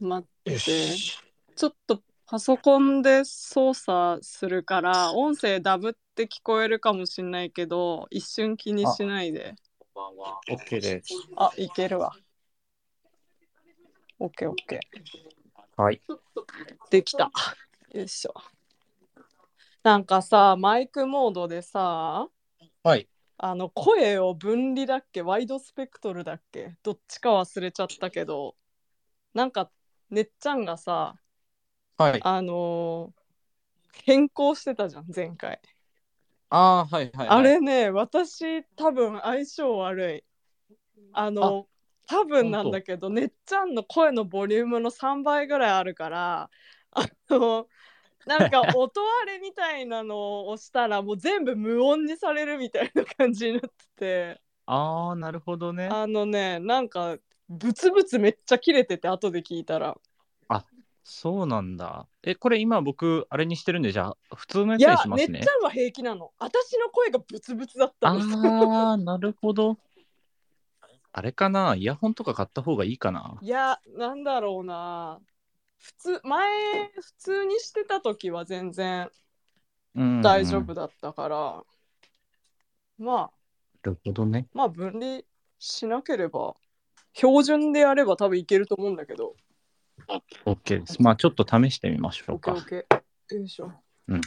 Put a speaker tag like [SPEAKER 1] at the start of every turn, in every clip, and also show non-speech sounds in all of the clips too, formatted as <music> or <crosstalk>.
[SPEAKER 1] 待って
[SPEAKER 2] よ
[SPEAKER 1] て
[SPEAKER 2] し。
[SPEAKER 1] ちょっとパソコンで操作するから音声ダブって聞こえるかもしんないけど一瞬気にしないで
[SPEAKER 3] こんばんは。
[SPEAKER 2] OK です。
[SPEAKER 1] あいけるわ OKOK
[SPEAKER 2] はい。
[SPEAKER 1] できたよいしょなんかさマイクモードでさ
[SPEAKER 2] はい。
[SPEAKER 1] あの声を分離だっけワイドスペクトルだっけどっちか忘れちゃったけどなんかねっちゃんがさ
[SPEAKER 2] はい。
[SPEAKER 1] あのー変更してたじゃん前回、
[SPEAKER 2] ああー、はいはい、はい。
[SPEAKER 1] あれね私多分相性悪いあの多分なんだけどねっちゃんの声のボリュームの3倍ぐらいあるからあのなんか音割れみたいなのを押したらもう全部無音にされるみたいな感じになってて
[SPEAKER 2] ああ、なるほどね。
[SPEAKER 1] あのねなんかブツブツめっちゃ切れてて後で聞いたら
[SPEAKER 2] そうなんだ。え、これ今僕、あれにしてるんで、じゃあ、普通のや
[SPEAKER 1] い
[SPEAKER 2] つに
[SPEAKER 1] や
[SPEAKER 2] しま
[SPEAKER 1] ねっち
[SPEAKER 2] すね。
[SPEAKER 1] ゃんは平気なの私の声がブツブツだった
[SPEAKER 2] あ
[SPEAKER 1] んです
[SPEAKER 2] あー、なるほど。あれかなイヤホンとか買った方がいいかない
[SPEAKER 1] や、なんだろうな。普通、前、普通にしてた時は全然
[SPEAKER 2] うん
[SPEAKER 1] 大丈夫だったから、まあ、
[SPEAKER 2] なるほどね。
[SPEAKER 1] まあ、分離しなければ、標準でやれば多分いけると思うんだけど、
[SPEAKER 2] OK です。まあ、ちょっと試してみましょうか。
[SPEAKER 1] OKOK。よいしょ。
[SPEAKER 2] うん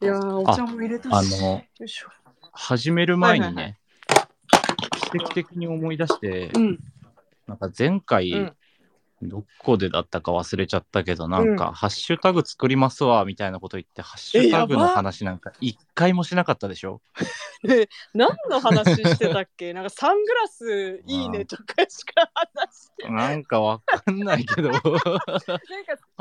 [SPEAKER 1] いやー、お茶も入れた
[SPEAKER 2] あ
[SPEAKER 1] し。
[SPEAKER 2] の、
[SPEAKER 1] よいしょ。
[SPEAKER 2] 始める前にね、
[SPEAKER 1] はいはい
[SPEAKER 2] 奇跡的に思い出して、
[SPEAKER 1] うん。
[SPEAKER 2] なんか前回、
[SPEAKER 1] うん
[SPEAKER 2] どこでだったか忘れちゃったけど、なんか、ハッシュタグ作りますわ、みたいなこと言って、ハッシュタグの話なんか一回もしなかったでしょ
[SPEAKER 1] で、何の話してたっけ <laughs> なんかサングラスいいねとかしか話してない。
[SPEAKER 2] なんかわかんな
[SPEAKER 1] <laughs>
[SPEAKER 2] いけど、
[SPEAKER 1] なんか
[SPEAKER 2] ハッ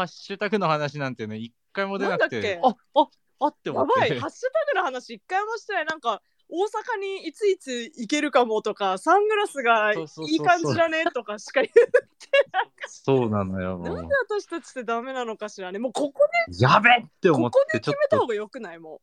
[SPEAKER 2] シュタグの話なんてね、一回も出なくて、
[SPEAKER 1] な
[SPEAKER 2] あああって思
[SPEAKER 1] や
[SPEAKER 2] っ
[SPEAKER 1] ば
[SPEAKER 2] て
[SPEAKER 1] い、ハッシュタグの話一回もしてない。なんか、大阪にいついつ行けるかもとか、サングラスがい
[SPEAKER 2] そうそうそうそう
[SPEAKER 1] い感じだねとかしか言
[SPEAKER 2] そうなのよ。
[SPEAKER 1] う。なんで私たちってダメなのかしらね。もうここ
[SPEAKER 2] やべって
[SPEAKER 1] で、
[SPEAKER 2] 思っ
[SPEAKER 1] ここで
[SPEAKER 2] て、ち
[SPEAKER 1] 決
[SPEAKER 2] ょっ
[SPEAKER 1] めた
[SPEAKER 2] と
[SPEAKER 1] 方がよくないも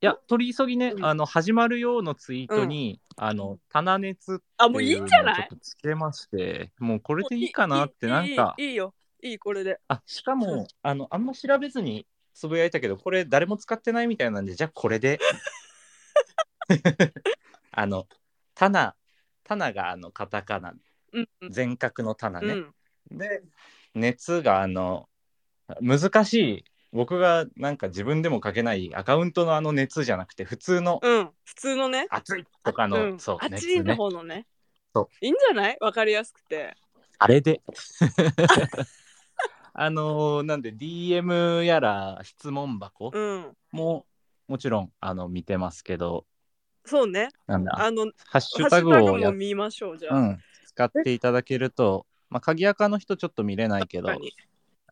[SPEAKER 2] いや、取り急ぎね
[SPEAKER 1] う、ん
[SPEAKER 2] あの、始まるようのツイートに、あの、棚熱って
[SPEAKER 1] う。あ、
[SPEAKER 2] い
[SPEAKER 1] もういい
[SPEAKER 2] うんのを
[SPEAKER 1] じ
[SPEAKER 2] ち
[SPEAKER 1] ゃ
[SPEAKER 2] ょ
[SPEAKER 1] ない
[SPEAKER 2] っとつけまして、もうこれでいいかなって、
[SPEAKER 1] いい
[SPEAKER 2] なんか
[SPEAKER 1] い、いいいよ。いい、これで。
[SPEAKER 2] あ、しかも、あの、あんま調べずにつぶやいたけど、これ誰も使ってないみたいなんで、じゃあこれで。 <laughs> あの、棚、棚があの、カタカナ、
[SPEAKER 1] うん。うん
[SPEAKER 2] 全角の棚
[SPEAKER 1] う
[SPEAKER 2] ね。
[SPEAKER 1] ん。
[SPEAKER 2] で、熱があの、難しい、僕がなんか自分でも書けないアカウントのあの熱じゃなくて、普通の、
[SPEAKER 1] うん。普通のね。
[SPEAKER 2] 熱いとか
[SPEAKER 1] う
[SPEAKER 2] の、
[SPEAKER 1] ん。
[SPEAKER 2] そう、
[SPEAKER 1] あっ
[SPEAKER 2] 熱
[SPEAKER 1] ちの
[SPEAKER 2] ね。
[SPEAKER 1] 方のね
[SPEAKER 2] そ。
[SPEAKER 1] いいんじゃないわかりやすくて。
[SPEAKER 2] あ
[SPEAKER 1] <laughs>
[SPEAKER 2] れで。あのーなんで DM やら質問箱
[SPEAKER 1] うん。
[SPEAKER 2] も、もちろんあの見てますけど、
[SPEAKER 1] そうね。
[SPEAKER 2] なんだ、
[SPEAKER 1] あの、ハ
[SPEAKER 2] ハッシュ
[SPEAKER 1] ッシ
[SPEAKER 2] タ
[SPEAKER 1] ュ
[SPEAKER 2] グ
[SPEAKER 1] タグ
[SPEAKER 2] をや
[SPEAKER 1] も
[SPEAKER 2] っ
[SPEAKER 1] 見ましょう、じゃ
[SPEAKER 2] う
[SPEAKER 1] あ。
[SPEAKER 2] ん、使っていただけると、まあ、鍵垢の人ちょっと見れないけど
[SPEAKER 1] 確か、に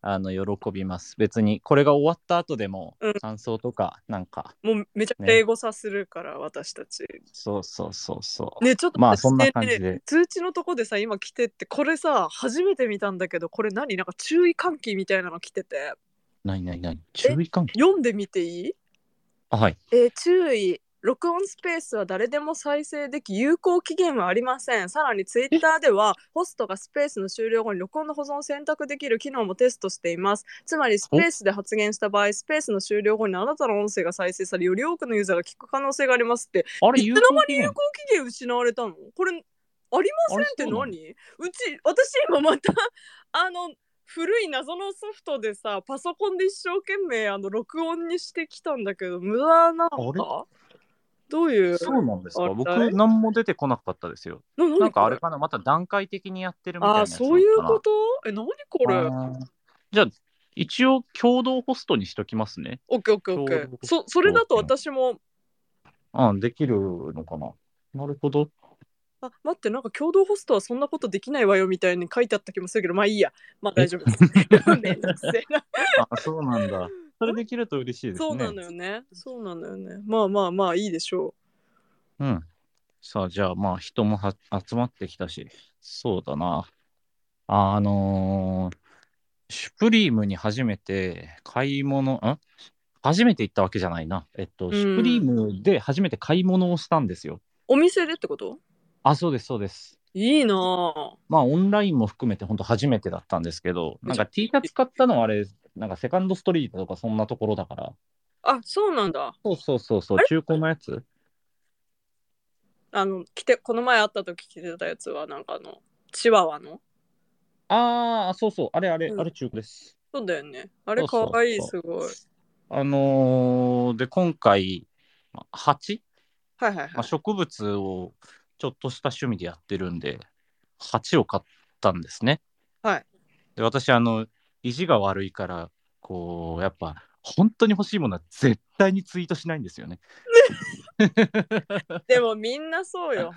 [SPEAKER 2] あの喜びます。別にこれが終わった後でも
[SPEAKER 1] うん
[SPEAKER 2] 感想とか、なんか、
[SPEAKER 1] もうめちゃくちゃ英語さするから、私たち。
[SPEAKER 2] そうそうそうそう。
[SPEAKER 1] ねちょっと
[SPEAKER 2] まあ
[SPEAKER 1] 私
[SPEAKER 2] そんな
[SPEAKER 1] ね
[SPEAKER 2] 感じで
[SPEAKER 1] 通知のとこでさ今来てってこれさ初めて見たんだけどこれ何なんか注意喚起みたいなの来てて
[SPEAKER 2] ないないない。注意喚起。
[SPEAKER 1] 読んでみていい
[SPEAKER 2] あはい。
[SPEAKER 1] えー注意録音スペースは誰でも再生でき有効期限はありませんさらにツイッターではホストがスペースの終了後に録音の保存を選択できる機能もテストしていますつまりスペースで発言した場合スペースの終了後にあなたの音声が再生されより多くのユーザーが聞く可能性がありますって
[SPEAKER 2] あれ、
[SPEAKER 1] いつ
[SPEAKER 2] 有
[SPEAKER 1] の
[SPEAKER 2] 効
[SPEAKER 1] 間
[SPEAKER 2] 期
[SPEAKER 1] に
[SPEAKER 2] 限
[SPEAKER 1] 有効期限失われたのこれありませんって
[SPEAKER 2] あれそうなの
[SPEAKER 1] 何うち私今またあの古い謎のソフトでさパソコンで一生懸命あの録音にしてきたんだけど無駄なのかどういう
[SPEAKER 2] そうなんです
[SPEAKER 1] あ
[SPEAKER 2] か。
[SPEAKER 1] れ
[SPEAKER 2] 僕、何も出てこなかったですよ。
[SPEAKER 1] な
[SPEAKER 2] なんかあ
[SPEAKER 1] れ
[SPEAKER 2] れかな、また段階的にやってるみたいな
[SPEAKER 1] あ
[SPEAKER 2] や
[SPEAKER 1] ー
[SPEAKER 2] つなのかな。
[SPEAKER 1] そういうことえ何これ
[SPEAKER 2] あーじゃあ、一応共同ホストにしときますね。
[SPEAKER 1] オッケーオッケーオッケ
[SPEAKER 2] そう
[SPEAKER 1] ーそそれだと私も
[SPEAKER 2] うん、できるのかな。なるほど。
[SPEAKER 1] あ待ってなんか共同ホストはそんなことできないわよみたいに書いてあった気もするけどまあいいやまあ大丈夫
[SPEAKER 2] <laughs>
[SPEAKER 1] ですめんどくせえな
[SPEAKER 2] あ、そうなんだ。それできると嬉しいですね。
[SPEAKER 1] そうなのよね。そうなのよね。まあまあまあいいでしょ
[SPEAKER 2] うん。さあ、じゃあ、まあ、人もは集まってきたし、そうだな。あのーシュプリームに初めて買い物、ん初めて行ったわけじゃないな。えっと、
[SPEAKER 1] ん
[SPEAKER 2] シュプリームで初めて買い物をしたんですよ。
[SPEAKER 1] う。お店でってこと
[SPEAKER 2] あ、そうです、そうです。
[SPEAKER 1] いいなぁ。
[SPEAKER 2] まあオンラインも含めて本当初めてだったんですけど、なんか T シャツ買ったのはあれ、なんかセカンドストリートとかそんなところだから。
[SPEAKER 1] あ、そうなんだ。
[SPEAKER 2] そうそうそうそう、中古のやつ
[SPEAKER 1] あの、来て、この前会った時着てたやつは、なんかあの、チワワの。
[SPEAKER 2] ああ、そうそう、あれあれ、
[SPEAKER 1] うん
[SPEAKER 2] あれ中古です。
[SPEAKER 1] そうだよね。あれ
[SPEAKER 2] そ
[SPEAKER 1] か
[SPEAKER 2] うそうそう
[SPEAKER 1] わいい、すごい。
[SPEAKER 2] あのーで、今回、まあ蜂、
[SPEAKER 1] はいはい
[SPEAKER 2] まあ、
[SPEAKER 1] はい。
[SPEAKER 2] 植物をちょっとした趣味でやってるんで、鉢を買ったんですね。
[SPEAKER 1] はい。
[SPEAKER 2] で、私、あの、意地が悪いから、こう、やっぱ、本当に欲しいものは絶対にツイートしないんですよね。
[SPEAKER 1] でもみんなそうよ。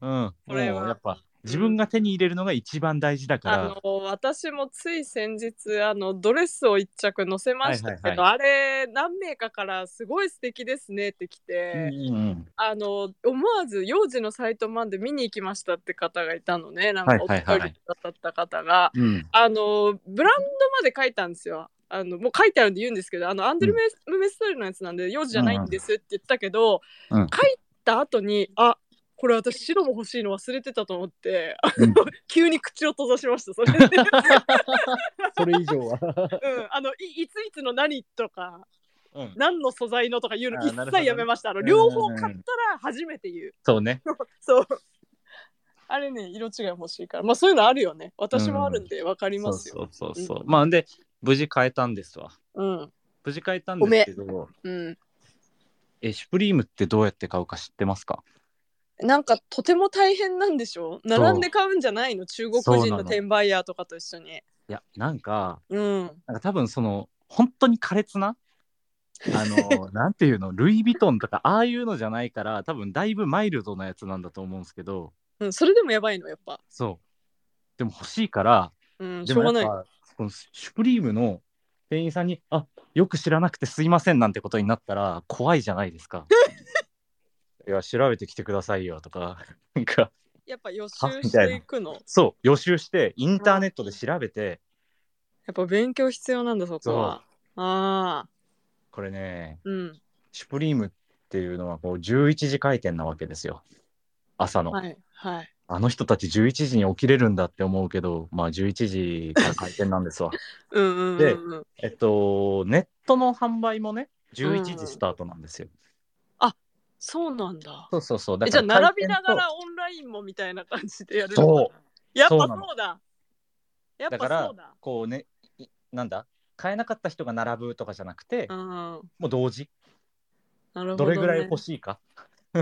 [SPEAKER 2] うん。も
[SPEAKER 1] こ
[SPEAKER 2] う
[SPEAKER 1] れは
[SPEAKER 2] やっぱ、自分が手に入れるのが一番大事だか
[SPEAKER 1] あ
[SPEAKER 2] ら、
[SPEAKER 1] の、私もつい先日、あの、ドレスを一着載せましたけど、
[SPEAKER 2] は
[SPEAKER 1] あれ、何名かからすごい素敵ですねって来て、
[SPEAKER 2] うんうんうん
[SPEAKER 1] あの、思わず幼児のサイトまで見に行きましたって方がいたのね。なんか
[SPEAKER 2] はい
[SPEAKER 1] お
[SPEAKER 2] は
[SPEAKER 1] 一
[SPEAKER 2] い
[SPEAKER 1] 人
[SPEAKER 2] はい
[SPEAKER 1] だった方が。
[SPEAKER 2] うん。
[SPEAKER 1] あのブランドまで書いたんですよ。あのもう書いてあるんで言うんですけどあのアンデルメス・メストルのやつなんで幼児じゃないんですって言ったけど、
[SPEAKER 2] うん
[SPEAKER 1] 書いた後にあこれ私白も欲しいの忘れてたと思って、
[SPEAKER 2] うん
[SPEAKER 1] 急に口を閉ざしましたそれ
[SPEAKER 2] <laughs>
[SPEAKER 1] で、うん、
[SPEAKER 2] それ以上は。
[SPEAKER 1] あのいいついつの何とか
[SPEAKER 2] <laughs> うん、
[SPEAKER 1] 何の素材のとか言うの
[SPEAKER 2] あー
[SPEAKER 1] 一
[SPEAKER 2] なるほど
[SPEAKER 1] 切
[SPEAKER 2] ね
[SPEAKER 1] やめましたあの
[SPEAKER 2] うん
[SPEAKER 1] 両方買ったら初めて言う、
[SPEAKER 2] そうね。
[SPEAKER 1] そうあれね色違い欲しいからまあそういうのあるよね私もあるんで分かりますよ、
[SPEAKER 2] そうそうそうそう。まあ、で、無事変えたんですわ。
[SPEAKER 1] うん
[SPEAKER 2] 無事変えたんですけど、
[SPEAKER 1] うん、
[SPEAKER 2] え、シュプリームってどうやって買うか知ってますか
[SPEAKER 1] なんかとても大変なんでしょ
[SPEAKER 2] う
[SPEAKER 1] 並んで買うんじゃないの中国
[SPEAKER 2] そう
[SPEAKER 1] 人
[SPEAKER 2] な
[SPEAKER 1] の
[SPEAKER 2] の
[SPEAKER 1] 転売ヤーとかと一緒に。
[SPEAKER 2] いや、なんか、
[SPEAKER 1] うん。
[SPEAKER 2] なんか多分その、本当に苛烈な、あ <laughs> の、なんていうの、ルイ・ヴィトンとか、ああいうのじゃないから、多分だいぶマイルドなやつなんだと思うんですけど、
[SPEAKER 1] うん、それでもやばいの、やっぱ。
[SPEAKER 2] そう。でも欲しいから、
[SPEAKER 1] うん、
[SPEAKER 2] で
[SPEAKER 1] しょう
[SPEAKER 2] も
[SPEAKER 1] が
[SPEAKER 2] や
[SPEAKER 1] な
[SPEAKER 2] っ
[SPEAKER 1] い。
[SPEAKER 2] ぱ、このシュプリームの店員さんに、あよく知らなくてすいませんなんてことになったら、怖いじゃないで
[SPEAKER 1] <laughs>
[SPEAKER 2] すか。いや、調べてきてくださいよとか、 <laughs> なんか、
[SPEAKER 1] やっぱ予習
[SPEAKER 2] はみ
[SPEAKER 1] した
[SPEAKER 2] いな
[SPEAKER 1] ていくの。や
[SPEAKER 2] そう、予習して、インターネットで調べて、
[SPEAKER 1] っぱ勉強必要なんだ、そこは。ああ、
[SPEAKER 2] これね、
[SPEAKER 1] うん。
[SPEAKER 2] シュプリームっていうのはこう11時回転なわけですよ。朝の、
[SPEAKER 1] はい、はい。
[SPEAKER 2] あの人たち11時に起きれるんだって思うけど、まあ11時から回転な
[SPEAKER 1] <laughs>
[SPEAKER 2] んですわ。
[SPEAKER 1] うんうんうんうん。
[SPEAKER 2] えっと、ネットの販売もね、11時スタートなんですよ。
[SPEAKER 1] そうなんだ。
[SPEAKER 2] そうそうそう。
[SPEAKER 1] え
[SPEAKER 2] だ
[SPEAKER 1] じゃあ、
[SPEAKER 2] 回
[SPEAKER 1] 並び
[SPEAKER 2] 転と
[SPEAKER 1] ながらオンラインもみたいな感じでやるの
[SPEAKER 2] そう
[SPEAKER 1] かなやっぱ
[SPEAKER 2] そうなの
[SPEAKER 1] そうだ。やっぱ
[SPEAKER 2] だから
[SPEAKER 1] そうだ。
[SPEAKER 2] こうね、いなんだ買えなかった人が並ぶとかじゃなくて、
[SPEAKER 1] うん。
[SPEAKER 2] もう同時、
[SPEAKER 1] なるほど、ね。
[SPEAKER 2] どれぐらい欲しいか、 <laughs>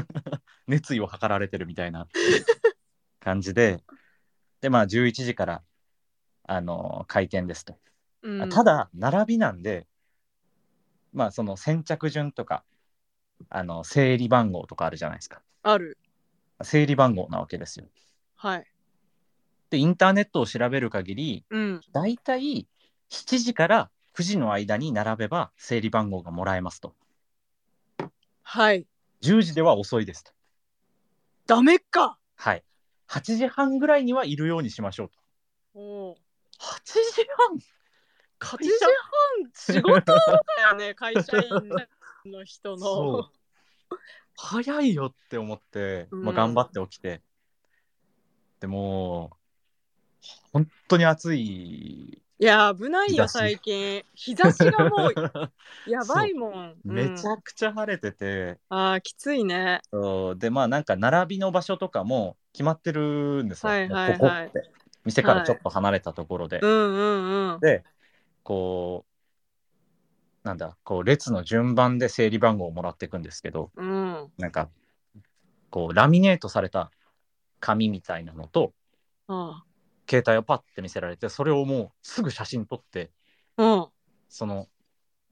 [SPEAKER 2] 熱意を図られてるみたい
[SPEAKER 1] <laughs>
[SPEAKER 2] な感じで、で、まあ、11時から、あの開店ですと。
[SPEAKER 1] うん
[SPEAKER 2] あた、だ、並びなんで、まあ、その先着順とか、あの整理番号とかあるじゃないですか。
[SPEAKER 1] ある。
[SPEAKER 2] 整理番号なわけですよ。
[SPEAKER 1] はい。
[SPEAKER 2] で、インターネットを調べる限り、
[SPEAKER 1] うん。
[SPEAKER 2] 大体7時から9時の間に並べば整理番号がもらえますと。
[SPEAKER 1] はい。
[SPEAKER 2] 10時では遅いですと。
[SPEAKER 1] ダメか。
[SPEAKER 2] はい。8時半ぐらいにはいるようにしましょうと。
[SPEAKER 1] おお。
[SPEAKER 2] 8時半
[SPEAKER 1] 8
[SPEAKER 2] 会
[SPEAKER 1] 時
[SPEAKER 2] 社
[SPEAKER 1] 半仕事だよ
[SPEAKER 2] <laughs>
[SPEAKER 1] ね会社員の人
[SPEAKER 2] そう
[SPEAKER 1] の。
[SPEAKER 2] 早いよって思って、
[SPEAKER 1] うん
[SPEAKER 2] まあ、頑張って起きて。でもう、本当に暑い。
[SPEAKER 1] いや危ないよ
[SPEAKER 2] 日差し
[SPEAKER 1] 最近日差しがも
[SPEAKER 2] <laughs>
[SPEAKER 1] うやばいもん、うん
[SPEAKER 2] めちゃくちゃ晴れてて、
[SPEAKER 1] あーきついね
[SPEAKER 2] そうで、まあなんか並びの場所とかも決まってるんですよ。
[SPEAKER 1] はいはいはい
[SPEAKER 2] もうここって。店からちょっと離れたところで。
[SPEAKER 1] うんうんうん
[SPEAKER 2] でこうなんだこう列の順番で整理番号をもらっていくんですけど
[SPEAKER 1] うん
[SPEAKER 2] なんかこうラミネートされた紙みたいなのと
[SPEAKER 1] あ
[SPEAKER 2] 携帯をパッて見せられてそれをもうすぐ写真撮って
[SPEAKER 1] ーうん
[SPEAKER 2] その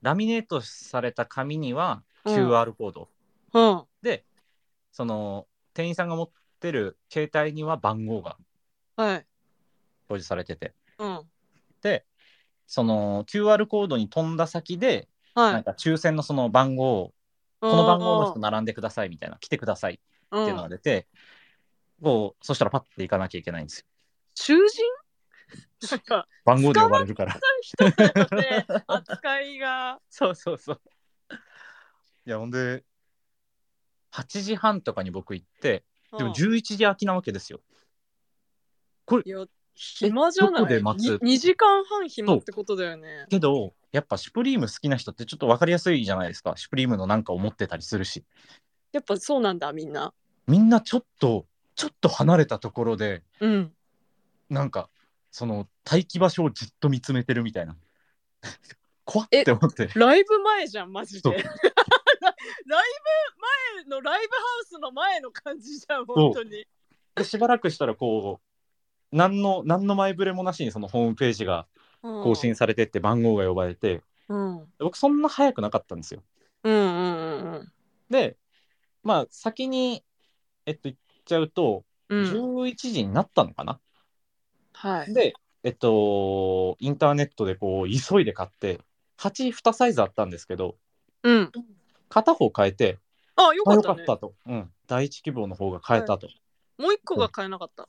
[SPEAKER 2] ラミネートされた紙には
[SPEAKER 1] うん
[SPEAKER 2] QR コード、
[SPEAKER 1] うん
[SPEAKER 2] でその店員さんが持ってる携帯には番号が
[SPEAKER 1] はい
[SPEAKER 2] 表示されてて
[SPEAKER 1] うん
[SPEAKER 2] でその QR コードに飛んだ先で、
[SPEAKER 1] は
[SPEAKER 2] なん
[SPEAKER 1] い
[SPEAKER 2] か抽選のその番号をこの番号の人並んでくださいみたいな、来てくださいっ
[SPEAKER 1] うん
[SPEAKER 2] ていうのが出て、こう、そしたらパッて行かなきゃいけないんですよ。
[SPEAKER 1] 囚人なん
[SPEAKER 2] <laughs>
[SPEAKER 1] か
[SPEAKER 2] 番号で呼ばれるから。
[SPEAKER 1] 人だよね扱い
[SPEAKER 2] <laughs>
[SPEAKER 1] が
[SPEAKER 2] そうそうそう。いや、ほんで、8時半とかに僕行って、で
[SPEAKER 1] う
[SPEAKER 2] も
[SPEAKER 1] ん
[SPEAKER 2] 11時空きなわけですよ。これ
[SPEAKER 1] いや、
[SPEAKER 2] ひ
[SPEAKER 1] 暇じゃない
[SPEAKER 2] どこで待つ
[SPEAKER 1] ?2 時間半暇ってことだよね。
[SPEAKER 2] けど、やっぱシュプリーム好きな人ってちょっと分かりやすいじゃないですか。シュプリームのなんかを持ってたりするし。
[SPEAKER 1] やっぱそうなんだ、みんな。
[SPEAKER 2] みんなちょっと、ちょっと離れたところで、
[SPEAKER 1] うん。
[SPEAKER 2] なんか、その待機場所をじっと見つめてるみたいな。怖って思って。
[SPEAKER 1] ライブ前じゃん、マジで。
[SPEAKER 2] そ
[SPEAKER 1] <laughs>
[SPEAKER 2] う
[SPEAKER 1] ライブ前のライブハウスの前の感じじゃん、本当に。
[SPEAKER 2] でしばらくしたらこう、何の、何の前触れもなしにそのホームページが更新されてって番号が呼ばれて、
[SPEAKER 1] うん。うん
[SPEAKER 2] 僕そんな早くなかったんですよ。
[SPEAKER 1] うんうんうん
[SPEAKER 2] で、まあ、先に、えっと、言っちゃうと、
[SPEAKER 1] うん。
[SPEAKER 2] 11時になったのかな。
[SPEAKER 1] はい。
[SPEAKER 2] で、えっと、インターネットでこう急いで買って、8、2サイズあったんですけど、
[SPEAKER 1] うん。
[SPEAKER 2] 片方変えて、
[SPEAKER 1] あ、よ
[SPEAKER 2] あ
[SPEAKER 1] かっ
[SPEAKER 2] よ
[SPEAKER 1] た
[SPEAKER 2] か
[SPEAKER 1] ね
[SPEAKER 2] っ。たと、うん、第一希望の方が変えたと。い、
[SPEAKER 1] もう一個が買えなかった。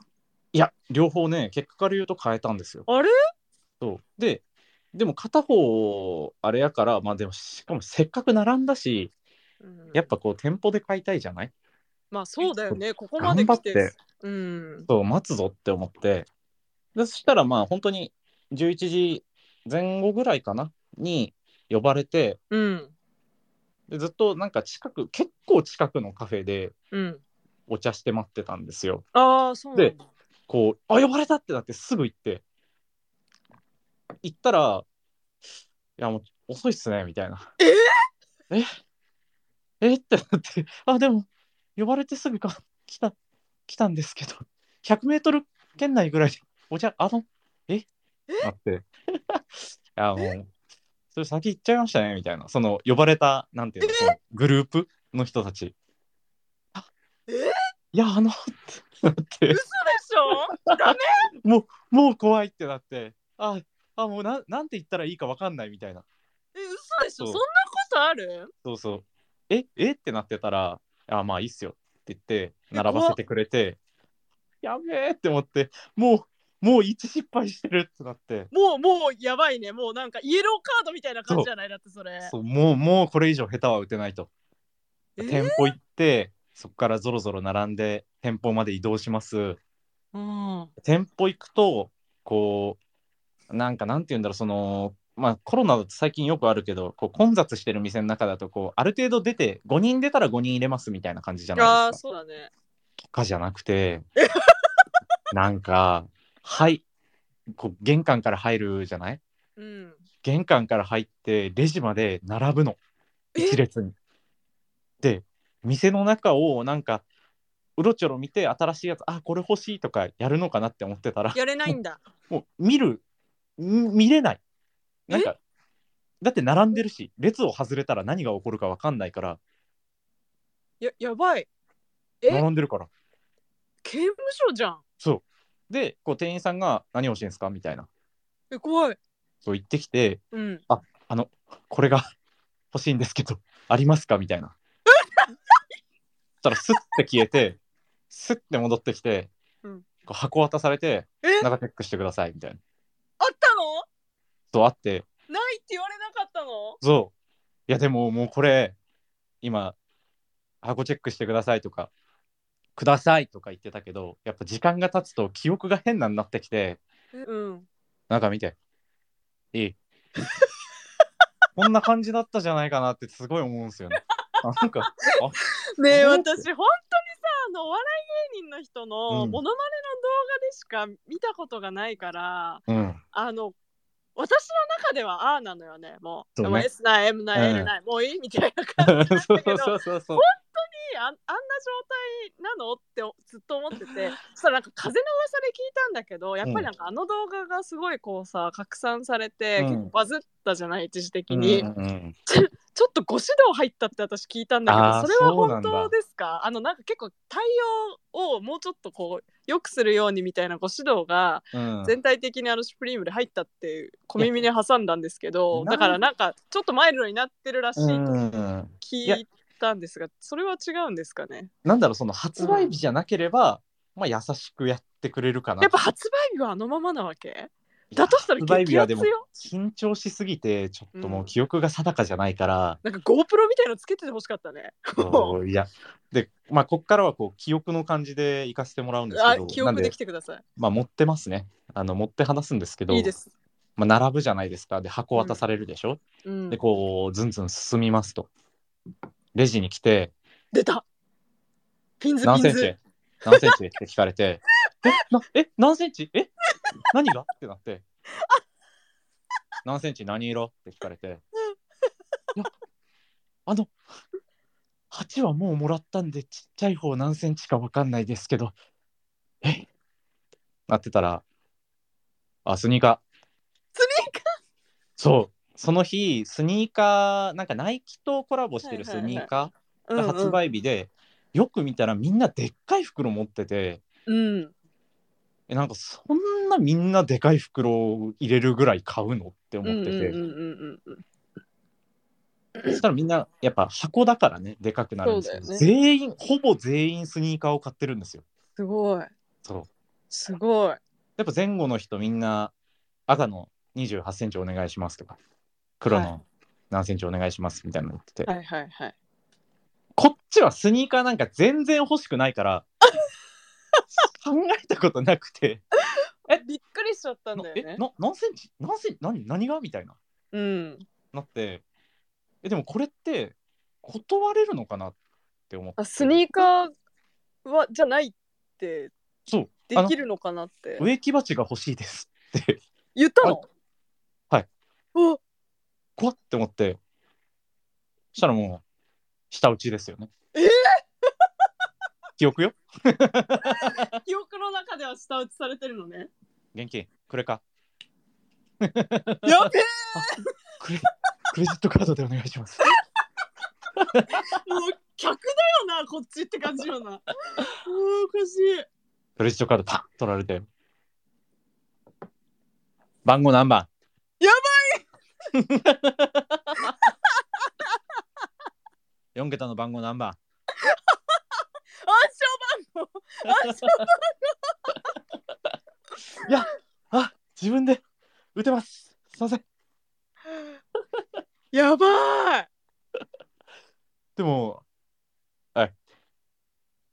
[SPEAKER 2] や、両方ね、結果から言うと変えたんですよ。
[SPEAKER 1] あれ
[SPEAKER 2] そうで、でも片方、あれやから、まあでも、しかもせっかく並んだし、やっぱこう、店舗で買いたいじゃない
[SPEAKER 1] まあそうだよね、ここまで来て。
[SPEAKER 2] 頑張って
[SPEAKER 1] うん。
[SPEAKER 2] そう待つぞって思ってでそしたらまあ本当に11時前後ぐらいかなに呼ばれて
[SPEAKER 1] うん。
[SPEAKER 2] でずっとなんか近く結構近くのカフェで
[SPEAKER 1] うん。
[SPEAKER 2] お茶して待ってたんですよ
[SPEAKER 1] ああ、そうなんだ。
[SPEAKER 2] こうあ呼ばれたってなってすぐ行って行ったらいやもう遅いっすねみたいなえええってなってあでも呼ばれてすぐか来た来たんですけど 100m 圏内ぐらいでお茶あのえなって <laughs> いやもうそれ先行っちゃいましたねみたいなその呼ばれたなんていうのそのグループの人たちあ
[SPEAKER 1] え
[SPEAKER 2] いやあのってなって
[SPEAKER 1] 嘘でしょ
[SPEAKER 2] <laughs> もう、もう怖いってなって、あ、あもうな、なんて言ったらいいか分かんないみたいな。
[SPEAKER 1] え、嘘でしょそ
[SPEAKER 2] そ
[SPEAKER 1] ん
[SPEAKER 2] う
[SPEAKER 1] なことある
[SPEAKER 2] そうそう。え、えってなってたら、あ、まあいいっすよって言って、
[SPEAKER 1] え
[SPEAKER 2] 並ばせてくれて、やべえって思って、もう、もう一失敗してるってなって、
[SPEAKER 1] もう、もうやばいね。もうなんかイエローカードみたいな感じじゃないだってそれ。
[SPEAKER 2] そうもう、もうこれ以上下手は打てないと。
[SPEAKER 1] えー
[SPEAKER 2] 店舗行って、そこからぞろぞろ並んで、店舗まで移動します。
[SPEAKER 1] うん。
[SPEAKER 2] 店舗行くとこうなんかなんて言うんだろうそのまあコロナだと最近よくあるけどこう混雑してる店の中だとこうある程度出て5人出たら5人入れますみたいな感じじゃ
[SPEAKER 1] あ
[SPEAKER 2] ない
[SPEAKER 1] あ、
[SPEAKER 2] ですか。
[SPEAKER 1] そうだね。
[SPEAKER 2] とかじゃなくて <laughs> なんかはいこう玄関から入るじゃない
[SPEAKER 1] うん。
[SPEAKER 2] 玄関から入ってレジまで並ぶの
[SPEAKER 1] え
[SPEAKER 2] 一列に。で店の中をなんかうろちょろ見て新しいやつあこれ欲しいとかやるのかなって思ってたら
[SPEAKER 1] やれないん
[SPEAKER 2] <laughs>
[SPEAKER 1] だ。
[SPEAKER 2] もう見る、ん見れない。なんか、だって並んでるし、列を外れたら何が起こるか分かんないから、
[SPEAKER 1] や、やばい。え
[SPEAKER 2] 並んでるから。
[SPEAKER 1] 刑務所じゃん。
[SPEAKER 2] そう。で、こう店員さんが何欲しいんですかみたいな。
[SPEAKER 1] え、怖い。
[SPEAKER 2] そう言ってきて、
[SPEAKER 1] うん。
[SPEAKER 2] あの、これが欲しいんですけど、ありますかみたいな。そしたら、スッて消えて、スッて戻ってきて、
[SPEAKER 1] うん
[SPEAKER 2] こう箱渡されて、
[SPEAKER 1] え
[SPEAKER 2] 中チェックしてください、みたいな。
[SPEAKER 1] あったの
[SPEAKER 2] そうあって、
[SPEAKER 1] ないって言われなかったの
[SPEAKER 2] そう。いや、でももうこれ、今、箱チェックしてくださいとか、くださいとか言ってたけど、やっぱ時間が経つと記憶が変なになってきて、 <laughs>
[SPEAKER 1] うん。
[SPEAKER 2] なんか見て、いい。 <laughs> こんな感じだったじゃないかなってすごい思うんですよ <laughs> ね。あなんか、あ
[SPEAKER 1] ねえ
[SPEAKER 2] あ
[SPEAKER 1] 私本
[SPEAKER 2] れ
[SPEAKER 1] 当にさあのお笑い芸人の人の
[SPEAKER 2] うん
[SPEAKER 1] モノマネの動画でしか見たことがないから、
[SPEAKER 2] うん、 <laughs>
[SPEAKER 1] あの私の中ではああなのよねもう
[SPEAKER 2] そうね
[SPEAKER 1] もう S ない M ない、
[SPEAKER 2] うん
[SPEAKER 1] L ないもういいみたいな感じだったけど
[SPEAKER 2] そうそうそう。
[SPEAKER 1] あんあんな状態なのって <laughs> ずっと思っててそしたらなんか風の噂で聞いたんだけどやっぱりなんかあの動画がすごいこうさ拡散されて、
[SPEAKER 2] うん
[SPEAKER 1] 結構バズったじゃない一時的
[SPEAKER 2] うん
[SPEAKER 1] に、
[SPEAKER 2] うん
[SPEAKER 1] ちょっとご指導入ったって私聞いたんだけ
[SPEAKER 2] あー
[SPEAKER 1] どそれは
[SPEAKER 2] そうなん
[SPEAKER 1] 本
[SPEAKER 2] だ
[SPEAKER 1] 当ですかあのなんか結構対応をもうちょっとこう良くするようにみたいなご指導が
[SPEAKER 2] うん
[SPEAKER 1] 全体的にあのシュプリームで入ったっていう小耳に挟んだんですけど
[SPEAKER 2] いや
[SPEAKER 1] だからなんかちょっとマイルドになってるらしい
[SPEAKER 2] うん
[SPEAKER 1] と
[SPEAKER 2] うん
[SPEAKER 1] 聞
[SPEAKER 2] いや
[SPEAKER 1] いたんですがそれは違うんですかね
[SPEAKER 2] なんだろう、その発売日じゃなければ、まあ優しくやってくれるかな。
[SPEAKER 1] やっぱ発売日はあのままなわけ
[SPEAKER 2] い
[SPEAKER 1] だとしたら
[SPEAKER 2] 発売日
[SPEAKER 1] 激
[SPEAKER 2] は
[SPEAKER 1] アツ
[SPEAKER 2] でも
[SPEAKER 1] よ
[SPEAKER 2] 緊張しすぎてちょっともううん記憶が定かじゃな
[SPEAKER 1] <laughs>
[SPEAKER 2] いから、
[SPEAKER 1] なんか GoPro みたいのつけててほしかったね
[SPEAKER 2] こういやでまあこっからはこう記憶の感じで行かせてもらうんです
[SPEAKER 1] あ
[SPEAKER 2] けど
[SPEAKER 1] 記
[SPEAKER 2] なん
[SPEAKER 1] 憶
[SPEAKER 2] で
[SPEAKER 1] できてくださ
[SPEAKER 2] まあ持ってますねあの持って話すんですけど
[SPEAKER 1] いいいです、
[SPEAKER 2] まあ、並ぶじゃないですかで箱渡されるでしょ、
[SPEAKER 1] うん
[SPEAKER 2] で、こうずんずん進みますとレジに来て
[SPEAKER 1] 出たピンズ
[SPEAKER 2] 何
[SPEAKER 1] ピン
[SPEAKER 2] センチ
[SPEAKER 1] ズ
[SPEAKER 2] 何センチって聞かれてえなえ何センチえ何がってなって何センチ何色って聞かれていやあの8はもうもらったんでちっちゃい方何センチか分かんないですけどえなってたらあスニーカー
[SPEAKER 1] スニーカー
[SPEAKER 2] そうその日スニーカーなんかナイキとコラボしてるスニーカーが発売日で、よく見たらみんなでっかい袋持ってて
[SPEAKER 1] うん、うん、
[SPEAKER 2] えなんかそんなみんなでかい袋を入れるぐらい買うのって
[SPEAKER 1] う
[SPEAKER 2] 思っ
[SPEAKER 1] んうん
[SPEAKER 2] て
[SPEAKER 1] う
[SPEAKER 2] て、
[SPEAKER 1] んうんうん
[SPEAKER 2] そしたらみんなやっぱ箱だからねでかくなるんですけど、
[SPEAKER 1] そうだ
[SPEAKER 2] 全員ほぼ全員スニーカーを買ってるんですよ
[SPEAKER 1] すごい
[SPEAKER 2] そう
[SPEAKER 1] すごい
[SPEAKER 2] やっぱ前後の人みんな赤の2 8センチお願いしますとか黒
[SPEAKER 1] は
[SPEAKER 2] の何センチお願いしますみたいなの言ってて、
[SPEAKER 1] はいはいはい
[SPEAKER 2] こっちはスニーカーなんか全然欲しくないから
[SPEAKER 1] <laughs>
[SPEAKER 2] 考えたことなくて
[SPEAKER 1] びっくりしちゃったん
[SPEAKER 2] な
[SPEAKER 1] だよ
[SPEAKER 2] え
[SPEAKER 1] ね
[SPEAKER 2] な何センチ何センチ何何がみたいな
[SPEAKER 1] うん
[SPEAKER 2] なってえでもこれって断れるのかなって思って
[SPEAKER 1] あスニーカーはじゃないって
[SPEAKER 2] そう
[SPEAKER 1] で
[SPEAKER 2] あの
[SPEAKER 1] きるのかなって
[SPEAKER 2] 植木鉢が欲しいですって
[SPEAKER 1] 言ったの
[SPEAKER 2] あはい
[SPEAKER 1] お
[SPEAKER 2] 怖っって思ってそしたらもう下打ちですよね
[SPEAKER 1] えー <laughs>
[SPEAKER 2] 記憶よ
[SPEAKER 1] 記憶の中では下打ちされてるのね
[SPEAKER 2] 現金これか
[SPEAKER 1] <laughs> <laughs> やべえ
[SPEAKER 2] クレクレジットカードでお願いします
[SPEAKER 1] もう客だよなこっちって感じよ <laughs> なもうおかしい
[SPEAKER 2] クレジットカードパッ取られて番号何番
[SPEAKER 1] や
[SPEAKER 2] ばい !4 桁の番号何番
[SPEAKER 1] 暗証番号暗証
[SPEAKER 2] あ自分で打てますすいません
[SPEAKER 1] やばい
[SPEAKER 2] でもはい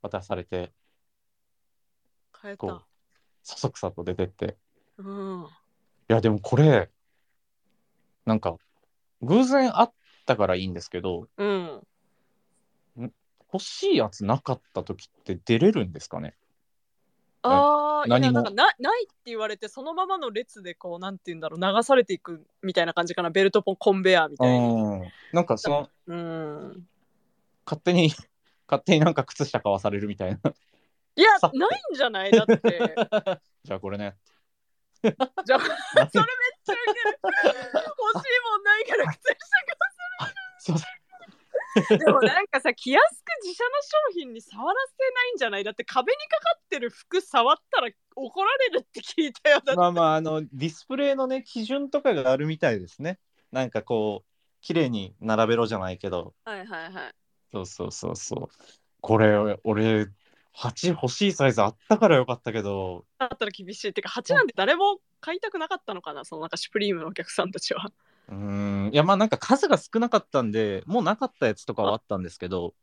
[SPEAKER 2] 渡されて
[SPEAKER 1] 変え
[SPEAKER 2] こう
[SPEAKER 1] た
[SPEAKER 2] そそくさと出てって
[SPEAKER 1] うん
[SPEAKER 2] いやでもこれなんか偶然あったからいいんですけど
[SPEAKER 1] うん
[SPEAKER 2] 欲しいやつなかった時って出れるんですかね
[SPEAKER 1] ああ、いや、
[SPEAKER 2] 何も
[SPEAKER 1] なんかな、ないって言われて、そのままの列で、こう、なんて言うんだろう、流されていくみたいな感じかな、ベルトポンコンベアみたいな。
[SPEAKER 2] うんなんかその
[SPEAKER 1] うん。
[SPEAKER 2] 勝手に <laughs> 勝手になんか靴下買わされるみた <laughs> いな
[SPEAKER 1] いや
[SPEAKER 2] さっ、
[SPEAKER 1] ないんじゃないだ
[SPEAKER 2] <laughs>
[SPEAKER 1] って。
[SPEAKER 2] じゃあこれね
[SPEAKER 1] じゃあ、それめっちゃウケる。欲しいもんないから、靴
[SPEAKER 2] すいません
[SPEAKER 1] 下でもなんかさ、気安く自社の商品に触らせないんじゃないだって、壁にかかってる服触ったら怒られるって聞いたよ。だって
[SPEAKER 2] まあまああのディスプレイのね基準とかがあるみたいですねなんかこう綺麗に並べろじゃないけど
[SPEAKER 1] はいはいはい。
[SPEAKER 2] そうそうそうそうこれ俺8欲しいサイズあったからよかったけど
[SPEAKER 1] だったら厳しい。ってか、8なんて誰も買いたくなかったのかな、そのなんか、シュプリームのお客さんたちは。
[SPEAKER 2] うーんいやまあなんか数が少なかったんでもうなかったやつとかはあったんですけど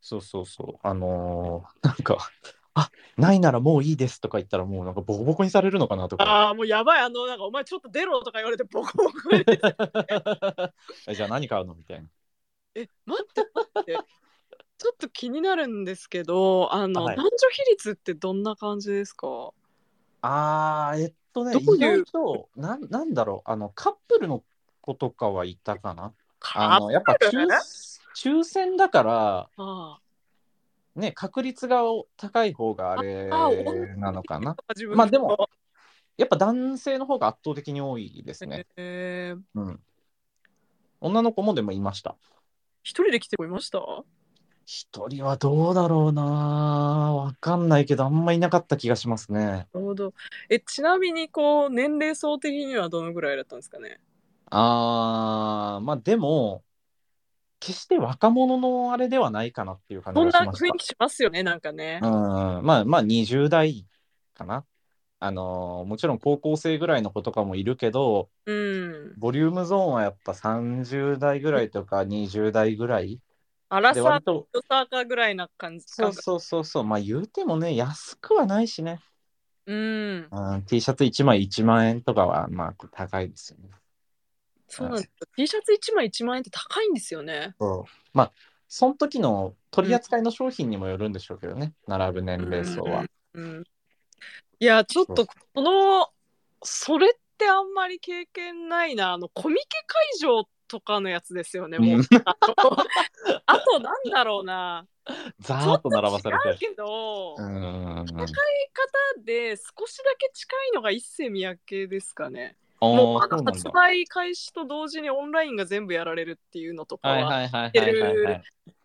[SPEAKER 2] そうそうそうあのーなんか「あないならもういいです」とか言ったらもうなんかボコボコにされるのかなとか
[SPEAKER 1] ああ、もうやばい、あの、なんか、お前ちょっと出ろとか言われて、ボコボコに
[SPEAKER 2] <laughs> えじゃあ何買うのみたいな
[SPEAKER 1] え、 <laughs> 待って、待って。ちょっと気になるんですけど、あの、
[SPEAKER 2] はい
[SPEAKER 1] 男女比率ってどんな感じですか。
[SPEAKER 2] あーえっとね
[SPEAKER 1] どう
[SPEAKER 2] 意
[SPEAKER 1] いう
[SPEAKER 2] 外となんなんだろうあのカップルの子とかはいたかなあ
[SPEAKER 1] あ
[SPEAKER 2] のやっぱ
[SPEAKER 1] カップル
[SPEAKER 2] 抽抽選だから
[SPEAKER 1] あ
[SPEAKER 2] ね確率が高い方があれ
[SPEAKER 1] あー
[SPEAKER 2] なのかな
[SPEAKER 1] ー、自分
[SPEAKER 2] まあでも。やっぱ男性の方が圧倒的に多いですね。
[SPEAKER 1] えー
[SPEAKER 2] うん。女の子もでもいました。
[SPEAKER 1] 一人で来てくれました。
[SPEAKER 2] 一人はどうだろうなわかんないけど、あんまいなかった気がしますね。
[SPEAKER 1] なるほど。え、ちなみに、こう、年齢層的にはどのぐらいだったんですかね。
[SPEAKER 2] あー、まあでも、決して若者のあれではないかなっていう感じ
[SPEAKER 1] そん
[SPEAKER 2] が
[SPEAKER 1] な
[SPEAKER 2] しまし
[SPEAKER 1] 雰囲気しますよね、なんかね
[SPEAKER 2] た。。うん。まあまあ20代かな。あのーもちろん高校生ぐらいの子とかもいるけど、
[SPEAKER 1] うん。
[SPEAKER 2] ボリュームゾーンはやっぱ30代ぐらいとか20代ぐらい
[SPEAKER 1] アラ
[SPEAKER 2] で
[SPEAKER 1] サー
[SPEAKER 2] 割と
[SPEAKER 1] とサーカーぐらいな感じ
[SPEAKER 2] そう
[SPEAKER 1] 感
[SPEAKER 2] そうそうそうまあ言うてもね安くはないしね、
[SPEAKER 1] うん。
[SPEAKER 2] うん T シャツ1枚1万円とかはまあ高いですよね
[SPEAKER 1] そうなんですよ。T シャツ1枚1万円って高いんですよね。
[SPEAKER 2] まあその時の取り扱いの商品にもよるんでしょうけどね、並ぶ年齢層は、
[SPEAKER 1] うん。いや、ちょっ
[SPEAKER 2] そう
[SPEAKER 1] とこの、それってあんまり経験ないな。あの、コミケ会場とかのやつですよね、も
[SPEAKER 2] う。
[SPEAKER 1] うんあのあと、なんだろうな。
[SPEAKER 2] ざ
[SPEAKER 1] ちょ
[SPEAKER 2] ーっ
[SPEAKER 1] っと
[SPEAKER 2] と並ばされて
[SPEAKER 1] 違う
[SPEAKER 2] る
[SPEAKER 1] けど、
[SPEAKER 2] う
[SPEAKER 1] 使い
[SPEAKER 2] ん
[SPEAKER 1] 方で少しだけ近いのが一世三宅ですかね。も
[SPEAKER 2] お
[SPEAKER 1] う
[SPEAKER 2] ー
[SPEAKER 1] あ
[SPEAKER 2] そう
[SPEAKER 1] の
[SPEAKER 2] なん
[SPEAKER 1] 発
[SPEAKER 2] だ
[SPEAKER 1] 売開始と同時にオンラインが全部やられるっていうのとかは、
[SPEAKER 2] はいはいはいはいはいはい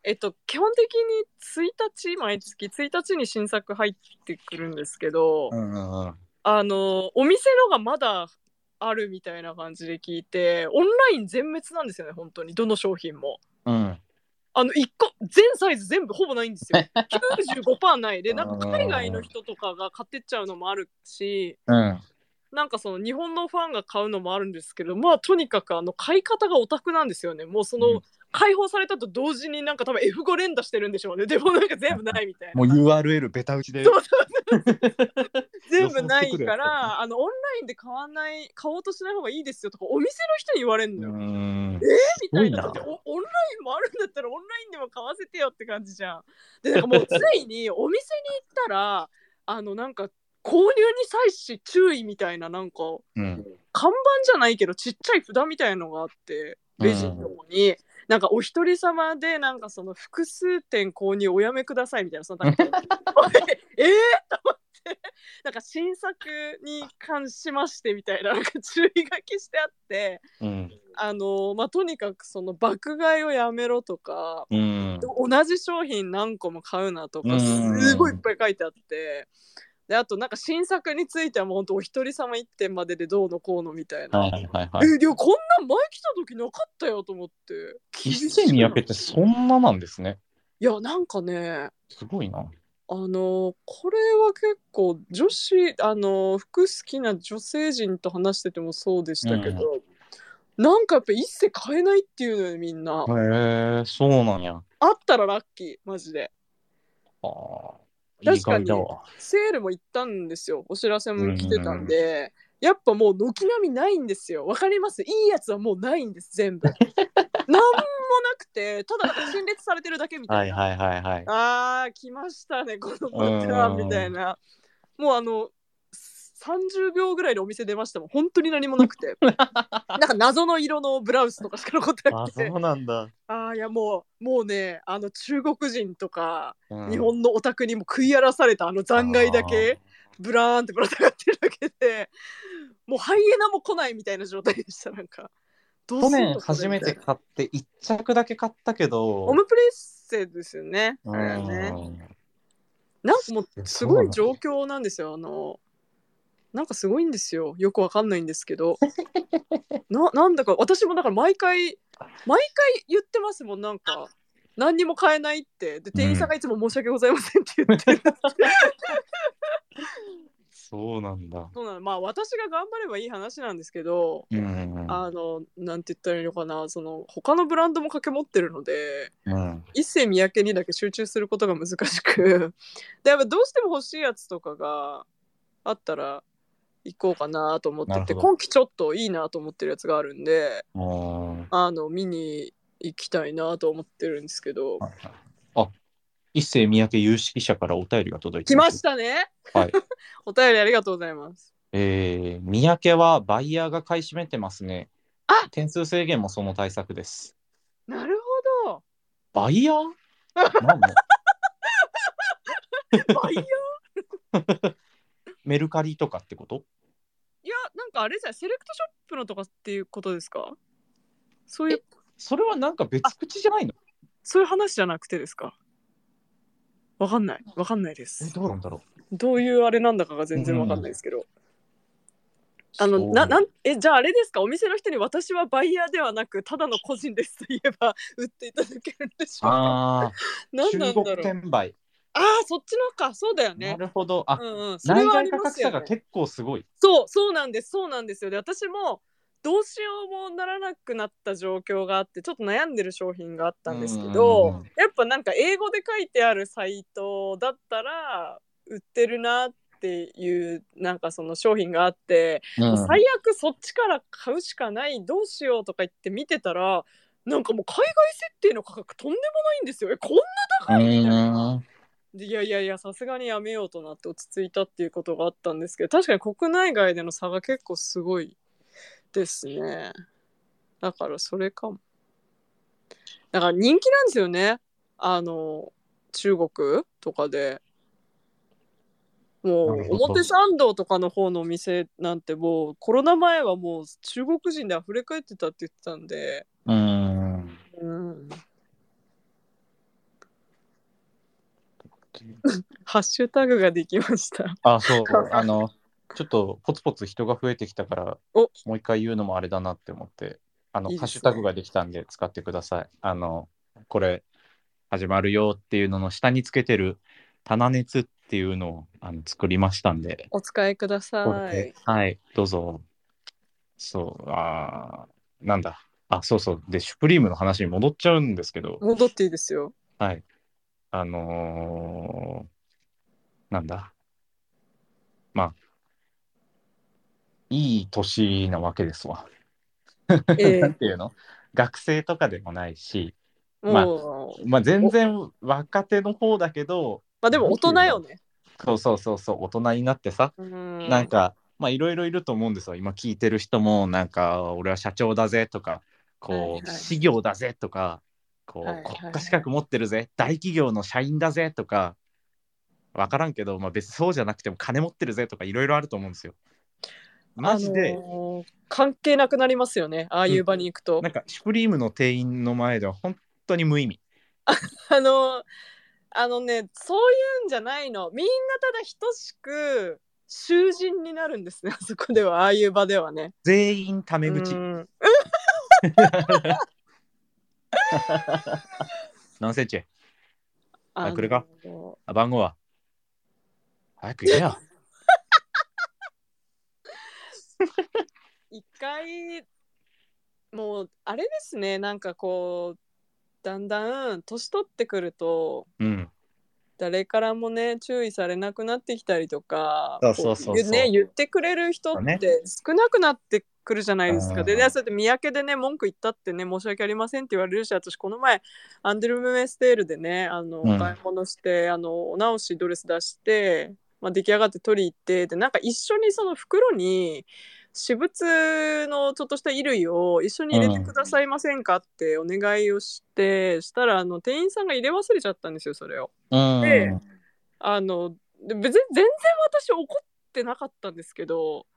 [SPEAKER 1] えっと、基本的に1日毎月1日に新作入ってくるんですけど、
[SPEAKER 2] うんうんうん
[SPEAKER 1] あのお店のがまだあるみたいな感じで聞いてオンライン全滅なんですよね本当にどの商品も。
[SPEAKER 2] うん
[SPEAKER 1] あの1個全サイズ全部ほぼないんです
[SPEAKER 2] <laughs>
[SPEAKER 1] よ95%ないでなんか海外の人とかが買ってっちゃうのもあるし
[SPEAKER 2] うん
[SPEAKER 1] なんかその日本のファンが買うのもあるんですけどまあとにかくあの買い方がオタクなんですよねもうその、
[SPEAKER 2] うん
[SPEAKER 1] 解放されたと同時になんか多分 F5 連打してるんでしょうねで <laughs> もなんか全部ないみたいな
[SPEAKER 2] もう URL ベタ打ちで
[SPEAKER 1] そう全部ない
[SPEAKER 2] 予想してく
[SPEAKER 1] か
[SPEAKER 2] るやつだね
[SPEAKER 1] らあのオンラインで買わない買おうとしない方がいいですよとかお店の人に言われるのよ、
[SPEAKER 2] う
[SPEAKER 1] みたいな
[SPEAKER 2] んすごいな
[SPEAKER 1] だっておオンラインもあるんだったらオンラインでも買わせてよって感じじゃん。でなんか
[SPEAKER 2] <laughs>
[SPEAKER 1] もうついにお店に行ったらあのなんか購入に際し注意みたいななんか
[SPEAKER 2] うん
[SPEAKER 1] 看板じゃないけどちっちゃい札みたいのがあってレジのとこに、なんかお一人様でなんかその複数点購入おやめくださいみたいなその
[SPEAKER 2] <laughs>
[SPEAKER 1] なんかええと思ってなんか新作に関しましてみたいななんか注意書きしてあって
[SPEAKER 2] うん
[SPEAKER 1] あのまあとにかくその爆買いをやめろとか。
[SPEAKER 2] うん
[SPEAKER 1] 同じ商品何個も買うなと
[SPEAKER 2] う
[SPEAKER 1] か
[SPEAKER 2] ん
[SPEAKER 1] すごいいっぱい書いてあってであとなんか新作についてはもうほんとお一人様一点まででどうのこうのみたいな、
[SPEAKER 2] はいはいはいはい
[SPEAKER 1] えでもこんなん前来た時なかったよと思って
[SPEAKER 2] 一世にやけてそんななんですね
[SPEAKER 1] いやなんかね
[SPEAKER 2] すごいな
[SPEAKER 1] あのこれは結構女子あの服好きな女性陣と話しててもそうでしたけど、なんかやっぱ一世買えないっていうのよみんな、
[SPEAKER 2] へえそうなんや
[SPEAKER 1] あったらラッキーマジで
[SPEAKER 2] あー
[SPEAKER 1] 確かに
[SPEAKER 2] 意外だわ
[SPEAKER 1] セールも行ったんですよお知らせも来てたんで、やっぱもう軒並みないんですよわかりますいいやつはもうないんです全
[SPEAKER 2] <laughs>
[SPEAKER 1] 部なんもなくてただなんか陳列されてるだけみたいな、
[SPEAKER 2] はいはいはいはい
[SPEAKER 1] あー来ましたねこのパターンみたいなもうあの30秒ぐらいでお店出ましたもん本当に何もなく
[SPEAKER 2] <laughs>
[SPEAKER 1] てなんか謎の色のブラウスとかしか残ってな
[SPEAKER 2] あ
[SPEAKER 1] く
[SPEAKER 2] そ
[SPEAKER 1] て
[SPEAKER 2] うなんだ
[SPEAKER 1] ああーいやもうもうねあの中国人とか、
[SPEAKER 2] うん
[SPEAKER 1] 日本のお宅にも食い荒らされたあの残骸だけブラーンってぶら下がってるだけでもうハイエナも来ないみたいな状態でしたなんかどう
[SPEAKER 2] 去
[SPEAKER 1] すんの
[SPEAKER 2] 年初め
[SPEAKER 1] これみた
[SPEAKER 2] て
[SPEAKER 1] いな
[SPEAKER 2] 買って1着だけ買ったけど
[SPEAKER 1] オムプレッセですよねあ
[SPEAKER 2] う
[SPEAKER 1] れはね
[SPEAKER 2] ん
[SPEAKER 1] なんかもうすごい状況なんですよ。あのなんかすごいんですよ。よくわかんないんですけ <laughs> ど。ななんだか私もだから毎回毎回言ってますもんなんか何にも買えないってで店員さんがいつも申し訳ございませんって言ってる。
[SPEAKER 2] そうなんだ
[SPEAKER 1] そうなのまあ私が頑張ればいい話なんですけど。
[SPEAKER 2] うん
[SPEAKER 1] あのなんて言ったらいいのかなその他のブランドも掛け持ってるので
[SPEAKER 2] うん
[SPEAKER 1] 一世三宅にだけ集中することが難しく <laughs> でやっぱどうしても欲しいやつとかがあったら行こうかなと思って
[SPEAKER 2] なる
[SPEAKER 1] て
[SPEAKER 2] ほど
[SPEAKER 1] 今期ちょっといいなと思ってるやつがあるんで
[SPEAKER 2] うん
[SPEAKER 1] あの見に行きたいなと思ってるんですけど
[SPEAKER 2] あ一世三宅有識者からお便りが届いて
[SPEAKER 1] 来ましたたね
[SPEAKER 2] はい
[SPEAKER 1] お便りありがとうございます
[SPEAKER 2] えー、三宅はバイヤーが買い占めてますね
[SPEAKER 1] あ
[SPEAKER 2] 点数制限もその対策です
[SPEAKER 1] なるほ
[SPEAKER 2] バイヤー何の
[SPEAKER 1] どバイヤー
[SPEAKER 2] メルカリとかってこと
[SPEAKER 1] <laughs> いやなんかあれじゃないセレクトショップのとかっていうことですかそういう
[SPEAKER 2] それはなんか別口じゃないの
[SPEAKER 1] そういう話じゃなくてですかわかんないわかんないで
[SPEAKER 2] え
[SPEAKER 1] す
[SPEAKER 2] どうなんだろう
[SPEAKER 1] どういうあれなんだかが全然わかんないですけど、あ
[SPEAKER 2] そ
[SPEAKER 1] の
[SPEAKER 2] う
[SPEAKER 1] ななんえじゃああれですかお店の人に私はバイヤーではなくただの個人ですと言えば売っていただけるんでしょうか
[SPEAKER 2] あ
[SPEAKER 1] 何
[SPEAKER 2] ー
[SPEAKER 1] なん
[SPEAKER 2] 中
[SPEAKER 1] だ
[SPEAKER 2] 国
[SPEAKER 1] ろう
[SPEAKER 2] 転売
[SPEAKER 1] ああ、そっちのか。そうだよ
[SPEAKER 2] な
[SPEAKER 1] ね。
[SPEAKER 2] るほど。あ、
[SPEAKER 1] うんうん。それ
[SPEAKER 2] 内
[SPEAKER 1] はあ
[SPEAKER 2] 外
[SPEAKER 1] り
[SPEAKER 2] 価
[SPEAKER 1] ま
[SPEAKER 2] 格
[SPEAKER 1] すよ、
[SPEAKER 2] 差
[SPEAKER 1] ね。
[SPEAKER 2] が結構すごい。
[SPEAKER 1] そう、そうなんです。そうなんですよ。で、私もどうしようもならなくなった状況があって、ちょっと悩んでる商品があったんですけ
[SPEAKER 2] うんうん
[SPEAKER 1] ど
[SPEAKER 2] うん、
[SPEAKER 1] やっぱなんか英語で書いてあるサイトだったら売ってるなっていうなんかその商品があって、
[SPEAKER 2] うん
[SPEAKER 1] 最悪そっちから買うしかない、どうしようとか言って見てたら、なんかもう海外設定の価格とんでもないんですよ。え、こんな高いみたいな。でいやいやいやさすがにやめようとなって落ち着いたっていうことがあったんですけど確かに国内外での差が結構すごいですねだからそれかもだから人気なんですよねあの中国とかでも
[SPEAKER 2] なる
[SPEAKER 1] う
[SPEAKER 2] ほど
[SPEAKER 1] 表参道とかの方のお店なんてもうコロナ前はもう中国人で溢れ返ってたって言ってたんで
[SPEAKER 2] うんうん
[SPEAKER 1] うんハッシュタグができました
[SPEAKER 2] あ、そう、
[SPEAKER 1] <laughs>
[SPEAKER 2] あの、ちょっとポツポツ人が増えてきたから、
[SPEAKER 1] お
[SPEAKER 2] もう一回言うのもあれだなって思って、あの、
[SPEAKER 1] いいですね
[SPEAKER 2] ハッシュタグができたんで使ってください。あの、これ、始まるよっていうのの下につけてる、棚熱っていうのをあの作りましたんで、
[SPEAKER 1] お使いくださ
[SPEAKER 2] これで
[SPEAKER 1] い
[SPEAKER 2] はい、どうぞ。そう、あーなんだ。あ、そうそう。で、シュプリームの話に戻っちゃうんですけど、
[SPEAKER 1] 戻っていいですよ
[SPEAKER 2] はい。あのーなんだ。まあ、いい年なわけですわ。
[SPEAKER 1] ええ
[SPEAKER 2] <laughs> なんていうの学生とかでもないし、まあ
[SPEAKER 1] もう、
[SPEAKER 2] まあ、全然若手の方だけど、
[SPEAKER 1] まあでも大人よね。
[SPEAKER 2] そうそうそうそう、大人になってさ、
[SPEAKER 1] うん
[SPEAKER 2] なんか、まあ、いろいろいると思うんですよ。今聞いてる人も、なんか、俺は社長だぜとか、こう、
[SPEAKER 1] はいはい
[SPEAKER 2] 事業だぜとか、こう、
[SPEAKER 1] はいはいはい
[SPEAKER 2] 国家資格持ってるぜ、大企業の社員だぜとか、わからんけど、まあ、別にそうじゃなくても金持ってるぜとか、いろいろあると思うんですよ。マジで、
[SPEAKER 1] あのー関係なくなりますよね。ああいう場に行くと。
[SPEAKER 2] なんか、シュプリームの店員の前では本当に無意味。
[SPEAKER 1] <laughs> あのーあのね、そういうんじゃないの。みんなただ等しく囚人になるんですね。あ <laughs> そこでは、ああいう場ではね。
[SPEAKER 2] 全員タメ口
[SPEAKER 1] う。ん
[SPEAKER 2] 何センチ
[SPEAKER 1] あのー
[SPEAKER 2] これかあ番号は早く言
[SPEAKER 1] <laughs>
[SPEAKER 2] えよ。
[SPEAKER 1] 一回もうあれですねなんかこうだんだん年取ってくると
[SPEAKER 2] うん。
[SPEAKER 1] 誰からもね注意されなくなってきたりとか
[SPEAKER 2] そうそうそうそう
[SPEAKER 1] こね、言ってくれる人
[SPEAKER 2] ね
[SPEAKER 1] って少なくなってくるじゃないです
[SPEAKER 2] う
[SPEAKER 1] か。
[SPEAKER 2] ん
[SPEAKER 1] で、ね、そうやって三宅でね文句言ったってね申し訳ありませんって言われるし私この前アンデルム・メステールでねあの、
[SPEAKER 2] うん
[SPEAKER 1] お買い物してあのお直しドレス出して、まあ、出来上がって取り行ってでなんか一緒にその袋に私物のちょっとした衣類を一緒に入れてくださいませんかってお願いをして、したらあの店員さんが入れ忘れちゃったんですよそれを。
[SPEAKER 2] うん。
[SPEAKER 1] であので別に全然私怒ってなかったんですけど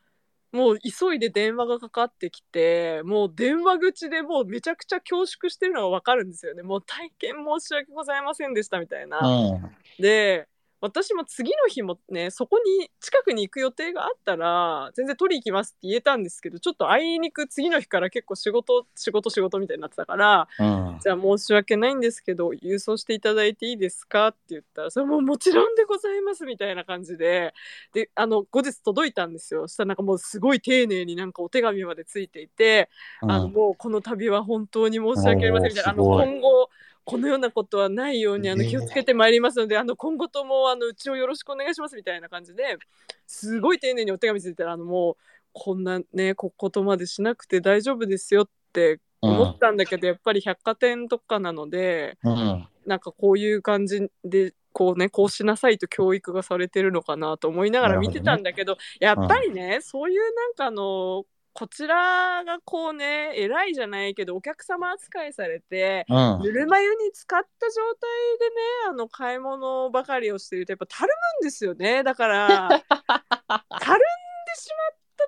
[SPEAKER 1] もう急いで電話がかかってきてもう電話口でもうめちゃくちゃ恐縮してるのがわかるんですよねもう体験申し訳ございませんでしたみたいな。
[SPEAKER 2] うん。
[SPEAKER 1] で私も次の日もねそこに近くに行く予定があったら全然取り行きますって言えたんですけどちょっとあいにく次の日から結構仕事仕事仕事みたいになってたから
[SPEAKER 2] うん。
[SPEAKER 1] <laughs> じゃあ申し訳ないんですけど郵送していただいていいですかって言ったらそれもうもちろんでございますみたいな感じでであの後日届いたんですよそしたらなんかもうすごい丁寧になんかお手紙までついていて、あのもうこの度は本当に申し訳ありませんみたいなあの
[SPEAKER 2] おーすご
[SPEAKER 1] 今
[SPEAKER 2] い
[SPEAKER 1] 後このようなことはないようにあの
[SPEAKER 2] ええ
[SPEAKER 1] 気をつけてまいりますので、あの今後ともあのうちをよろしくお願いしますみたいな感じですごい丁寧にお手紙ついてたらあのもうこんなねこことまでしなくて大丈夫ですよって
[SPEAKER 2] うん
[SPEAKER 1] 思ったんだけど、やっぱり百貨店とかなので
[SPEAKER 2] うん。
[SPEAKER 1] なんかこういう感じでこうねこうしなさいと教育がされてるのかなと思いながら見てたんだけどやっぱりね、そういうなんかあのこちらがこうね偉いじゃないけどお客様扱いされて。
[SPEAKER 2] うん
[SPEAKER 1] ぬるま湯に浸かった状態でねあの買い物ばかりをしているとやっぱたるむんですよねだからたるんで
[SPEAKER 2] <laughs>
[SPEAKER 1] しまっ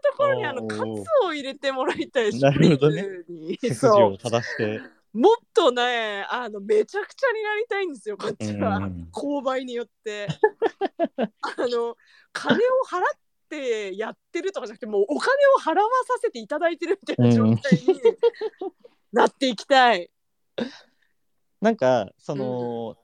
[SPEAKER 1] たところにあの
[SPEAKER 2] おー
[SPEAKER 1] カツを入れてもらいたいし
[SPEAKER 2] なるほどね
[SPEAKER 1] プリン
[SPEAKER 2] 背
[SPEAKER 1] に
[SPEAKER 2] 筋
[SPEAKER 1] そう
[SPEAKER 2] を正 <laughs> して。
[SPEAKER 1] もっとねあのめちゃくちゃになりたいんですよこっちは、
[SPEAKER 2] うん
[SPEAKER 1] 購買によって
[SPEAKER 2] <laughs>
[SPEAKER 1] あの金を払ってやってるとかじゃなくてもうお金を払わさせていただいてるみたいな状態になっていきたい。
[SPEAKER 2] なんか、その、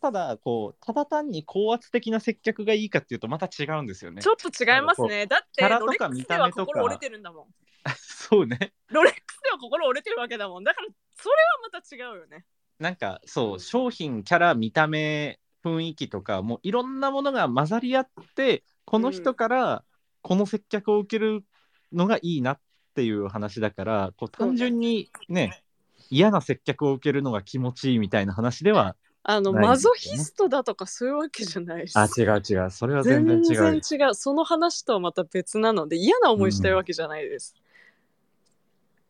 [SPEAKER 2] ただ、こう、ただ単に高圧的な接客がいいかっていうと、また違うんですよね
[SPEAKER 1] ち。ょっと違いますね。だって、
[SPEAKER 2] キャラ
[SPEAKER 1] ロ
[SPEAKER 2] と
[SPEAKER 1] レッ
[SPEAKER 2] か
[SPEAKER 1] ク
[SPEAKER 2] 見
[SPEAKER 1] スで
[SPEAKER 2] た
[SPEAKER 1] は
[SPEAKER 2] 目とか
[SPEAKER 1] 心折れてるんだもん。
[SPEAKER 2] <laughs> そうね。
[SPEAKER 1] ロレックスでは心折れてるわけだもん。だから、それはまた違うよね。
[SPEAKER 2] なんかそう商品キャラ見た目雰囲気とかもういろんなものが混ざり合ってこの人からこの接客を受けるのがいいなっていう話だからこう単純にね嫌な接客を受けるのが気持ちいいみたいな話では
[SPEAKER 1] あの、
[SPEAKER 2] ない
[SPEAKER 1] マゾヒストだとかそういうわけじゃないし。
[SPEAKER 2] あ違う違うそれは全
[SPEAKER 1] 全然
[SPEAKER 2] 然違
[SPEAKER 1] 違
[SPEAKER 2] う
[SPEAKER 1] うその話とはまた別なので嫌な思いしたいわけじゃないです、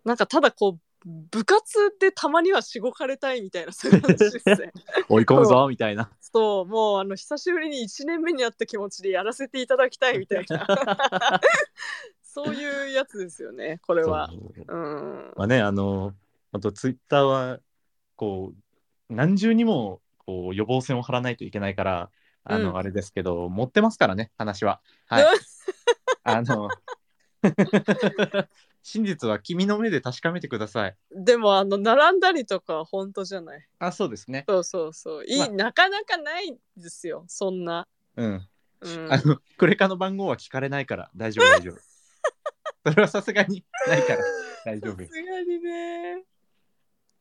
[SPEAKER 1] なんかただこう部活でたまにはしごかれたいみたいなそういう話ですね
[SPEAKER 2] <laughs> 追い込むぞみたいな
[SPEAKER 1] そうもうあの久しぶりに1年目にあった気持ちでやらせていただきたいみたいな
[SPEAKER 2] <laughs>
[SPEAKER 1] そういうやつですよねこれは
[SPEAKER 2] そう
[SPEAKER 1] うん
[SPEAKER 2] まあねあのあとツイッターはこう何重にもこう予防線を張らないといけないからあの、
[SPEAKER 1] うん
[SPEAKER 2] あれですけど持ってますからね
[SPEAKER 1] <laughs>
[SPEAKER 2] 話ははいあの <laughs> 真実は君の目で確かめてください
[SPEAKER 1] でもあの並んだりとかは本当じゃない
[SPEAKER 2] あそうですね
[SPEAKER 1] そうそうそういい、
[SPEAKER 2] まあ
[SPEAKER 1] なかなかないですよそんな、
[SPEAKER 2] うん、
[SPEAKER 1] うん、
[SPEAKER 2] あのクレカの番号は聞かれないから大丈夫大丈夫
[SPEAKER 1] <laughs>
[SPEAKER 2] それはさすがにないから大丈夫
[SPEAKER 1] さすがにね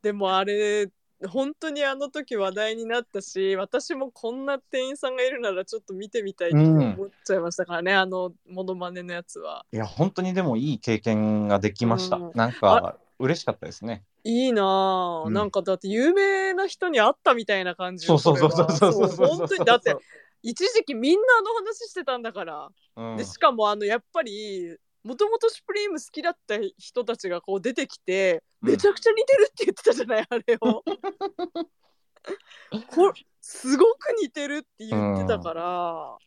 [SPEAKER 1] でもあれ本当にあの時話題になったし私もこんな店員さんがいるならちょっと見てみたいって思っちゃいましたからね、あのモノマネのやつはい
[SPEAKER 2] や本当にでもいい経験ができました、
[SPEAKER 1] うん
[SPEAKER 2] なんか嬉しかったですね
[SPEAKER 1] いいなあ、
[SPEAKER 2] うん
[SPEAKER 1] なんかだって有名な人に会ったみたいな感じ
[SPEAKER 2] そうそうそうそうそうそう
[SPEAKER 1] これは本当にだって一時期みんなあの話してたんだから、
[SPEAKER 2] うん
[SPEAKER 1] でしかもあのやっぱりもともと「シュプリーム好きだった人たちがこう出てきて
[SPEAKER 2] うん
[SPEAKER 1] めちゃくちゃ似てるって言ってたじゃない、あれ
[SPEAKER 2] <laughs>
[SPEAKER 1] を。こすごく似てるって言ってたから、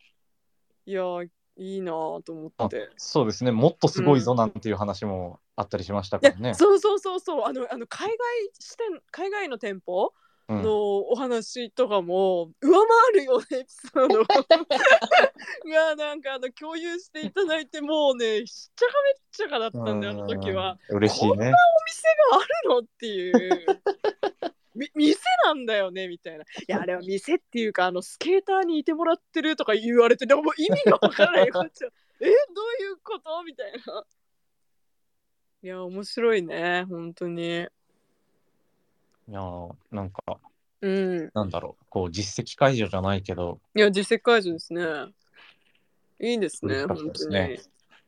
[SPEAKER 1] いやいいなぁと思って。
[SPEAKER 2] そうですね、もっとすごいぞなんていう話もあったりしました
[SPEAKER 1] い
[SPEAKER 2] か
[SPEAKER 1] や
[SPEAKER 2] らね。
[SPEAKER 1] そうそうそうそうあのあの海外支店海外の店舗
[SPEAKER 2] うん
[SPEAKER 1] のお話とかも上回るようなエピソード
[SPEAKER 2] <laughs>
[SPEAKER 1] をがなんかあの共有していただいてもうねひっちゃかめっちゃかだったんであの時は。
[SPEAKER 2] うん嬉しいね。
[SPEAKER 1] お店があるのっていう。み <laughs> 店なんだよねみたいな。いやあれは店っていうかあのスケーターにいてもらってるとか言われてでももう意味がわからないこっちは <laughs> えどういうことみたいな。いや面白いね本当に。
[SPEAKER 2] いやーなんか
[SPEAKER 1] うん。
[SPEAKER 2] なんだろうこう実績解除じゃないけど
[SPEAKER 1] いや実績解除ですね。いいですね
[SPEAKER 2] 嬉しか
[SPEAKER 1] 本
[SPEAKER 2] ったで
[SPEAKER 1] 当
[SPEAKER 2] す
[SPEAKER 1] に。
[SPEAKER 2] ね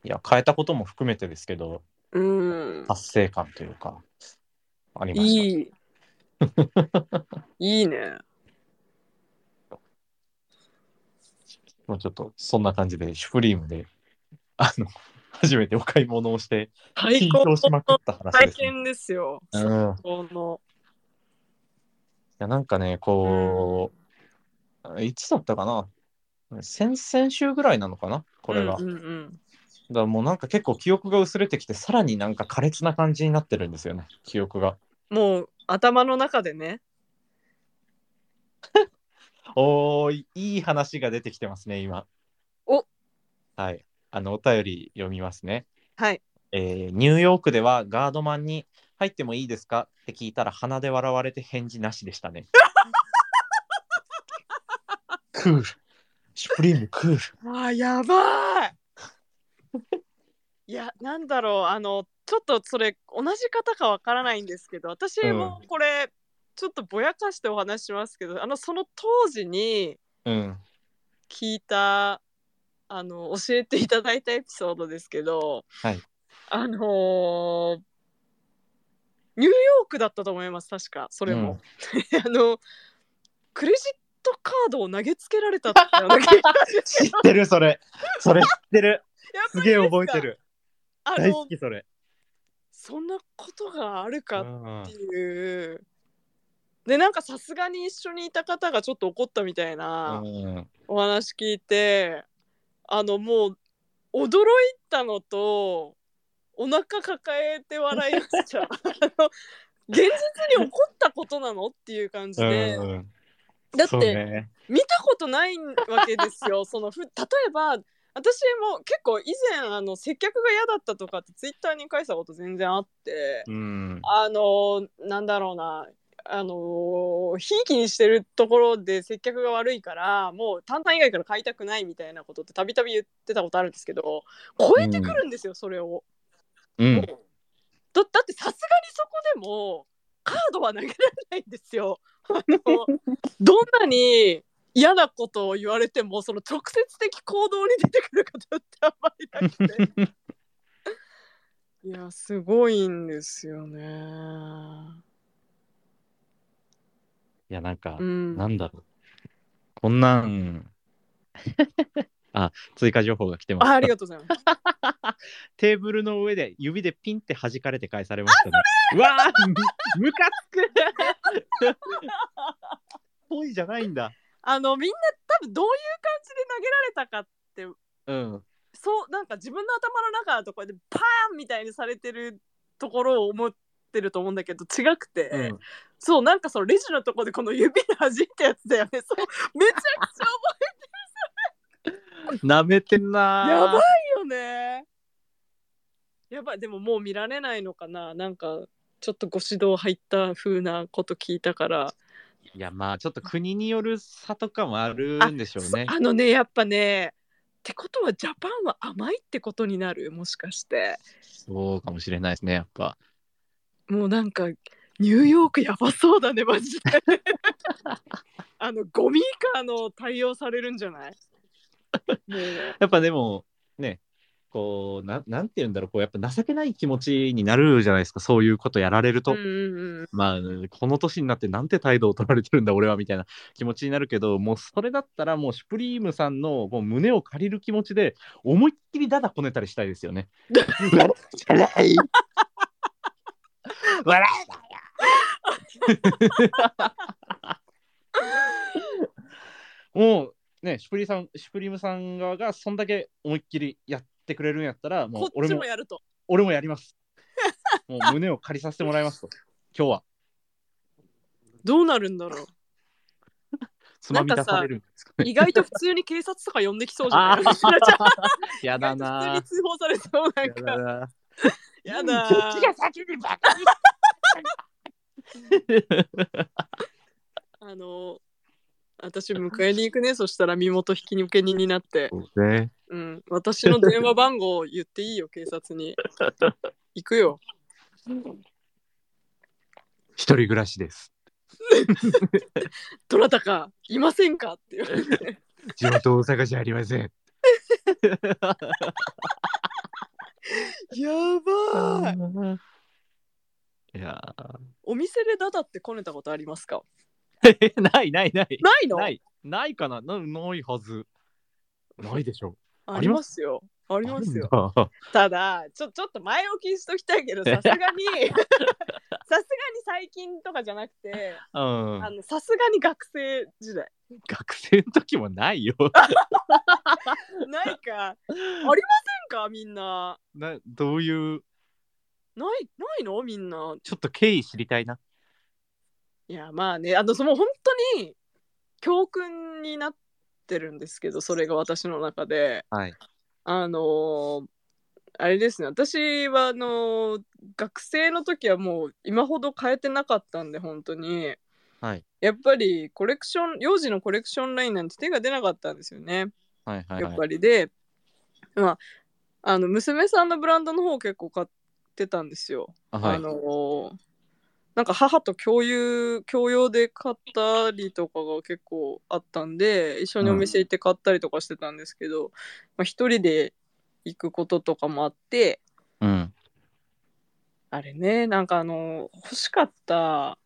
[SPEAKER 2] いや変えたことも含めてですけど
[SPEAKER 1] うん。
[SPEAKER 2] 達成感というかありました。
[SPEAKER 1] い
[SPEAKER 2] <laughs>
[SPEAKER 1] い。いいね。
[SPEAKER 2] もうちょっとそんな感じでシュプリームであの初めてお買い物をして緊
[SPEAKER 1] 最高
[SPEAKER 2] 張しまくっ
[SPEAKER 1] の
[SPEAKER 2] た話で
[SPEAKER 1] 体
[SPEAKER 2] す、ね。
[SPEAKER 1] 験ですよ。
[SPEAKER 2] うん
[SPEAKER 1] この。
[SPEAKER 2] いや、なんかね、こう、いつだったかな先々週ぐらいなのかなこれが。
[SPEAKER 1] うん
[SPEAKER 2] だか
[SPEAKER 1] うんうん
[SPEAKER 2] らもうなんか結構記憶が薄れてきて、さらになんか苛烈な感じになってるんですよね、記憶が。
[SPEAKER 1] もう頭の中でね。
[SPEAKER 2] おーい、いい話が出てきてますね、今。
[SPEAKER 1] お
[SPEAKER 2] はい。あの、お便り読みますね。
[SPEAKER 1] はい。
[SPEAKER 2] えーニューヨークではガードマンに入ってもいいですかって聞いたら鼻で笑われて返事なしでし
[SPEAKER 1] <laughs>
[SPEAKER 2] たね。クール。シュプリームクール。
[SPEAKER 1] あーやばい。いやなんだろうあのちょっとそれ同じ方かわからないんですけど私もこれ、ちょっとぼやかしてお話ししますけどあのその当時に
[SPEAKER 2] うん。
[SPEAKER 1] 聞いたあの教えていただいたエピソードですけど、
[SPEAKER 2] はい
[SPEAKER 1] あのーニューヨークだったと思います確かそれも、 <laughs> あのクレジットカードを投げつけられたってあのや
[SPEAKER 2] <laughs>
[SPEAKER 1] っぱ
[SPEAKER 2] 知ってるそれそれ知ってるす
[SPEAKER 1] り
[SPEAKER 2] げえ覚えてる
[SPEAKER 1] あ
[SPEAKER 2] 大
[SPEAKER 1] の
[SPEAKER 2] 好きそれ
[SPEAKER 1] そんなことがある
[SPEAKER 2] う
[SPEAKER 1] か
[SPEAKER 2] ん
[SPEAKER 1] っていう、でなんかさすがに一緒にいた方がちょっと怒ったみたいな
[SPEAKER 2] うん
[SPEAKER 1] お話聞いて、あのもう驚いたのとお腹抱えて笑いま
[SPEAKER 2] <laughs>
[SPEAKER 1] した。あの現実に起こったことなのっていう感じで、
[SPEAKER 2] うん
[SPEAKER 1] だっ
[SPEAKER 2] そう
[SPEAKER 1] て、
[SPEAKER 2] ね
[SPEAKER 1] 見たことないわけです
[SPEAKER 2] <laughs>
[SPEAKER 1] よそのふ例えば私も結構以前あの接客が嫌だったとかってツイッターに返したこと全然あって
[SPEAKER 2] うん
[SPEAKER 1] あのなんだろうなあのー、ひいきにしてるところで接客が悪いからもう担々以外から買いたくないみたいなことってたびたび言ってたことあるんですけど超えてくるんですよ、それを
[SPEAKER 2] うん。
[SPEAKER 1] だだってさすがにそこでもカードは投げられないんですよ。あのどんなに嫌なことを言われてもその直接的行動に出てくる方ってあんまりなくていやすごいんですよね。
[SPEAKER 2] いや、なんか
[SPEAKER 1] う、ん、
[SPEAKER 2] なんだろう。こんなん。あ、追加情報が来てます。
[SPEAKER 1] あありがとうございます。
[SPEAKER 2] テーブルの上で指でピンって弾かれて返されましたね。うわあ、むむかつく。ぽいじゃないんだ。
[SPEAKER 1] あのみんな多分どういう感じで投げられたかって
[SPEAKER 2] うん。
[SPEAKER 1] そうなんか自分の頭の中のところでパーンみたいにされてるところを思ってると思うんだけど違くて。
[SPEAKER 2] うん、
[SPEAKER 1] そう、なんかそのレジのとこでこの指で弾いたやつだよね。そう、めちゃくちゃ
[SPEAKER 2] 舐めてんなー。
[SPEAKER 1] やば重いよね。やばい、でももう見られないのかな。なんか、ちょっとご指導入った風なこと聞いたから。
[SPEAKER 2] いや、まあ、ちょっと国による差とかもあるんでしょうね
[SPEAKER 1] そ。あのね、やっぱね、ってことはジャパンは甘いってことになるもしかして。
[SPEAKER 2] そうかもしれないですね、やっぱ。
[SPEAKER 1] もうなんか、ニューヨークやばそうだね、マ
[SPEAKER 2] <laughs>
[SPEAKER 1] ジで。あの、ゴミ以下の対応されるんじゃないもう
[SPEAKER 2] やっぱでも、ね、こう、ななんて言うんだろう、こう、やっぱ情けない気持ちになるじゃないですか、そういうことやられると。
[SPEAKER 1] うんうんうん。
[SPEAKER 2] まあ、この年になってなんて態度を取られてるんだ、俺はみたいな気持ちになるけど、もうそれだったら、もうシュプリームさんのもう胸を借りる気持ちで、思いっきりダダこねたりしたいですよね。笑うじゃない <laughs> 笑うなよもうね、シュプリーさん、シュプリームさん側がそんだけ思いっきりやってくれるんやったら、もう
[SPEAKER 1] こっ
[SPEAKER 2] 俺
[SPEAKER 1] ち
[SPEAKER 2] も
[SPEAKER 1] もやると。
[SPEAKER 2] 俺もやります。もう胸を借りさせてもらいますと。今日は
[SPEAKER 1] どうなるんだろう
[SPEAKER 2] つまみ出されるんですかね。
[SPEAKER 1] 意外と普通に警察とか呼んできそうじゃ
[SPEAKER 2] あ
[SPEAKER 1] ない
[SPEAKER 2] ーや
[SPEAKER 1] 意
[SPEAKER 2] だ
[SPEAKER 1] 外と普通
[SPEAKER 2] な
[SPEAKER 1] に通報されそうなん
[SPEAKER 2] ー。や
[SPEAKER 1] か
[SPEAKER 2] だな
[SPEAKER 1] <laughs> やだ
[SPEAKER 2] こっちが先にバカに
[SPEAKER 1] あの私迎えに行くねそしたら身元引き抜け人になって、
[SPEAKER 2] そうね。
[SPEAKER 1] うん、私の電話番号を言っていいよ警察 <laughs> に行くよ
[SPEAKER 2] 一人暮らしです。
[SPEAKER 1] どなたかいませんかっていう
[SPEAKER 2] 地元大阪じゃありま <laughs> せん。
[SPEAKER 1] <laughs> やばい
[SPEAKER 2] いや
[SPEAKER 1] お店でダダってこねたことありますか
[SPEAKER 2] ーないないない。
[SPEAKER 1] ないの
[SPEAKER 2] ないないかななないはず。ないでしょ。
[SPEAKER 1] ありますよありますよ
[SPEAKER 2] あるんだ。
[SPEAKER 1] ただちょちょっと前置きしときたいけどさすが <laughs> にさすがに最近とかじゃなくて
[SPEAKER 2] うん
[SPEAKER 1] あのさすがに学生時代
[SPEAKER 2] 学生の時もないよ。 <laughs>
[SPEAKER 1] ない <laughs> かありませんかみんな
[SPEAKER 2] などういう、
[SPEAKER 1] ないないのみんな
[SPEAKER 2] ちょっと経緯知りたいな。
[SPEAKER 1] いやまあねあのその本当に教訓になってるんですけどそれが私の中で
[SPEAKER 2] はい。
[SPEAKER 1] あのーあれですね私はあのー学生の時はもう今ほど変えてなかったんで本当に
[SPEAKER 2] はい。
[SPEAKER 1] やっぱりコレクション幼児のコレクションラインなんて手が出なかったんですよね、
[SPEAKER 2] はいはい、
[SPEAKER 1] や
[SPEAKER 2] は
[SPEAKER 1] っ
[SPEAKER 2] い。
[SPEAKER 1] ぱりで、まあ、あの娘さんのブランドの方を結構買ってたんですよ。
[SPEAKER 2] あはい
[SPEAKER 1] あのーなんか母と共有共用で買ったりとかが結構あったんで一緒にお店行って買ったりとかしてたんですけど、まあ、一人で行くこととかもあって
[SPEAKER 2] うん。
[SPEAKER 1] あれねなんかあの欲しかった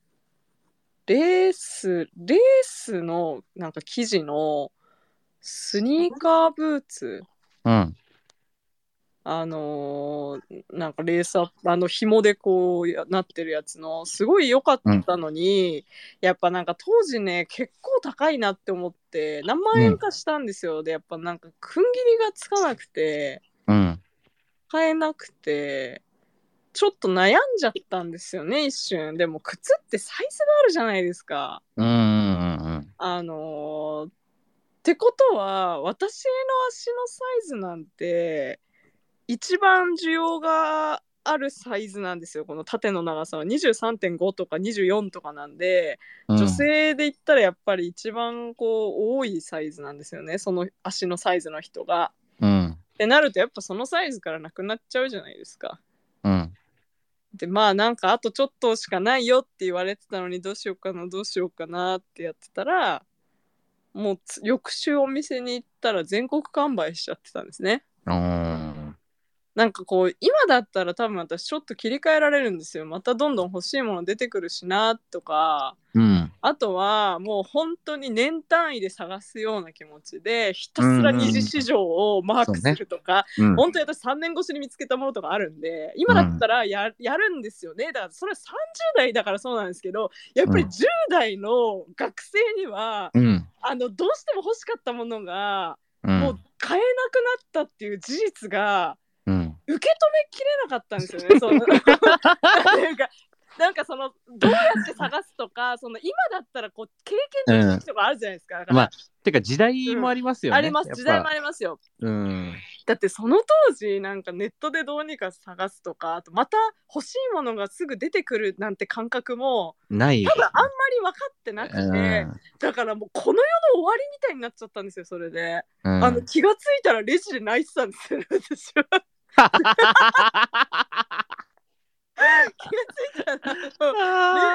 [SPEAKER 1] レースレースのなんか生地のスニーカーブーツ
[SPEAKER 2] うん。
[SPEAKER 1] あのーなんかレースアップあの紐でこうやなってるやつのすごい良かったのに、やっぱなんか当時ね結構高いなって思って何万円かしたんですよ、でやっぱなんか踏ん切りがつかなくて
[SPEAKER 2] うん。
[SPEAKER 1] 買えなくてちょっと悩んじゃったんですよね一瞬でも靴ってサイズがあるじゃないですか。
[SPEAKER 2] うん。うん。
[SPEAKER 1] あのーってことは私の足のサイズなんて一番需要があるサイズなんですよこの縦の長さは23.5とか24とかなんで、
[SPEAKER 4] うん
[SPEAKER 1] 女性で言ったらやっぱり一番こう多いサイズなんですよねその足のサイズの人が。
[SPEAKER 4] うん
[SPEAKER 1] ってなるとやっぱそのサイズからなくなっちゃうじゃないですか。
[SPEAKER 4] うん
[SPEAKER 1] でまあなんかあとちょっとしかないよって言われてたのにどうしようかなどうしようかなってやってたらもうつ翌週お店に行ったら全国完売しちゃってたんですね。
[SPEAKER 4] うん
[SPEAKER 1] なんかこう今だったら多分私ちょっと切り替えられるんですよ。またどんどん欲しいもの出てくるしなとか
[SPEAKER 4] うん
[SPEAKER 1] あとはもう本当に年単位で探すような気持ちでひたすら二次市場をマークするとか
[SPEAKER 4] うん
[SPEAKER 1] 本当に私3年越しに見つけたものとかあるんで今だったらや,、やるんですよねだからそれは30代だからそうなんですけどやっぱり
[SPEAKER 4] うん
[SPEAKER 1] 10代の学生には、
[SPEAKER 4] うん
[SPEAKER 1] あのどうしても欲しかったものが、
[SPEAKER 4] うん
[SPEAKER 1] もう買えなくなったっていう事実が
[SPEAKER 4] うん
[SPEAKER 1] 受け止めきれなかったんですよ
[SPEAKER 4] <laughs>
[SPEAKER 1] ね。その <laughs> なんかなんかそのどうやって探すとかその今だったらこう経験の時とかあるじゃないですか。だから
[SPEAKER 4] まあてか時代もありますよね、
[SPEAKER 1] あります
[SPEAKER 4] やっぱ
[SPEAKER 1] 時代もありますよ。
[SPEAKER 4] うん
[SPEAKER 1] だってその当時なんかネットでどうにか探すとかあとまた欲しいものがすぐ出てくるなんて感覚も
[SPEAKER 4] ない
[SPEAKER 1] ただあんまり分かってなくて、だからもうこの世の終わりみたいになっちゃったんですよそれで、
[SPEAKER 4] うんうん
[SPEAKER 1] あの気がついたらレジで泣いてたんですよね
[SPEAKER 4] <laughs>
[SPEAKER 1] 私は気がついたら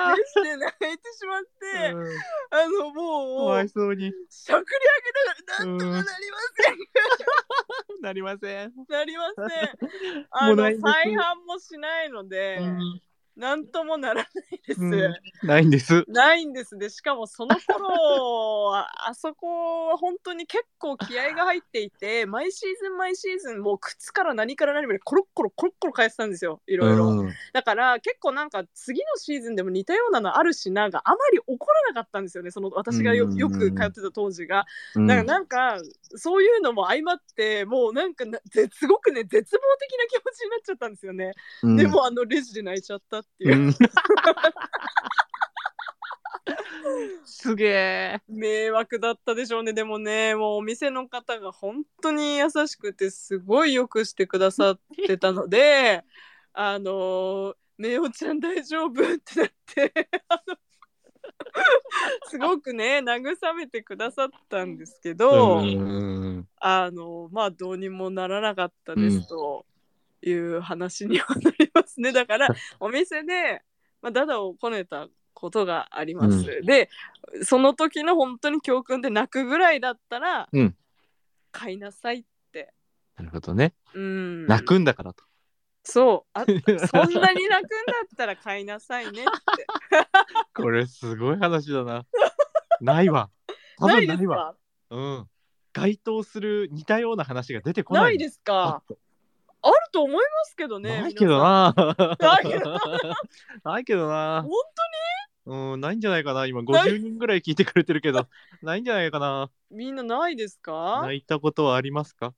[SPEAKER 1] あのレレジで泣いてしまって、
[SPEAKER 4] うん
[SPEAKER 1] あのもう
[SPEAKER 4] そうに
[SPEAKER 1] しゃくり上げながらなんとかなりません、
[SPEAKER 4] なりません。
[SPEAKER 1] なりませ
[SPEAKER 4] <laughs>
[SPEAKER 1] んあ
[SPEAKER 4] もう
[SPEAKER 1] の
[SPEAKER 4] ない
[SPEAKER 1] 再
[SPEAKER 4] んです
[SPEAKER 1] 販もしないので、なんともならないです。
[SPEAKER 4] ないんです。
[SPEAKER 1] ないんですでしかもその頃ああそこは本当に結構気合が入っていて毎シーズン毎シーズンもう靴から何から何までコロッコロコロッコロ変えてたんですよいろいろ、
[SPEAKER 4] うん
[SPEAKER 1] だから結構なんか次のシーズンでも似たようなのあるしなんかあまり起こらなかったんですよねその私がよ
[SPEAKER 4] うん
[SPEAKER 1] よく通ってた当時が
[SPEAKER 4] うん
[SPEAKER 1] だからなんかそういうのも相まってもうなんかなぜすごくね絶望的な気持ちになっちゃったんですよね、
[SPEAKER 4] うん
[SPEAKER 1] でもあのレジで泣いちゃったっていう
[SPEAKER 4] う、んすげえ。
[SPEAKER 1] 迷惑だったでしょうねでもねもうお店の方が本当に優しくてすごいよくしてくださってたので <laughs> あの「めおちゃん大丈夫?」ってなって <laughs> あのすごくね慰めてくださったんですけど、
[SPEAKER 4] うん
[SPEAKER 1] あのまあどうにもならなかったですという話にはなりますね、
[SPEAKER 4] <laughs>
[SPEAKER 1] だからお店で、まあ、ダダをこねたことがあります、でその時の本当に教訓で泣くぐらいだったら、
[SPEAKER 4] うん
[SPEAKER 1] 買いなさいって、
[SPEAKER 4] なるほどね。
[SPEAKER 1] うん、
[SPEAKER 4] 泣くんだからと。
[SPEAKER 1] そう
[SPEAKER 4] <laughs>
[SPEAKER 1] あそんなに泣くんだったら買いなさいねって
[SPEAKER 4] これすごい話だな。ないわ。 <laughs> 多分
[SPEAKER 1] で
[SPEAKER 4] な
[SPEAKER 1] す
[SPEAKER 4] いわ。
[SPEAKER 1] か
[SPEAKER 4] うん。該当する似たような話が出てこない。
[SPEAKER 1] ないですかあると思いますけどね
[SPEAKER 4] ないけど <laughs> な。
[SPEAKER 1] ないけど
[SPEAKER 4] ないけど
[SPEAKER 1] 皆
[SPEAKER 4] な
[SPEAKER 1] さん。本
[SPEAKER 4] うん、ないんじゃないかな。今
[SPEAKER 1] ない
[SPEAKER 4] 50人ぐらい聞いてくれてるけど、ないんじゃないかな。
[SPEAKER 1] 当みんなないですか
[SPEAKER 4] 泣いたことはありますか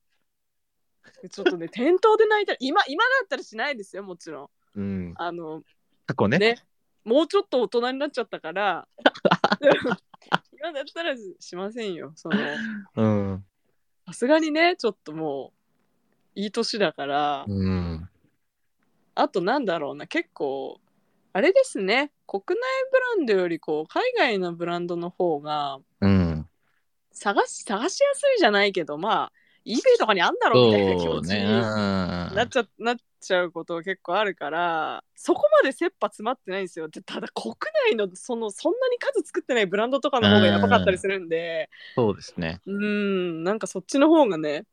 [SPEAKER 1] ちょっとね、店頭で泣いたら、今、今だったらしないですよ、もちろん。
[SPEAKER 4] うん。
[SPEAKER 1] あの、
[SPEAKER 4] 過去ね。
[SPEAKER 1] ね、もうちょっと大人になっちゃったから、今だったらしませんよ。その、
[SPEAKER 4] うん。
[SPEAKER 1] さすがにね、ちょっともう、いい年だから、
[SPEAKER 4] うん。
[SPEAKER 1] あとなんだろうな、結構、あれですね、国内ブランドより、こう、海外のブランドの方が、
[SPEAKER 4] うん。
[SPEAKER 1] 探し、探しやすいじゃないけど、まあ、eBay とかにあんだろうみたいな気持ちになっちゃなっちゃうこと結構あるからそこまで切羽詰まってないんですよでただ国内のそのそんなに数作ってないブランドとかの方がやばかったりするんで
[SPEAKER 4] そうですね。
[SPEAKER 1] うんなんかそっちの方がね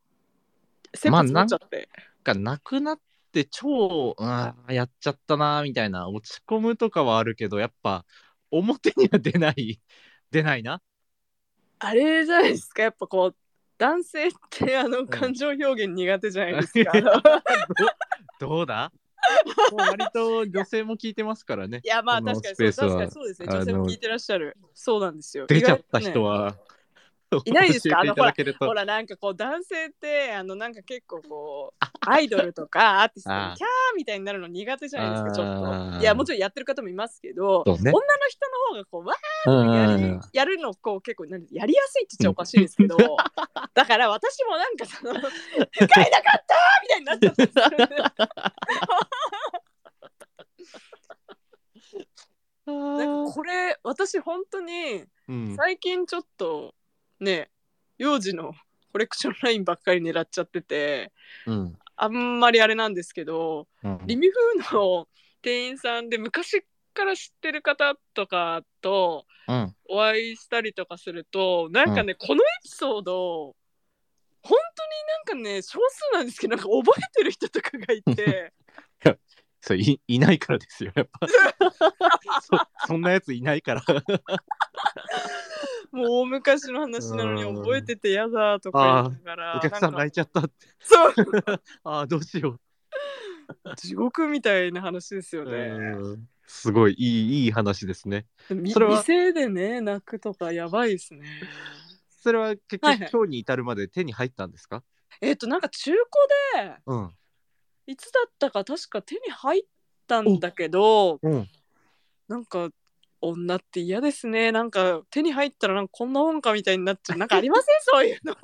[SPEAKER 1] 切羽詰まっちゃって、
[SPEAKER 4] がなくなって超、あーやっちゃったなーみたいな、落ち込むとかはあるけど、やっぱ表には出ない、出ないな。
[SPEAKER 1] あ、れじゃないですかやっぱこう男性ってあの感情表現苦手じゃないですか、
[SPEAKER 4] う
[SPEAKER 1] <laughs>
[SPEAKER 4] ん
[SPEAKER 1] あの
[SPEAKER 2] <laughs>
[SPEAKER 4] どうだもう割と女性も聞いてますからね
[SPEAKER 1] い。やまあ
[SPEAKER 4] この
[SPEAKER 1] 確か
[SPEAKER 4] スペ
[SPEAKER 1] にそ
[SPEAKER 4] ースは
[SPEAKER 1] う確かにそうですね女性
[SPEAKER 4] あ
[SPEAKER 1] も
[SPEAKER 4] の
[SPEAKER 1] 聞いてらっしゃるそうなんですよ
[SPEAKER 4] 出ちゃった人
[SPEAKER 1] は
[SPEAKER 4] は。
[SPEAKER 1] いないですか
[SPEAKER 4] 教え
[SPEAKER 2] <laughs>
[SPEAKER 4] ていただけると
[SPEAKER 1] ほらなんかこう男性ってあのなんか結構こうアイドルとかアーティスト
[SPEAKER 4] あ
[SPEAKER 1] に
[SPEAKER 4] あ
[SPEAKER 1] キャーみたいになるの苦手じゃないですかちょっ
[SPEAKER 4] ああ
[SPEAKER 1] といやもちろんやってる方もいますけど、
[SPEAKER 4] そうね
[SPEAKER 1] 女の人の方がこうわ
[SPEAKER 4] うん
[SPEAKER 1] ー
[SPEAKER 4] う
[SPEAKER 1] って
[SPEAKER 4] んうん
[SPEAKER 1] やりやるのこう結構なんでやりやすいって言っちゃおかしいです
[SPEAKER 4] <laughs>
[SPEAKER 1] けどだから私
[SPEAKER 4] <laughs>
[SPEAKER 1] もなんかその「使えなかった!」みたいになっちゃったんですよね私本当に
[SPEAKER 2] うん。
[SPEAKER 1] 最近ちょっとね幼児のコレクションラインばっかり狙っちゃってて
[SPEAKER 2] うん。
[SPEAKER 1] あんまりあれなんですけど
[SPEAKER 4] うん
[SPEAKER 1] リミフーの店員さんで昔から知ってる方とかと
[SPEAKER 4] うん
[SPEAKER 1] お会いしたりとかするとなんかね、このエピソード本当になんかね少数なんですけどなんか覚えてる人とかがい
[SPEAKER 2] <laughs>
[SPEAKER 1] て
[SPEAKER 2] それいいないからですよ、やっ
[SPEAKER 1] <laughs>
[SPEAKER 2] ぱ。そそんなやついないから。
[SPEAKER 1] もう大昔の話なのに
[SPEAKER 2] うん
[SPEAKER 1] 覚えててやだとか言いながら
[SPEAKER 2] お客さん
[SPEAKER 1] な
[SPEAKER 2] 泣
[SPEAKER 1] んか
[SPEAKER 2] いちゃったって。
[SPEAKER 1] そう
[SPEAKER 2] ああ、どうしよ
[SPEAKER 1] 地獄みたいな話ですよ
[SPEAKER 2] う。
[SPEAKER 1] ね。
[SPEAKER 2] うんすごいいいいい話ですね。
[SPEAKER 1] み
[SPEAKER 2] それは
[SPEAKER 1] 店でね泣くとかやばいですね。
[SPEAKER 2] それは結
[SPEAKER 1] はい
[SPEAKER 2] 局
[SPEAKER 1] はい
[SPEAKER 2] 今日に至るまで手に入ったんですか、
[SPEAKER 1] えっ、となんか中古でいつだったか確か手に入ったんだけど
[SPEAKER 2] うん。うん。
[SPEAKER 1] なんか女って嫌ですねなんか手に入ったらなんかこんなもんかみたいになっ
[SPEAKER 2] <laughs>
[SPEAKER 1] ちゃうなんかありませんそういうの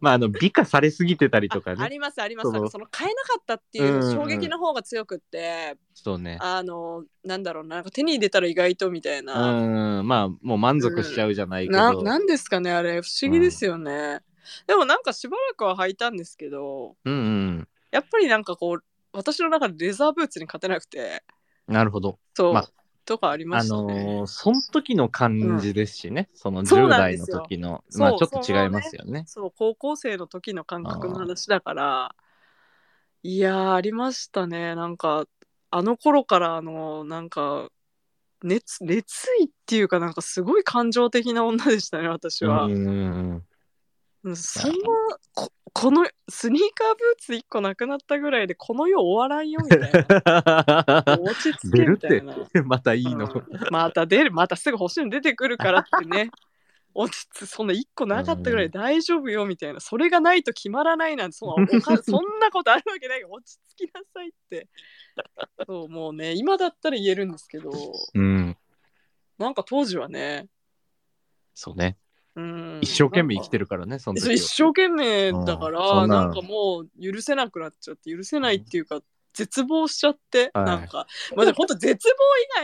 [SPEAKER 2] まあ、あの、美化されすぎてたりとか
[SPEAKER 1] あ
[SPEAKER 2] ね。
[SPEAKER 1] りますありま
[SPEAKER 2] そ
[SPEAKER 1] す
[SPEAKER 2] う
[SPEAKER 1] なんかその買えなかったっていう衝撃の方が強くって、
[SPEAKER 2] そうね。
[SPEAKER 1] あのなんだろうななんか手に入れたら意外とみたいな、
[SPEAKER 2] うん。まあ、もう満足しちゃうじゃないけ
[SPEAKER 1] な
[SPEAKER 2] ど。
[SPEAKER 1] なんですかねあれ不思議ですよね、でもなんかしばらくは履いたんですけど
[SPEAKER 2] うんうん。
[SPEAKER 1] やっぱりなんかこう私の中でレザーブーツに勝てなくて
[SPEAKER 2] なるほど。
[SPEAKER 1] そう、
[SPEAKER 2] まあ
[SPEAKER 1] とかありま
[SPEAKER 2] あ
[SPEAKER 1] したね、
[SPEAKER 2] のーその時の感じですしね、その
[SPEAKER 1] そう
[SPEAKER 2] 10
[SPEAKER 1] なんで
[SPEAKER 2] 代の
[SPEAKER 1] すよ
[SPEAKER 2] 時の、
[SPEAKER 1] そう
[SPEAKER 2] まあちょっと違いますよね。
[SPEAKER 1] そう高校生の時の感覚の話だからいやーありましたねなんかあの頃からあのなんか熱熱意っていうかなんかすごい感情的な女でしたね私は、
[SPEAKER 2] うんうんうん
[SPEAKER 1] うんそんなここのスニーカーブーツ1個なくなったぐらいでこの世終わらんよみたいな
[SPEAKER 2] <laughs>
[SPEAKER 1] 落ち着け
[SPEAKER 2] 出る
[SPEAKER 1] み
[SPEAKER 2] ったて
[SPEAKER 1] いな。
[SPEAKER 2] またいいの。
[SPEAKER 1] うんまた出るまたすぐ欲しいの出てくるからって
[SPEAKER 2] <laughs>
[SPEAKER 1] ね落ちつそんな1個なかったぐらい大丈夫よみたいなそれがないと決まらないなんてそん
[SPEAKER 2] <laughs>
[SPEAKER 1] なおかそんなことあるわけないから落ち着きなさいってそうもうね今だったら言えるんですけど
[SPEAKER 2] うん、
[SPEAKER 1] なんか当時はね
[SPEAKER 2] そうね。
[SPEAKER 1] うん
[SPEAKER 2] 一生懸命生きて
[SPEAKER 1] る
[SPEAKER 2] るからね、その時
[SPEAKER 1] そう
[SPEAKER 2] は。
[SPEAKER 1] 一生懸命だから、
[SPEAKER 2] うんそんな
[SPEAKER 1] なんかもう許せなくなっちゃって許せないっていうか絶望しちゃって、
[SPEAKER 2] はい
[SPEAKER 1] なんかまあ本当絶望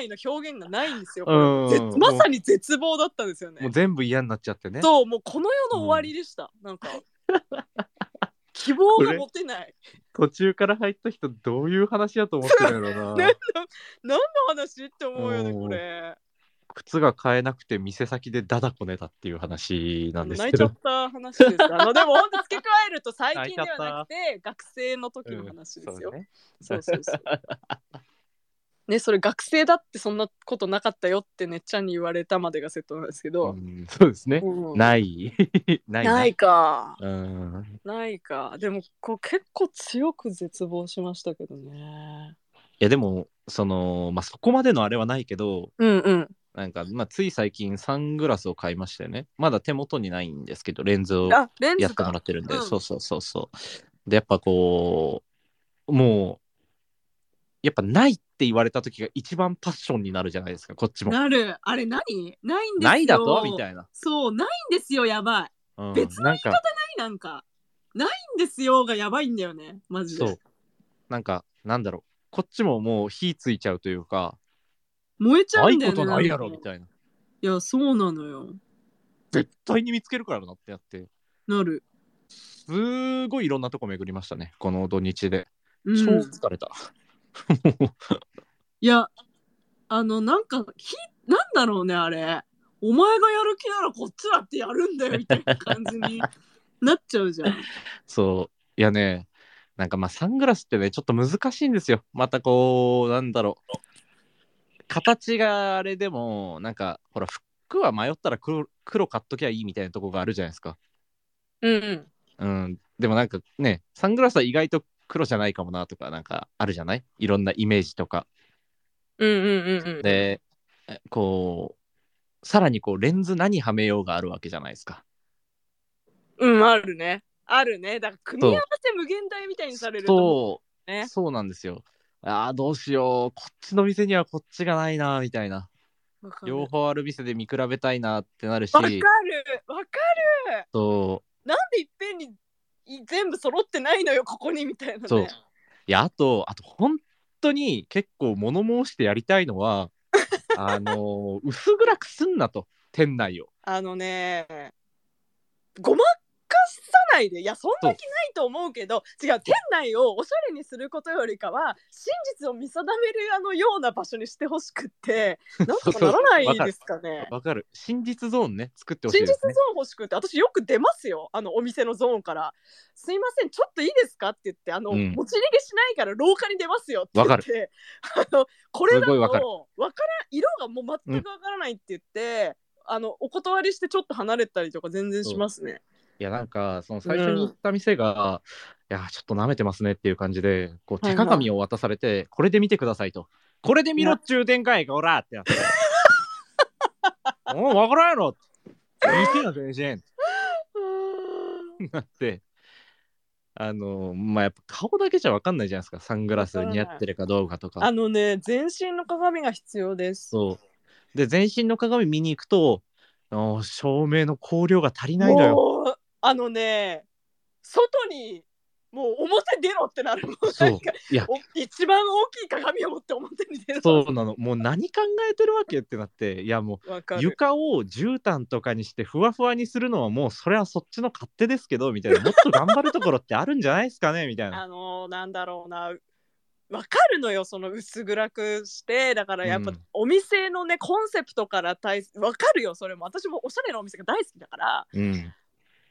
[SPEAKER 1] 以外の表現がないんですよ、ぜ
[SPEAKER 2] うん、
[SPEAKER 1] まさ
[SPEAKER 2] に
[SPEAKER 1] に絶望だったんですよね
[SPEAKER 2] もう全部嫌になっちゃってね。
[SPEAKER 1] そうもうこの世の終わりでした、なんか希望が持てない
[SPEAKER 2] 途中から入った人、どういう話やと思ってるん
[SPEAKER 1] <laughs>
[SPEAKER 2] やろうな
[SPEAKER 1] ね。何の話って思うよね
[SPEAKER 2] うん
[SPEAKER 1] これ
[SPEAKER 2] 靴が買えなくて、店先でダダこねたっていう話なんです
[SPEAKER 1] 泣い
[SPEAKER 2] け
[SPEAKER 1] ちゃ
[SPEAKER 2] ど
[SPEAKER 1] っ。た話ですあのでも本当付け加えると最近ではなくて学生の時の話ですよ、
[SPEAKER 2] そうね
[SPEAKER 1] そうそうそうねそれ学生だってそんなことなかったよってねっちゃんに言われたまでがセットなんですけど
[SPEAKER 2] う、んそうですね。
[SPEAKER 1] うん
[SPEAKER 2] ない。 <laughs> ないな。
[SPEAKER 1] ないか
[SPEAKER 2] うん。
[SPEAKER 1] ないかでもこう結構強く絶望しましたけどね
[SPEAKER 2] いや、でも、その、まあ、そこまでのあれはないけど、
[SPEAKER 1] うんうん
[SPEAKER 2] なんか、まあ、つい最近サングラスを買いましてね。まだ手元にないんですけど、レンズを
[SPEAKER 1] あレン
[SPEAKER 2] や
[SPEAKER 1] ズ
[SPEAKER 2] ってもら
[SPEAKER 1] か
[SPEAKER 2] ってるんで、
[SPEAKER 1] うん
[SPEAKER 2] そうそうそうそう。で、やっぱこう、もう、やっぱないって言われた時が一番パッションになるじゃないですか、こっちも。
[SPEAKER 1] なるあれ何ないんですよ
[SPEAKER 2] ないだとみたいな。
[SPEAKER 1] そうないんですよやばいな
[SPEAKER 2] うん、
[SPEAKER 1] 別の
[SPEAKER 2] なんか、
[SPEAKER 1] いなんかないんですよがやばいんだよねマジで
[SPEAKER 2] そう。なんか、なんだろう。こっちももう火ついちゃうというか、
[SPEAKER 1] 燃えちゃ
[SPEAKER 2] な
[SPEAKER 1] うん
[SPEAKER 2] い
[SPEAKER 1] だ
[SPEAKER 2] こ
[SPEAKER 1] よね
[SPEAKER 2] とないやろ
[SPEAKER 1] ん
[SPEAKER 2] み
[SPEAKER 1] か
[SPEAKER 2] たいな。
[SPEAKER 1] いやそうなのよ
[SPEAKER 2] 絶対に見つけるからなってやって、
[SPEAKER 1] なる
[SPEAKER 2] すごいいろんなとこ巡りましたね、この土日で。
[SPEAKER 1] う
[SPEAKER 2] 超
[SPEAKER 1] ん
[SPEAKER 2] 疲れた。 <laughs>
[SPEAKER 1] いやあのなんかひなんだろうねあれお前がやる気ならこっちだってやるんだよみたいな感じ
[SPEAKER 2] <laughs>
[SPEAKER 1] になっちゃうじゃん
[SPEAKER 2] そう。いやね、なんかまあサングラスってね、ちょっと難しいんですよ。またこう、なんだろう。形があれでも、なんか、ほら、服は迷ったら黒黒買っときゃいいみたいなとこがあるじゃないですか。
[SPEAKER 1] うんうん
[SPEAKER 2] うん。でもなんかね、サングラスは意外と黒じゃないかもなとか、なんかあるじゃないいろんなイメージとか。
[SPEAKER 1] うんうんうん
[SPEAKER 2] で、えこう、さらにこう、レンズ何はめようがあるわけじゃないですか。
[SPEAKER 1] うんあるねあるねだから組み合わせ無限大みたいにされると思
[SPEAKER 2] そう
[SPEAKER 1] ね
[SPEAKER 2] そうなんですよ。ああ、どうしよう。こっちの店にはこっちがないな、みたいな。
[SPEAKER 1] わかる
[SPEAKER 2] 両方ある店で見比べたいなってなるし
[SPEAKER 1] わ、かるわかる
[SPEAKER 2] そ
[SPEAKER 1] なんでいっぺんにい全部揃ってないのよここにみたいなね
[SPEAKER 2] う、そ
[SPEAKER 1] <laughs>
[SPEAKER 2] う。いや、あと、あと、本当に結構物申してやりたいのは、あのー薄暗くすんなと店内を
[SPEAKER 1] あのねごまかさないでいやそんな気ないと思うけど違う店内をおしゃれにすることよりかは真実を見定めるあのような場所にしてほしく
[SPEAKER 2] <laughs>
[SPEAKER 1] ってなんとかならないですかね。
[SPEAKER 2] わかる真実ゾーンね作ってほしい
[SPEAKER 1] 真
[SPEAKER 2] で
[SPEAKER 1] 実ゾ
[SPEAKER 2] すね
[SPEAKER 1] ーン欲しくって私よく出ますよあのお店のゾーンから「すいませんちょっといいですか?」って言ってあの、
[SPEAKER 2] うん
[SPEAKER 1] 持ち逃げしないから廊下に出ますよって言
[SPEAKER 2] わか
[SPEAKER 1] ってあのこれだ
[SPEAKER 2] すごいわかる
[SPEAKER 1] とわからん色がもう全くわからないって言って、あのお断りしてちょっと離れたりとか全然しますね。
[SPEAKER 2] いやなんかその最初に行った店が、いやちょっと舐めてますねっていう感じでこう
[SPEAKER 1] はいは
[SPEAKER 2] 手
[SPEAKER 1] い
[SPEAKER 2] 鏡を渡されて、これで見てくださいとこれで見ろっちゅう展開がおらって
[SPEAKER 1] <laughs>
[SPEAKER 2] なっておう分からんやろ見てな全然なってあのまあやっぱ顔だけじゃ分かんないじゃないですかサングラス似合ってるかどうかとか
[SPEAKER 1] あのね全身の鏡が必要です。
[SPEAKER 2] そうで全身の鏡見に行くとあの照明の光量が足りないのよ
[SPEAKER 1] もうあのね外にもう表出ろってなるもう
[SPEAKER 2] そ
[SPEAKER 1] な
[SPEAKER 2] うん
[SPEAKER 1] か
[SPEAKER 2] いや
[SPEAKER 1] お一番大きい鏡を持って表に出 <laughs> る
[SPEAKER 2] そうなのもう何考えてるわけってなっていやも
[SPEAKER 1] わか
[SPEAKER 2] う
[SPEAKER 1] る
[SPEAKER 2] 床を絨毯とかにしてふわふわにするのはもうそれはそっちの勝手ですけどみたいなもっと頑張るところってあるんじゃないですかねみたいな
[SPEAKER 1] あのーなんだろうなわかるのよその薄暗くしてだからやっぱ
[SPEAKER 2] うん
[SPEAKER 1] お店のね、コンセプトから対すわかるよそれも私もおしゃれなお店が大好きだから
[SPEAKER 2] うん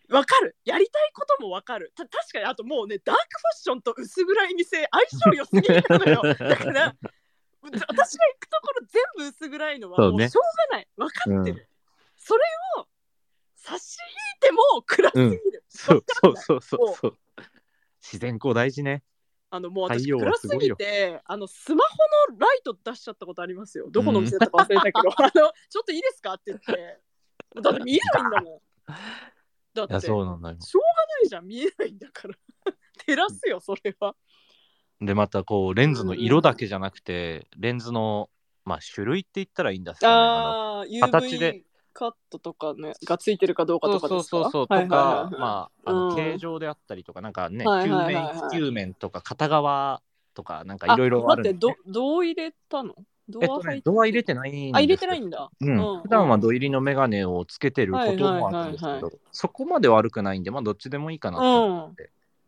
[SPEAKER 1] わかるやりたいこともわかるた確かにあともうねダークファッションと薄暗い店相性良すぎるの
[SPEAKER 2] <laughs>
[SPEAKER 1] よだからう私が行くところ全部薄暗いのは
[SPEAKER 2] そう
[SPEAKER 1] も
[SPEAKER 2] ね
[SPEAKER 1] うしょうがないわかってる、
[SPEAKER 2] う
[SPEAKER 1] それを差し引いても暗すぎる、
[SPEAKER 2] そ
[SPEAKER 1] わ
[SPEAKER 2] う <laughs>
[SPEAKER 1] かん
[SPEAKER 2] そ
[SPEAKER 1] ないう
[SPEAKER 2] そうそうそう自然光大事ね
[SPEAKER 1] あのもう私
[SPEAKER 2] 太陽は
[SPEAKER 1] 暗す
[SPEAKER 2] すごい
[SPEAKER 1] ぎ
[SPEAKER 2] よ
[SPEAKER 1] てあのスマホのライト出しちゃったことありますよ。どこのお店だったか忘れたけど、 <laughs> あのちょっといいですかって言って。だ
[SPEAKER 2] <laughs>
[SPEAKER 1] って見えないんだもん。だ
[SPEAKER 2] い
[SPEAKER 1] っ
[SPEAKER 2] や
[SPEAKER 1] てしょ
[SPEAKER 2] そううなんだよ
[SPEAKER 1] がないじゃん見えないんだから。 <laughs> 照らすよそれは。
[SPEAKER 2] でまたこうレンズの色だけじゃなくて、レンズのまあ種類って言ったらいいんですかねあ
[SPEAKER 1] ああ
[SPEAKER 2] 形
[SPEAKER 1] UV
[SPEAKER 2] で
[SPEAKER 1] カットとかねがついてるかどうか
[SPEAKER 2] の
[SPEAKER 1] とか
[SPEAKER 2] そう
[SPEAKER 1] ですか。
[SPEAKER 2] そうそうそうと
[SPEAKER 1] はい
[SPEAKER 2] か
[SPEAKER 1] はいはい
[SPEAKER 2] まああの
[SPEAKER 1] うん
[SPEAKER 2] 形状であったりとかなんかね
[SPEAKER 1] はい
[SPEAKER 2] 球
[SPEAKER 1] はいはい
[SPEAKER 2] 面
[SPEAKER 1] はい
[SPEAKER 2] 球面とか片側とかなんかいろいろあるんです、
[SPEAKER 1] 待っ
[SPEAKER 2] ね
[SPEAKER 1] て、どどう入れたの？ド
[SPEAKER 2] えっと
[SPEAKER 1] ア入っ、
[SPEAKER 2] ね
[SPEAKER 1] て、
[SPEAKER 2] ドア入れてないんですけど
[SPEAKER 1] あ入れてないんだ。
[SPEAKER 2] う
[SPEAKER 1] うん
[SPEAKER 2] ん、普段はド入りのメガネをつけてることもあるんですけど、
[SPEAKER 1] はいはいはいは
[SPEAKER 2] そこまで悪くないんで、まあ、どっちでもいいかな
[SPEAKER 1] う
[SPEAKER 2] と
[SPEAKER 1] ん。う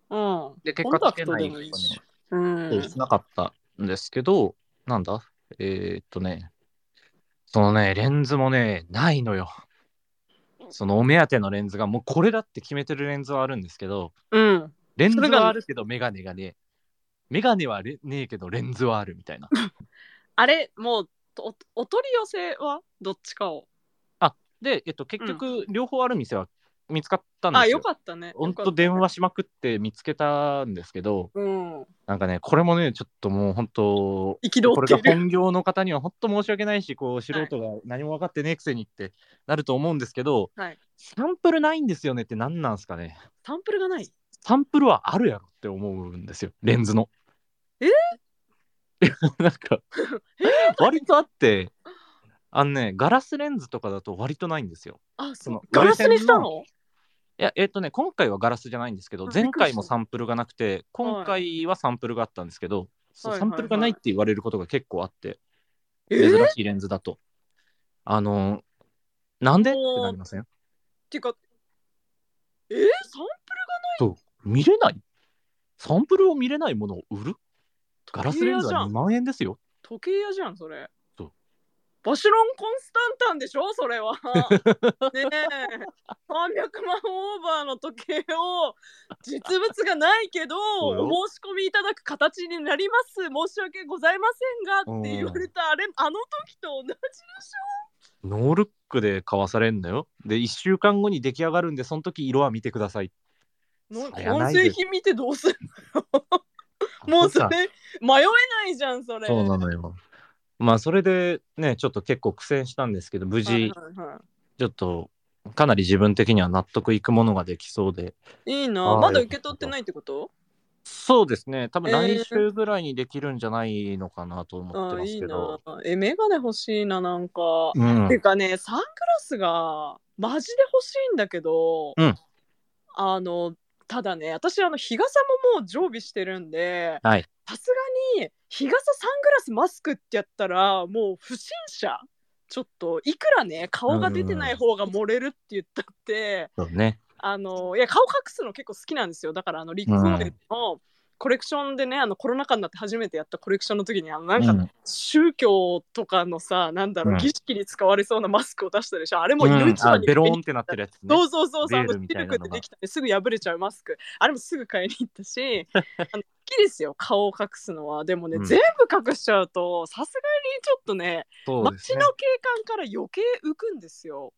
[SPEAKER 2] 思っ
[SPEAKER 1] ん。
[SPEAKER 2] て、で結
[SPEAKER 1] コン
[SPEAKER 2] 果
[SPEAKER 1] タク
[SPEAKER 2] つけ
[SPEAKER 1] ト
[SPEAKER 2] な
[SPEAKER 1] で
[SPEAKER 2] い
[SPEAKER 1] も
[SPEAKER 2] こ
[SPEAKER 1] いい
[SPEAKER 2] とに
[SPEAKER 1] し。うん。
[SPEAKER 2] そうしなかったんですけど、なんだえー、っとね、そのね、レンズもね、ないのよ。そのお目当てのレンズが、もうこれだって決めてるレンズはあるんですけど、
[SPEAKER 1] うん。
[SPEAKER 2] レンズ
[SPEAKER 1] それが
[SPEAKER 2] はあるけど、メガネがね、メガネはれねえけど、レンズはあるみた
[SPEAKER 1] <laughs>
[SPEAKER 2] いな。
[SPEAKER 1] あれもうおお取り寄せはどっちかを。
[SPEAKER 2] で、えっと、結局、両方ある店は見つかったんですよ。
[SPEAKER 1] あよかったね。
[SPEAKER 2] 本当
[SPEAKER 1] よかったね
[SPEAKER 2] 電。話しまくって見つけたんですけど、
[SPEAKER 1] うん。
[SPEAKER 2] なんかね、これもね、ちょっともう本当、
[SPEAKER 1] 憤
[SPEAKER 2] こ
[SPEAKER 1] っ
[SPEAKER 2] れ
[SPEAKER 1] て
[SPEAKER 2] が
[SPEAKER 1] いる。
[SPEAKER 2] 本業の方には本当申し訳ないし、こう素人が何も分かってねえくせにってなると思うんですけど、
[SPEAKER 1] はい
[SPEAKER 2] サンプルないんですよねって何なんですかね。
[SPEAKER 1] サンプルがない。
[SPEAKER 2] サンプルはあるやろって思うんですよ、レンズの。
[SPEAKER 1] え
[SPEAKER 2] <laughs> なんか、割とあって、あのね、ガラスレンズとかだと割とないんですよ。
[SPEAKER 1] あ
[SPEAKER 2] そ
[SPEAKER 1] そう
[SPEAKER 2] の。
[SPEAKER 1] ガラスにしたの？
[SPEAKER 2] いや、えっ、とね、今回はガラスじゃないんですけど
[SPEAKER 1] あ、
[SPEAKER 2] 前回もサンプルがなくて、今回はサンプルがあったんですけど、そう
[SPEAKER 1] はい
[SPEAKER 2] サンプルがないって言われることが結構あって、
[SPEAKER 1] えー、っ
[SPEAKER 2] 珍しいレンズだと。あのー、なんでってなりません
[SPEAKER 1] ていうか。えー、サン
[SPEAKER 2] 見れないサンプルを見れないものを売るガラスレンズ
[SPEAKER 1] 時計屋
[SPEAKER 2] は
[SPEAKER 1] じゃ
[SPEAKER 2] 2
[SPEAKER 1] ん
[SPEAKER 2] 万円ですよ。
[SPEAKER 1] 時計屋じゃんそれ。
[SPEAKER 2] そう。
[SPEAKER 1] バシロンコンスタンタンでしょそ
[SPEAKER 2] <laughs>
[SPEAKER 1] れは。ねえ。300万オーバーの時計を実物がないけど
[SPEAKER 2] そうよ
[SPEAKER 1] お申し込みいただく形になります申し訳ございませんがって言われたあれあの時と同じでし
[SPEAKER 2] ノールックで買わされんのよ。で、1週間後に出来上がるんで、その時色は見てください。
[SPEAKER 1] の
[SPEAKER 2] そりゃな
[SPEAKER 1] 完
[SPEAKER 2] いです
[SPEAKER 1] 成品見てどうするの <laughs> もうそれ迷えないじゃんそれ
[SPEAKER 2] そうなのよ。まあ、それでね、ちょっと結構苦戦したんですけど、無
[SPEAKER 1] はい
[SPEAKER 2] 事、
[SPEAKER 1] はいは
[SPEAKER 2] ちょっと、かなり自分的には納得いくものができそうで。
[SPEAKER 1] いいい
[SPEAKER 2] あ
[SPEAKER 1] な
[SPEAKER 2] ー
[SPEAKER 1] まだ受け取ってないってこと
[SPEAKER 2] そうですね、多分
[SPEAKER 1] えー
[SPEAKER 2] 来週ぐらいにできるんじゃないのかなと思っ
[SPEAKER 1] あ
[SPEAKER 2] て
[SPEAKER 1] ー
[SPEAKER 2] ま
[SPEAKER 1] い
[SPEAKER 2] す
[SPEAKER 1] い
[SPEAKER 2] け
[SPEAKER 1] な
[SPEAKER 2] ど。
[SPEAKER 1] えメガネ欲しいななんか
[SPEAKER 2] うん
[SPEAKER 1] て、かねサングラスがマジで欲しいんだけど、
[SPEAKER 2] うん
[SPEAKER 1] あのただね私あの日傘ももう常備してるんで
[SPEAKER 2] はい
[SPEAKER 1] さすがに日傘サングラスマスクってやったらもう不審者ちょっといくらね顔が出てない方が漏れるって言ったって、
[SPEAKER 4] そうね。
[SPEAKER 1] あのいや顔隠すの結構好きなんですよだからあのリック・オーデンのコレクションでねあのコロナ禍になって初めてやったコレクションの時にあのなんか
[SPEAKER 4] うん
[SPEAKER 1] 宗教とかのさ、なんだろ
[SPEAKER 4] う
[SPEAKER 1] う、
[SPEAKER 4] ん
[SPEAKER 1] 儀式に使われそうなマスクを出したでしょ。あれも
[SPEAKER 4] うん
[SPEAKER 1] 色一
[SPEAKER 2] あ
[SPEAKER 1] 番に、
[SPEAKER 2] ベローンってなってるやつね
[SPEAKER 1] そうそうそうそう、あのシ
[SPEAKER 2] ベールみた
[SPEAKER 1] ル
[SPEAKER 2] い
[SPEAKER 1] ク
[SPEAKER 2] な
[SPEAKER 1] っ
[SPEAKER 2] のが
[SPEAKER 1] てできたね、すぐ破れちゃうマスク。あれもすぐ買いに行った
[SPEAKER 2] <laughs>
[SPEAKER 1] し、あの好きですよ、顔を隠すのは。でもね、
[SPEAKER 2] うん
[SPEAKER 1] 全部隠しちゃうと、さすがにちょっとね、
[SPEAKER 2] そうです
[SPEAKER 1] 街
[SPEAKER 2] ね
[SPEAKER 1] の景観から余計浮くんですよ。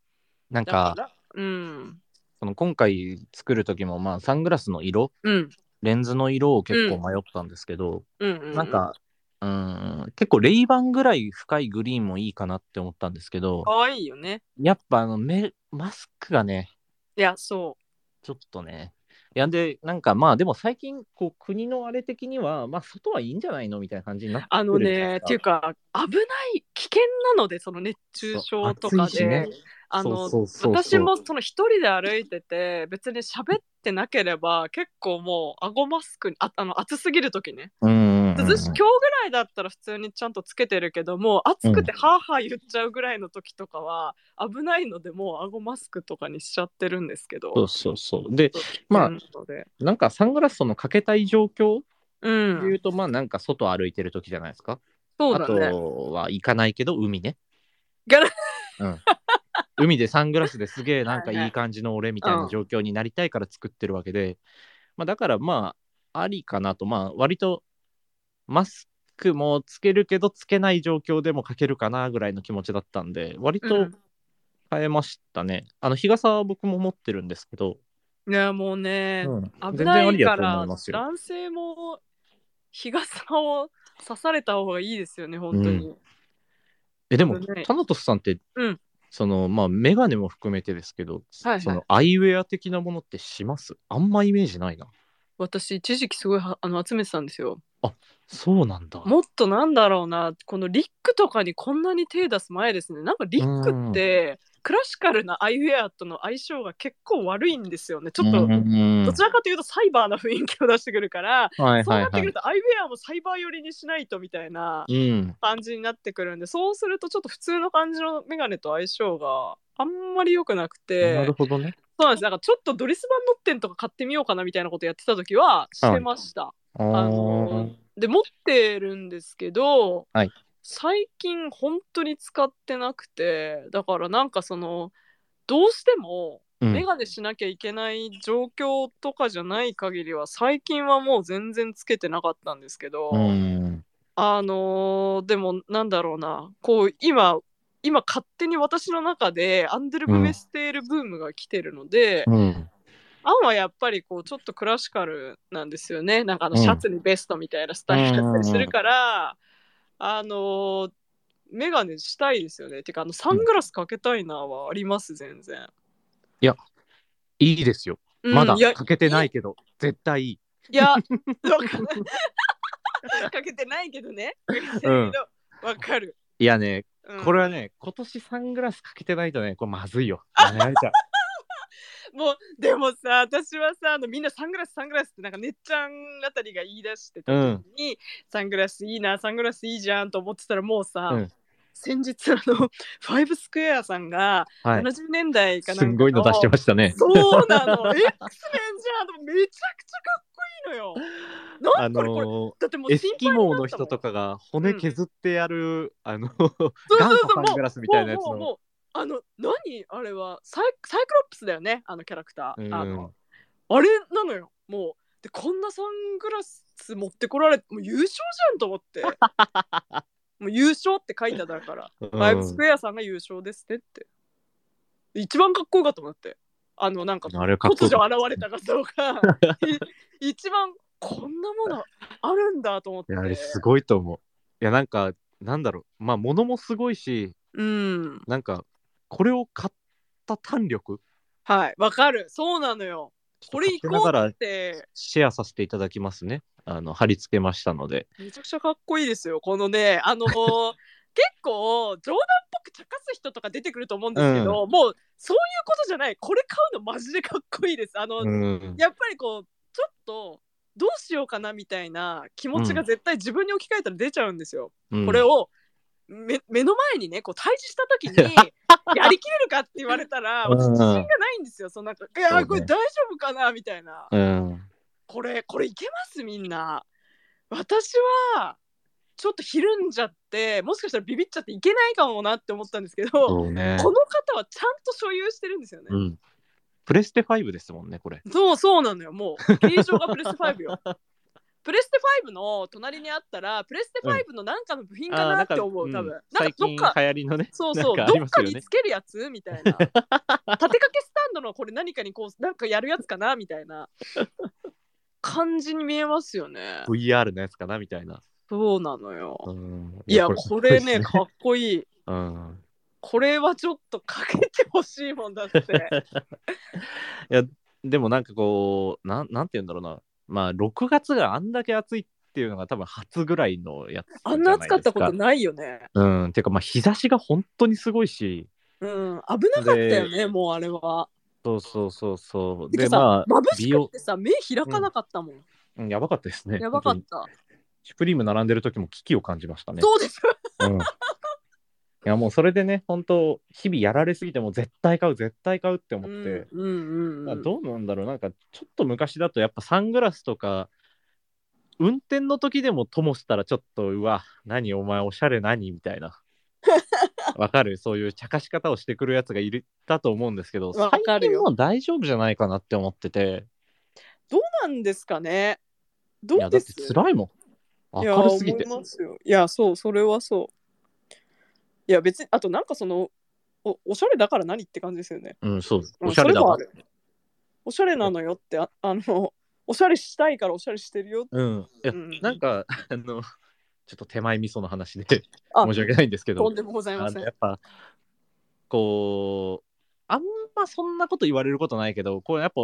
[SPEAKER 2] なん
[SPEAKER 1] だ
[SPEAKER 2] か
[SPEAKER 1] ら、うん。
[SPEAKER 2] その今回作る時もまあサングラスの色
[SPEAKER 1] うん。
[SPEAKER 2] レンズの色を結構迷ったんですけど、
[SPEAKER 1] うん、うん。
[SPEAKER 2] なん、かうん結構レイバンぐらい深いグリーンもいいかなって思ったんですけど
[SPEAKER 1] かわいいよね。
[SPEAKER 2] やっぱあの目マスクがね
[SPEAKER 1] いや、そ
[SPEAKER 2] ちょっとねいやでなんかまあでも最近こう国のあれ的にはまあ外はいいんじゃないのみたいな感じになって
[SPEAKER 1] う。あの
[SPEAKER 2] くるじゃない
[SPEAKER 1] ね
[SPEAKER 2] で、すか
[SPEAKER 1] っていうか、危ない、危険なので、その熱中症とか
[SPEAKER 2] そう暑いし
[SPEAKER 1] で。
[SPEAKER 2] ね
[SPEAKER 1] あの
[SPEAKER 2] そうそうそうそう
[SPEAKER 1] 私もその一人で歩いてて別に喋ってなければ結構もう顎マスクにああの暑すぎる時ね
[SPEAKER 2] うんうんうん
[SPEAKER 1] 涼し今日ぐらいだったら普通にちゃんとつけてるけどもう暑くてハーハー言っちゃうぐらいの時とかは危ないのでもう顎マスクとかにしちゃってるんですけど
[SPEAKER 2] そうそうそうで
[SPEAKER 1] ま
[SPEAKER 2] ま
[SPEAKER 1] あ
[SPEAKER 2] あなんかサングラスのかけたい状況
[SPEAKER 1] う
[SPEAKER 2] で言
[SPEAKER 1] ん
[SPEAKER 2] うと、まあなんか外歩いてる時じゃないですか、
[SPEAKER 1] そう
[SPEAKER 2] あ
[SPEAKER 1] だ
[SPEAKER 2] と
[SPEAKER 1] ね
[SPEAKER 2] は行かないけど海ね
[SPEAKER 1] ガラ
[SPEAKER 2] 海でサングラスですげえなんか
[SPEAKER 1] はいはい
[SPEAKER 2] いい感じの俺みたいな状況になりたいから作ってるわけで、まあ、だからまあありかなとまあ割とマスクもつけるけどつけない状況でもかけるかなぐらいの気持ちだったんで割
[SPEAKER 1] う
[SPEAKER 2] と
[SPEAKER 1] ん
[SPEAKER 2] 変えましたね、あの日傘は僕も持ってるんですけど、
[SPEAKER 1] いやもうね、
[SPEAKER 2] うん
[SPEAKER 1] 危ないか
[SPEAKER 2] 全然ありだと思
[SPEAKER 1] ら
[SPEAKER 2] いますよ
[SPEAKER 1] 男性も日傘を刺された方がいいですよね本当に、
[SPEAKER 2] えでも
[SPEAKER 1] 危ない
[SPEAKER 2] タナトスさんって、
[SPEAKER 1] うん
[SPEAKER 2] そのまあメガネも含めてですけど、
[SPEAKER 1] はいはい
[SPEAKER 2] そのアイウェア的なものってしますあんまイメージないな
[SPEAKER 1] 私一時期すごいはあの集めてたんですよ
[SPEAKER 2] そうなんだ
[SPEAKER 1] もっとなんだろうなこのリックとかにこんなに手出す前ですねなんかリックってクラシカルなアイウェアとの相性が結構悪いんですよねちょっとど
[SPEAKER 2] ど
[SPEAKER 1] ちらかというとサイバーな雰囲気を出してくるから
[SPEAKER 2] はい
[SPEAKER 1] そう
[SPEAKER 2] はい
[SPEAKER 1] なってく
[SPEAKER 2] はい
[SPEAKER 1] る。とアイウェアもサイバー寄りにしないとみたいな
[SPEAKER 2] うん、
[SPEAKER 1] 感じになってくるんでそうするとちょっと普通の感じのメガネと相性があんまり良くなく
[SPEAKER 2] な
[SPEAKER 1] て
[SPEAKER 2] るほどね。
[SPEAKER 1] そうなんですなんかちょっとドリス版の点とか買ってみようかなみたいなことやってた時はしてました。
[SPEAKER 2] あ
[SPEAKER 1] あの
[SPEAKER 2] の
[SPEAKER 1] で持ってるんですけど、
[SPEAKER 2] はい
[SPEAKER 1] 最近本当に使ってなくてだからなんかそのどうしても
[SPEAKER 2] うん
[SPEAKER 1] 眼鏡しなきゃいけない状況とかじゃない限りは最近はもう全然つけてなかったんですけど、
[SPEAKER 2] うん、
[SPEAKER 1] あのーでもなんだろうなこう今今勝手に私の中でアンデル・ブメステールブームが来てるので、
[SPEAKER 2] うん、
[SPEAKER 1] 青はやっぱりこうちょっとクラシカルなんですよね。なんかあの
[SPEAKER 2] うん
[SPEAKER 1] シャツにベストみたいなスタイルだったりするから、あのーメガネしたいですよね。てかあのサングラスかけたいなはあります全然。
[SPEAKER 2] いいですよ。
[SPEAKER 1] うん
[SPEAKER 2] まだ
[SPEAKER 1] いやい
[SPEAKER 2] かけてないけど、絶対いい。 <laughs>
[SPEAKER 1] やわかんない <laughs> かけてないけどね。かけてないけど
[SPEAKER 2] うん
[SPEAKER 1] <laughs> わかる。
[SPEAKER 2] いやね、
[SPEAKER 1] うん
[SPEAKER 2] これはね、今年サングラスかけてないとね、これまずいよ。やめられ
[SPEAKER 1] <laughs>
[SPEAKER 2] ちゃう
[SPEAKER 1] もうでもさ私はさあのみんなサングラスサングラスってなんかねっちゃんあたりが言い出してた時に、サングラスいいなサングラスいいじゃんと思ってたらもうさ、
[SPEAKER 2] うん
[SPEAKER 1] 先日あの <laughs> ファイブスクエアさんが
[SPEAKER 2] はい。
[SPEAKER 1] 70年代か
[SPEAKER 2] す
[SPEAKER 1] なんかの、
[SPEAKER 2] んごいの出してましたね。 <laughs>
[SPEAKER 1] そうなの X メンじゃんとめちゃくちゃかっこいいのよな
[SPEAKER 2] あ
[SPEAKER 1] んこれこれ、
[SPEAKER 2] の
[SPEAKER 1] だってもう
[SPEAKER 2] ー、エス
[SPEAKER 1] 心
[SPEAKER 2] キ
[SPEAKER 1] 配になったも
[SPEAKER 2] モ
[SPEAKER 1] ん
[SPEAKER 2] ーの人とかが骨削ってやる、あの、
[SPEAKER 1] そ
[SPEAKER 2] 元
[SPEAKER 1] うそう
[SPEAKER 2] 祖サングラスみたいなやつ
[SPEAKER 1] もうもう
[SPEAKER 2] の。
[SPEAKER 1] もうあの何あれはサイサイクロプスだよねあのキャラクター、
[SPEAKER 2] うん
[SPEAKER 1] あのあれなのよもうでこんなサングラス持ってこられてもう優勝じゃんと思って
[SPEAKER 2] <laughs>
[SPEAKER 1] もう優勝って書いてあるから
[SPEAKER 2] うん
[SPEAKER 1] バイブスクエアさんが優勝ですねって一番かっこよかったもんだってあのなんか
[SPEAKER 2] あれかっこ
[SPEAKER 1] 突
[SPEAKER 2] よかっ
[SPEAKER 1] 如現れた画像が <laughs> い一番こんなものあるんだと思って
[SPEAKER 2] いや、あれすごいと思う。いや、なんか、なんだろう。まあ、物もすごいし、
[SPEAKER 1] うん
[SPEAKER 2] なんか、これを買った胆力、
[SPEAKER 1] はいわかるそうなのよこれ
[SPEAKER 2] ちょっ
[SPEAKER 1] 行
[SPEAKER 2] とかけな
[SPEAKER 1] こ
[SPEAKER 2] が
[SPEAKER 1] う
[SPEAKER 2] ら
[SPEAKER 1] って
[SPEAKER 2] シェアさせていただきますね。あの貼り付けましたので。
[SPEAKER 1] めちゃくちゃかっこいいですよこのね
[SPEAKER 2] <laughs>
[SPEAKER 1] あのー結構冗談っぽく茶化す人とか出てくると思うんですけど、もうそういうことじゃないこれ買うのマジでかっこいいですあの、
[SPEAKER 2] うん。
[SPEAKER 1] やっぱりこうちょっとどうしようかなみたいな気持ちが絶対自分に置き換えたら出ちゃうんですよ。
[SPEAKER 2] うん
[SPEAKER 1] これをめ目の前にねこう対峙した時に
[SPEAKER 2] <laughs>
[SPEAKER 1] やりきれるかって言われたら私
[SPEAKER 2] うん
[SPEAKER 1] 自信がないんですよそのなんかい
[SPEAKER 2] そう
[SPEAKER 1] や
[SPEAKER 2] ね
[SPEAKER 1] これ大丈夫かなみたいな
[SPEAKER 2] うん。
[SPEAKER 1] これこれいけますみんな私はちょっとひるんじゃってもしかしたらビビっちゃっていけないかもなって思ったんですけどこ
[SPEAKER 2] そうね
[SPEAKER 1] の。方はちゃんと所有してるんですよね、
[SPEAKER 2] うん。プレステ5ですもんね、これ。
[SPEAKER 1] そうそうなのよもう形状がプレステ5よ
[SPEAKER 2] <laughs>
[SPEAKER 1] プレステ5の隣にあったらプレステ5のなんかの部品かなって思う、
[SPEAKER 2] うん
[SPEAKER 1] 多分、なん
[SPEAKER 2] 最
[SPEAKER 1] かどっ
[SPEAKER 2] 近流
[SPEAKER 1] か
[SPEAKER 2] 行りのね。
[SPEAKER 1] そうそう、
[SPEAKER 2] なんかあり
[SPEAKER 1] ど
[SPEAKER 2] ま
[SPEAKER 1] っ
[SPEAKER 2] す
[SPEAKER 1] か
[SPEAKER 2] よね
[SPEAKER 1] につけるやつみた
[SPEAKER 2] <laughs>
[SPEAKER 1] いな。立てかけスタンドのこれ何かにこう、なんかやるやつかなみたいな感じに見えますよね。
[SPEAKER 2] VR のやつかなみたいな。
[SPEAKER 1] そうなのよ。
[SPEAKER 2] うん
[SPEAKER 1] いや、これね、
[SPEAKER 2] か
[SPEAKER 1] かっこいい。
[SPEAKER 2] うん。
[SPEAKER 1] これはちょっとかけてほしいもんだ
[SPEAKER 2] <laughs>
[SPEAKER 1] って。
[SPEAKER 2] でもなんかこう、なんなんて言うんだろうな。まあ、6月があんだけ暑いっていうのが多分初ぐらいのやつじゃ
[SPEAKER 1] あ
[SPEAKER 2] い
[SPEAKER 1] ん
[SPEAKER 2] で
[SPEAKER 1] な
[SPEAKER 2] すか。
[SPEAKER 1] 暑かったことないよね。
[SPEAKER 2] うん。ていうか、まあ、日差しが本当にすごいし。
[SPEAKER 1] うん、危なかったよね、もうあれは。
[SPEAKER 2] そうそうそうそう。
[SPEAKER 1] てか
[SPEAKER 2] で、
[SPEAKER 1] さ
[SPEAKER 2] ま、あ、
[SPEAKER 1] 眩しくってさ、目開かなかったもん。
[SPEAKER 2] うんやばかったですね。
[SPEAKER 1] やばかっ
[SPEAKER 2] 本当に。
[SPEAKER 1] た。
[SPEAKER 2] シュプリーム並んでる時も危機を感じましたね。
[SPEAKER 1] そうです。
[SPEAKER 2] うんいやもうそれでね、本当日々やられすぎてもう絶対買う、絶対買うって思
[SPEAKER 1] う
[SPEAKER 2] っ
[SPEAKER 1] ん
[SPEAKER 2] て、
[SPEAKER 1] うんうん
[SPEAKER 2] ま
[SPEAKER 1] う
[SPEAKER 2] あ
[SPEAKER 1] ん。
[SPEAKER 2] どうなんだろう、なんかちょっと昔だとやっぱサングラスとか、運転の時でもともしたらちょっと、うわ、何お前おしゃれ何みた
[SPEAKER 1] <laughs>
[SPEAKER 2] いな。わかるそういう茶化し方をしてくるやつがいるだと思うんですけど、
[SPEAKER 1] わか
[SPEAKER 2] 最
[SPEAKER 1] る
[SPEAKER 2] 近
[SPEAKER 1] よ
[SPEAKER 2] もう大丈夫じゃないかなって思ってて、
[SPEAKER 1] どうなんですかね。ど
[SPEAKER 2] いや
[SPEAKER 1] う
[SPEAKER 2] だ
[SPEAKER 1] で
[SPEAKER 2] っ
[SPEAKER 1] す
[SPEAKER 2] て辛いもん。
[SPEAKER 1] いや
[SPEAKER 2] 明るすぎて。
[SPEAKER 1] 思いますよいやそうそれはそういや別にあとなんかそのおおしゃれだから何って感じですよね
[SPEAKER 2] うん、そう。
[SPEAKER 1] うん
[SPEAKER 2] おしゃれだ
[SPEAKER 1] そも
[SPEAKER 2] わ
[SPEAKER 1] あ。るおしゃれなのよってあ <laughs> あのおしゃれしたいからおしゃれしてるよって
[SPEAKER 2] うん。いや
[SPEAKER 1] うん
[SPEAKER 2] なんか、あの、ちょっと手前味噌の話で
[SPEAKER 1] あ
[SPEAKER 2] 申し訳ないんですけ
[SPEAKER 1] と
[SPEAKER 2] ど
[SPEAKER 1] ん、でもございま
[SPEAKER 2] あ
[SPEAKER 1] せ
[SPEAKER 2] の
[SPEAKER 1] ん
[SPEAKER 2] やっぱ、こう、あんまそんなこと言われることないけど、こうやっぱ、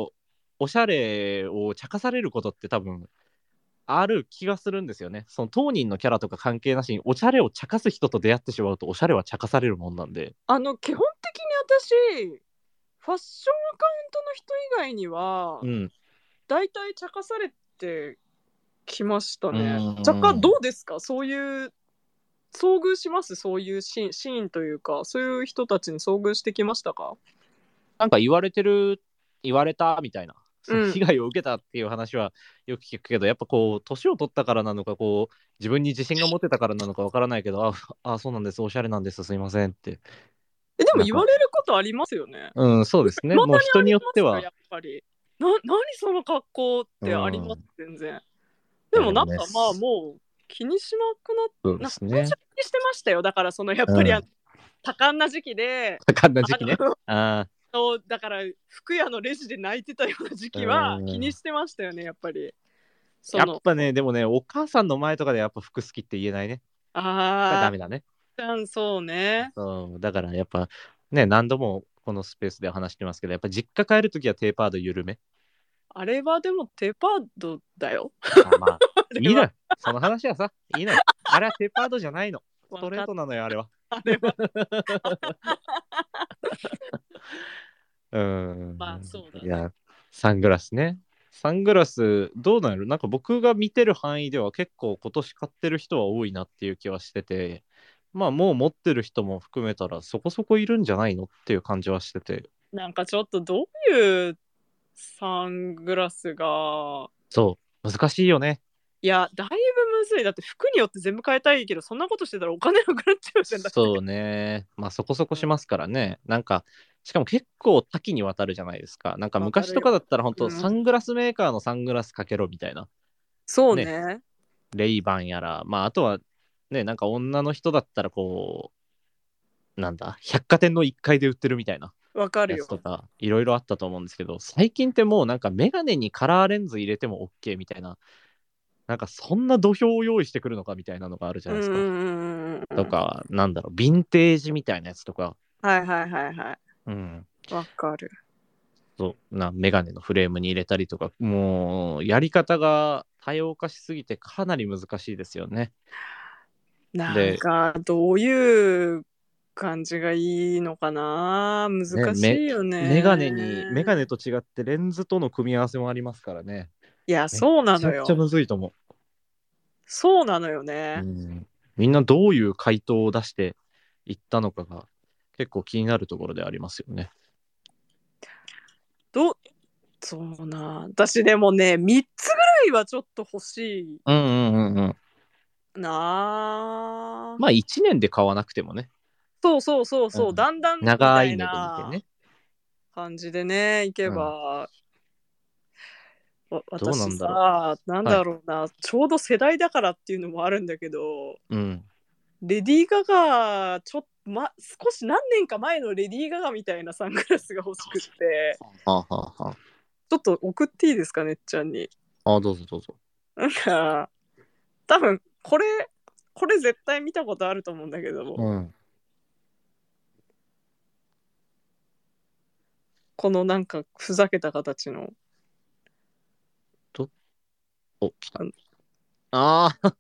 [SPEAKER 2] おしゃれを茶化されることって多分、ある気がするんですよね。その当人のキャラとか関係なしに、おしゃれを茶化す人と出会ってしまうと、おしゃれは茶化されるもんなんで。
[SPEAKER 1] あの基本的に私ファッションアカウントの人以外には
[SPEAKER 2] うん。
[SPEAKER 1] 大体茶化されてきました
[SPEAKER 2] うん
[SPEAKER 1] ね
[SPEAKER 2] うん
[SPEAKER 1] 茶化どうですかそういう遭遇しますそういうシーンシーンというかそういう人たちに遭遇してきましたか
[SPEAKER 2] なんか言われてる、言われたみたいな、そ
[SPEAKER 1] うん
[SPEAKER 2] の被害を受けたっていう話はよく聞くけど、やっぱこう、年を取ったからなのか、こう、自分に自信が持てたからなのかわからないけど、ああ、そうなんです、おしゃれなんです、すいませんって。
[SPEAKER 1] えでも
[SPEAKER 2] なんか
[SPEAKER 1] 言われることありますよね。
[SPEAKER 2] うん、そうですね。
[SPEAKER 1] 未
[SPEAKER 2] も
[SPEAKER 1] だに
[SPEAKER 2] う人によって
[SPEAKER 1] あ
[SPEAKER 2] は
[SPEAKER 1] りますかや。っぱり。な何その格好ってあります、全然。でもなんか
[SPEAKER 2] いやでもね
[SPEAKER 1] まあもう気にしな
[SPEAKER 2] そ
[SPEAKER 1] くな
[SPEAKER 2] うで
[SPEAKER 1] って、
[SPEAKER 2] す
[SPEAKER 1] なん
[SPEAKER 2] ね
[SPEAKER 1] か。気にしてましたよ。だからそのやっぱりあの、
[SPEAKER 2] う
[SPEAKER 1] 多感な時期で、
[SPEAKER 2] かんな時期ね。
[SPEAKER 1] あの
[SPEAKER 2] あ
[SPEAKER 1] そうだから服屋のレジで泣いてたような時期は
[SPEAKER 2] うん
[SPEAKER 1] 気にしてましたよね、やっぱり。
[SPEAKER 2] あ
[SPEAKER 1] そ
[SPEAKER 2] や
[SPEAKER 1] の
[SPEAKER 2] っぱね、でもね、お母さんの前とかでやっぱ服好きって言えないね。ダ
[SPEAKER 1] あ
[SPEAKER 2] メだね。
[SPEAKER 1] あ、そうね。
[SPEAKER 2] そうだからやっぱね、何度もこのスペースで話してますけど、やっぱ実家帰るときはテーパード
[SPEAKER 1] <laughs>
[SPEAKER 2] 緩め。
[SPEAKER 1] あれはでもテパードだよ。
[SPEAKER 2] あまあ、
[SPEAKER 1] あ
[SPEAKER 2] いい
[SPEAKER 1] れ
[SPEAKER 2] の
[SPEAKER 1] は
[SPEAKER 2] よ。その話はさ、いいのよ。あれはテーパードじゃないの。ストレートなのよ、あれは。
[SPEAKER 1] あれは
[SPEAKER 2] うん。
[SPEAKER 1] まあそうだね
[SPEAKER 2] いや、サングラスね。サングラス、どうなるなんか僕が見てる範囲では結構今年買ってる人は多いなっていう気はしてて、まあもう持ってる人も含めたらそこそこいるんじゃないのっていう感じはしてて。
[SPEAKER 1] なんかちょっとどういうサングラスが
[SPEAKER 2] そう。難しいよね。
[SPEAKER 1] いやだいぶむずいだって服によって全部変えたいけどそんなことしてたらお金なくなっちゃうじゃんだって
[SPEAKER 2] そうね。まあそこそこしますからね。なんか、しかも結構多岐にわたるじゃないですか。なんか昔とかだったら本
[SPEAKER 1] う
[SPEAKER 2] 当
[SPEAKER 1] ん
[SPEAKER 2] サングラスメーカーのサングラスかけろみたいな。
[SPEAKER 1] そうね
[SPEAKER 2] レイバンやら、まああとはね、なんか女の人だったらこう、なんだ、百貨店の1階で売ってるみたいな
[SPEAKER 1] わかる
[SPEAKER 2] やつ
[SPEAKER 1] よ
[SPEAKER 2] とか、いろいろあったと思うんですけど、最近ってもうなんかメガネにカラーレンズ入れても OK みたいな、なんかそんな土俵を用意してくるのかみたいなのがあるじゃ
[SPEAKER 1] うん
[SPEAKER 2] ないうです
[SPEAKER 1] んう
[SPEAKER 2] か。
[SPEAKER 1] んうん
[SPEAKER 2] とか、なんだろう、ヴィンテージみたいなやつとか、
[SPEAKER 1] はいはいはいは
[SPEAKER 2] うん、
[SPEAKER 1] いわかる
[SPEAKER 2] そうなメガネのフレームに入れたりとか、もうやり方が多様化しすぎてかなり難しいですよね。
[SPEAKER 1] なんかどういう感じがいいのかな難しいよね
[SPEAKER 2] メガネに、メガネと違ってレンズとの組み合わせもありますからね。
[SPEAKER 1] いや、そうな
[SPEAKER 2] めち
[SPEAKER 1] の
[SPEAKER 2] ゃく
[SPEAKER 1] よ
[SPEAKER 2] ちゃ。むずいと思う。
[SPEAKER 1] そうなのよ
[SPEAKER 2] う
[SPEAKER 1] ね。
[SPEAKER 2] んみんなどういう回答を出していったのかが結構気になるところでありますよね。
[SPEAKER 1] どうそうな。私でもね、3つぐらいはちょっと欲し
[SPEAKER 2] うんうんうんうん。
[SPEAKER 1] いな。
[SPEAKER 2] まあ1年で買わなくてもね、
[SPEAKER 1] そうそうそうそう、
[SPEAKER 2] うん
[SPEAKER 1] だんだんみ
[SPEAKER 2] 長
[SPEAKER 1] た
[SPEAKER 2] い
[SPEAKER 1] い
[SPEAKER 2] 目で見
[SPEAKER 1] な
[SPEAKER 2] てね。
[SPEAKER 1] 感じでね、いけば。わ
[SPEAKER 2] どうな
[SPEAKER 1] 私
[SPEAKER 2] んだ
[SPEAKER 1] さ、なんだろうな、ちょうど世代だからっていうのもあるんだけど、
[SPEAKER 2] うん。
[SPEAKER 1] レディー・ガガ、ちょっと、ま、少し何年か前のレディー・ガガみたいなサングラスが欲しくって、
[SPEAKER 2] はあ、はあは
[SPEAKER 1] ちょっと送っていいですかね、っちゃんに。
[SPEAKER 2] あ、あどうぞどうぞ。
[SPEAKER 1] なんか、多分これ、これ絶対見たことあると思うんだけども、
[SPEAKER 2] うん。
[SPEAKER 1] このなんかふざけた形
[SPEAKER 2] <laughs>
[SPEAKER 1] の。
[SPEAKER 2] お、来た
[SPEAKER 1] あの。
[SPEAKER 2] ああ、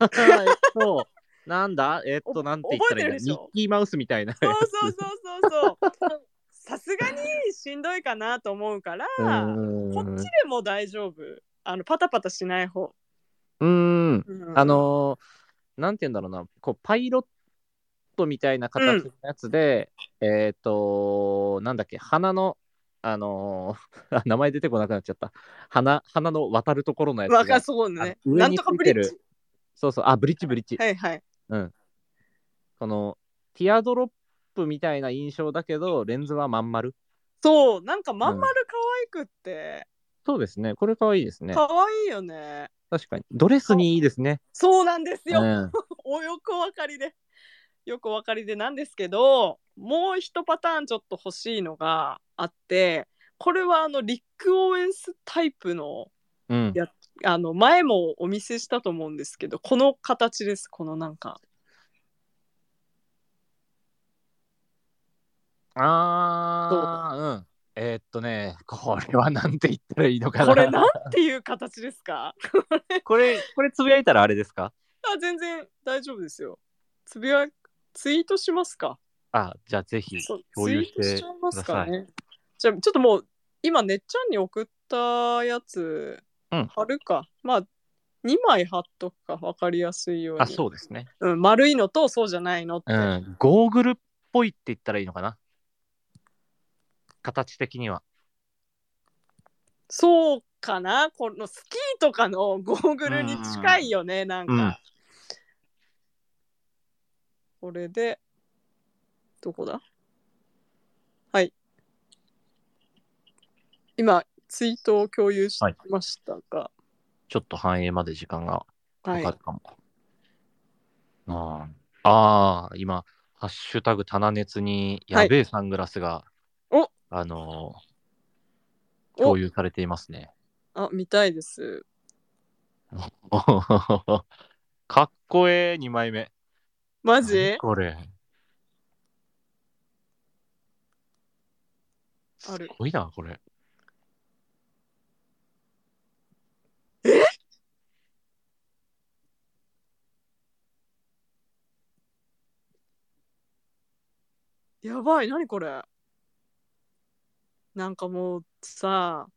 [SPEAKER 2] えっと、なんだえっと、
[SPEAKER 1] お
[SPEAKER 2] なんて言ったらいいん
[SPEAKER 1] 覚えてる
[SPEAKER 2] だ
[SPEAKER 1] でし
[SPEAKER 2] ミッ
[SPEAKER 1] ょ
[SPEAKER 2] キーマウスみたいなや
[SPEAKER 1] そ
[SPEAKER 2] つ。
[SPEAKER 1] うそうそうそうそう。さすがにしんどいかなと思うから、
[SPEAKER 2] う
[SPEAKER 1] こっ
[SPEAKER 2] ん
[SPEAKER 1] ちでも大丈夫。あのパタパタしない方。
[SPEAKER 2] う
[SPEAKER 1] う
[SPEAKER 2] ん。
[SPEAKER 1] ん
[SPEAKER 2] あのーなんて言うんだろうな、こうパイロットみたいな形のやつで、えっ、となんだっけ、鼻の、あのー <laughs> あ名前出てこなくなっちゃった。鼻、鼻の渡るところのやつ
[SPEAKER 1] わか
[SPEAKER 2] が。
[SPEAKER 1] そうね。
[SPEAKER 2] あ上
[SPEAKER 1] なん
[SPEAKER 2] につ
[SPEAKER 1] とか
[SPEAKER 2] い
[SPEAKER 1] ブリ
[SPEAKER 2] て
[SPEAKER 1] ッジ
[SPEAKER 2] る。。そうそう、あ、ブリッジブリッジ。
[SPEAKER 1] はいはい。
[SPEAKER 2] この、ティアドロップみたいな印象だけど、レンズはまん丸。
[SPEAKER 1] そう、なんかまん丸可愛くって、
[SPEAKER 2] そうですね、これ可愛いですね。
[SPEAKER 1] 可愛いよね。
[SPEAKER 2] 確かに。ドレスにいいですね。
[SPEAKER 1] そうなんです
[SPEAKER 2] う
[SPEAKER 1] よ。
[SPEAKER 2] ん。
[SPEAKER 1] およくお分かりでよくお分かりでなんですけどもう一パターンちょっと欲しいのがあってこれはあのリック・オーエンスタイプの
[SPEAKER 2] うん
[SPEAKER 1] いや。あの前もお見せしたと思うんですけどこの形ですこのなん
[SPEAKER 2] <laughs>
[SPEAKER 1] か
[SPEAKER 2] ああ、うん。えーっとね、これはなんて言ったらいいのかな。
[SPEAKER 1] これなんていう形ですか
[SPEAKER 2] <laughs> これ、これつぶやいたらあれですか
[SPEAKER 1] あ全然大丈夫ですよつぶやツイートしますか
[SPEAKER 2] あ、じゃあぜひ
[SPEAKER 1] そう
[SPEAKER 2] 共有し
[SPEAKER 1] ツイートしてちゃいますか
[SPEAKER 2] くだ
[SPEAKER 1] ねじゃあちょっともう今ねっちゃんに送ったやつ
[SPEAKER 2] うん
[SPEAKER 1] 貼るか、まあ2枚貼っとくか分かりやすいように
[SPEAKER 2] あ、そうですね。
[SPEAKER 1] うん、丸いのとそうじゃないのって、
[SPEAKER 2] うん。ゴーグルっぽいって言ったらいいのかな形的には。
[SPEAKER 1] そうかなこのスキーとかのゴーグルに近いよね、なんか、
[SPEAKER 2] うん
[SPEAKER 1] これでどこだはい今ツイートを共有し
[SPEAKER 2] はい
[SPEAKER 1] ましたが、
[SPEAKER 2] ちょっと反映まで時間が
[SPEAKER 1] は
[SPEAKER 2] か
[SPEAKER 1] い
[SPEAKER 2] かるかも。あーあー、今、ハッシュタグ、棚熱にやべえサングラスが、
[SPEAKER 1] お
[SPEAKER 2] あのー
[SPEAKER 1] お
[SPEAKER 2] 共有されていますね。
[SPEAKER 1] あ見たいです
[SPEAKER 2] かっこええ、2枚目。
[SPEAKER 1] マジ
[SPEAKER 2] 何これ。
[SPEAKER 1] ある
[SPEAKER 2] すごいな、これ。
[SPEAKER 1] やばい何これなんかもうさ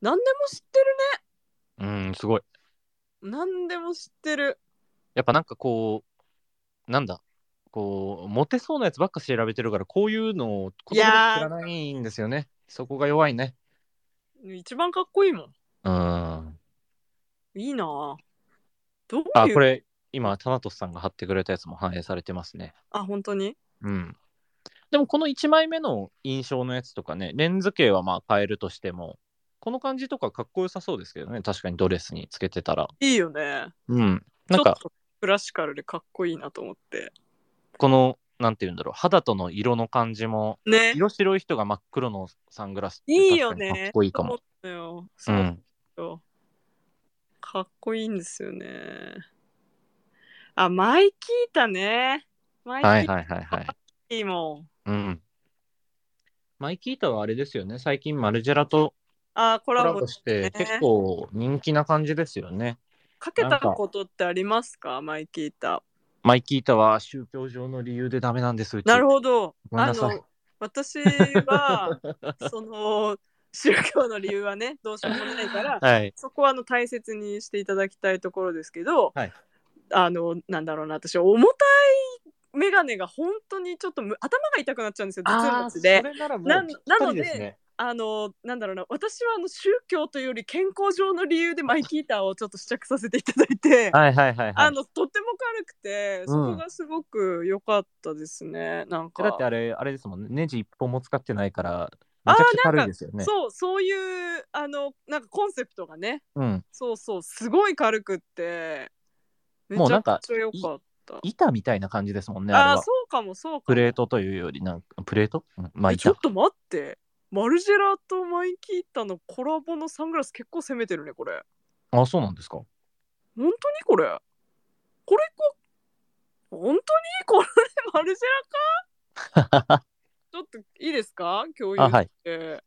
[SPEAKER 1] 何でも知ってる
[SPEAKER 2] うん、すごい。
[SPEAKER 1] ね何でも知ってる
[SPEAKER 2] やっぱなんかこう、なんだ、こう、モテそうなやつばっか調べてるから、こういうのを言葉で知らないんですよね。そこが弱いね。
[SPEAKER 1] 一番かっこいいもん
[SPEAKER 2] うん。あ、
[SPEAKER 1] いいなぁどういう
[SPEAKER 2] これ、今、タナトスさんが貼ってくれたやつも反映されてますね。
[SPEAKER 1] あ本当に
[SPEAKER 2] うん。でも、この1枚目の印象のやつとかね、レンズ系はまあ変えるとしても、この感じとかかっこよさそうですけどね、確かにドレスにつけてたら。
[SPEAKER 1] いいよね
[SPEAKER 2] うん。なんか
[SPEAKER 1] ち、ょっとクラシカルでかっこいいなと思って
[SPEAKER 2] この、なんて言うんだろう、肌との色の感じも、
[SPEAKER 1] <laughs> ね
[SPEAKER 2] 色白い人が真っ黒のサングラスって
[SPEAKER 1] いいよ
[SPEAKER 2] 確かに
[SPEAKER 1] ね
[SPEAKER 2] かっこいいかも。
[SPEAKER 1] そうなのよ
[SPEAKER 2] う。
[SPEAKER 1] そうんよかっこいいんですよねあマイキータねマイキ
[SPEAKER 2] はい
[SPEAKER 1] ー
[SPEAKER 2] はいはいはい。
[SPEAKER 1] タもん
[SPEAKER 2] うん。マイキータはあれですよね、最近マルジェラと
[SPEAKER 1] あコ
[SPEAKER 2] コ
[SPEAKER 1] ラ
[SPEAKER 2] ラ
[SPEAKER 1] ボ
[SPEAKER 2] ボして
[SPEAKER 1] ね
[SPEAKER 2] 結構人気な感じですよね。
[SPEAKER 1] かけ
[SPEAKER 2] な
[SPEAKER 1] た
[SPEAKER 2] んか
[SPEAKER 1] ことってありますかマイキータ
[SPEAKER 2] マイキータは宗教上の理由でダメなんです、うち。
[SPEAKER 1] なるほど
[SPEAKER 2] ごめんなさい
[SPEAKER 1] あの私はその宗教の理由はね、どうしようもないから、
[SPEAKER 2] はい。
[SPEAKER 1] そこはあの大切にしていただきたいところですけど、
[SPEAKER 2] はい
[SPEAKER 1] あのなんだろうな私重たい眼鏡が本当にちょっとむ頭が痛くなっちゃうんですよ頭
[SPEAKER 2] あ
[SPEAKER 1] 持
[SPEAKER 2] あ、
[SPEAKER 1] ち
[SPEAKER 2] そ
[SPEAKER 1] で
[SPEAKER 2] れ。ならも
[SPEAKER 1] な
[SPEAKER 2] うぴったりです
[SPEAKER 1] なの
[SPEAKER 2] ね。
[SPEAKER 1] あのなんだろうな私はあの宗教というより健康上の理由でマイキーターをちょっと試着させていただいて、
[SPEAKER 2] はいはいはいは
[SPEAKER 1] あ
[SPEAKER 2] い。
[SPEAKER 1] のとっても軽くてそこがすごく良かったですね、なんか
[SPEAKER 2] だってあれ、あれですもんね。ネジ一本も使ってないから、
[SPEAKER 1] あー
[SPEAKER 2] めちゃくちゃ軽いですよね。
[SPEAKER 1] そうそういうあのなんかコンセプトがね
[SPEAKER 2] うん。
[SPEAKER 1] そうそうすごい軽くってめ
[SPEAKER 2] もう
[SPEAKER 1] ち
[SPEAKER 2] な
[SPEAKER 1] ゃ
[SPEAKER 2] んか
[SPEAKER 1] くちゃ良かった。
[SPEAKER 2] 板みたいな感じですもんね、あれ
[SPEAKER 1] ああー
[SPEAKER 2] は
[SPEAKER 1] そ。うかもそうか
[SPEAKER 2] プ
[SPEAKER 1] も
[SPEAKER 2] レートというより、なんか、プレートうんまあ
[SPEAKER 1] えちょ
[SPEAKER 2] 板
[SPEAKER 1] っ。と待ってマルジェラとマイキータのコラボのサングラス結構攻めてるねこれ
[SPEAKER 2] あ、そうなんですか。
[SPEAKER 1] 本当にこれこれこ本当にこれマルジェ
[SPEAKER 2] <laughs>
[SPEAKER 1] ラかちょっといいですか共有
[SPEAKER 2] あ、はい
[SPEAKER 1] し。て、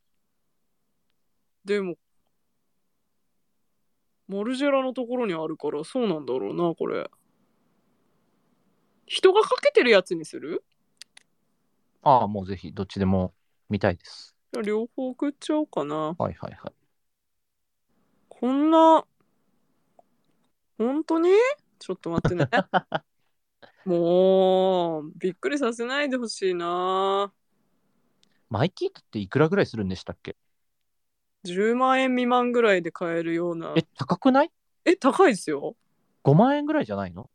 [SPEAKER 1] でもマルジェラのところにあるからそうなんだろうなこれ人がかけてるやつにする
[SPEAKER 2] ああ、もうぜひ、どっちでも見たいです。
[SPEAKER 1] 両方送っちゃおうかな
[SPEAKER 2] はいはいはい。
[SPEAKER 1] こんな、本当にちょっと待ってね。もう、びっくりさせないでほしいな。
[SPEAKER 2] マイキータっていくらぐらいするんでしたっけ
[SPEAKER 1] 10万円未満ぐらいで買えるような
[SPEAKER 2] え。、高くない
[SPEAKER 1] え、高いですよ。
[SPEAKER 2] ?5 万円ぐらいじゃないの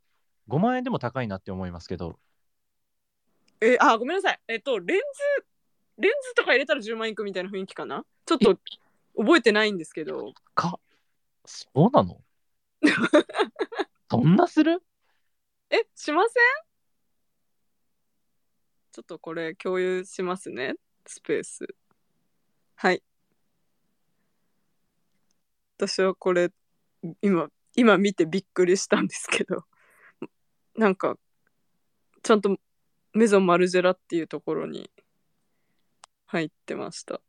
[SPEAKER 2] ?5 万円でも高いなって思いますけど。
[SPEAKER 1] え、あ、ごめんなさい。えっと、レンズ、レンズとか入れたら10万いくみたいな雰囲気かなちょっと覚えてないんですけど。
[SPEAKER 2] か、そうな <laughs> のそんなする
[SPEAKER 1] え、しませんちょっとこれ共有しますね。スペース。はい。私はこれ、今、今見てびっくりしたんですけど、なんか、ちゃんとメゾンマルジェラっていうところに入ってました。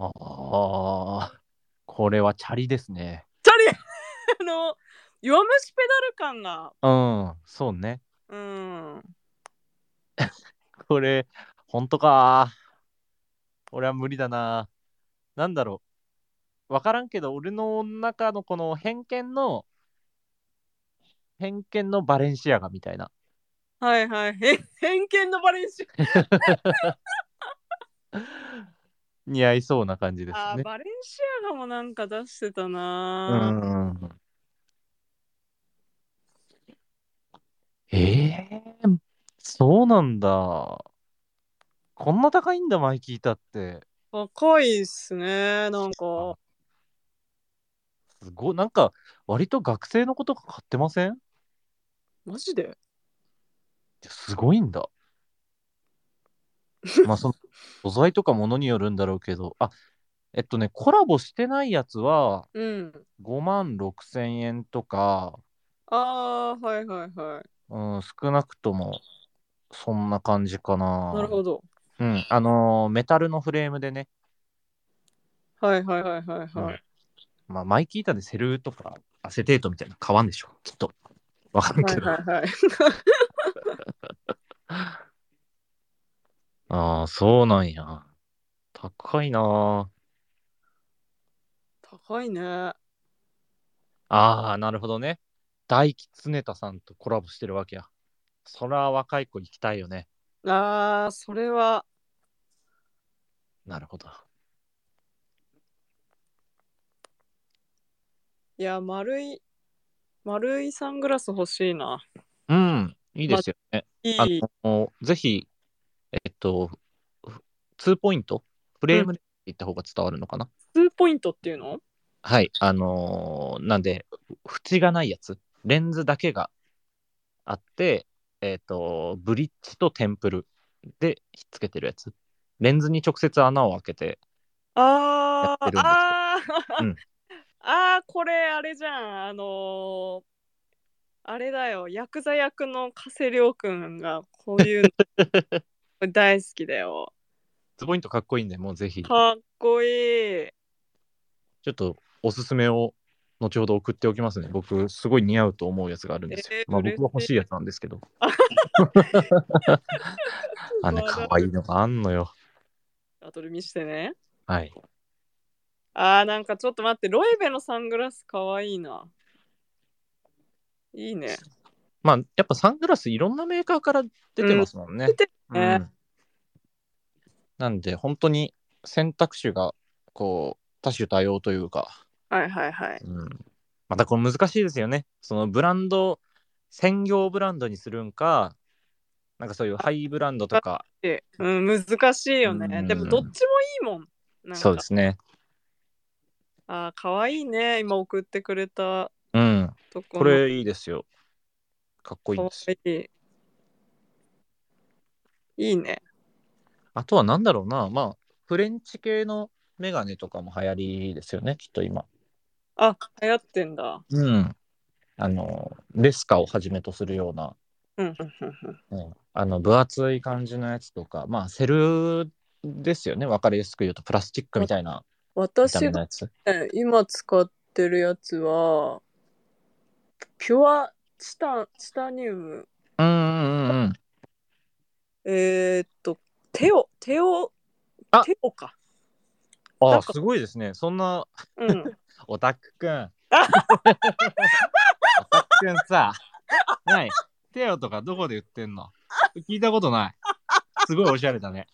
[SPEAKER 2] ああ、これはチャリですね。
[SPEAKER 1] チャリあの、弱虫ペダル感が、
[SPEAKER 2] うん、そうね。
[SPEAKER 1] うん。
[SPEAKER 2] これ、ほんとか。俺は無理だな。なんだろう。わからんけど、俺の中のこの偏見の、偏見のバレンシアガみたいな。
[SPEAKER 1] はいはい。へ偏見のバレンシア
[SPEAKER 2] 似合いそうな感じです
[SPEAKER 1] あー
[SPEAKER 2] ね。
[SPEAKER 1] バレンシアガもなんか出してた
[SPEAKER 2] う
[SPEAKER 1] な、
[SPEAKER 2] ん。ええー、そうなんだ。こんな高いんだ、マイキータって。
[SPEAKER 1] 高いっすねなんか
[SPEAKER 2] すごい、なんか、割と学生の子とか買ってませんい
[SPEAKER 1] マジで
[SPEAKER 2] やすごい
[SPEAKER 1] <laughs>
[SPEAKER 2] んだ。まあ、その、素材とかものによるんだろうけど、あ、えっとね、コラボしてないやつは、
[SPEAKER 1] うん
[SPEAKER 2] 5万6千円とか、
[SPEAKER 1] あーはいはいはい
[SPEAKER 2] うん、少なくとも、そんな感じかな。
[SPEAKER 1] なるほど
[SPEAKER 2] うん、あのーメタルのフレームでね、
[SPEAKER 1] はいはいはいはいはい、
[SPEAKER 2] まあ、マイキータでセルとかアセテートみたいなの買わんでしょ、きっと。わかんない
[SPEAKER 1] は
[SPEAKER 2] け
[SPEAKER 1] い
[SPEAKER 2] ど。
[SPEAKER 1] はいはい
[SPEAKER 2] ああ、そうなんや。高いな
[SPEAKER 1] 高いねあ
[SPEAKER 2] あ。ああ、なるほどね。大吉常田さんとコラボしてるわけや。そら若い子行きたいよね。
[SPEAKER 1] ーそれは
[SPEAKER 2] なるほど。
[SPEAKER 1] いや丸い丸いサングラス欲しいな
[SPEAKER 2] うん、いいですよね。
[SPEAKER 1] い
[SPEAKER 2] あ
[SPEAKER 1] い
[SPEAKER 2] のーぜひ、えっと、2ポイント、フレームで行った方が伝わるのかな。
[SPEAKER 1] 2ポイントっていうの
[SPEAKER 2] はい、あのーなんで、ふ縁がないやつ、レンズだけがあって、えっ、と、ブリッジとテンプルでひっつけてるやつ。レンズに直接穴を開けて、
[SPEAKER 1] あ
[SPEAKER 2] やってるん
[SPEAKER 1] ー
[SPEAKER 2] です
[SPEAKER 1] あー、
[SPEAKER 2] うん
[SPEAKER 1] <laughs> あーこれあれじゃんあのーあれだよヤクザ役の加瀬亮君がこういうの
[SPEAKER 2] <laughs>
[SPEAKER 1] 大好きだよ
[SPEAKER 2] ズポイントかっこいいんで、もうぜひ、ちょ
[SPEAKER 1] かっこいい
[SPEAKER 2] っとおすすめを後ほど送っておきますね。僕、すごい似合うと思うやつがあるんですよ
[SPEAKER 1] え。ー
[SPEAKER 2] まあ、僕
[SPEAKER 1] 嬉しい
[SPEAKER 2] は欲しいやつなんですけど。あ、ね、かわいいのがあんのよ。
[SPEAKER 1] あバトル見してね。
[SPEAKER 4] はい。
[SPEAKER 1] あーなんかちょっと待って、ロエベのサングラスかわいいな。いいね。
[SPEAKER 2] まあ、やっぱサングラスいろんなメーカーから出てますもんね。
[SPEAKER 1] 出て
[SPEAKER 2] う
[SPEAKER 1] るね
[SPEAKER 2] んなんで、本当に選択肢が、こう、多種多様というか、
[SPEAKER 1] はいはいはい。
[SPEAKER 2] うんまたこれ難しいですよね。そのブランド、専業ブランドにするんか、なんかそういうハイブランドとか、
[SPEAKER 1] でうん、難しいよね。
[SPEAKER 2] うん
[SPEAKER 1] でもどっちもいいもん。なんか
[SPEAKER 2] そうですね。
[SPEAKER 1] あーかわいいね。今送ってくれた
[SPEAKER 2] うん。
[SPEAKER 1] とこ
[SPEAKER 2] これいいですよ。かっこいい
[SPEAKER 1] か
[SPEAKER 2] ん
[SPEAKER 1] わ
[SPEAKER 2] ですよ。
[SPEAKER 1] いい。いいね。
[SPEAKER 2] あとはなんだろうな、まあ、フレンチ系のメガネとかも流行りですよね、きっと今。
[SPEAKER 1] あ、流行ってんだ。
[SPEAKER 2] うん。あの、レスカをはじめとするような、
[SPEAKER 1] うんうんうんうん。
[SPEAKER 2] うん、あの、分厚い感じのやつとか、まあ、セルですよね、わかりやすく言うと、プラスチックみたいな見た
[SPEAKER 1] 私
[SPEAKER 2] 目の
[SPEAKER 1] が
[SPEAKER 2] やつ。
[SPEAKER 1] ね今使ってるやつは、ピュアチタン、チタニウム。
[SPEAKER 2] うんうんうんうん。
[SPEAKER 1] えーっと、テオ、テオ、
[SPEAKER 2] あ
[SPEAKER 1] テオか。
[SPEAKER 2] あ
[SPEAKER 1] なん
[SPEAKER 2] あ、
[SPEAKER 1] か
[SPEAKER 2] すごいですね。そんな、
[SPEAKER 1] <laughs> うん。
[SPEAKER 2] オタク <laughs> くん。オタクくんさ、ない。テオとかどこで売ってんの聞いたことない。すごいおしゃれだね。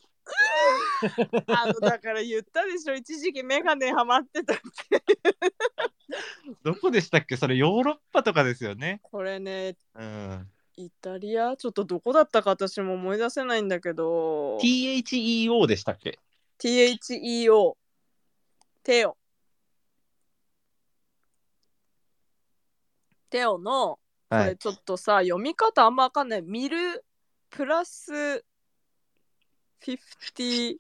[SPEAKER 1] あの、だから言ったでしょ、一時期メガネハマってたって。
[SPEAKER 2] どこでしたっけそれヨーロッパとかですよね。
[SPEAKER 1] これね、
[SPEAKER 2] うん。
[SPEAKER 1] イタリアちょっとどこだったか私も思い出せないんだけど、
[SPEAKER 2] THEO でしたっけ
[SPEAKER 1] THEO、テオ。テオの、こ
[SPEAKER 2] は
[SPEAKER 1] れ
[SPEAKER 2] い。
[SPEAKER 1] ちょっとさ、読み方あんまわかんない。ミルプラス57。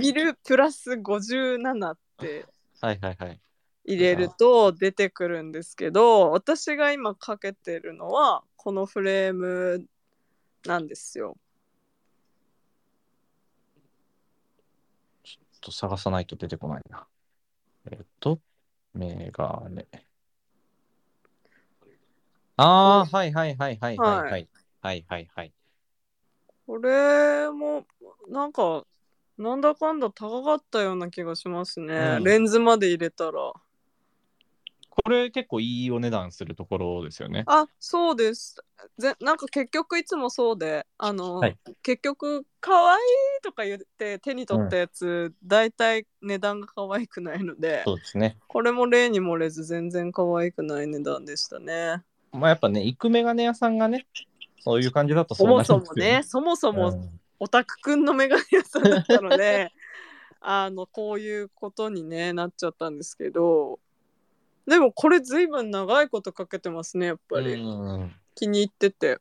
[SPEAKER 1] ミルプラス57って
[SPEAKER 2] はいはいはい。
[SPEAKER 1] 入れると出てくるんですけど私が今かけてるのはこのフレームなんですよ。
[SPEAKER 2] ちょっと探さないと出てこないな。えっと、メガネ。ああ、はいはいはいはいはいはい。はいはいはい。
[SPEAKER 1] これもなんかなんだかんだ高かったような気がしますね、
[SPEAKER 2] うん
[SPEAKER 1] レンズまで入れたら。
[SPEAKER 2] これ結構いいお値段するところですよね。
[SPEAKER 1] あそうですぜなんか結局いつもそうであの、
[SPEAKER 2] はい
[SPEAKER 1] 結局可愛いとか言って手に取ったやつ、大体値段が可愛くないので
[SPEAKER 2] そうですね。
[SPEAKER 1] これも例に漏れず全然可愛くない値段でしたね。
[SPEAKER 2] まあやっぱね、行くメガネ屋さんがね、そういう感じだと
[SPEAKER 1] そ
[SPEAKER 2] そうな
[SPEAKER 1] も
[SPEAKER 2] ります
[SPEAKER 1] そ
[SPEAKER 2] よ
[SPEAKER 1] もね、。そもそ
[SPEAKER 2] うん
[SPEAKER 1] もオタクくんのメガネ屋さんだったので、 <laughs> あの、こういうことに、ね、なっちゃったんですけど、でもこれずいぶん長いことかけてますね、やっぱり。
[SPEAKER 2] うん
[SPEAKER 1] 気に入ってて。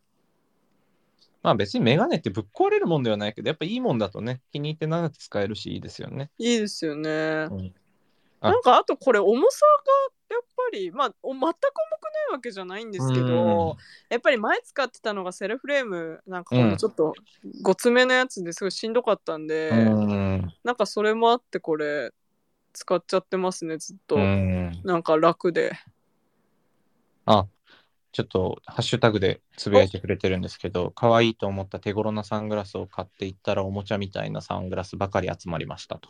[SPEAKER 2] まあ別にメガネってぶっ壊れるもんではないけど、やっぱいいもんだとね、気に入って長く使えるしいいですよね。
[SPEAKER 1] いいですよね。
[SPEAKER 2] んあ
[SPEAKER 1] なんかあとこれ重さがやっぱり、まあ、お全く重くないわけじゃないんですけど、やっぱり前使ってたのがセルフレームなんかこ
[SPEAKER 2] う
[SPEAKER 1] の
[SPEAKER 2] ん
[SPEAKER 1] ちょっとごつめのやつですごいしんどかったんで、
[SPEAKER 2] うん。
[SPEAKER 1] なんかそれもあってこれ使っちゃってますねずっと、
[SPEAKER 2] うん
[SPEAKER 1] なんか楽で
[SPEAKER 2] あ、ちょっとハッシュタグでつぶやいてくれてるんですけど、可愛いと思った手頃なサングラスを買っていったらおもちゃみたいなサングラスばかり集まりましたと。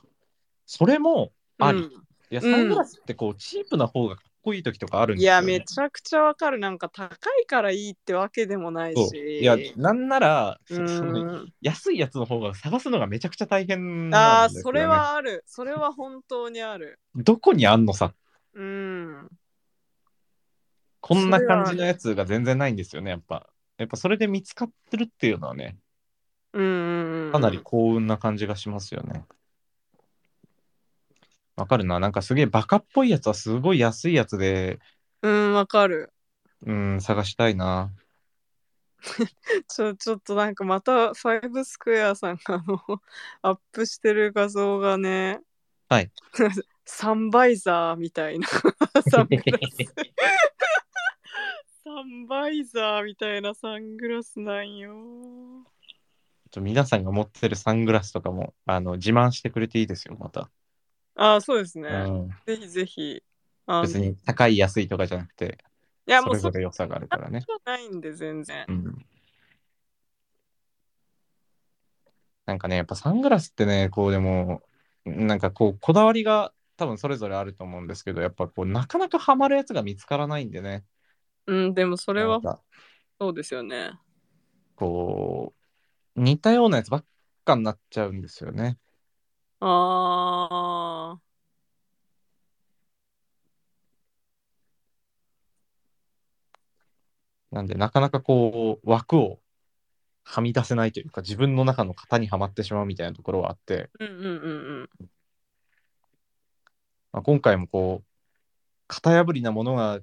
[SPEAKER 2] それもあり。いや、サングラスってこう、チープな方がかっこいい時とかある
[SPEAKER 1] うんんい
[SPEAKER 2] ですよ、
[SPEAKER 1] や
[SPEAKER 2] ね。
[SPEAKER 1] めちゃくちゃわかるなんか高いからいいってわけでもない
[SPEAKER 2] そう
[SPEAKER 1] し
[SPEAKER 2] いや、なんなら、
[SPEAKER 1] う
[SPEAKER 2] そその
[SPEAKER 1] ん
[SPEAKER 2] 安いやつの方が探すのがめちゃくちゃ大変
[SPEAKER 1] あ
[SPEAKER 2] な
[SPEAKER 1] あ
[SPEAKER 2] んですよ、ね。
[SPEAKER 1] それ。はあるそれは本当にある
[SPEAKER 2] どこにあんのさ、
[SPEAKER 1] うん
[SPEAKER 2] こんな感じのやつが全然ないんですよね、やっぱ。やっぱそれで見つかってるっていうのはね、
[SPEAKER 1] うんうんうん
[SPEAKER 2] かなり幸運な感じがしますよね。わかるな。なんかすげえバカっぽいやつはすごい安いやつで、
[SPEAKER 1] うんわかる
[SPEAKER 2] うん、探したいな。
[SPEAKER 1] ちょちょっとなんかまたファイブスクエアさんがあの <laughs> アップしてる画像がね
[SPEAKER 2] はい
[SPEAKER 1] サンバイザーみたい
[SPEAKER 2] <laughs>
[SPEAKER 1] なサングラスサンバイザーみたいなサングラスなんよ
[SPEAKER 2] ちょ皆さんが持ってるサングラスとかも、あの、自慢してくれていいですよ、また。
[SPEAKER 1] ああそうです
[SPEAKER 2] う
[SPEAKER 1] ね、
[SPEAKER 2] ん。
[SPEAKER 1] ぜひぜひあの
[SPEAKER 2] 別に高い安いとかじゃなくて、
[SPEAKER 1] いや
[SPEAKER 2] そ
[SPEAKER 1] もう
[SPEAKER 2] れ
[SPEAKER 1] そ
[SPEAKER 2] ぞ
[SPEAKER 1] こ
[SPEAKER 2] れ良さがあるからね。
[SPEAKER 1] じゃないんで全然
[SPEAKER 2] うん。なんかね、やっぱサングラスってね、こうでも、なんかこう、こだわりが多分それぞれあると思うんですけど、やっぱこう、なかなかハマるやつが見つからないんでね。
[SPEAKER 1] うん、でもそれは
[SPEAKER 2] なんか
[SPEAKER 1] そうですよね。
[SPEAKER 2] こう、似たようなやつばっかになっちゃうんですよね。
[SPEAKER 1] ああ。
[SPEAKER 2] なんで、なかなかこう、枠をはみ出せないというか、自分の中の型にはまってしまうみたいなところはあって、
[SPEAKER 1] うんうんうんうん。
[SPEAKER 2] まあ、今回もこう型破りなものが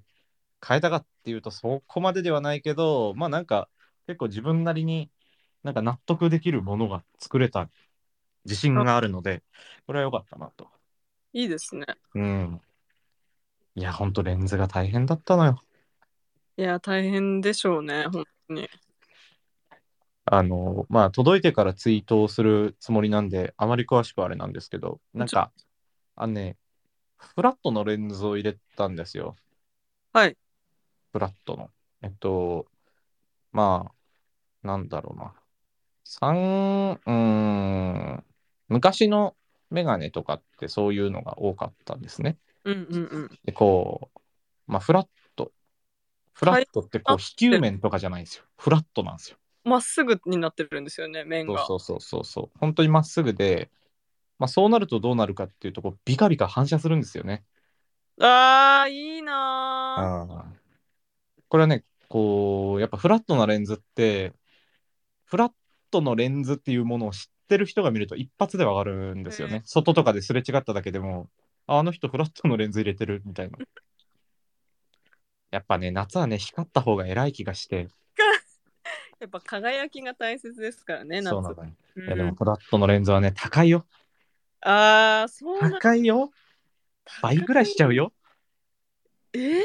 [SPEAKER 2] 変えたかっていうとそこまでではないけどまあなんか結構自分なりになんか納得できるものが作れた自信があるのでこれは良かったなと。
[SPEAKER 1] いいですね。
[SPEAKER 2] うん。いやほんとレンズが大変だったのよ。
[SPEAKER 1] いや、大変でしょうね、本当に。
[SPEAKER 2] あのまあ届いてからツイートをするつもりなんであまり詳しくはあれなんですけどなんかあのねフラットのレンズを入れたんですよ。
[SPEAKER 1] はい。
[SPEAKER 2] フラットの。えっと、まあ、なんだろうな。三、うーん、昔のメガネとかってそういうのが多かったんですね。
[SPEAKER 1] うんうんうん。
[SPEAKER 2] で、こう、まあ、フラット。フラットってこ
[SPEAKER 1] は
[SPEAKER 2] う、
[SPEAKER 1] い
[SPEAKER 2] 非球面とかじゃないんですよ。フラットなんですよ。
[SPEAKER 1] まっすぐになってるんですよね、面
[SPEAKER 2] そう
[SPEAKER 1] が。
[SPEAKER 2] そうそうそうそう。本当にまっすぐで、まあ、そうなるとどうなるかっていうと、こう、ビカビカ反射するんですよね。
[SPEAKER 1] ああ、いいな
[SPEAKER 2] あーこれはねこうやっぱフラットなレンズってフラットのレンズっていうものを知ってる人が見ると一発でわかるんですよ
[SPEAKER 1] う
[SPEAKER 2] ね、
[SPEAKER 1] ん
[SPEAKER 2] 外とかですれ違っただけでもああの人フラットのレンズ入れてるみたいなやっぱね夏はね光った方が偉い気がして
[SPEAKER 1] ー。やっぱ輝きが大切ですからね、夏。
[SPEAKER 2] そうなのよいや
[SPEAKER 1] うん
[SPEAKER 2] でもフラットのレンズはね高いよ
[SPEAKER 1] ああ、そうなんだ。
[SPEAKER 2] 高いよ倍ぐらいしちゃうよ
[SPEAKER 1] えー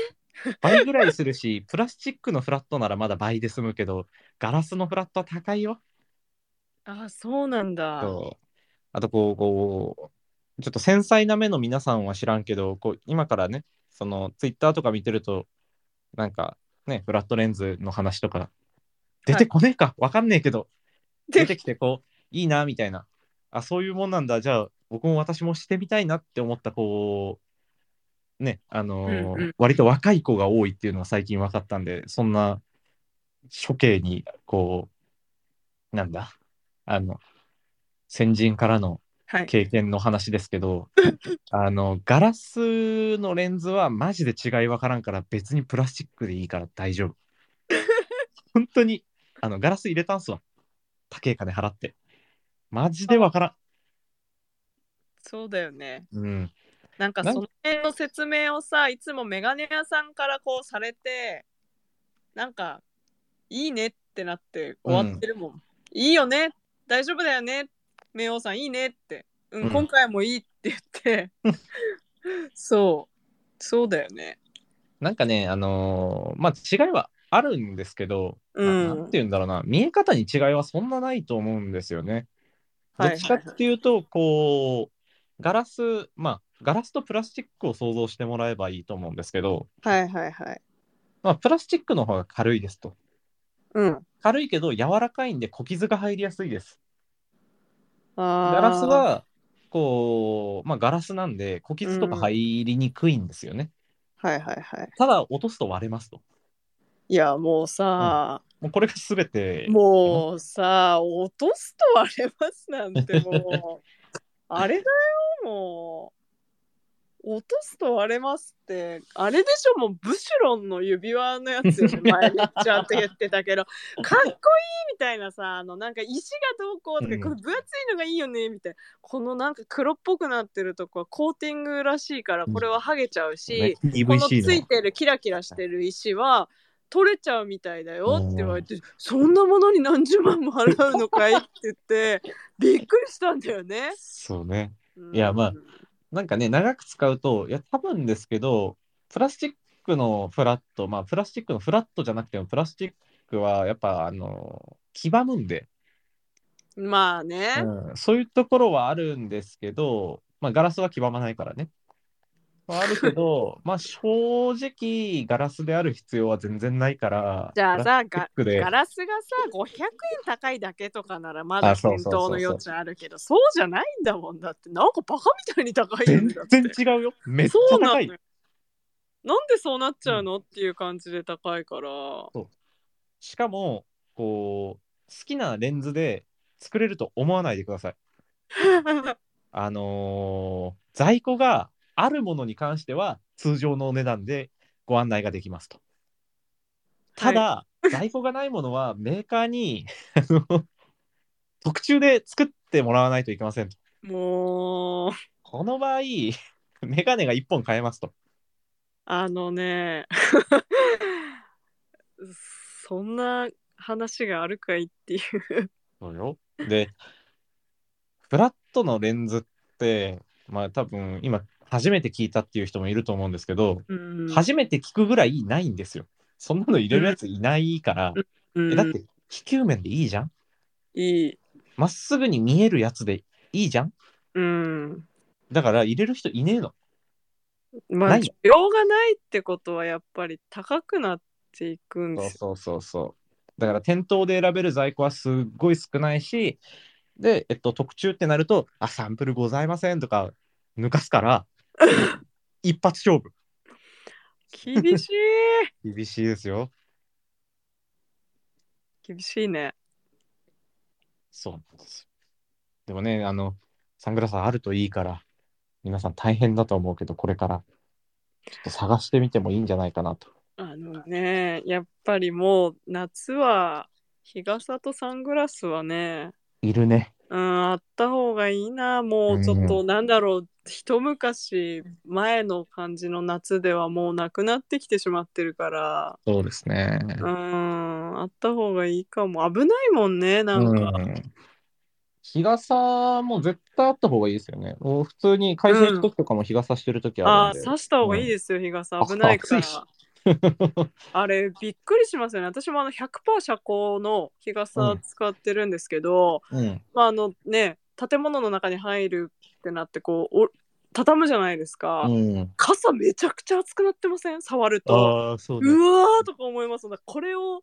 [SPEAKER 2] 倍ぐらいするし <laughs> プラスチックのフラットならまだ倍で済むけどガラスのフラットは高いよ
[SPEAKER 1] ああ、そうなんだ。
[SPEAKER 2] そうあとこうこうちょっと繊細な目の皆さんは知らんけどこう今からねそのツイッターとか見てるとなんかねフラットレンズの話とか出てこねえか、わかんねえけど出てきてこういいなみたいなあそういうもんなんだじゃあ僕も私もしてみたいなって思ったこうねあの
[SPEAKER 1] う
[SPEAKER 2] ー
[SPEAKER 1] んうん
[SPEAKER 2] 割と若い子が多いっていうのは最近分かったんでそんな処刑にこうなんだあの先人からの
[SPEAKER 1] はい。
[SPEAKER 2] 経験の話です
[SPEAKER 1] <laughs>
[SPEAKER 2] けどあのガラスのレンズはマジで違い分からんから別にプラスチックでいいから大丈夫本当にあのガラス入れたんすわ高い金払ってマジで分から
[SPEAKER 1] そうだよね。
[SPEAKER 2] んうん
[SPEAKER 1] なんか
[SPEAKER 2] なん
[SPEAKER 1] その辺の説明をさ、いつもメガネ屋さんからこうされて、なんか、いいねってなって終わってるもん。いいよね、大丈夫だよね、冥王さんいいねって、うん、
[SPEAKER 2] うん
[SPEAKER 1] 今回もいいって言って、
[SPEAKER 2] <laughs>
[SPEAKER 1] そう、そうだよね。
[SPEAKER 2] なんかねあのーまあ違いはあるんですけど、
[SPEAKER 1] う
[SPEAKER 2] ななん
[SPEAKER 1] ん
[SPEAKER 2] て。言うんだろうな見え方に違いはそんなないと思うんですよねど
[SPEAKER 1] はい
[SPEAKER 2] っちかっていうと、こう、ガラス、まあ、ガラスとプラスチックを想像してもらえばいいと思うんですけど、
[SPEAKER 1] はいはいはい。
[SPEAKER 2] まあ、プラスチックの方が軽いですと。
[SPEAKER 1] うん。
[SPEAKER 2] 軽いけど、柔らかいんで、小傷が入りやすいです。
[SPEAKER 1] ガ
[SPEAKER 2] ガラス、は、こう、まあ、ガラスなんで、小傷とか入りにくいんですよね。
[SPEAKER 1] はいはいはい。
[SPEAKER 2] ただ、落とすと割れますと。
[SPEAKER 1] いや、もうさ、
[SPEAKER 2] もうこれが全て、
[SPEAKER 1] もうさ落とすと割れますなんてもうあれだよもう落とすと割れますってあれでしょもうブシュロンの指輪のやつよね前めっちゃって言ってたけどかっこいいみたいなさあのなんか石がどうこうとか、
[SPEAKER 2] うん
[SPEAKER 1] これ分厚いのがいいよねみたいなこのなんか黒っぽくなってるとこはコーティングらしいからこれは剥げちゃうし、
[SPEAKER 2] ね、
[SPEAKER 1] このつ
[SPEAKER 2] EVC
[SPEAKER 1] い
[SPEAKER 2] の。
[SPEAKER 1] てるキラキラしてる石は取れちゃうみたいだよって言われて、そんなものに何十万も払うのか
[SPEAKER 2] <laughs>
[SPEAKER 1] いって言ってびっくりしたんだよね。
[SPEAKER 2] そうね。
[SPEAKER 1] うん
[SPEAKER 2] いやまあなんかね、長く使うと、いや、多分ですけど、プラスチックのフラット、まあ、プラスチックのフラットじゃなくても、プラスチックは、やっぱ、あの、黄ばむんで、
[SPEAKER 1] まあね、
[SPEAKER 2] うんそういうところはあるんですけど、まあ、ガラスは黄ばまないからね。はあるけど、
[SPEAKER 1] <laughs>
[SPEAKER 2] まあ正直、ガラスである必要は全然ないから、
[SPEAKER 1] じゃあさ
[SPEAKER 2] プラスチックで
[SPEAKER 1] ガラスがさ500円高いだけとかならまだ
[SPEAKER 2] あそう
[SPEAKER 1] 検
[SPEAKER 2] そう
[SPEAKER 1] 討
[SPEAKER 2] そうそう
[SPEAKER 1] の余地あるけどそうじゃないんだもんだってなんかバカみたいに高いん
[SPEAKER 2] 全
[SPEAKER 1] だって
[SPEAKER 2] 然違うよ。めっち
[SPEAKER 1] そ
[SPEAKER 2] ゃ
[SPEAKER 1] うな
[SPEAKER 2] 高
[SPEAKER 1] の
[SPEAKER 2] い
[SPEAKER 1] よ。なんでそうなっちゃうの、っていう感じで高い
[SPEAKER 2] <laughs>
[SPEAKER 1] から
[SPEAKER 2] しかも、こう、好きなレンズで作れると思わないでください。あのー在庫があるものに関しては通常のお値段でご案内ができますと。ただ、在庫がないものはメーカーに <laughs> あの特注で作ってもらわないといけませんと。
[SPEAKER 1] もう
[SPEAKER 2] この場合、メガネが1本買えますと。
[SPEAKER 1] あのね <laughs> そんな話があるかいっていう
[SPEAKER 2] そうよ。で、フラットのレンズって、まあ多分今初めて聞いたっていう人もいると思うんですけど、
[SPEAKER 1] うん
[SPEAKER 2] 初めて聞くぐらいないんですよ。そんなの入れるやついないから、
[SPEAKER 1] うん
[SPEAKER 2] えだって気球面でいいじゃん
[SPEAKER 1] いい
[SPEAKER 2] まっすぐに見えるやつでいいじゃん
[SPEAKER 1] うん
[SPEAKER 2] だから入れる人いねえの。
[SPEAKER 1] ま
[SPEAKER 2] な
[SPEAKER 1] あ
[SPEAKER 2] い
[SPEAKER 1] 需要がないってことはやっぱり高くなっていくん
[SPEAKER 2] そう
[SPEAKER 1] ですよ
[SPEAKER 2] そうそうそう。だから店頭で選べる在庫はすっごい少ないし、で、えっと、特注ってなると、あ、サンプルございませんとか抜かす <laughs> から、一発勝負。
[SPEAKER 1] 厳しい <laughs>
[SPEAKER 2] 厳しいですよ。
[SPEAKER 1] 厳しいね
[SPEAKER 2] そうなんですよ。でもね、あの、サングラスあるといいから、皆さん大変だと思うけど、これから、ちょっと探してみてもいいんじゃないかなと。
[SPEAKER 1] あのねやっぱりもう夏は日傘とサングラスはね
[SPEAKER 2] いるね。
[SPEAKER 1] うん、あった方がいいな。もうちょっと、なんだろう、一昔前の感じの夏ではもうなくなってきてしまってるから、
[SPEAKER 2] そうですね。
[SPEAKER 1] うん、あった方がいいかも。危ないもんね、なんか。
[SPEAKER 2] うん日傘も絶対あった方がいいですよね。もう普通に会社行く時とかも日傘してる時
[SPEAKER 1] あ
[SPEAKER 2] あ
[SPEAKER 1] あ、
[SPEAKER 2] るんで。
[SPEAKER 1] 刺した方がいいですよ、日傘。
[SPEAKER 2] あ
[SPEAKER 1] 危ないか
[SPEAKER 2] 暑いし
[SPEAKER 1] ら。あれ、びっくりしますよね。私もあの100%遮光の日
[SPEAKER 2] う
[SPEAKER 1] 傘
[SPEAKER 2] ん
[SPEAKER 1] 使ってるんですけど、
[SPEAKER 2] うん、
[SPEAKER 1] まああのね、建物の中に入るってなって、こう、お畳むじゃないですか。
[SPEAKER 2] うん。
[SPEAKER 1] 傘めちゃくちゃ熱くなってません触ると。
[SPEAKER 2] ああ、そうね。
[SPEAKER 1] うわーとか思いますだからこれを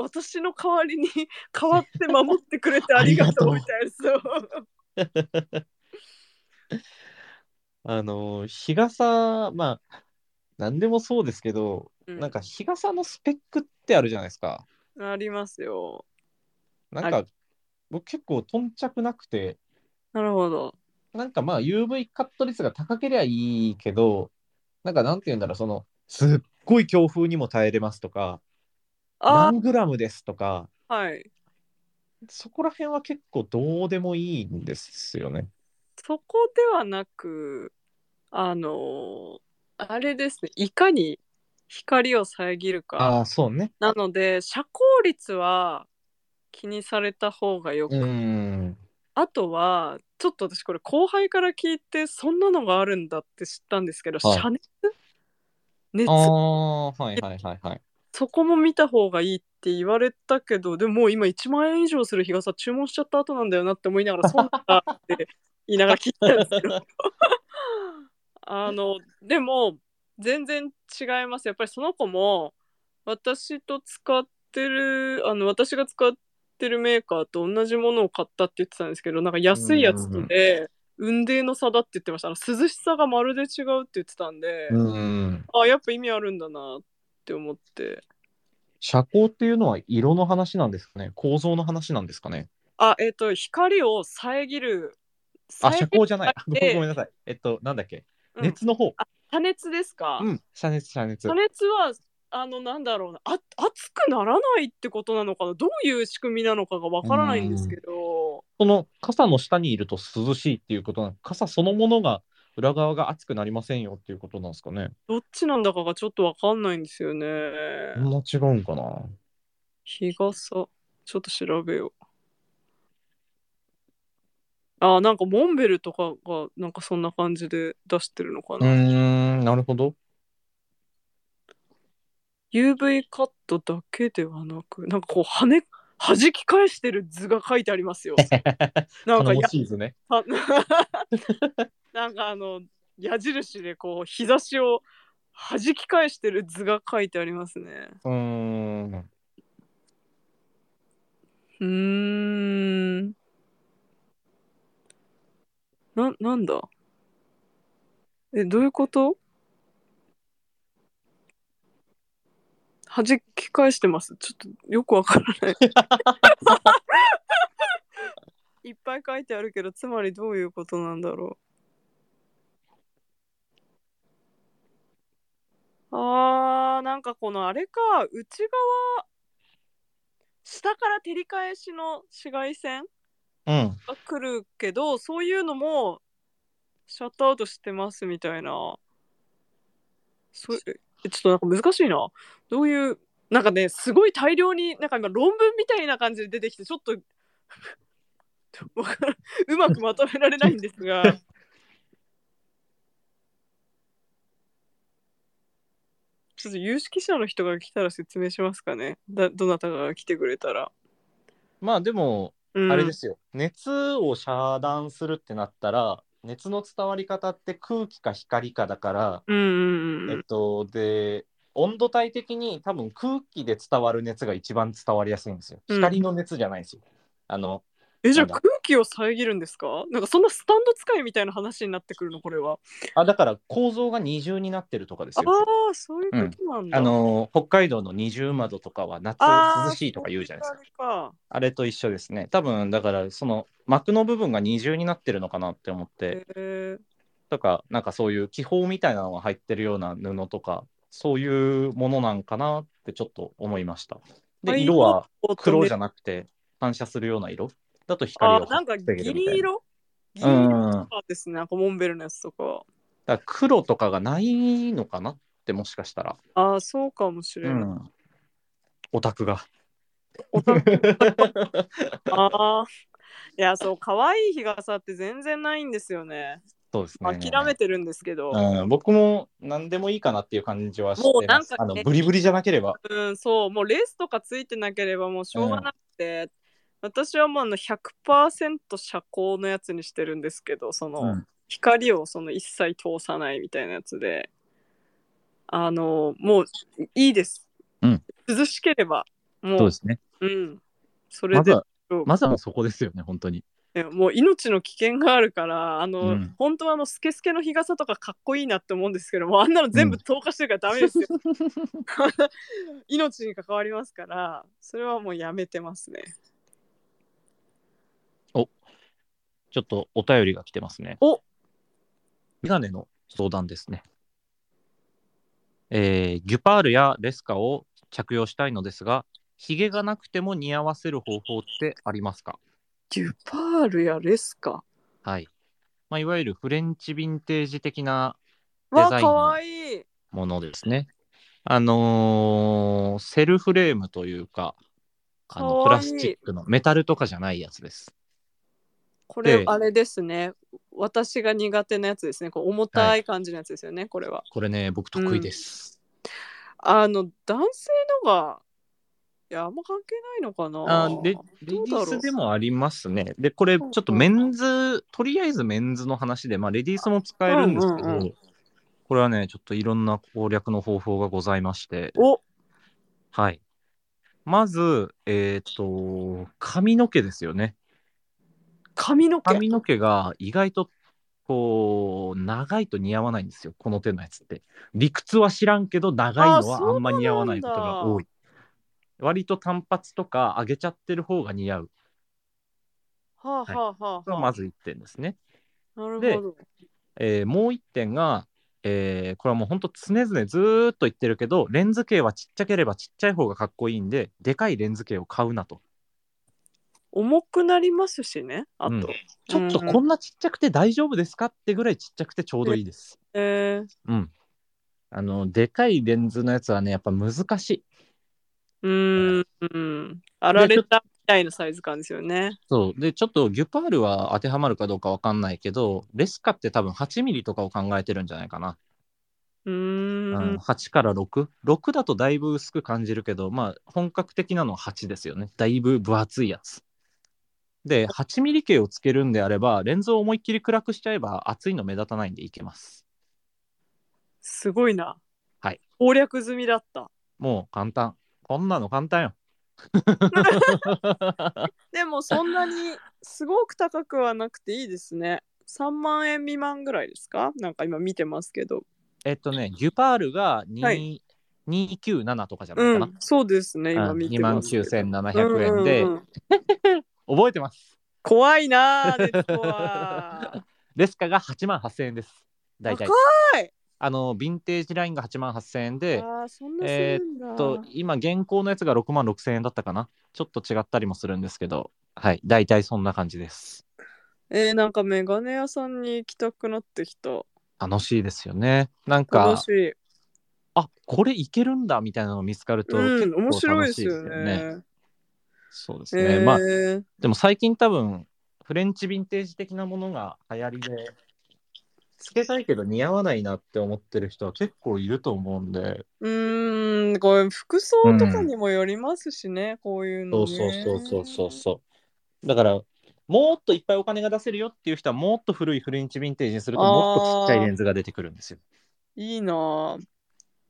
[SPEAKER 1] 私の代わりに <laughs> 代わって守ってくれてありがとうみたいなそう
[SPEAKER 2] あのー、日傘、まあ、何でもそうですけど、
[SPEAKER 1] うん
[SPEAKER 2] なんか日傘のスペックってあるじゃないですか。
[SPEAKER 1] ありますよ
[SPEAKER 2] なん
[SPEAKER 1] あ
[SPEAKER 2] か、僕結構頓着なくて、
[SPEAKER 1] なるほど
[SPEAKER 2] なんかまあ UV カット率が高ければいいけど、なんかなんて言うんだろう、その、すっごい強風にも耐えれますとか、
[SPEAKER 1] あ
[SPEAKER 2] 何グラムですとか、
[SPEAKER 1] ーはい
[SPEAKER 2] そこら辺は結構どうでもいいんですよね。
[SPEAKER 1] そこではなくあのーあれですねいかに光を遮るか
[SPEAKER 2] ああ、そうね。
[SPEAKER 1] なので遮光率は気にされた方がよく、
[SPEAKER 2] うん。
[SPEAKER 1] あとはちょっと私これ後輩から聞いてそんなのがあるんだって知ったんですけど、
[SPEAKER 2] はい
[SPEAKER 1] 遮熱熱
[SPEAKER 2] ああ、はいはいはいはい。
[SPEAKER 1] そこも見た方がいいって言われたけどでももう今1万円以上する日傘注文しちゃった後なんだよなって思いながらそうなんだって言いながら聞いたんですけどあのでも全然違いますやっぱりその子も私と使ってるあの私が使ってるメーカーと同じものを買ったって言ってたんですけどなんか安いやつとで雲泥の差だって言ってましたあの涼しさがまるで違うって言ってたんで、
[SPEAKER 2] うん。
[SPEAKER 1] あやっぱ意味あるんだなって思って。
[SPEAKER 2] 遮光っていうのは色の話なんですかね構造の話なんですかね
[SPEAKER 1] あ、えっ、と、光を遮る。
[SPEAKER 2] あ、遮光じゃない。ご
[SPEAKER 1] 遮光で
[SPEAKER 2] めんなさい。えっと、なんだっけ
[SPEAKER 1] うん
[SPEAKER 2] 熱の方。
[SPEAKER 1] 遮熱ですか。
[SPEAKER 2] うん。遮熱、遮熱
[SPEAKER 1] 遮。熱は、あの、なんだろうな、あ、熱くならないってことなのかな、どういう仕組みなのかがわからないんですけど。
[SPEAKER 2] その傘の下にいると涼しいっていうことなの傘そのものが裏側が熱くなりませんよっていうことなんですかね
[SPEAKER 1] どっちなんだかがちょっとわかんないんですよね。
[SPEAKER 2] そんな違うんかな
[SPEAKER 1] 日傘、ちょっと調べよう。あ、なんかモンベルとかが、なんかそんな感じで出してるのか
[SPEAKER 2] う
[SPEAKER 1] な。
[SPEAKER 2] ーんなるほど
[SPEAKER 1] UV カットだけではなく、なんかこう、跳ね、弾き返してる図が書いてありますよ。なんか
[SPEAKER 2] 頼
[SPEAKER 1] や
[SPEAKER 2] もしいですね
[SPEAKER 1] あ <laughs> なんかあの矢印でこう日差しを弾き返してる図が書いてありますね。
[SPEAKER 5] うーん。
[SPEAKER 1] うーん。な、なんだえ、どういうこと弾き返してます。ちょっとよくわからない。いっぱい書いてあるけど、つまりどういうことなんだろう。あー、なんかこのあれか、内側下から照り返しの紫外線
[SPEAKER 5] うん。
[SPEAKER 1] が来るけどそういうのもシャットアウトしてますみたいなそえちょっとなんか難しいなどういうなんかねすごい大量になんか今論文みたいな感じで出てきてちょっと <laughs> わからんうまくまとめられないんですが <laughs> ちょっと有識者の人が来たら説明しますかねだどなたかが来てくれたら。
[SPEAKER 6] まあでも、
[SPEAKER 1] うん
[SPEAKER 6] あれですよ。熱を遮断するってなったら、熱の伝わり方って空気か光かだから、
[SPEAKER 1] うんうんう
[SPEAKER 6] え
[SPEAKER 1] ん
[SPEAKER 6] っと、で、温度帯的に多分空気で伝わる熱が一番伝わりやすいんですよ。
[SPEAKER 1] うん
[SPEAKER 6] 光の熱じゃないんですよ。あの、
[SPEAKER 1] えじゃあ
[SPEAKER 6] なん
[SPEAKER 1] 空
[SPEAKER 6] だ
[SPEAKER 1] 気を遮るんですかなんかそんなスタンド使いみたいな話になってくるのこれは
[SPEAKER 6] あ、だから構造が二重になってるとかです
[SPEAKER 1] あ
[SPEAKER 6] よ。
[SPEAKER 1] あそういうことなんだ、
[SPEAKER 6] あの北海道の二重窓とかは夏
[SPEAKER 1] あー
[SPEAKER 6] 涼しいとか言うじゃないですか。
[SPEAKER 1] そううあれか
[SPEAKER 6] あれと一緒ですね。多分だからその膜の部分が二重になってるのかなって思って、
[SPEAKER 1] へー
[SPEAKER 6] とかなんかそういう気泡みたいなのが入ってるような布とかそういうものなんかなってちょっと思いました。で
[SPEAKER 1] 灰
[SPEAKER 6] 色は
[SPEAKER 1] お乙女
[SPEAKER 6] 黒じゃなくて反射するような色だと
[SPEAKER 1] あ
[SPEAKER 6] 光を
[SPEAKER 1] ーなんか
[SPEAKER 6] 防げるみたい
[SPEAKER 1] 銀色銀
[SPEAKER 6] うんうん
[SPEAKER 1] 色とかですねなんかモンベルのやつとか
[SPEAKER 6] だから黒とかがないのかなってもしかしたら。
[SPEAKER 1] ああそうかもしれ
[SPEAKER 6] う
[SPEAKER 1] ない、
[SPEAKER 6] ん。オタクが。
[SPEAKER 1] ああいやそう可愛い日傘って全然ないんですよね
[SPEAKER 6] <laughs> そうですね。
[SPEAKER 1] 諦めてるんですけど、
[SPEAKER 6] うん、僕も何でもいいかなっていう感じはして
[SPEAKER 1] もうなん
[SPEAKER 6] ます
[SPEAKER 1] か
[SPEAKER 6] あの
[SPEAKER 1] ね
[SPEAKER 6] ブリブリじゃなければ。
[SPEAKER 1] うん、そう、もうレースとかついてなければもうしょうがなくて、私はもうあの100%遮光のやつにしてるんですけど、その、
[SPEAKER 6] うん
[SPEAKER 1] 光をその一切通さないみたいなやつで、あの、もういいです。
[SPEAKER 2] うん
[SPEAKER 1] 涼しければ、もう、
[SPEAKER 2] そうですね。
[SPEAKER 1] うん、それ
[SPEAKER 2] まず
[SPEAKER 1] で、
[SPEAKER 2] は、まずはもうそこですよね、本当に。
[SPEAKER 1] いやもう命の危険があるから、あの、
[SPEAKER 2] うん
[SPEAKER 1] 本当はあのスケスケの日傘とかかっこいいなって思うんですけども、あんなの全部透過してるからダメですよ。
[SPEAKER 2] <laughs>
[SPEAKER 1] <laughs> 命に関わりますから、それはもうやめてますね。
[SPEAKER 2] ちょっとお便りが来てますね。
[SPEAKER 1] お
[SPEAKER 2] メガネの相談ですね。えーギュパールやレスカを着用したいのですが、ヒゲがなくても似合わせる方法ってありますか
[SPEAKER 1] デュパールやレスカ。
[SPEAKER 2] はい。まあ、いわゆるフレンチヴィンテージ的な
[SPEAKER 1] わあ、
[SPEAKER 2] デザインの
[SPEAKER 1] かわいい。
[SPEAKER 2] ものですね。あのーセルフレームというか、あ
[SPEAKER 1] かわい
[SPEAKER 2] の
[SPEAKER 1] い
[SPEAKER 2] プラスチックのメタルとかじゃないやつです。
[SPEAKER 1] これ
[SPEAKER 2] で、
[SPEAKER 1] あれですね。私が苦手なやつですね。こう重たい感じのやつですよね、これは。
[SPEAKER 2] これね、僕得意です。
[SPEAKER 1] あの、男性のが、いや、あんま関係ないのかな。
[SPEAKER 2] あで、レデ
[SPEAKER 1] ど
[SPEAKER 2] ィ
[SPEAKER 1] うだろう
[SPEAKER 2] ースでもありますね。で、これちょっとメンズ、とりあえずメンズの話で、まあ、レディースも使えるんですけど、
[SPEAKER 1] うんうんう
[SPEAKER 2] これはね、ちょっといろんな攻略の方法がございまして、
[SPEAKER 1] お
[SPEAKER 2] はい。まず、えっ、と、髪の毛ですよね。
[SPEAKER 1] 髪の毛。
[SPEAKER 2] 髪の毛が意外とこう長いと似合わないんですよこの手のやつって理屈は知らんけど長いの
[SPEAKER 1] あ
[SPEAKER 2] は
[SPEAKER 1] そう
[SPEAKER 2] あんま似合わないことが
[SPEAKER 1] な
[SPEAKER 2] 多
[SPEAKER 1] ん
[SPEAKER 2] い割と単発とか上げちゃってる方が似合う
[SPEAKER 1] はあ、はあはあ
[SPEAKER 2] のが
[SPEAKER 1] はあ
[SPEAKER 2] まず1点ですね、
[SPEAKER 1] なるほど。
[SPEAKER 2] えーもう1点が、えーこれはもうほんと常々ずーっと言ってるけどレンズ系はちっちゃければちっちゃい方がかっこいいんででかいレンズ系を買うなと
[SPEAKER 1] 重くなりますしね。あと。
[SPEAKER 2] うんちょっとこんなちっちゃくて大丈夫ですかってぐらいちっちゃくてちょうどいいです
[SPEAKER 1] えー
[SPEAKER 2] あのでかいレンズのやつはねやっぱ難しい
[SPEAKER 1] うんうん。あられたみたいなサイズ感ですよね。
[SPEAKER 2] そう。で、ちょっとギュパールは当てはまるかどうかわかんないけど、レスカって多分8ミリとかを考えてるんじゃないかな。
[SPEAKER 1] う
[SPEAKER 2] う
[SPEAKER 1] ー
[SPEAKER 2] ん、
[SPEAKER 1] ん。
[SPEAKER 2] 8から6。6だとだいぶ薄く感じるけど、まあ本格的なのは8ですよね。だいぶ分厚いやつ。で、8ミリ径をつけるんであれば、レンズを思いっきり暗くしちゃえば厚いの目立たないんでいけます。
[SPEAKER 1] すごいな。
[SPEAKER 2] はい。
[SPEAKER 1] 攻略済みだった。
[SPEAKER 2] もう簡単。こんなの簡単よ。
[SPEAKER 1] でもそんなにすごく高くはなくていいですね。3万円未満ぐらいですかなんか今見てますけど。
[SPEAKER 2] えっとね、デュパールが2、
[SPEAKER 1] は
[SPEAKER 2] 297とかじゃな
[SPEAKER 1] う
[SPEAKER 2] いかな。
[SPEAKER 1] ん、そうですね。今
[SPEAKER 2] うん
[SPEAKER 1] 見て
[SPEAKER 2] 2万
[SPEAKER 1] ますけど。
[SPEAKER 2] 9700円で、
[SPEAKER 1] うんうんうん
[SPEAKER 2] 覚えてます。
[SPEAKER 1] 怖いなあ、デツコは。
[SPEAKER 2] レスカが8万8000円です。 <laughs> 大体。
[SPEAKER 1] 高い
[SPEAKER 2] あの、ヴィンテージラインが8万8000円
[SPEAKER 1] あ
[SPEAKER 2] で、
[SPEAKER 1] ーそんなするんだ。
[SPEAKER 2] えっと今、現行のやつが6万6000円だったかな。ちょっと違ったりもするんですけど、はい、大体そんな感じです。
[SPEAKER 1] えーなんかメガネ屋さんに行きたくなってきた。
[SPEAKER 2] 楽しいですよね。なん
[SPEAKER 1] 楽
[SPEAKER 2] か
[SPEAKER 1] し、い。
[SPEAKER 2] あこれいけるんだみたいなのが見つかると、
[SPEAKER 1] うん、面
[SPEAKER 2] 結構
[SPEAKER 1] 白い
[SPEAKER 2] 楽
[SPEAKER 1] で
[SPEAKER 2] し
[SPEAKER 1] す
[SPEAKER 2] いです
[SPEAKER 1] よ
[SPEAKER 2] よね。
[SPEAKER 1] ね。
[SPEAKER 2] そうです
[SPEAKER 1] え
[SPEAKER 2] ね。まあ、
[SPEAKER 1] ー
[SPEAKER 2] でも最近多分、フレンチヴィンテージ的なものが流行りで、つけたいけど似合わないなって思ってる人は結構いると思うんで、
[SPEAKER 1] うーん、これ服装とかにもよりますしね、こういう
[SPEAKER 2] そ
[SPEAKER 1] の、
[SPEAKER 2] う
[SPEAKER 1] ね。
[SPEAKER 2] そうそうそうそうそう。だから、もっといっぱいお金が出せるよっていう人は、もっと古いフレンチヴィンテージにすると、
[SPEAKER 1] あー
[SPEAKER 2] もっとちっちゃいレンズが出てくるんですよ。
[SPEAKER 1] いいな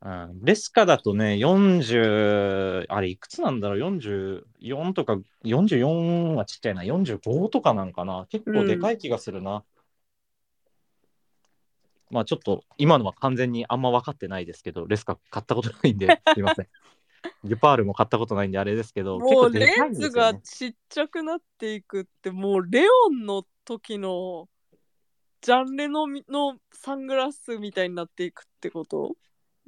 [SPEAKER 1] あ
[SPEAKER 2] うん、レスカだとね、40、あれ、いくつなんだろう、44とか、44はちっちゃいな、45とかなんかな、結構でかい気がするな。まあちょっと、今のは完全にあんま分かってないですけど、レスカ買ったことないんで、す
[SPEAKER 1] <laughs>
[SPEAKER 2] いません。デュパールも買ったことないんで、あれですけど、結
[SPEAKER 1] も
[SPEAKER 2] 構
[SPEAKER 1] う
[SPEAKER 2] で
[SPEAKER 1] レ
[SPEAKER 2] かい
[SPEAKER 1] ン
[SPEAKER 2] んです
[SPEAKER 1] ズ
[SPEAKER 2] よ、ね。
[SPEAKER 1] がちっちゃくなっていくって、もうレオンの時のジャンルのみのサングラスみたいになっていくってこと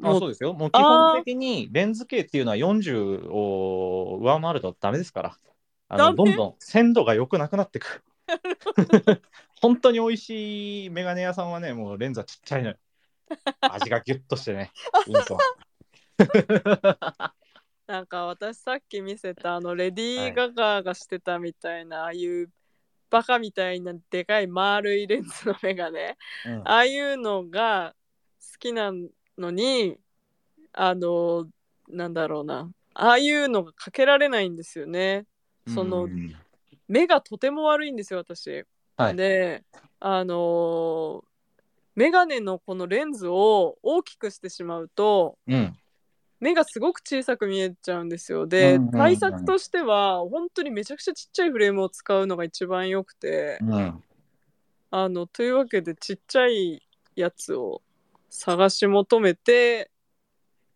[SPEAKER 2] あ
[SPEAKER 1] も
[SPEAKER 2] そう
[SPEAKER 1] う
[SPEAKER 2] ですよ。もう基本的にレンズ系っていうのは40を上回るとダメですから。あ
[SPEAKER 1] ダ
[SPEAKER 2] の
[SPEAKER 1] メ
[SPEAKER 2] どんどん鮮度が良くなくなっ
[SPEAKER 1] <laughs>
[SPEAKER 2] てく。本当に美味しいメガネ屋さんはね、もうレンズはちっちゃいの
[SPEAKER 1] <laughs>
[SPEAKER 2] よ。味がギュッとしてね。うんと
[SPEAKER 1] なんか私さっき見せたあのレディ
[SPEAKER 2] は
[SPEAKER 1] ー・
[SPEAKER 2] い
[SPEAKER 1] ガガがしてたみたいな、ああいうバカみたいなでかい丸いレンズのメガネ。
[SPEAKER 2] うん
[SPEAKER 1] ああいうのが好きなのにあのなんだろうなああいうのがかけられないんですよねその
[SPEAKER 2] うん
[SPEAKER 1] 目がとても悪いんですよ私、
[SPEAKER 2] はい
[SPEAKER 1] であのメガネのこのレンズを大きくしてしまうと
[SPEAKER 2] うん。
[SPEAKER 1] 目がすごく小さく見えちゃうんですよで、
[SPEAKER 2] うんうんうん
[SPEAKER 1] 対策としては本当にめちゃくちゃちっちゃいフレームを使うのが一番よくて、
[SPEAKER 2] うん。
[SPEAKER 1] あのというわけでちっちゃいやつを探し求めて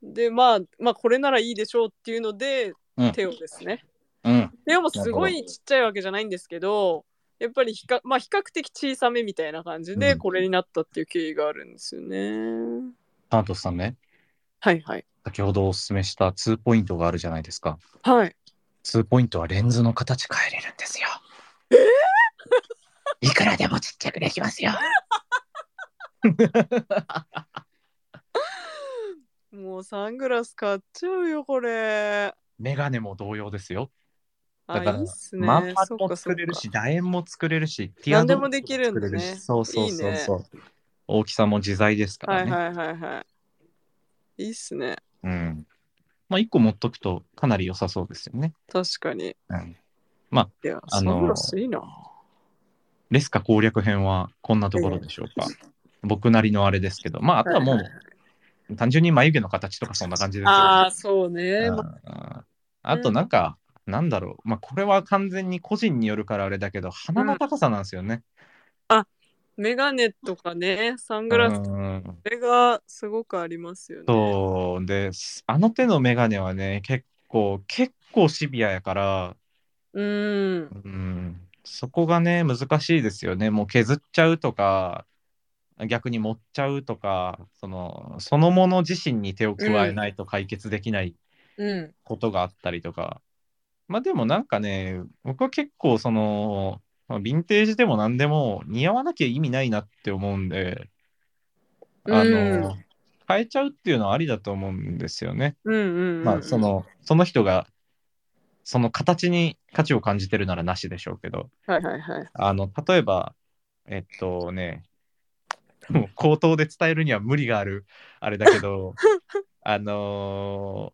[SPEAKER 1] でまあまあこれならいいでしょうっていうので、
[SPEAKER 2] うん
[SPEAKER 1] テオですね。
[SPEAKER 2] うん。
[SPEAKER 1] テオもすごいちっちゃいわけじゃないんですけどやっぱり比較,、まあ、比較的小さめみたいな感じで
[SPEAKER 2] うん
[SPEAKER 1] これになったっていう経緯があるんですよね。
[SPEAKER 2] タントスさんね、
[SPEAKER 1] はいはい。
[SPEAKER 2] 先ほどお勧めした2ポイントがあるじゃないですか。
[SPEAKER 1] はい。
[SPEAKER 2] 2ポイントはレンズの形変えれるんですよ。いくらでもちっちゃくできますよ。
[SPEAKER 1] もうサングラス買っちゃうよこれ。
[SPEAKER 2] メガネも同様ですよ。
[SPEAKER 1] あ
[SPEAKER 2] だから
[SPEAKER 1] いいっすね。
[SPEAKER 2] マンパ
[SPEAKER 1] そっか
[SPEAKER 2] も作れる
[SPEAKER 1] そっか
[SPEAKER 2] し、楕円も作れるし、テ
[SPEAKER 1] 何でもできるんだね
[SPEAKER 2] ティアドロップも作れしそうそう
[SPEAKER 1] い
[SPEAKER 2] そう
[SPEAKER 1] い
[SPEAKER 2] そう。大きさも自在ですか
[SPEAKER 1] は
[SPEAKER 2] ら
[SPEAKER 1] い
[SPEAKER 2] ね。
[SPEAKER 1] はいはいはい。いいっすね。
[SPEAKER 2] うん。まあ、1個持っとくとかなり良さそうですよね。
[SPEAKER 1] 確かに。
[SPEAKER 2] うん、
[SPEAKER 1] いや、
[SPEAKER 2] あ
[SPEAKER 1] サ
[SPEAKER 2] の
[SPEAKER 1] ングラスいいな。
[SPEAKER 2] レスカ攻略編はこんなところでしょうか。僕なりのあれですけど、まあ、あとはも
[SPEAKER 1] はいは
[SPEAKER 2] う、単純に眉毛の形とかそんな感じですよね。
[SPEAKER 1] ああ、そうね。ま
[SPEAKER 2] ああとなんか、なんだろう、まあ、これは完全に個人によるからあれだけど、鼻の高さなんですよね。
[SPEAKER 1] メガネとかね、サン
[SPEAKER 2] う
[SPEAKER 1] グラス、こ
[SPEAKER 2] ん、
[SPEAKER 1] れがすごくありますよね。
[SPEAKER 2] そうで、あの手のメガネはね、結構、結構シビアやから、
[SPEAKER 1] う。ん。
[SPEAKER 2] うん、そこがね、難しいですよね。もう削っちゃうとか、逆に持っちゃうとか、そのそのもの自身に手を加えないと解決できない
[SPEAKER 1] うん。
[SPEAKER 2] ことがあったりとか。まあでもなんかね、僕は結構その、まあ、ヴィンテージでも何でも似合わなきゃ意味ないなって思うんで、あの、
[SPEAKER 1] う
[SPEAKER 2] 変えちゃうっていうのはありだと思うんですよね。
[SPEAKER 1] うんうん、うん。
[SPEAKER 2] まあそ。の、その人が、その形に価値を感じてるならなしでしょうけど、
[SPEAKER 1] はいはいはい。
[SPEAKER 2] あの、例えば、えっとね、もう口頭で伝えるには無理がある、あれだけど、
[SPEAKER 1] <laughs>
[SPEAKER 2] あのー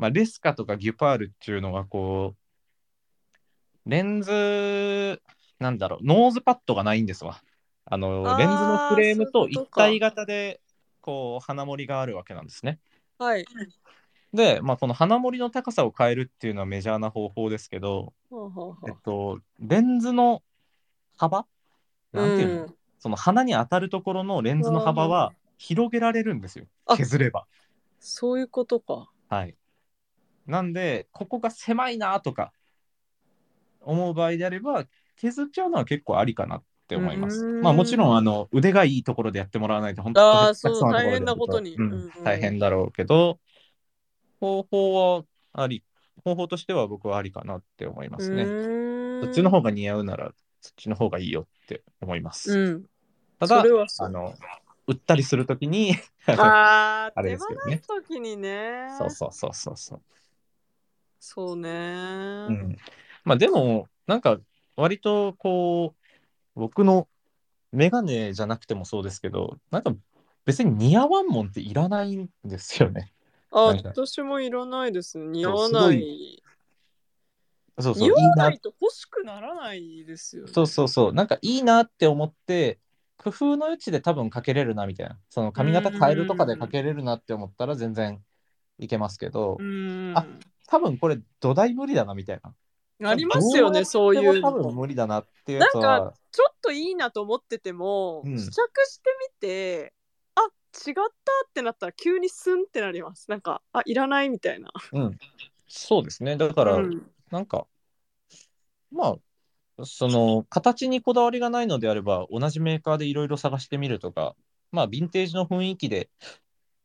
[SPEAKER 2] まあ、レスカとかギュパールっていうのがこう、レンズ、なんだろう、ノーズパッドがないんですわ。あの、
[SPEAKER 1] あー
[SPEAKER 2] レンズのフレームと
[SPEAKER 1] そういう
[SPEAKER 2] 一
[SPEAKER 1] ことか
[SPEAKER 2] 体型でこう花盛りがあるわけなんですね。
[SPEAKER 1] はい。
[SPEAKER 2] で、まあ、この花盛りの高さを変えるっていうのはメジャーな方法ですけど、
[SPEAKER 1] ほうほうほ
[SPEAKER 2] えっ
[SPEAKER 1] う
[SPEAKER 2] と、レンズの幅なんていうの、
[SPEAKER 1] ん
[SPEAKER 2] その花に当たるところのレンズの幅は広げられるんですよ
[SPEAKER 1] あ
[SPEAKER 2] 削れば。
[SPEAKER 1] そういうことか。
[SPEAKER 2] はい、なんでここが狭いなとか思う場合であれば削っちゃうのは結構ありかなって思います。
[SPEAKER 1] うーん
[SPEAKER 2] まあもちろんあの腕がいいところでやってもらわないと本
[SPEAKER 1] あー
[SPEAKER 2] 下手くそところで
[SPEAKER 1] そう
[SPEAKER 2] やる
[SPEAKER 1] 大変なことに
[SPEAKER 2] うん
[SPEAKER 1] うんうん
[SPEAKER 2] 大変だろうけど方法はあり方法としては僕はありかなって思いますね。そっちの方が似合うならそっちの方がいいよって思います。
[SPEAKER 1] うん。
[SPEAKER 2] ただ
[SPEAKER 1] それはそう
[SPEAKER 2] あの <laughs> 売ったりするときに
[SPEAKER 1] ああ、
[SPEAKER 2] あれ
[SPEAKER 1] 手
[SPEAKER 2] で
[SPEAKER 1] 放
[SPEAKER 2] すけどね
[SPEAKER 1] すときにね。
[SPEAKER 2] そうそうそうそうそう。
[SPEAKER 1] そうね。
[SPEAKER 2] うん、まあでもなんか割とこう僕のメガネじゃなくてもそうですけどなんか別に似合わんもんっていらないんです
[SPEAKER 1] <laughs>
[SPEAKER 2] よね。
[SPEAKER 1] あ、
[SPEAKER 2] なんか
[SPEAKER 1] 私もいらないです。似合わない。
[SPEAKER 2] そうそうい
[SPEAKER 1] 似合
[SPEAKER 2] い
[SPEAKER 1] わな
[SPEAKER 2] ない
[SPEAKER 1] と欲しくならないですよね。
[SPEAKER 2] そうそうそうなんかいいなって思って工夫の余地で多分かけれるなみたいなその髪型変えるとかでかけれるなって思ったら全然いけますけど
[SPEAKER 1] うん。
[SPEAKER 2] あ多分これ土台無理だなみたいな。
[SPEAKER 1] ありますよね、そういう
[SPEAKER 2] でも
[SPEAKER 1] の
[SPEAKER 2] 多分無理だなっていうやつは。
[SPEAKER 1] なんちょっといいなと思ってても、
[SPEAKER 2] うん
[SPEAKER 1] 試着してみてあ違ったってなったら急にスンってなりますなんかあいらないみたいな
[SPEAKER 2] うん、そうですね。だから、
[SPEAKER 1] うん
[SPEAKER 2] なんか、まあ、その、形にこだわりがないのであれば、同じメーカーでいろいろ探してみるとか、まあ、ヴィンテージの雰囲気で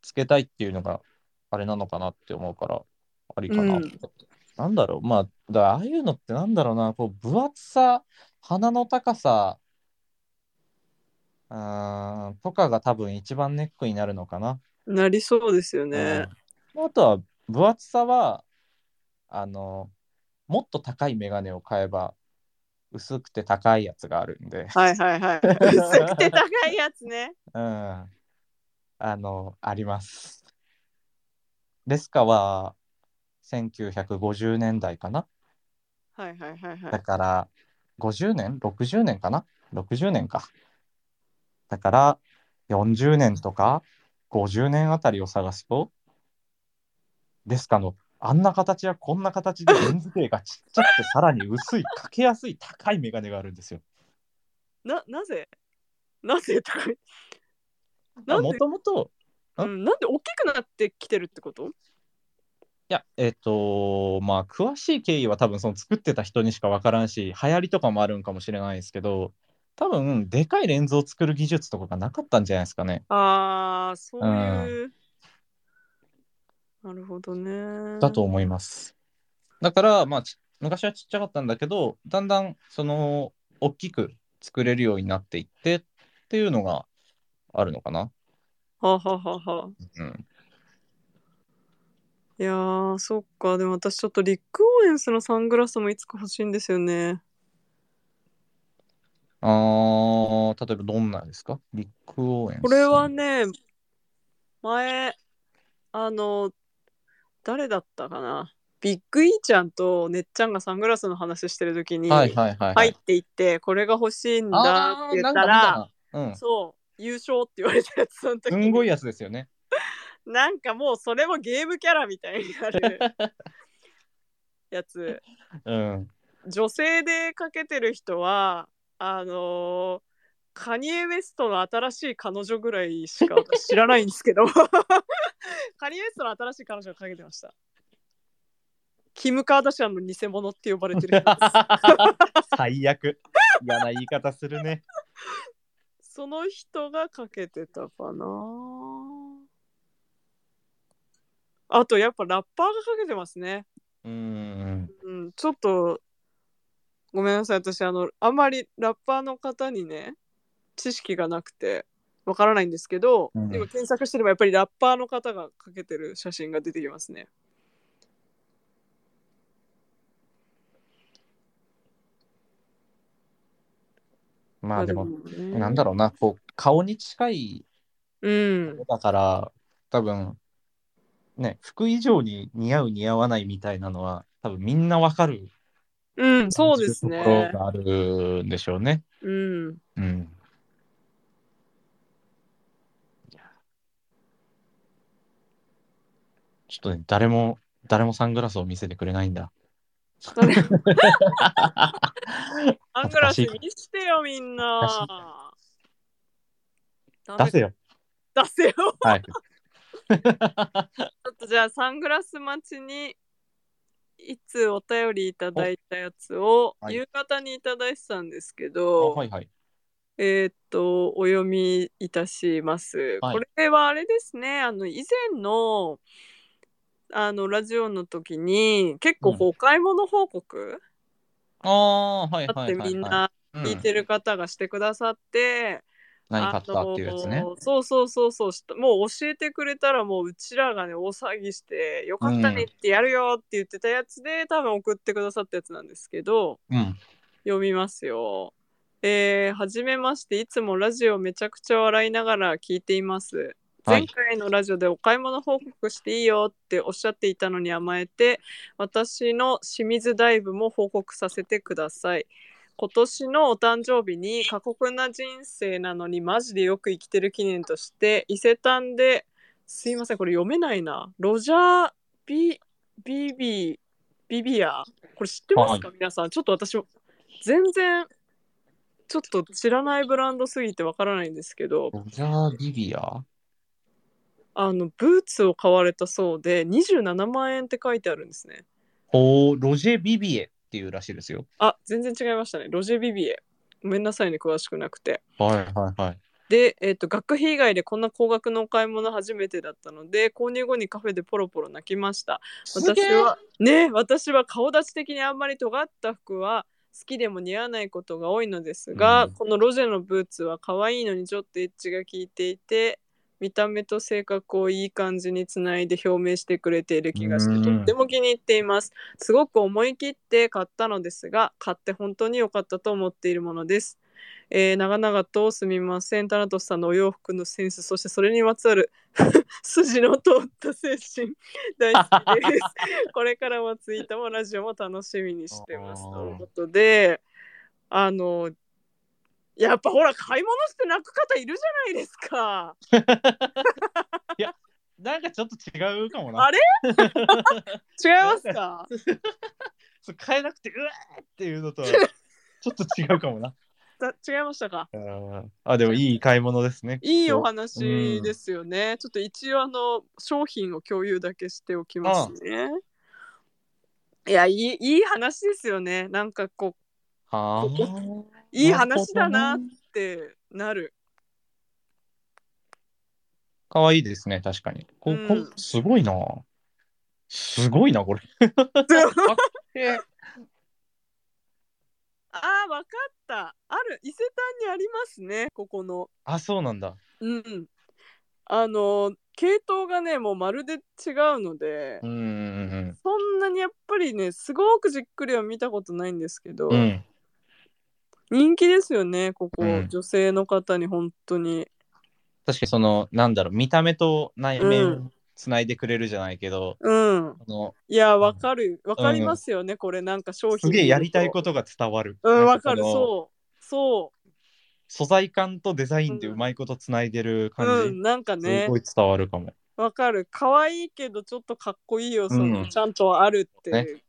[SPEAKER 2] つけたいっていうのが、あれなのかなって思うから、ありかな。
[SPEAKER 1] うん
[SPEAKER 2] なんだろう、まあ、だからああいうのってなんだろうな、こう、分厚さ、鼻の高さ、うーん、とかが多分一番ネックになるのかな。
[SPEAKER 1] なりそうですよね、
[SPEAKER 2] うんあとは分厚さはあのもっと高いメガネを買えば薄くて高いやつがあるんで、 <laughs>
[SPEAKER 1] はいはいはい薄くて高いやつね
[SPEAKER 2] うん、あのあります。レスカは1950年代かな
[SPEAKER 1] はいはいはいは
[SPEAKER 2] だ
[SPEAKER 1] い
[SPEAKER 2] から50年60年かな60年かだから40年とか50年あたりを探すとですかのあんな形やこんな形でレンズ径がちっち
[SPEAKER 1] <laughs>
[SPEAKER 2] ゃくてさらに薄いかけやすい高いメガネがあるんですよ。
[SPEAKER 1] ななぜなぜ高いなんで
[SPEAKER 2] もともと
[SPEAKER 1] うんん、なんで大きくなってきてるってこと
[SPEAKER 2] いやえっ、とまあ詳しい経緯は多分その作ってた人にしか分からんし流行りとかもあるんかもしれないですけど多分でかいレンズを作る技術とかがなかったんじゃないですかね。
[SPEAKER 1] ああそういう、なるほどね
[SPEAKER 2] だと思います。だから、まあ、ち昔はちっちゃかったんだけど、だんだん、その、大きく作れるようになっていってっていうのがあるのかな。
[SPEAKER 1] はははは
[SPEAKER 2] うん。
[SPEAKER 1] いやー、そっか。でも私ちょっとリック・オーエンスのサングラスもいつか欲しいんですよね。
[SPEAKER 2] あー例えばどんなですかビッグオーエンス。
[SPEAKER 1] これはね、前、あの、誰だったかな。ビッグ・イーちゃんとねっちゃんがサングラスの話してる時に、
[SPEAKER 2] はいはいはい、
[SPEAKER 1] 入っ。ていって、これが欲しいんだ
[SPEAKER 2] あ
[SPEAKER 1] っ
[SPEAKER 2] ー
[SPEAKER 1] て言
[SPEAKER 2] な
[SPEAKER 1] っ
[SPEAKER 2] んか
[SPEAKER 1] たら、
[SPEAKER 2] 見たな
[SPEAKER 1] そう、優勝って言われたやつその時
[SPEAKER 2] うん。す
[SPEAKER 1] に
[SPEAKER 2] んごいやつですよね。
[SPEAKER 1] なんかもうそれもゲームキャラみたいにな
[SPEAKER 2] <laughs>
[SPEAKER 1] るやつ。
[SPEAKER 2] うん。 <laughs>
[SPEAKER 1] 女性でかけてる人はあのーカニエ・ウェストの新しい彼女ぐらいしか私知らないんです
[SPEAKER 2] <laughs>
[SPEAKER 1] けどカニエ・ウェストの新しい彼女がかけてましたキム・カーダシアンの偽物って呼ばれてる人
[SPEAKER 2] <laughs>
[SPEAKER 1] で
[SPEAKER 2] 最悪。嫌な言い方するね。
[SPEAKER 1] すその人がかけてたかなあとやっぱラッパーがかけてますね
[SPEAKER 2] うん。
[SPEAKER 1] うん、ちょっと、ごめんなさい、私、あの、あんまりラッパーの方にね、知識がなくて、わからないんですけど、
[SPEAKER 2] うん
[SPEAKER 1] 今検索してれば、やっぱりラッパーの方がかけてる写真が出てきますね。
[SPEAKER 2] まあでも、
[SPEAKER 1] ね
[SPEAKER 2] なんだろうな、こう、顔に近い
[SPEAKER 1] うん。
[SPEAKER 2] だから多分ね服以上に似合う似合わないみたいなのは多分みんなわかる
[SPEAKER 1] うん、そうです
[SPEAKER 2] ところ
[SPEAKER 1] ね。
[SPEAKER 2] があるんでしょうね。
[SPEAKER 1] うん。
[SPEAKER 2] うん、
[SPEAKER 7] ちょっとね、誰も、誰もサングラスを見せてくれないんだ。 <laughs>
[SPEAKER 1] サングラス見してよ、みんな。ダメ
[SPEAKER 2] 出せよ。
[SPEAKER 1] 出せよ。
[SPEAKER 7] はい。
[SPEAKER 1] ちょっとじゃあサングラス待ちにいつお便りいただいたやつを
[SPEAKER 7] はい
[SPEAKER 1] 夕方にいただいてたんですけ
[SPEAKER 7] あ
[SPEAKER 1] ど、
[SPEAKER 7] はいはい。
[SPEAKER 1] えーっとお読みいたします。
[SPEAKER 7] はい
[SPEAKER 1] これはあれですねあの以前のあのラジオの時に結構こうお買い物報告
[SPEAKER 7] ああ、はい
[SPEAKER 1] あっ
[SPEAKER 7] はい
[SPEAKER 1] て
[SPEAKER 7] はい、
[SPEAKER 1] みん
[SPEAKER 7] は
[SPEAKER 1] な聞いてる方がしてくださって、
[SPEAKER 7] い。何買ったっていうやつ
[SPEAKER 1] あ
[SPEAKER 7] ね。
[SPEAKER 1] のーそうそうそうそうしたもう教えてくれたらもううちらがね大騒ぎして「よかったね」ってやるよって言ってたやつで、多分送ってくださったやつなんですけど
[SPEAKER 7] うん。
[SPEAKER 1] 読みますよ。えー、はじめましていつもラジオめちゃくちゃ笑いながら聞いています。
[SPEAKER 7] は
[SPEAKER 1] 前
[SPEAKER 7] い
[SPEAKER 1] 回のラジオでお買い物報告していいよっておっしゃっていたのに甘えて私の清水ダイブも報告させてください。今年のお誕生日に過酷な人生なのにマジでよく生きてる記念として伊勢丹ですいませんこれ読めないなロジャー・ビビビビビアこれ知ってますか、皆さんちょっと私全然ちょっと知らないブランドすぎてわからないんですけど
[SPEAKER 7] ロジャー・ビビア
[SPEAKER 1] あのブーツを買われたそうで27万円って書いてあるんですね
[SPEAKER 7] ほう、ロジェ・ビビエっていうらしいですよ。
[SPEAKER 1] あ全然違いましたねロジェ・ビビエごめんなさいね詳しくなくて
[SPEAKER 7] はいはいはい。
[SPEAKER 1] で、えっと学費以外でこんな高額のお買い物初めてだったので購入後にカフェでポロポロ泣きました私はね私は顔立ち的にあんまり尖った服は好きでも似合わないことが多いのですが、
[SPEAKER 7] うん
[SPEAKER 1] このロジェのブーツは可愛いのにちょっとエッジが効いていて見た目と性格をいい感じにつないで表明してくれている気がして
[SPEAKER 7] うん
[SPEAKER 1] とっても気に入っていますすごく思い切って買ったのですが買って本当に良かったと思っているものですえー長々とすみませんタナトスさんのお洋服のセンスそしてそれにまつわる筋の通った精 <laughs> 神大好きですこれからもツイートもラジオも楽しみにしてます
[SPEAKER 7] あー
[SPEAKER 1] ということであのやっぱほら買い物して泣く方いるじゃないですか
[SPEAKER 2] なんかちょっと違うかもな。
[SPEAKER 1] あれ違いますか
[SPEAKER 2] そう変えなくてうわーってい
[SPEAKER 1] <laughs>
[SPEAKER 2] うのとはちょっと違うかもな。
[SPEAKER 1] だ違いましたか
[SPEAKER 2] うんあでもいい買い物ですね。
[SPEAKER 1] いいお話ですよね、ちょっと一応あの商品を共有だけしておきますねいやいいいい話ですよねなんかこ
[SPEAKER 7] はあ
[SPEAKER 1] こ。ういい話だなってな <laughs> る
[SPEAKER 7] かわいいですね、確かに。こ
[SPEAKER 1] うん
[SPEAKER 7] こすごいな。すごいな、これ。
[SPEAKER 1] あーわかったある伊勢丹にありますねここの
[SPEAKER 2] <laughs> あそうなんだ。
[SPEAKER 1] うんあの系統がねもうまるで違うので
[SPEAKER 2] うんうん
[SPEAKER 1] そんなにやっぱりねすごくじっくりは見たことないんですけど、
[SPEAKER 2] うんうん。
[SPEAKER 1] 人気ですよねここ、
[SPEAKER 2] うん
[SPEAKER 1] 女性の方に本当に
[SPEAKER 2] 確かにそのなんだろう見た目と内
[SPEAKER 1] う
[SPEAKER 2] 面
[SPEAKER 1] ん
[SPEAKER 2] つないでくれるじゃないけど、
[SPEAKER 1] うん
[SPEAKER 2] あの
[SPEAKER 1] いやわかるわかりますよね、これなんか商品
[SPEAKER 2] すげえやりたいこととが伝わる。
[SPEAKER 1] うんわかる
[SPEAKER 2] なんその
[SPEAKER 1] そうそ
[SPEAKER 2] 素材感とデザインでうまいことつないでる
[SPEAKER 1] う
[SPEAKER 2] 感
[SPEAKER 1] う
[SPEAKER 2] じ、
[SPEAKER 1] んなんかね
[SPEAKER 2] すごい伝わるかも。
[SPEAKER 1] わかる可愛いけどちょっとかっこいい要素
[SPEAKER 2] う
[SPEAKER 1] も
[SPEAKER 2] ん
[SPEAKER 1] ちゃんとあるっていう、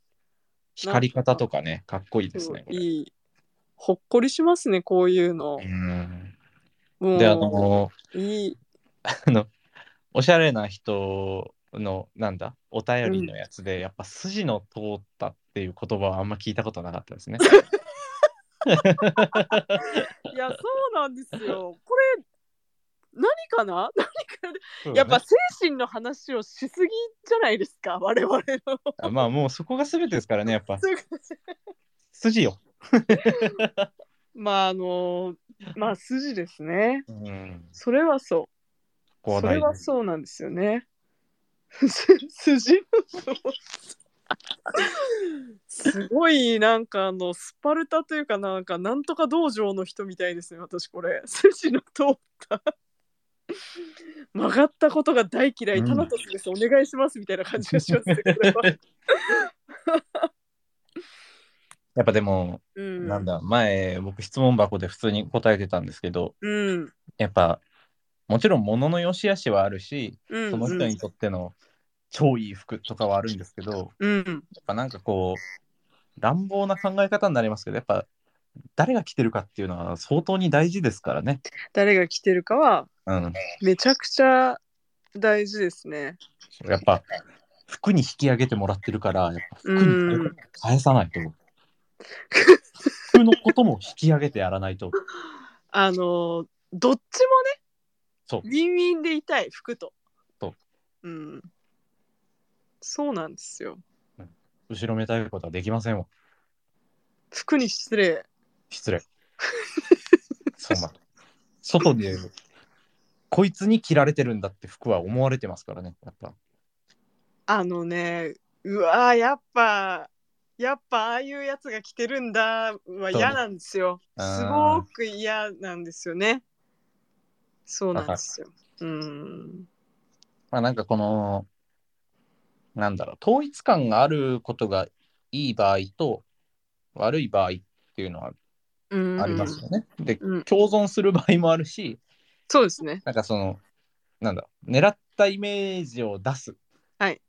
[SPEAKER 2] 光り方とかね、かっこいいですね。
[SPEAKER 1] そう
[SPEAKER 2] これ
[SPEAKER 1] いいほっこりしますねこういうの
[SPEAKER 2] う、ん
[SPEAKER 1] もう
[SPEAKER 2] であの
[SPEAKER 1] いい
[SPEAKER 2] あのおしゃれな人のなんだお便りのやつで、やっぱ筋の通ったっていう言葉はあんま聞いたことなかったですね。
[SPEAKER 1] いやそうなんですよ <laughs> これ何かな <laughs> や
[SPEAKER 2] や
[SPEAKER 1] っぱ精神の話をしすぎじゃないですか我々
[SPEAKER 2] <laughs>
[SPEAKER 1] の
[SPEAKER 2] まあもうそこが全てですからねやっ
[SPEAKER 1] <laughs>
[SPEAKER 2] ぱ
[SPEAKER 1] そういうこと
[SPEAKER 2] 筋よ。
[SPEAKER 1] まああのまあ筋ですね
[SPEAKER 2] うん、
[SPEAKER 1] それはそう
[SPEAKER 2] ここは
[SPEAKER 1] そ
[SPEAKER 2] 大
[SPEAKER 1] れ
[SPEAKER 2] 事
[SPEAKER 1] はそうなんですよね。 <laughs> 筋のすごいなんかあのスパルタというかなんかなんとか道場の人みたいですね私これ筋の通った曲がったことが大嫌い、
[SPEAKER 2] うん
[SPEAKER 1] タナトスですお願いしますみたいな感じがしますねこれは、
[SPEAKER 2] <laughs> やっぱでも、
[SPEAKER 1] うん、
[SPEAKER 2] なんだ前僕質問箱で普通に答えてたんですけど
[SPEAKER 1] うん
[SPEAKER 2] やっぱもちろん物の良し悪しはあるし
[SPEAKER 1] うん
[SPEAKER 2] その人にとっての超いい服とかはあるんですけど、やっ
[SPEAKER 1] うん。
[SPEAKER 2] ぱなんかこう、乱暴な考え方になりますけど、やっぱ誰が着てるかっていうのは相当に大事ですからね。
[SPEAKER 1] 誰が着てるかは
[SPEAKER 2] うん。
[SPEAKER 1] めちゃくちゃ大事ですね。
[SPEAKER 2] やっぱ服に引き上げてもらってるから、やっぱ服に
[SPEAKER 1] うん
[SPEAKER 2] 返さないと。服のことも引き上げてやらないと。
[SPEAKER 1] あのどっちもね
[SPEAKER 2] そう
[SPEAKER 1] ウィンウィンでいたい服と、
[SPEAKER 2] そう
[SPEAKER 1] ん、そうなんですよ
[SPEAKER 2] 後ろめたいことはできませんわ。
[SPEAKER 1] 服に失礼
[SPEAKER 2] 失礼。そうなん外で、こいつに着られてるんだって服は思われてますからね。やっぱ
[SPEAKER 1] あのねうわーやっぱやっぱああいうやつが着てるんだは嫌なんですよ
[SPEAKER 2] そうね
[SPEAKER 1] す
[SPEAKER 2] あー
[SPEAKER 1] ごく嫌なんですよねそうなんですようん
[SPEAKER 2] まあなんかこの、なんだろう、統一感があることがいい場合と悪い場合っていうのは
[SPEAKER 1] うん
[SPEAKER 2] ありますよね。で、
[SPEAKER 1] うん
[SPEAKER 2] 共存する場合もあるし、
[SPEAKER 1] そうですね
[SPEAKER 2] なんかその、なんだろう、狙ったイメージを出す。
[SPEAKER 1] はい
[SPEAKER 2] っ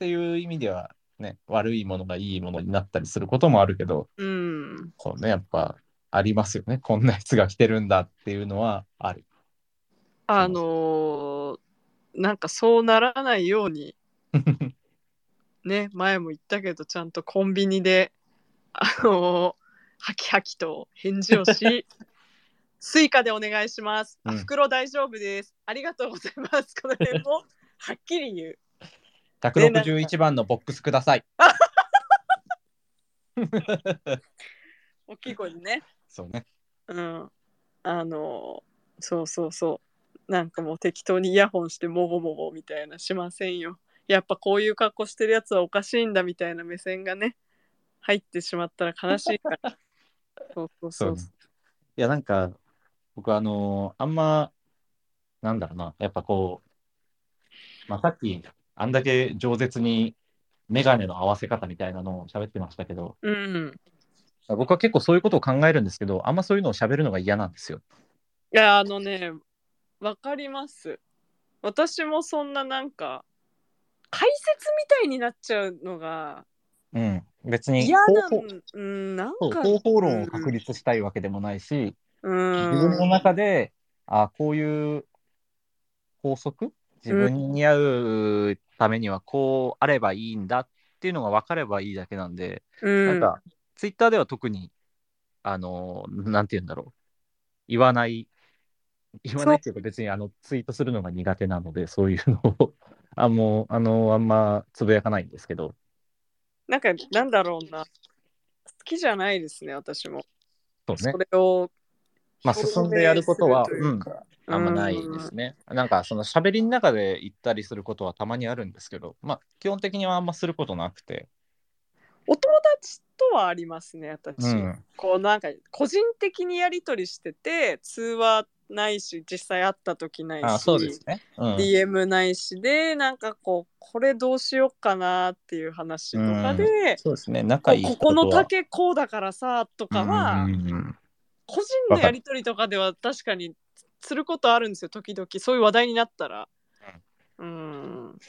[SPEAKER 2] ていう意味では、ね、悪いものがいいものになったりすることもあるけど、
[SPEAKER 1] うん
[SPEAKER 2] そうね、やっぱありますよね。こんなやつが来てるんだっていうのはある。
[SPEAKER 1] あのーなんかそうならないように
[SPEAKER 2] <laughs>
[SPEAKER 1] ね前も言ったけどちゃんとコンビニであのハキハキと返事を
[SPEAKER 2] <laughs>
[SPEAKER 1] しスイカでお願いします、あ
[SPEAKER 2] うん
[SPEAKER 1] 袋大丈夫ですありがとうございますこの辺もはっきり言う
[SPEAKER 2] 161番のボックスください。
[SPEAKER 1] 大きい声でね
[SPEAKER 2] そうね。
[SPEAKER 1] うんあのそうそうそうなんかもう適当にイヤホンしてもごもごみたいなしませんよやっぱこういう格好してるやつはおかしいんだみたいな目線がね入ってしまったら悲しいから
[SPEAKER 2] <laughs>
[SPEAKER 1] そうそうそ
[SPEAKER 2] そううね。いや、なんか、僕、あのーあんま、なんだろうな、やっぱこう、まあ、さっき、あんだけ饒舌に、メガネの合わせ方みたいなのを喋ってましたけど、
[SPEAKER 1] うん
[SPEAKER 2] 僕は結構そういうことを考えるんですけど、あんまそういうのを喋るのが嫌なんですよ。
[SPEAKER 1] いやあのねわかります私もそんななんか解説みたいになっちゃうのが
[SPEAKER 2] うん。別に
[SPEAKER 1] 嫌な
[SPEAKER 2] 方法
[SPEAKER 1] んうんなん
[SPEAKER 2] そう
[SPEAKER 1] か
[SPEAKER 2] 方法論を確立したいわけでもないし、
[SPEAKER 1] うん
[SPEAKER 2] 自分の中で、あこういう法則自分に似合うためにはこうあればいいんだっていうのが分かればいいだけなんで、
[SPEAKER 1] うん
[SPEAKER 2] なんかツイッターでは特にあのなんて言うんだろう言わない言わないっていうか別にあのツイートするのが苦手なのでそういうのをあもうあのあんまつぶやかないんですけど
[SPEAKER 1] なんかなんだろうな好きじゃないですね私も
[SPEAKER 2] そうね
[SPEAKER 1] それを
[SPEAKER 2] まあ進んでやることは、うん、あんまない
[SPEAKER 1] うん
[SPEAKER 2] ですね。なんかその喋りの中で行ったりすることはたまにあるんですけど、まあ基本的にはあんますることなくて。
[SPEAKER 1] お友達とはありますね私、
[SPEAKER 2] うん。
[SPEAKER 1] こうなんか個人的にやり取りしてて通話ないし実際会った時ないし
[SPEAKER 2] あそうですね。うん。
[SPEAKER 1] DM ないしでなんかこうこれどうしようかなっていう話とかで、
[SPEAKER 2] そうですね。仲いい
[SPEAKER 1] こ
[SPEAKER 2] 人
[SPEAKER 1] こと
[SPEAKER 2] は
[SPEAKER 1] この竹こうだからさとかは、
[SPEAKER 2] うんうんうん
[SPEAKER 1] 個人のやり取りとかでは確かにすることあるんですよ時々そういう話題になったら。うん、
[SPEAKER 2] い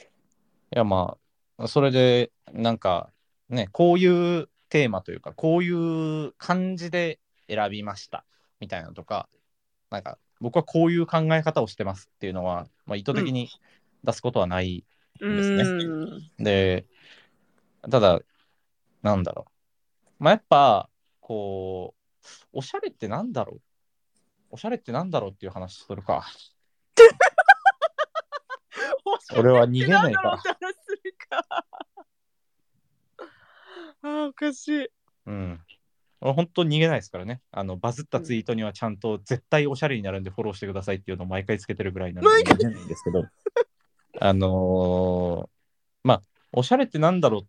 [SPEAKER 2] やまあ、それでなんかね、こういうテーマというか、こういう感じで選びましたみたいなのとか、なんか僕はこういう考え方をしてますっていうのは、まあ、意図的に出すことはないですね
[SPEAKER 1] うん
[SPEAKER 2] で、ただ、なんだろう。まあ、やっぱ、こう、おしゃれってなんだろうおしゃれってなんだろうっていう話するか。俺は <laughs> 逃げ
[SPEAKER 1] な
[SPEAKER 2] なんい
[SPEAKER 1] だろうっ
[SPEAKER 2] か。
[SPEAKER 1] て話するか。 <laughs> あーおかしい。
[SPEAKER 2] うん。俺、本当に逃げないですからね。あの、バズったツイートにはちゃんと絶対おしゃれになるんでフォローしてくださいっていうのを毎回つけてるぐらいなんで
[SPEAKER 1] 毎回
[SPEAKER 2] 逃げないんですけど、 <laughs> あのーまあ、おしゃれってなんだろうっ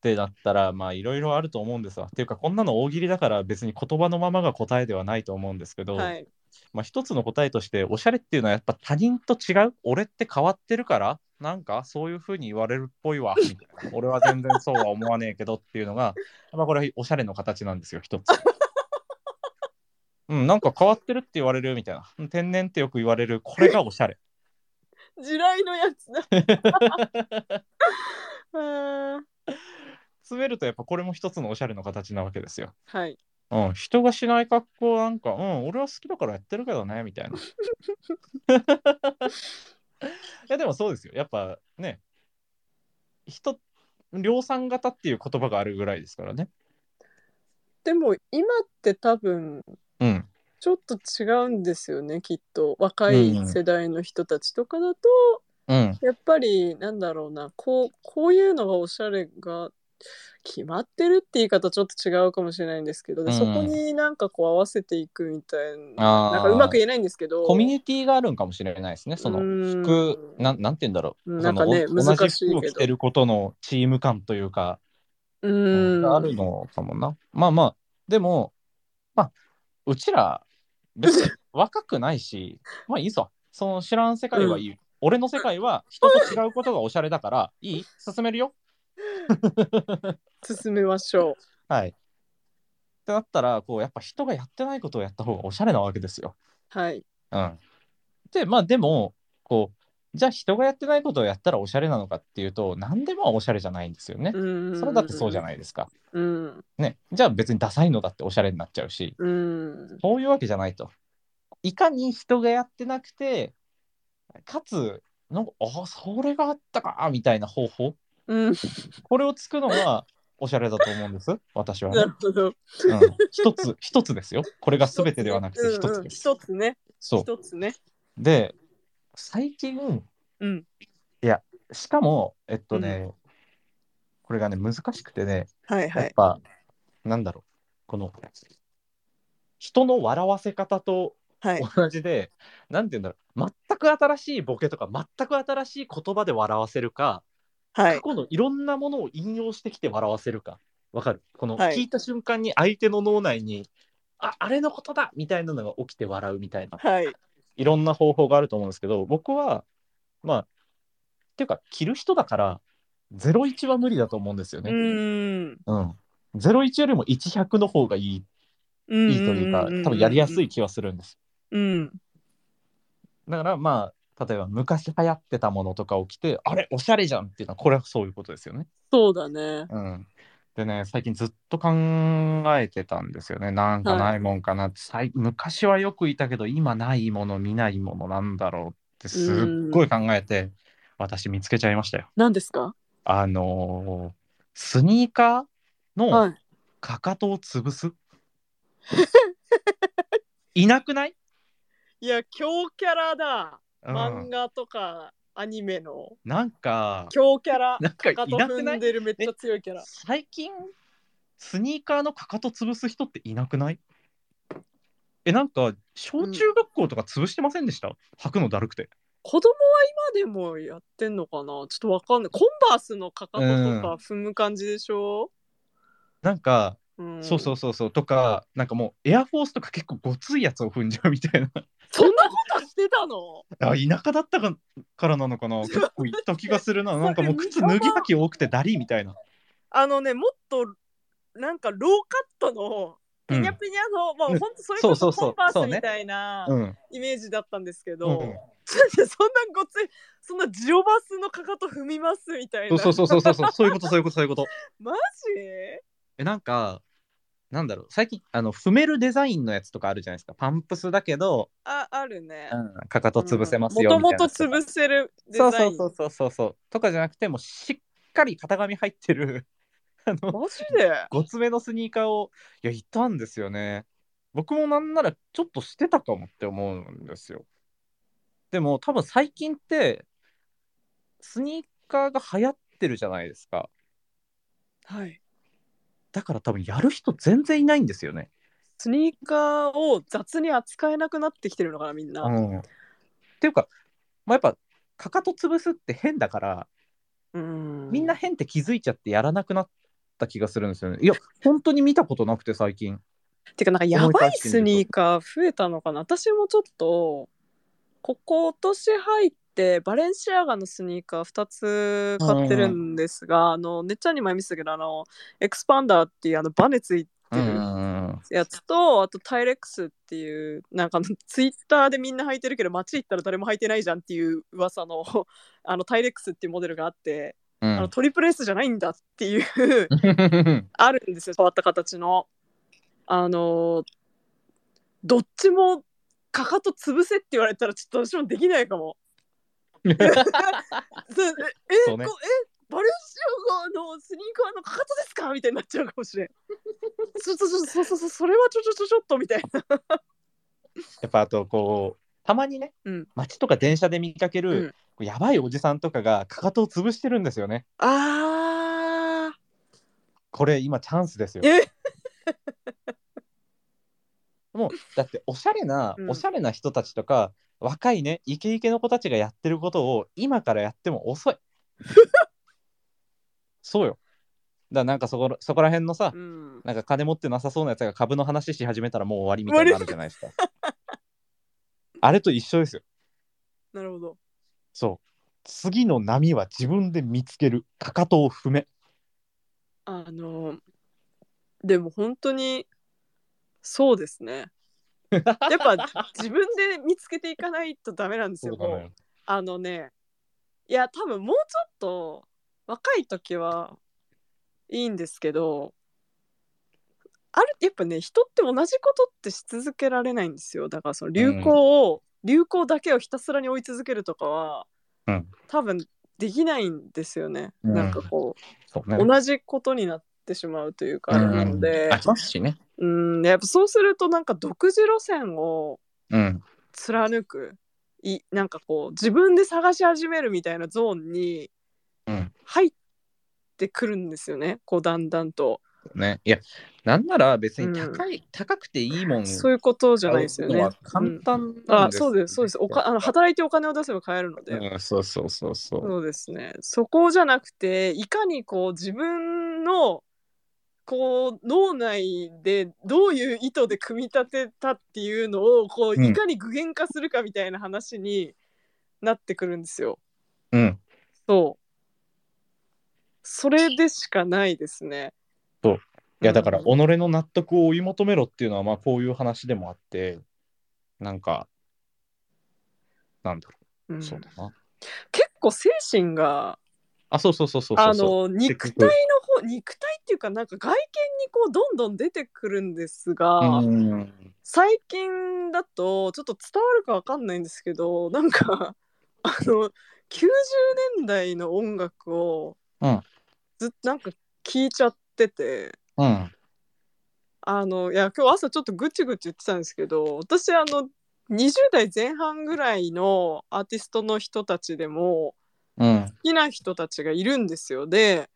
[SPEAKER 2] てなったら、まあ、いろいろあると思うんですわ。っていうか、こんなの大喜利だから別に言葉のままが答えではないと思うんですけど、
[SPEAKER 1] はい。
[SPEAKER 2] まあ、一つの答えとして、おしゃれっていうのはやっぱ他人と違う俺って変わってるからなんかそういうふうに言われるっぽいわ。みたいな俺は全然そうは思わねえけどっていうのが、まあ、これおしゃれの形なんですよ、一つ。うん、なんか変わってるって言われるみたいな。天然ってよく言われる、これがおしゃれ。 <laughs>
[SPEAKER 1] 地雷のやつだ。
[SPEAKER 2] <laughs>
[SPEAKER 1] あー
[SPEAKER 2] 詰めるとやっぱこれも一つのおしゃれの形なわけですよ。
[SPEAKER 1] はい。
[SPEAKER 2] うん、人がしない格好なんか、うん、俺は好きだからやってるけどね、みた
[SPEAKER 1] <laughs>
[SPEAKER 2] いな。いや、でもそうですよ。やっぱね、人、量産型っていう言葉があるぐらいですからね。
[SPEAKER 1] でも今って多分
[SPEAKER 2] うん。
[SPEAKER 1] ちょっと違うんですよねきっと若い世代の人たちとかだと、
[SPEAKER 2] うん。
[SPEAKER 1] やっぱりなんだろうなこうこういうのがおしゃれが決まってるって言い方ちょっと違うかもしれないんですけど、で
[SPEAKER 2] うん
[SPEAKER 1] そこになんかこう合わせていくみたいな
[SPEAKER 2] あ
[SPEAKER 1] なんかうまく言えないんですけど
[SPEAKER 2] コミュニティがあるんかもしれないですね。その
[SPEAKER 1] うん
[SPEAKER 2] 服、なんなんて言うんだろう。
[SPEAKER 1] なんかね
[SPEAKER 2] その同
[SPEAKER 1] 難しいけど
[SPEAKER 2] 同じ服を着てることのチーム感というか、
[SPEAKER 1] う
[SPEAKER 2] があ
[SPEAKER 1] ー
[SPEAKER 2] る
[SPEAKER 1] ん
[SPEAKER 2] のかもな。まあまあ、でも、まあ、うちら、別に若くない <laughs> し、まあいいぞ。その知らん世界はいい。俺の世界は人と違うことがおしゃれだから、いい進めるよ。
[SPEAKER 1] 進めましょ
[SPEAKER 2] はい。ってなったら、こう、やっぱ人がやってないことをやった方がおしゃれなわけですよ。
[SPEAKER 1] うはい
[SPEAKER 2] うん。で、まあでも、こう、じゃあ人がやってないことをやったらおしゃれなのかっていうと、何でもおしゃれじゃないんですよね。そ
[SPEAKER 1] そ
[SPEAKER 2] れだってそうじゃ
[SPEAKER 1] い
[SPEAKER 2] ないですか。
[SPEAKER 1] うん
[SPEAKER 2] ね。じゃあ別にダサいのだっておしゃれになっちゃうし、
[SPEAKER 1] うん
[SPEAKER 2] そういうわけじゃないと。いかに人がやってなくて、かつ、なんか、あ、それがあったか、みたいな方法。
[SPEAKER 1] うん
[SPEAKER 2] これをつくのがおしゃれだと思うんです、私はね
[SPEAKER 1] な。るほど
[SPEAKER 2] うん、一つ、一つですよ。これが全てではなくて一つです。
[SPEAKER 1] うんうん一つね
[SPEAKER 2] そう。
[SPEAKER 1] 一つね
[SPEAKER 2] で、最近、
[SPEAKER 1] うん
[SPEAKER 2] しかも、えっとね、これがね、難しくてね、
[SPEAKER 1] はいは
[SPEAKER 2] やっ
[SPEAKER 1] い
[SPEAKER 2] ぱ、なんだろう、この、人の笑わせ方と
[SPEAKER 1] はい
[SPEAKER 2] 同じで、なんて言うんだろう、全く新しいボケとか、全く新しい言葉で笑わせるか、
[SPEAKER 1] はい
[SPEAKER 2] 過去のいろんなものを引用してきて笑わせるか、わかるこの、
[SPEAKER 1] はい
[SPEAKER 2] 聞いた瞬間に相手の脳内に、あ、あれのことだみたいなのが起きて笑うみたいな。
[SPEAKER 1] はい
[SPEAKER 2] いろんな方法があると思うんですけど僕はまあっていうか着る人だから01は無理だと思うんですよ
[SPEAKER 1] う
[SPEAKER 2] ね。
[SPEAKER 1] ん
[SPEAKER 2] うん01よりも100の方がいいいいというか多分やりやすい気はするんです。
[SPEAKER 1] うん
[SPEAKER 2] だからまあ例えば昔流行ってたものとかを着てあれおしゃれじゃんっていうのはこれはそういうことですよね。
[SPEAKER 1] そうだね
[SPEAKER 2] うん、でね最近ずっと考えてたんですよねなんかないもんかなって、さい昔はよくいたけど今ないもの見ないものなんだろうってすっごい考えて私見つけちゃいましたよ。
[SPEAKER 1] 何ですか
[SPEAKER 2] あのースニーカー
[SPEAKER 1] は
[SPEAKER 2] の
[SPEAKER 1] い
[SPEAKER 2] かかとを
[SPEAKER 1] <laughs>
[SPEAKER 2] 潰す、い、なくない、
[SPEAKER 1] いや強キャラだ
[SPEAKER 2] うん
[SPEAKER 1] 漫画とかアニメの
[SPEAKER 2] なんか
[SPEAKER 1] 強キャラ
[SPEAKER 2] なんかい
[SPEAKER 1] かと
[SPEAKER 2] なく
[SPEAKER 1] 踏
[SPEAKER 2] なんい
[SPEAKER 1] でるめっちゃ強いキャラ
[SPEAKER 2] 最近スニーカーのかかと潰す人っていなくないえなんか小中学校とか潰してませんでした、履くのだるくて
[SPEAKER 1] 子供は今でもやってんのかなちょっとわかんないコンバースのかかととか踏む感じでしょ
[SPEAKER 2] なんか、
[SPEAKER 1] うん
[SPEAKER 2] そうそうそうそうとかなんかもうエアフォースとか結構ごついやつを踏んじゃうみたい
[SPEAKER 1] <laughs>
[SPEAKER 2] な
[SPEAKER 1] そんなことしてたの
[SPEAKER 2] あ田舎だったかからなのかな結構いった気が
[SPEAKER 1] <laughs>
[SPEAKER 2] するななんかもう靴脱ぎ履き多くてダリーみたいな、
[SPEAKER 1] あのねもっとなんかローカットの
[SPEAKER 2] う
[SPEAKER 1] ペニャ
[SPEAKER 2] ん
[SPEAKER 1] ペニャの、まあ
[SPEAKER 2] うん
[SPEAKER 1] 本当それ
[SPEAKER 2] そ
[SPEAKER 1] こ
[SPEAKER 2] うそ
[SPEAKER 1] そう
[SPEAKER 2] そう
[SPEAKER 1] コンバ
[SPEAKER 2] そ
[SPEAKER 1] ー
[SPEAKER 2] う
[SPEAKER 1] ス
[SPEAKER 2] ね
[SPEAKER 1] みたいな
[SPEAKER 2] うん
[SPEAKER 1] イメージだったんですけど、
[SPEAKER 2] うん
[SPEAKER 1] <laughs> そんなごついそんなジオバスのかかと踏みますみたい
[SPEAKER 2] そ
[SPEAKER 1] な
[SPEAKER 2] うそうそうそう
[SPEAKER 1] <laughs>
[SPEAKER 2] そうそうそういうことそういうことそういうこと
[SPEAKER 1] マ
[SPEAKER 2] えなんかなんだろう最近あの踏めるデザインのやつとかあるじゃないですかパンプスだけど
[SPEAKER 1] ジああるね、
[SPEAKER 2] かかと潰せますよ
[SPEAKER 1] も
[SPEAKER 2] み
[SPEAKER 1] と
[SPEAKER 2] たい
[SPEAKER 1] もと潰
[SPEAKER 2] な
[SPEAKER 1] せるデ
[SPEAKER 2] そう
[SPEAKER 1] ザ
[SPEAKER 2] そ
[SPEAKER 1] イン
[SPEAKER 2] うそうそうそうそうとかじゃなくてもうしっかり型紙入ってる <laughs> あの
[SPEAKER 1] マジで
[SPEAKER 2] ごつめのスニーカーをいやいたんですよね僕もなんならちょっとしてたかもって思うんですよでも多分最近ってスニーカーが流行ってるじゃないですか
[SPEAKER 1] はい
[SPEAKER 2] だから多分やる人全然いないんですよね
[SPEAKER 1] スニーカーを雑に扱えなくなってきてるのかなみんな、
[SPEAKER 2] うんっていうか、まあ、やっぱかかと潰すって変だから
[SPEAKER 1] うん
[SPEAKER 2] みんな変って気づいちゃってやらなくなった気がするんですよね。いや、本当に見たことなくて最近。
[SPEAKER 1] てかなんかやばいスニーカー増えたのかな私もちょっとここ今年入ってバレンシアガのスニーカー2つ買ってるんですが、あのねっちゃんに前見せたけどあのエクスパンダーっていうあのバネついてる、
[SPEAKER 2] うんうんうん
[SPEAKER 4] うん。
[SPEAKER 1] やつと、あとタイレックスっていう、なんか <laughs> ツイッターでみんな履いてるけど、街行ったら誰も履いてないじゃんっていう噂の、 <laughs> あのタイレックスっていうモデルがあって、
[SPEAKER 2] う
[SPEAKER 1] あの
[SPEAKER 2] ん。
[SPEAKER 1] トリプル S じゃないんだっていう、あるんですよ、変わった形の。あのーどっちもかかと潰せって言われたら、ちょっと私もできないかも。そうえ、え
[SPEAKER 4] そうね
[SPEAKER 1] こえバルシオガのスニーカーのかかとですかみたいになっちゃうかもしれん。 <laughs> そうそうそうそうそうそう、それはちょちょちょちょっとみたいな。
[SPEAKER 8] <laughs> やっぱあとこうたまにね、
[SPEAKER 1] うん
[SPEAKER 8] 街とか電車で見かけ
[SPEAKER 1] うん
[SPEAKER 8] る、こうやばいおじさんとかがかかとを潰してるんですよね。
[SPEAKER 1] あ
[SPEAKER 8] これ今チャンスですよ。
[SPEAKER 1] え
[SPEAKER 8] もうだっておしゃれな、
[SPEAKER 1] うん
[SPEAKER 8] おしゃれな人たちとか若いねイケイケの子たちがやってることを今からやっても
[SPEAKER 1] <laughs>
[SPEAKER 8] 遅い。そうよ。だからなんかそこらそこら辺のさ、
[SPEAKER 1] うん。
[SPEAKER 8] なんか金持ってなさそうなやつが株の話し始めたらもう終わりみたいになるじゃない
[SPEAKER 1] <laughs>
[SPEAKER 8] ですか。あれと一緒ですよ。
[SPEAKER 1] なるほど。
[SPEAKER 8] そう。次の波は自分で見つける。かかとを踏
[SPEAKER 1] <laughs>
[SPEAKER 8] め。
[SPEAKER 1] あのーでも本当にそうですね。やっ
[SPEAKER 2] <laughs>
[SPEAKER 1] ぱ自分で見つけていかないとダメなんですよ。もうあのね、いや、多分もうちょっと若い時はいいんですけど、あるやっぱね、人って同じことってし続けられないんですよ。だからその流行を、流行だけをひたすらに追い続けるとかは、
[SPEAKER 4] うん
[SPEAKER 1] 多分できないんですよね。
[SPEAKER 4] うん
[SPEAKER 1] なんかこ
[SPEAKER 8] そう
[SPEAKER 1] う、
[SPEAKER 8] ね。
[SPEAKER 1] 同じことになってしまうというか、
[SPEAKER 4] うん
[SPEAKER 1] なので
[SPEAKER 4] あ、りますしね。
[SPEAKER 1] うん、やっぱそうするとなんか独自路線を
[SPEAKER 4] うん。
[SPEAKER 1] 貫くいなんかこう自分で探し始めるみたいなゾーンに
[SPEAKER 4] うん
[SPEAKER 1] 入ってくるんですよね、こうだんだんと
[SPEAKER 2] ね。いや、なんなら別に高い、高くていいもん。
[SPEAKER 1] そういうことじゃないですよね。
[SPEAKER 2] 簡単なん
[SPEAKER 1] あ
[SPEAKER 2] です、
[SPEAKER 1] そうですそうですおかあの働いてお金を出せば買えるので、
[SPEAKER 2] うん、そうそうそうそう。
[SPEAKER 1] そうですねそこじゃなくていかにこう自分のこう脳内でどういう意図で組み立てたっていうのをこ
[SPEAKER 4] うん
[SPEAKER 1] ういかに具現化するかみたいな話になってくるんですよ。
[SPEAKER 4] うん。
[SPEAKER 1] そう。それでしかないですね。
[SPEAKER 8] そういやだから
[SPEAKER 1] う
[SPEAKER 8] 己
[SPEAKER 1] ん
[SPEAKER 8] の納得を追い求めろっていうのはまあこういう話でもあってなんかなんだろ
[SPEAKER 1] う
[SPEAKER 8] うんそうだな
[SPEAKER 1] 結構精神が
[SPEAKER 8] あそうそうそうそうそ
[SPEAKER 1] あ
[SPEAKER 8] うそう
[SPEAKER 1] の肉体の方肉体っていうかなんか外見にこうどんどん出てくるんですが、
[SPEAKER 4] うん。
[SPEAKER 1] 最近だとちょっと伝わるかわかんないんですけどなんかあの90年代の音楽を
[SPEAKER 4] うん
[SPEAKER 1] ずっとなんか聞いちゃってて。
[SPEAKER 4] うん。
[SPEAKER 1] あのいや今日朝ちょっとぐちぐち言ってたんですけど私あの20代前半ぐらいのアーティストの人たちでも
[SPEAKER 4] うん。
[SPEAKER 1] 好きな人たちがいるんですよで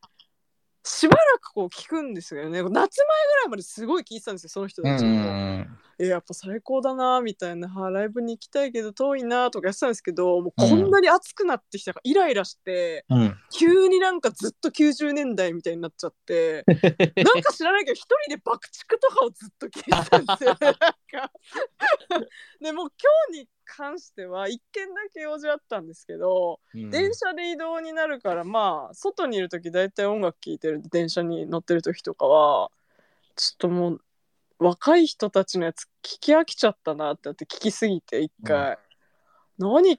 [SPEAKER 1] しばらくこう聞くんですよね夏前ぐらいまですごい聞いてたんですよその人たちのえやっぱ最高だなみたいなはあライブに行きたいけど遠いなとかやってたんですけどもうこんなに熱くなってきたからイライラして、
[SPEAKER 4] うん
[SPEAKER 1] 急になんかずっと90年代みたいになっちゃってなんか知らないけど一人で爆竹とかをずっと聞いてたんですよねなんかでもう今日に関しては一件だけ用事あったんですけど、電車で移動になるからまあ外にいる時大体音楽聴いてる電車に乗ってる時とかはちょっともう若い人たちのやつ聞き飽きちゃったなってなって聞きすぎて一回、何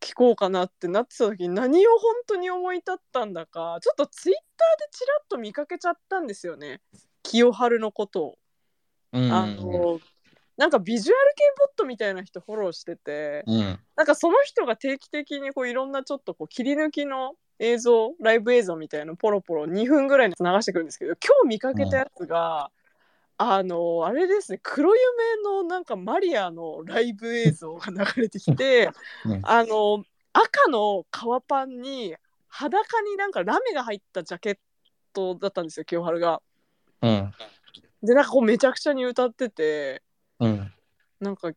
[SPEAKER 1] 聞こうかなってなってた時に何を本当に思い立ったんだかちょっとツイッターでちらっと見かけちゃったんですよね清春のことを。
[SPEAKER 2] うん
[SPEAKER 1] あのなんかビジュアル系ボットみたいな人フォローしてて、
[SPEAKER 2] うん
[SPEAKER 1] なんかその人が定期的にこういろんなちょっとこう切り抜きの映像ライブ映像みたいなのポロポロ2分ぐらいのやつ流してくるんですけど今日見かけたやつが、あのあれですね黒夢のなんかマリアのライブ映像が流れてきて、
[SPEAKER 4] <laughs> うん
[SPEAKER 1] あの赤の革パンに裸になんかラメが入ったジャケットだったんですよ清春が。
[SPEAKER 4] うん。
[SPEAKER 1] でなんかこうめちゃくちゃに歌ってて。
[SPEAKER 4] うん。
[SPEAKER 1] なんか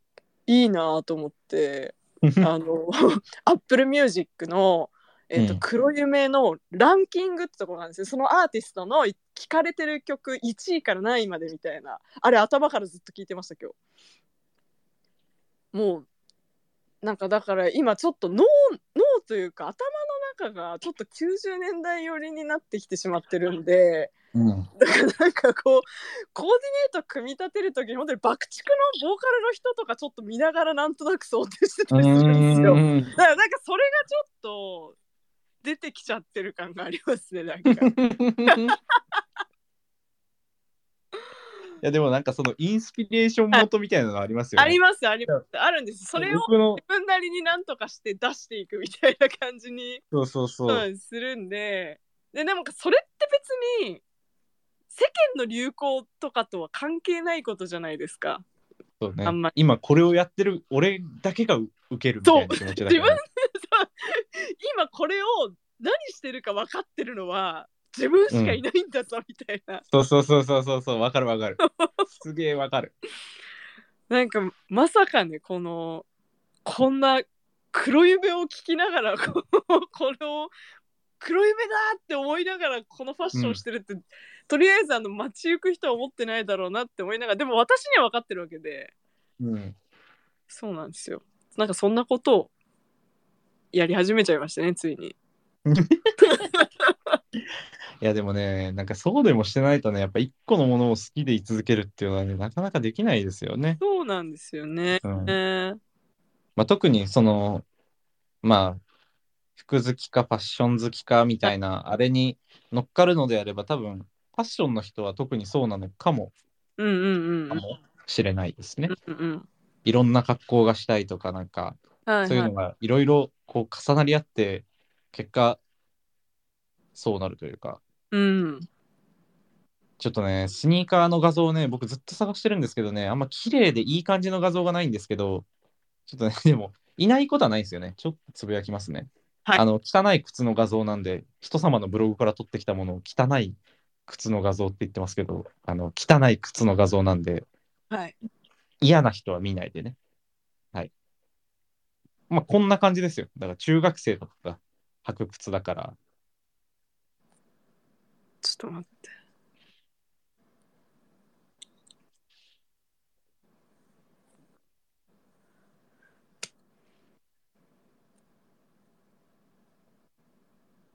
[SPEAKER 1] いいなと思ってあの <laughs> Apple Music の、えっと
[SPEAKER 4] うん
[SPEAKER 1] 黒夢のランキングってとこなんですよそのアーティストの聴かれてる曲1位から何位までみたいなあれ頭からずっと聞いてました今日もうなんかだから今ちょっと脳脳というか頭の中がちょっと90年代寄りになってきてしまってるんで
[SPEAKER 9] うん。
[SPEAKER 1] だからなんかこうコーディネート組み立てる時に本当に爆竹のボーカルの人とかちょっと見ながらなんとなく想定してたりするんですよ。だからなんかそれがちょっと出てきちゃってる感がありますねなんか。
[SPEAKER 2] いやでもなんかそのインスピレーション元みたいなのがありますよ
[SPEAKER 1] <laughs>
[SPEAKER 2] ね。
[SPEAKER 1] ありますありますあるんですそれを
[SPEAKER 2] 僕の
[SPEAKER 1] 自分なりになんとかして出していくみたいな感じに、
[SPEAKER 2] そうそうそうう。
[SPEAKER 1] ん、するんでででもそれって別に世間の流行とかとは関係ないことじゃないですか。
[SPEAKER 2] そうね
[SPEAKER 1] あんまり
[SPEAKER 2] 今これをやってる俺だけが受けるみたいな気持ちだか
[SPEAKER 1] 自分
[SPEAKER 2] ら
[SPEAKER 1] でさ <laughs> 今これを何してるか分かってるのは自分しかいないんだぞみたいな、
[SPEAKER 2] そうそうそうそうそうそうわかるわ
[SPEAKER 1] <laughs>
[SPEAKER 2] かるすげえわかる
[SPEAKER 1] なんかまさかねこのこんな黒夢を聞きながら <laughs> このこの黒夢だって思いながらこのファッションしてるって、とりあえずあの街行く人は思ってないだろうなって思いながらでも私には分かってるわけで
[SPEAKER 2] うん
[SPEAKER 1] そうなんですよなんかそんなことをやり始めちゃいましたねついに。
[SPEAKER 2] いやでもねなんかそうでもしてないとねやっぱ一個のものを好きでい続けるっていうのはねなかなかできないですよね、
[SPEAKER 1] そうなんですよね。
[SPEAKER 2] うんま
[SPEAKER 1] ね
[SPEAKER 2] あ、特にそのまあ服好きかファッション好きかみたいなあれに乗っかるのであれば多分ファッションの人は特にそうなのかも
[SPEAKER 1] うんうんうん
[SPEAKER 2] かもしれないですね
[SPEAKER 1] うんうん
[SPEAKER 2] いろんな格好がしたいとかなんか
[SPEAKER 1] はい
[SPEAKER 2] そういう
[SPEAKER 1] は
[SPEAKER 2] の
[SPEAKER 1] い、
[SPEAKER 2] がいろいろこう重なり合って結果そうなるというか
[SPEAKER 1] うん、
[SPEAKER 2] ちょっとねスニーカーの画像をね僕ずっと探してるんですけどねあんま綺麗でいい感じの画像がないんですけどちょっとね <laughs> でもいないことはないんですよねちょっとつぶやきますね、
[SPEAKER 1] はい
[SPEAKER 2] あの汚い靴の画像なんで人様のブログから撮ってきたものを汚い靴の画像って言ってますけどあの汚い靴の画像なんで
[SPEAKER 1] はい、
[SPEAKER 2] 嫌な人は見ないでねはいまあこんな感じですよだから中学生とかが履く靴だから
[SPEAKER 1] ちょっと待って。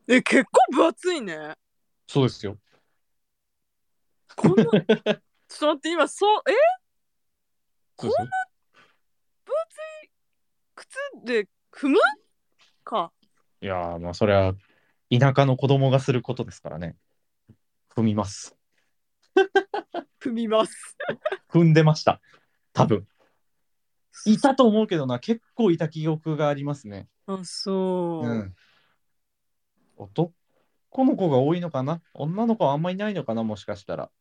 [SPEAKER 1] え、結構分厚いね。
[SPEAKER 2] そうですよ。
[SPEAKER 1] こん
[SPEAKER 2] <laughs>
[SPEAKER 1] な。ちょっと待って、今、そう、え、
[SPEAKER 2] そうですよ
[SPEAKER 1] 靴で踏む。か。
[SPEAKER 2] いやー、まあ、それは田舎の子供がすることですからね。踏みます。
[SPEAKER 1] 踏みます。
[SPEAKER 2] 踏んでました。多分。いたと思うけどな、結構いた記憶がありますね。
[SPEAKER 1] あ、そう。
[SPEAKER 2] うん。男の子が多いのかな女の子はあんまりいないのかなもしかしたら。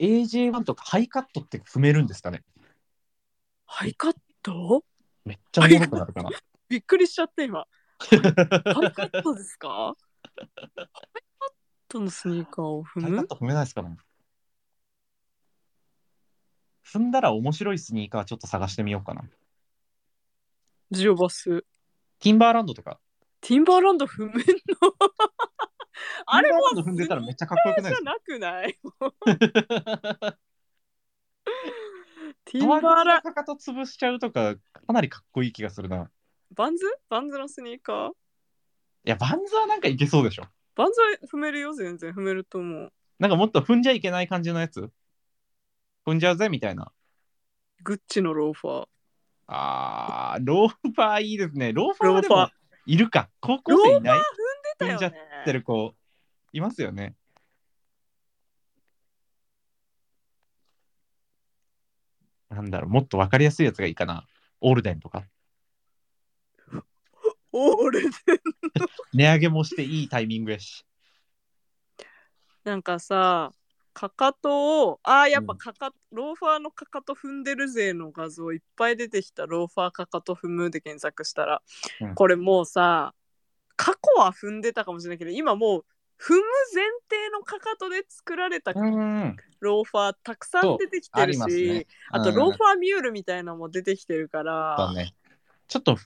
[SPEAKER 2] AJ1 とかハイカットって踏めるんですかね
[SPEAKER 1] ハイカット。
[SPEAKER 2] めっちゃおもろくなるかな。
[SPEAKER 1] びっくりしちゃって、
[SPEAKER 2] <laughs>
[SPEAKER 1] 今。ハイカットですか。ハイカットのスニーカーを踏
[SPEAKER 2] ハイカ
[SPEAKER 1] む
[SPEAKER 2] ッ。ト踏めないですからね。踏んだら面白いスニーカーちょっと探してみようかな。
[SPEAKER 1] ジオバス。
[SPEAKER 2] ティンバーランドとか。
[SPEAKER 1] ティンバーランド踏めんのあれも
[SPEAKER 2] ティンバーランド踏んでたらめっちゃかっこよく
[SPEAKER 1] じ
[SPEAKER 2] ないで
[SPEAKER 1] ゃ
[SPEAKER 2] すか
[SPEAKER 1] なく
[SPEAKER 2] <laughs>
[SPEAKER 1] ないティンバ
[SPEAKER 2] 革靴の
[SPEAKER 1] ーラン
[SPEAKER 2] かかと潰しちゃうとか、かなりかっこいい気がするな。
[SPEAKER 1] バンズバンズのスニーカー
[SPEAKER 2] いや、バンズはなんかいけそうでしょ。
[SPEAKER 1] バンズは踏めるよ全然踏めると思う
[SPEAKER 2] なんかもっと踏んじゃいけない感じのやつ。踏んじゃうぜみたいな。
[SPEAKER 1] グッチのローファー
[SPEAKER 2] あー、ローファーいいですね。ローファー
[SPEAKER 1] ロ
[SPEAKER 2] は
[SPEAKER 1] ー
[SPEAKER 2] で
[SPEAKER 1] ファー
[SPEAKER 2] もいるか。高校生いない
[SPEAKER 1] 出たよ
[SPEAKER 2] 踏んじゃっ
[SPEAKER 1] ね
[SPEAKER 2] てる子、いますよね。なんだろう、もっとわかりやすいやつがいいかな。オールデンとか。
[SPEAKER 1] お俺で
[SPEAKER 2] 値上げもしていいタイミングやし。
[SPEAKER 1] なんかさかかとをあーやっぱかか、ローファーのかかと踏んでる勢の画像いっぱい出てきたローファーかかと踏むで検索したら、
[SPEAKER 2] うん
[SPEAKER 1] これもうさ過去は踏んでたかもしれないけど今もう踏む前提のかかとで作られた
[SPEAKER 2] ん。
[SPEAKER 1] ローファーたくさん出てきてるしあ,、。とローファーミュールみたいなのも出てきてるから、
[SPEAKER 2] そうね。ちょっと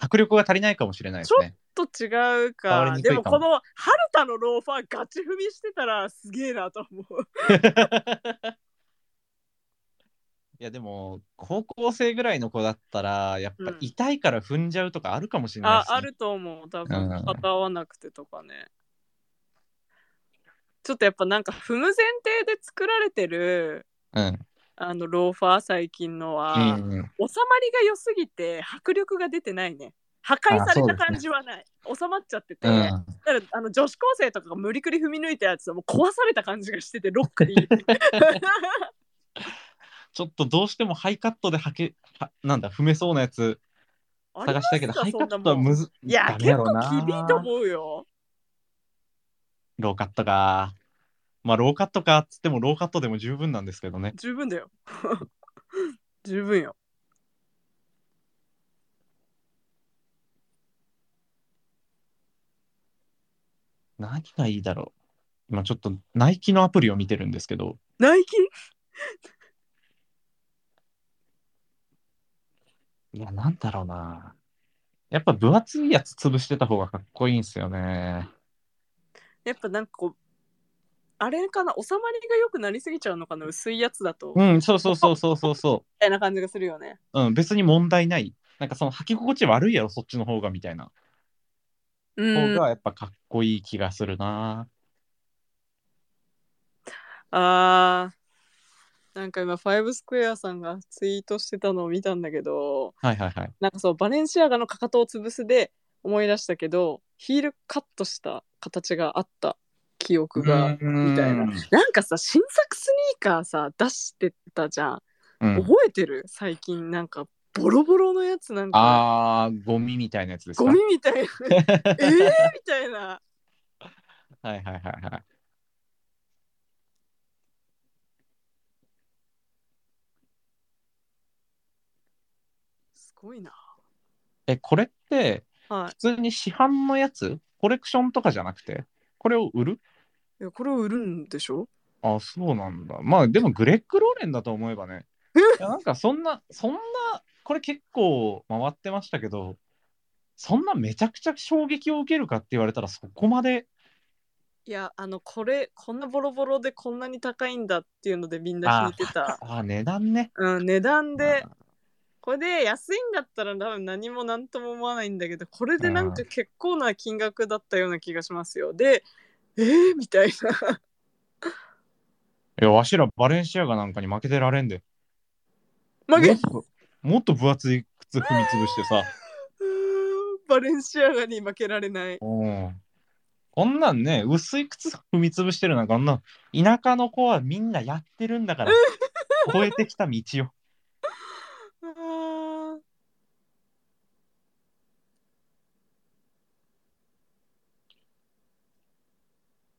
[SPEAKER 2] 迫力が足りないかもしれないですね。
[SPEAKER 1] ちょっと違う
[SPEAKER 2] 触
[SPEAKER 1] か
[SPEAKER 2] りにくい
[SPEAKER 1] で
[SPEAKER 2] か
[SPEAKER 1] もこ
[SPEAKER 2] も
[SPEAKER 1] の春田のローファーガチ踏みしてたらすげえなと思う
[SPEAKER 2] <laughs> いやでも高校生ぐらいの子だったらやっぱ痛いから踏んじゃうとかあるかもしれない
[SPEAKER 1] あ
[SPEAKER 2] し、
[SPEAKER 1] あると思う多分
[SPEAKER 2] うん
[SPEAKER 1] 肩合わなくてとかね、ちょっとやっぱなんか踏む前提で作られてる
[SPEAKER 2] うん
[SPEAKER 1] あのローファー最近のは、
[SPEAKER 2] うん
[SPEAKER 1] 収ま
[SPEAKER 2] うん
[SPEAKER 1] りが良すぎて迫力が出てないね破壊された感じはない、収まっちゃってて、
[SPEAKER 2] うん
[SPEAKER 1] だからあの女子高生とかが無理くり踏み抜いたやつはもう壊された感じがしててロッ
[SPEAKER 2] <laughs>
[SPEAKER 1] クに
[SPEAKER 2] ちょっとどうしてもハイカットではけはなんだ踏めそうなやつ探したいけど
[SPEAKER 1] あ
[SPEAKER 2] ハ
[SPEAKER 1] り
[SPEAKER 2] イカ
[SPEAKER 1] ましたそ
[SPEAKER 2] ッ
[SPEAKER 1] んな
[SPEAKER 2] トは
[SPEAKER 1] もん
[SPEAKER 2] むず
[SPEAKER 1] いや
[SPEAKER 2] ダメ
[SPEAKER 1] 結
[SPEAKER 2] ろうな
[SPEAKER 1] 構厳しいと思うよ
[SPEAKER 2] ローカットかまあローカットかっつってもローカットでも十分なんですけどね
[SPEAKER 1] 十分だよ十分よ
[SPEAKER 2] 何がいいだろう今ちょっとナイキのアプリを見てるんですけど
[SPEAKER 1] ナイキ
[SPEAKER 2] いやなんだろうなやっぱ分厚いやつ潰してた方がかっこいいんすよね
[SPEAKER 1] やっぱなんかこうあれかな収まりが良くなりすぎちゃうのかな薄いやつだとみ
[SPEAKER 2] うんそうそうそうそうそうそ
[SPEAKER 1] たいな感じがするよね
[SPEAKER 2] ううん別に問題ないなんかその履き心地悪いやろそっちの方がみたいな
[SPEAKER 1] う
[SPEAKER 2] 方
[SPEAKER 1] ん
[SPEAKER 2] がやっぱかっこいい気がするな
[SPEAKER 1] あーなんか今ファイブスクエアさんがツイートしてたのを見たんだけど
[SPEAKER 2] はいはいはい
[SPEAKER 1] なんかそうバレンシアガのかかとを潰すで思い出したけどヒールカットした形があった記憶が、みたいななんかさ新作スニーカーさ出してたじゃん、
[SPEAKER 2] うん、
[SPEAKER 1] 覚えてる最近なんかボロボロのやつなんか
[SPEAKER 2] あーゴミみたいなやつですか
[SPEAKER 1] ゴミみ
[SPEAKER 2] <laughs>
[SPEAKER 1] たいなえー、みたいな
[SPEAKER 2] はいはいはいはい。
[SPEAKER 1] すごいな
[SPEAKER 2] え、これって、
[SPEAKER 1] は
[SPEAKER 2] 普通に市販のやつコレクションとかじゃなくてこれを売る
[SPEAKER 1] いいやこれを売るんでしょ
[SPEAKER 2] あ、そうなんだ。まあ、でもグレッグ・ローレンだと思えばね。いやなんかそんな、そんな、これ結構回ってましたけど、そんなめちゃくちゃ衝撃を受けるかって言われたらそこまで。
[SPEAKER 1] いやあのこれこんなボロボロでこんなに高いんだっていうのでみんな
[SPEAKER 2] あ
[SPEAKER 1] 引いてた、
[SPEAKER 2] あ、値段ね。
[SPEAKER 1] うん、値段で
[SPEAKER 2] あー
[SPEAKER 1] これで安いんだったら多分何も何とも思わないんだけどこれでなんか結構な金額だったような気がしますよでえー、みたいな
[SPEAKER 2] いや、わしらバレンシアガなんかに負けてられんで。
[SPEAKER 1] 曲げ
[SPEAKER 2] もっともっと分厚い靴踏み潰してさ。
[SPEAKER 1] うーんバレンシアガに負けられない
[SPEAKER 2] うんこんなんね、薄い靴踏み潰してるなんか、あんな田舎の子はみんなやってるんだから、超えてきた道を。
[SPEAKER 1] あー
[SPEAKER 2] い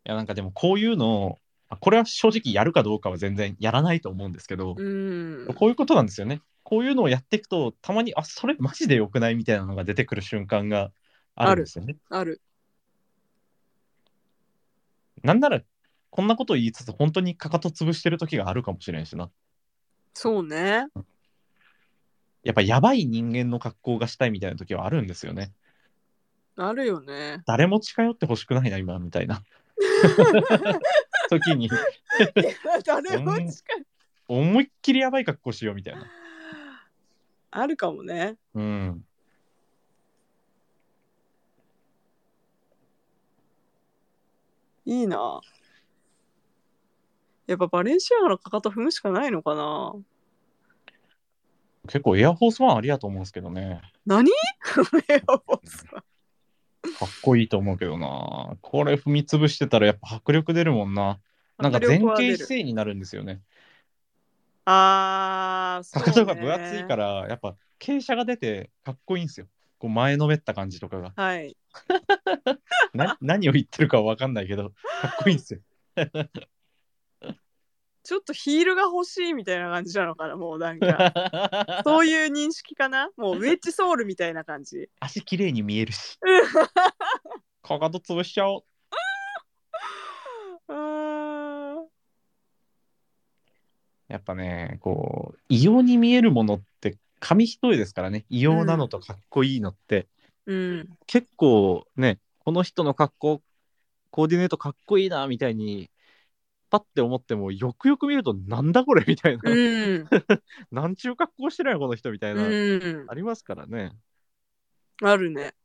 [SPEAKER 2] や、なんかでもこういうのを、あこれは正直やるかどうかは全然やらないと思うんですけど、
[SPEAKER 1] うん
[SPEAKER 2] こういうことなんですよね。こういうのをやっていくと、たまに、あ、それマジで良くないみたいなのが出てくる瞬間があるんですよね。
[SPEAKER 1] ある
[SPEAKER 2] なんなら、こんなことを言いつつ、本当にかかと潰してる時があるかもしれんしな。
[SPEAKER 1] そうね
[SPEAKER 2] やっぱやばい人間の格好がしたいみたいな時はあるんですよね。
[SPEAKER 1] あるよ
[SPEAKER 2] <laughs>
[SPEAKER 1] ね
[SPEAKER 2] 誰も近寄ってほしくないな、今、みたいな。 <laughs> 時に、
[SPEAKER 1] いや誰も近い
[SPEAKER 2] 思いっきりやばい格好しようみたいな。
[SPEAKER 1] あるかもね
[SPEAKER 2] うん。
[SPEAKER 1] いいな。やっぱバレンシアガのかかと踏むしかないのかな
[SPEAKER 2] 結構エアフォースワンありやと思うんですけどね。
[SPEAKER 1] 何エアフォースワン
[SPEAKER 2] かっこいいと思うけどな。これ踏み潰してたらやっぱ迫力出るもんな。 <laughs> なんか前
[SPEAKER 1] 迫力は出
[SPEAKER 2] 傾
[SPEAKER 1] る
[SPEAKER 2] 姿勢になるんですよね。
[SPEAKER 1] あー、そ
[SPEAKER 2] か
[SPEAKER 1] うね
[SPEAKER 2] かとが分厚いから、やっぱ傾斜が出てかっこいいんですよ。こう前のめった感じとかが。
[SPEAKER 1] はい。
[SPEAKER 2] <laughs> な何を言ってるかわかんないけど、かっこいいん <laughs> ですよ。
[SPEAKER 1] ちょっとヒールが欲しいみたいな感じなのかなもうなんか。 <laughs> そういう認識かなもうウェッジソールみたいな感
[SPEAKER 2] <laughs>
[SPEAKER 1] じ。
[SPEAKER 2] 足綺麗に見える <laughs> し。かかと潰しちゃおう。
[SPEAKER 1] うーん。
[SPEAKER 2] やっぱね、こう、異様に見えるものって紙一重ですからね、異様なのとかっこいいのって、
[SPEAKER 1] うん。
[SPEAKER 2] 結構ね、この人の格好、コーディネートかっこいいなみたいにパッて思ってもよくよく見るとなんだこれみ <laughs> たいな、
[SPEAKER 1] うん。
[SPEAKER 2] なんちゅう格好してるんやこの人みたいな、
[SPEAKER 1] うん。
[SPEAKER 2] ありますからね
[SPEAKER 1] あるね。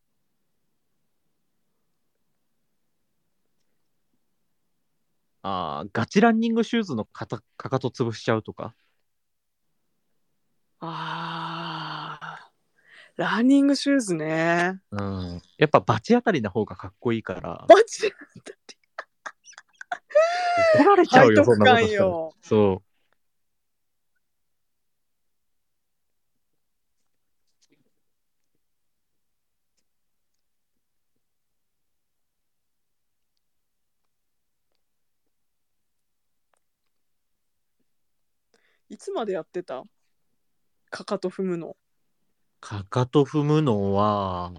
[SPEAKER 2] あーガチランニングシューズのかたかかと潰しちゃうとか
[SPEAKER 1] ああ。ランニングシューズね。
[SPEAKER 2] うんやっぱバチ当たりな方がかっこいい
[SPEAKER 1] <laughs>
[SPEAKER 2] から
[SPEAKER 1] バチ
[SPEAKER 2] 怒られちゃう
[SPEAKER 1] 背
[SPEAKER 2] よそん
[SPEAKER 1] 徳
[SPEAKER 2] なこと
[SPEAKER 1] 感
[SPEAKER 2] したら
[SPEAKER 1] よ。
[SPEAKER 2] そう
[SPEAKER 1] いつまでやってたかかと踏むの。
[SPEAKER 2] かかと踏むのは、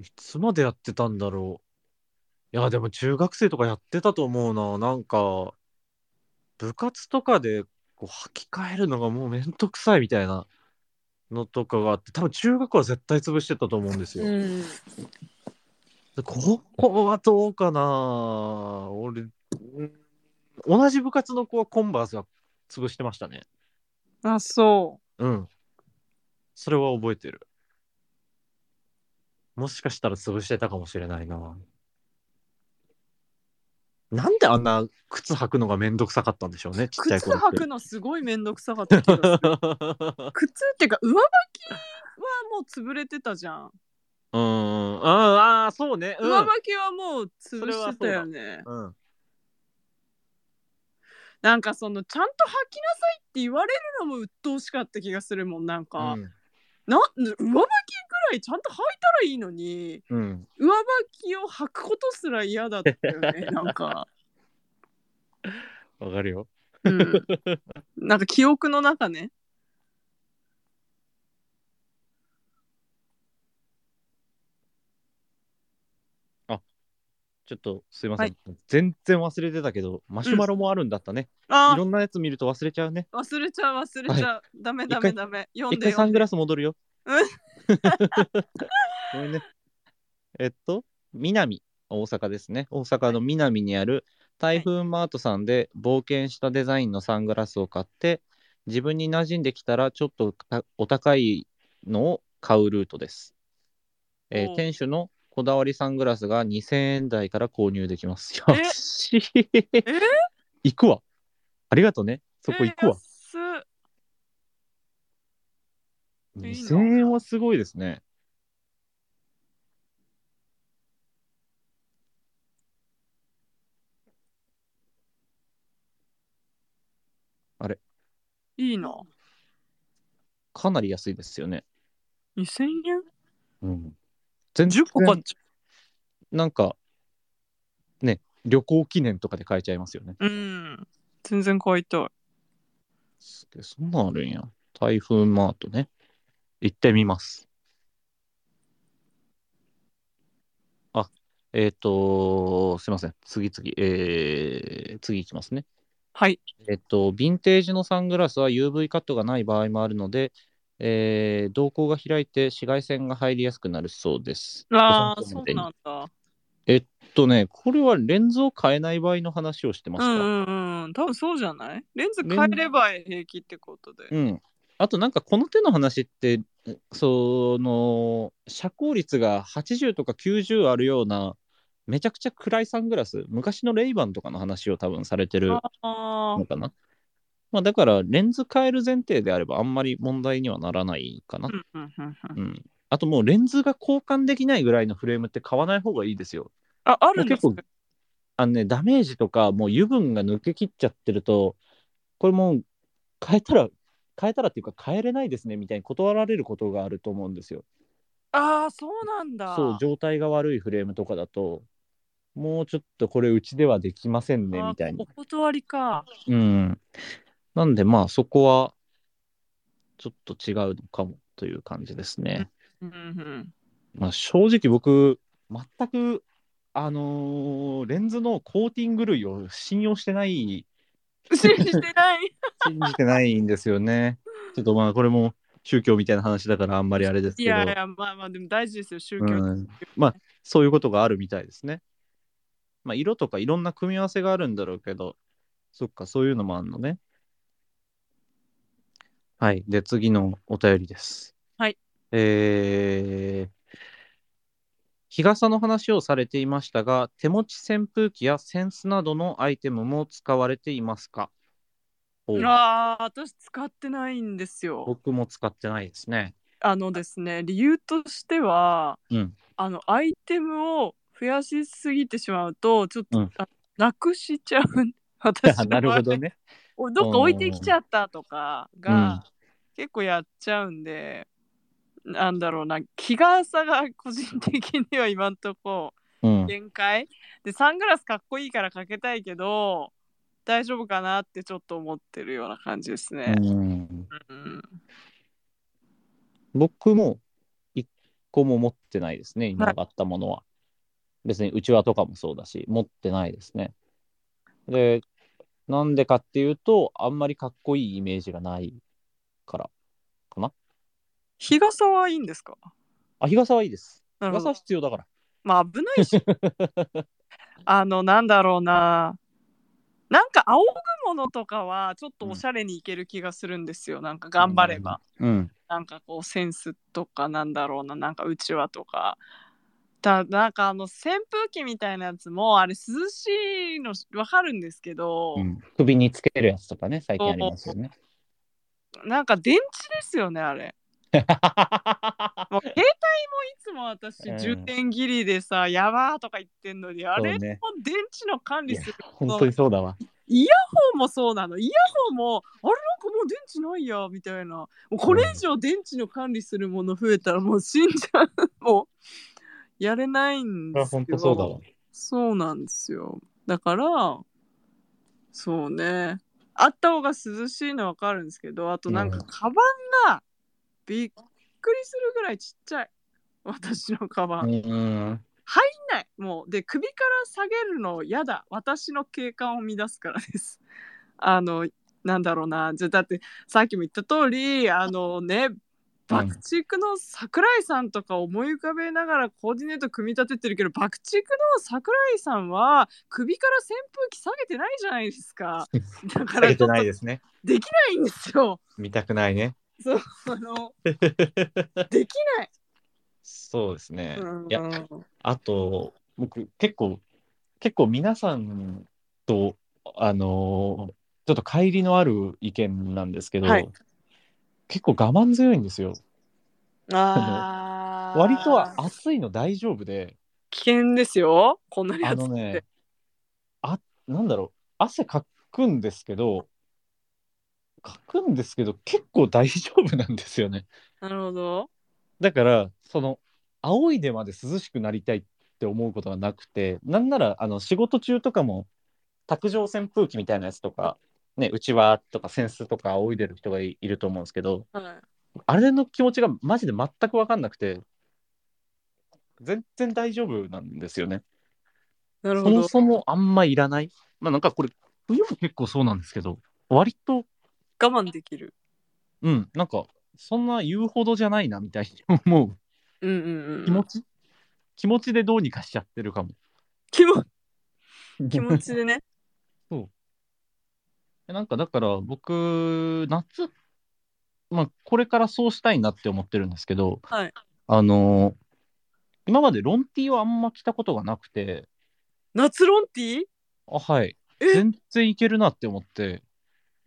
[SPEAKER 2] いつまでやってたんだろう。いや、でも中学生とかやってたと思うな。なんか、部活とかでこう履き替えるのがもうめんどくさいみたいなのとかがあって、多分中学は絶対潰してたと思うんですよ。
[SPEAKER 1] ん。
[SPEAKER 2] で高校はどうかな俺、うん同じ部活の子はコンバースは潰してましたね。
[SPEAKER 1] あ、そ
[SPEAKER 2] うん。それは覚えてる。もしかしたら潰してたかもしれないな。なんであんな靴履くのがめんどくさかったんでしょうね、ち
[SPEAKER 1] う。
[SPEAKER 2] っちゃい
[SPEAKER 1] 靴
[SPEAKER 2] 頃っ
[SPEAKER 1] 履
[SPEAKER 2] て
[SPEAKER 1] く。のすごいめんどくさかった気が
[SPEAKER 2] <laughs>
[SPEAKER 1] する。靴っていうか上履きはもう潰れてたじゃん。
[SPEAKER 2] うん、うんああ、そうね。うん
[SPEAKER 1] 上履きはもう潰してたよね。
[SPEAKER 2] うん。
[SPEAKER 1] なんかそのちゃんと履きなさいって言われるのも鬱陶しかった気がするもんなんか、
[SPEAKER 2] うん
[SPEAKER 1] な上履きぐらいちゃんと履いたらいいのに
[SPEAKER 2] うん。
[SPEAKER 1] 上履きを履くことすら嫌だったよねなんか、
[SPEAKER 2] わかるよ。 <laughs>
[SPEAKER 1] うん、なんか記憶の中ね
[SPEAKER 2] ちょっとすいません、
[SPEAKER 1] は
[SPEAKER 2] 全然忘れてたけど、マシュマロもあるんだったね。い
[SPEAKER 1] あ
[SPEAKER 2] ろんなやつ見ると忘れちゃうね。
[SPEAKER 1] ー忘れちゃう忘れちゃう、ダメダメダメ読
[SPEAKER 2] 一
[SPEAKER 1] んで
[SPEAKER 2] 回サ
[SPEAKER 1] 読ん
[SPEAKER 2] ング
[SPEAKER 1] で
[SPEAKER 2] ラス戻るよ。
[SPEAKER 1] うん
[SPEAKER 2] <laughs> ごめんね。えっと、南、大阪ですね。大阪の南にある台風マートさんで冒険したデザインのサングラスを買って、自分に馴染んできたらちょっとたお高いのを買うルートです。えー
[SPEAKER 1] おう
[SPEAKER 2] 店主のこだわりサングラスが2000円台から購入できます。
[SPEAKER 1] え
[SPEAKER 2] 安い行くわ。ありがとうね。そこ行くわ。
[SPEAKER 1] えー安っ安いいいな
[SPEAKER 2] 2000円はすごいですね。
[SPEAKER 1] いいな
[SPEAKER 2] かなり安いですよね。
[SPEAKER 1] 2000円
[SPEAKER 2] うん、全10個買っちゃう。なんか、ね、旅行記念とかで買えちゃいますよね。
[SPEAKER 1] うん全然買いたい
[SPEAKER 2] すげえそんなんあるんや。台風マートね。行ってみます。あ、えっ、とすいません。次々、えー、次行きますね。
[SPEAKER 1] はい
[SPEAKER 2] えっと、ヴィンテージのサングラスは UV カットがない場合もあるので、えー瞳孔が開いて紫外線が入りやすくなるそうです。
[SPEAKER 1] ああ
[SPEAKER 2] お散
[SPEAKER 1] そ
[SPEAKER 2] 歩
[SPEAKER 1] う
[SPEAKER 2] までに
[SPEAKER 1] なんだ
[SPEAKER 2] えっとね、これはレンズを変えない場合の話をしてま
[SPEAKER 1] う
[SPEAKER 2] し
[SPEAKER 1] ん
[SPEAKER 2] た。
[SPEAKER 1] うんうん多分そうじゃないレンズ変えれば平気ってことで、
[SPEAKER 2] うん、あとなんかこの手の話って、その、遮光率が80とか90あるような、めちゃくちゃ暗いサングラス、昔のレイバンとかの話を多分されてる
[SPEAKER 1] ああ
[SPEAKER 2] のかな。まあだから、レンズ変える前提であればあんまり問題にはならないかな
[SPEAKER 1] う。んうんうんうん
[SPEAKER 2] うん。あともうレンズが交換できないぐらいのフレームって買わない方がいいですよ。
[SPEAKER 1] ああるんだ
[SPEAKER 2] 結構あのね、ダメージとか、もう油分が抜けきっちゃってると、これもう変えたら、変えたらっていうか変えれないですねみたいに断られることがあると思うんですよ。
[SPEAKER 1] ああそうなんだ
[SPEAKER 2] そう、状態が悪いフレームとかだと、もうちょっとこれうちではできませんね
[SPEAKER 1] あー
[SPEAKER 2] みたいな
[SPEAKER 1] お。断りか
[SPEAKER 2] うん。なんでまあそこは、ちょっと違うのかもという感じですね。
[SPEAKER 1] うんうん
[SPEAKER 2] <laughs> まあ、正直僕、全く、あのーレンズのコーティング類を信用してない、
[SPEAKER 1] 信じてない
[SPEAKER 2] 信じてないんです
[SPEAKER 1] <laughs>
[SPEAKER 2] よね。ちょっとまあ、これも宗教みたいな話だからあんまりあれです
[SPEAKER 1] い
[SPEAKER 2] けど、
[SPEAKER 1] やいやまあまあでも大事ですよ宗教、
[SPEAKER 2] うん、まあ、そういうことがあるみたいですね。まあ、色とかいろんな組み合わせがあるんだろうけど、
[SPEAKER 10] そっか、そういうのもあるのね。はい。で、次のお便りです。
[SPEAKER 1] はい。
[SPEAKER 10] えー、日傘の話をされていましたが、手持ち扇風機や扇子などのアイテムも使われていますかおう
[SPEAKER 1] あー私使ってないんですよ。
[SPEAKER 10] 僕も使ってないです <laughs> ね。
[SPEAKER 1] あのですね理由としては
[SPEAKER 10] うん。
[SPEAKER 1] あのアイテムを増やしすぎてしまうとちょっと、
[SPEAKER 10] うん
[SPEAKER 1] あなく
[SPEAKER 10] <laughs>
[SPEAKER 1] しちゃう私は
[SPEAKER 10] なるほどね。
[SPEAKER 1] おどっか置いてきちゃったとかが、結構やっちゃうんで、なんだろうな日傘が個人的には今んとこ
[SPEAKER 10] うん。
[SPEAKER 1] 限界、でサングラスかっこいいからかけたいけど大丈夫かなってちょっと思ってるような感じですね。
[SPEAKER 10] うん
[SPEAKER 1] うん
[SPEAKER 10] 僕も一個も持ってないですね、今
[SPEAKER 1] はい
[SPEAKER 10] 上がったものは。別にうちわとかもそうだし、持ってないですね。で、なんでかっていうと、あんまりかっこいいイメージがないからかな。
[SPEAKER 1] 日傘はいいんですか
[SPEAKER 10] あ、日傘はいいです。
[SPEAKER 1] な
[SPEAKER 10] 日
[SPEAKER 1] る
[SPEAKER 10] 傘
[SPEAKER 1] ほど
[SPEAKER 10] は必要だ <laughs> から。
[SPEAKER 1] まあ危ないしあのなんだろうななんか仰ぐものとかはちょっとおしゃれにいける気がするんですよ、なんか頑張れば、
[SPEAKER 10] うん。
[SPEAKER 1] なんかこうセンスとかなんだろうななんかうちわとかだなんかあの扇風機みたいなやつもあれ涼しいのわかるんですけど、
[SPEAKER 10] うん首につけるやつとかね、最近ありますよね。
[SPEAKER 1] なんか電池ですよねあれ
[SPEAKER 10] <laughs>
[SPEAKER 1] もう携帯もいつも私
[SPEAKER 10] うん
[SPEAKER 1] 充電切りでさ、やばーとか言ってんのにあれ
[SPEAKER 10] そう
[SPEAKER 1] も
[SPEAKER 10] ね
[SPEAKER 1] 電池の管理する
[SPEAKER 10] 本当にそうだわ。
[SPEAKER 1] イヤホンもそうなのイヤホンもあれなんかもう電池ないやみたいなもうこれ以上電池の管理するもの増えたらもう死んじゃうもうやれないんですよ
[SPEAKER 2] 本当そうだわ。
[SPEAKER 1] そうなんですよだからそうねあった方が涼しいのはわかるんですけどあとなんか
[SPEAKER 2] うん
[SPEAKER 1] カバンがびっくりするぐらいちっちゃい私のカバン
[SPEAKER 10] うん。
[SPEAKER 1] 入んないもうで首から下げるの嫌だ私の景観を乱すからです <laughs> あのなんだろうなじゃだってさっきも言った通りあのね爆竹の桜井さんとか思い浮かべながらコーディネート組み立ててるけど爆竹の桜井さんは首から扇風機下げてないじゃないですか
[SPEAKER 2] <laughs>
[SPEAKER 1] だからち
[SPEAKER 2] 下げて
[SPEAKER 1] ょっと
[SPEAKER 2] ない
[SPEAKER 1] で
[SPEAKER 2] ですね。
[SPEAKER 1] きないんですよ
[SPEAKER 2] 見たくないね。
[SPEAKER 1] そうあのできない、
[SPEAKER 2] そうですね。
[SPEAKER 1] うん
[SPEAKER 2] いや、あと、僕、結構、結構皆さんと、あのーちょっと乖離のある意見なんですけど、
[SPEAKER 1] はい
[SPEAKER 2] 結構我慢強いんですよ。
[SPEAKER 1] あー
[SPEAKER 2] 割とは暑いの大丈夫で、
[SPEAKER 1] 危険ですよこんなに
[SPEAKER 2] あ
[SPEAKER 1] 暑
[SPEAKER 2] の
[SPEAKER 1] くて、
[SPEAKER 2] ね、あ、なんだろう、汗かくんですけど、かくんですけど、結構大丈夫なんですよね。
[SPEAKER 1] なるほど
[SPEAKER 2] だから、その、仰いでまで涼しくなりたいって思うことがなくて、なんなら、あの、仕事中とかも、卓上扇風機みたいなやつとか、ね、うちわとか扇子とか仰いでる人がいいると思うんですけど、
[SPEAKER 1] はい
[SPEAKER 2] あれの気持ちがマジで全く分かんなくて、全然大丈夫なんですよね。
[SPEAKER 1] なる
[SPEAKER 2] そ
[SPEAKER 1] ほ
[SPEAKER 2] も
[SPEAKER 1] ど
[SPEAKER 2] そもあんまいらない。まあなんかこれ、冬も結構そうなんですけど、割と、
[SPEAKER 1] 我慢できる
[SPEAKER 2] うん、なんか、そんな言うほどじゃないなみたいに思う
[SPEAKER 1] うんうんうん
[SPEAKER 2] 気持ち、気持ちでどうにかしちゃってるかも。
[SPEAKER 1] 気も気持ちで <laughs> ね
[SPEAKER 2] <laughs> なんかだから僕、夏、まあこれからそうしたいなって思ってるんですけど、
[SPEAKER 1] はい
[SPEAKER 2] あのー今までロンティーをあんま着たことがなくて、
[SPEAKER 1] 夏ロンティー
[SPEAKER 2] あ、はい。
[SPEAKER 1] え
[SPEAKER 2] 全然いけるなって
[SPEAKER 1] <laughs>
[SPEAKER 2] 思って、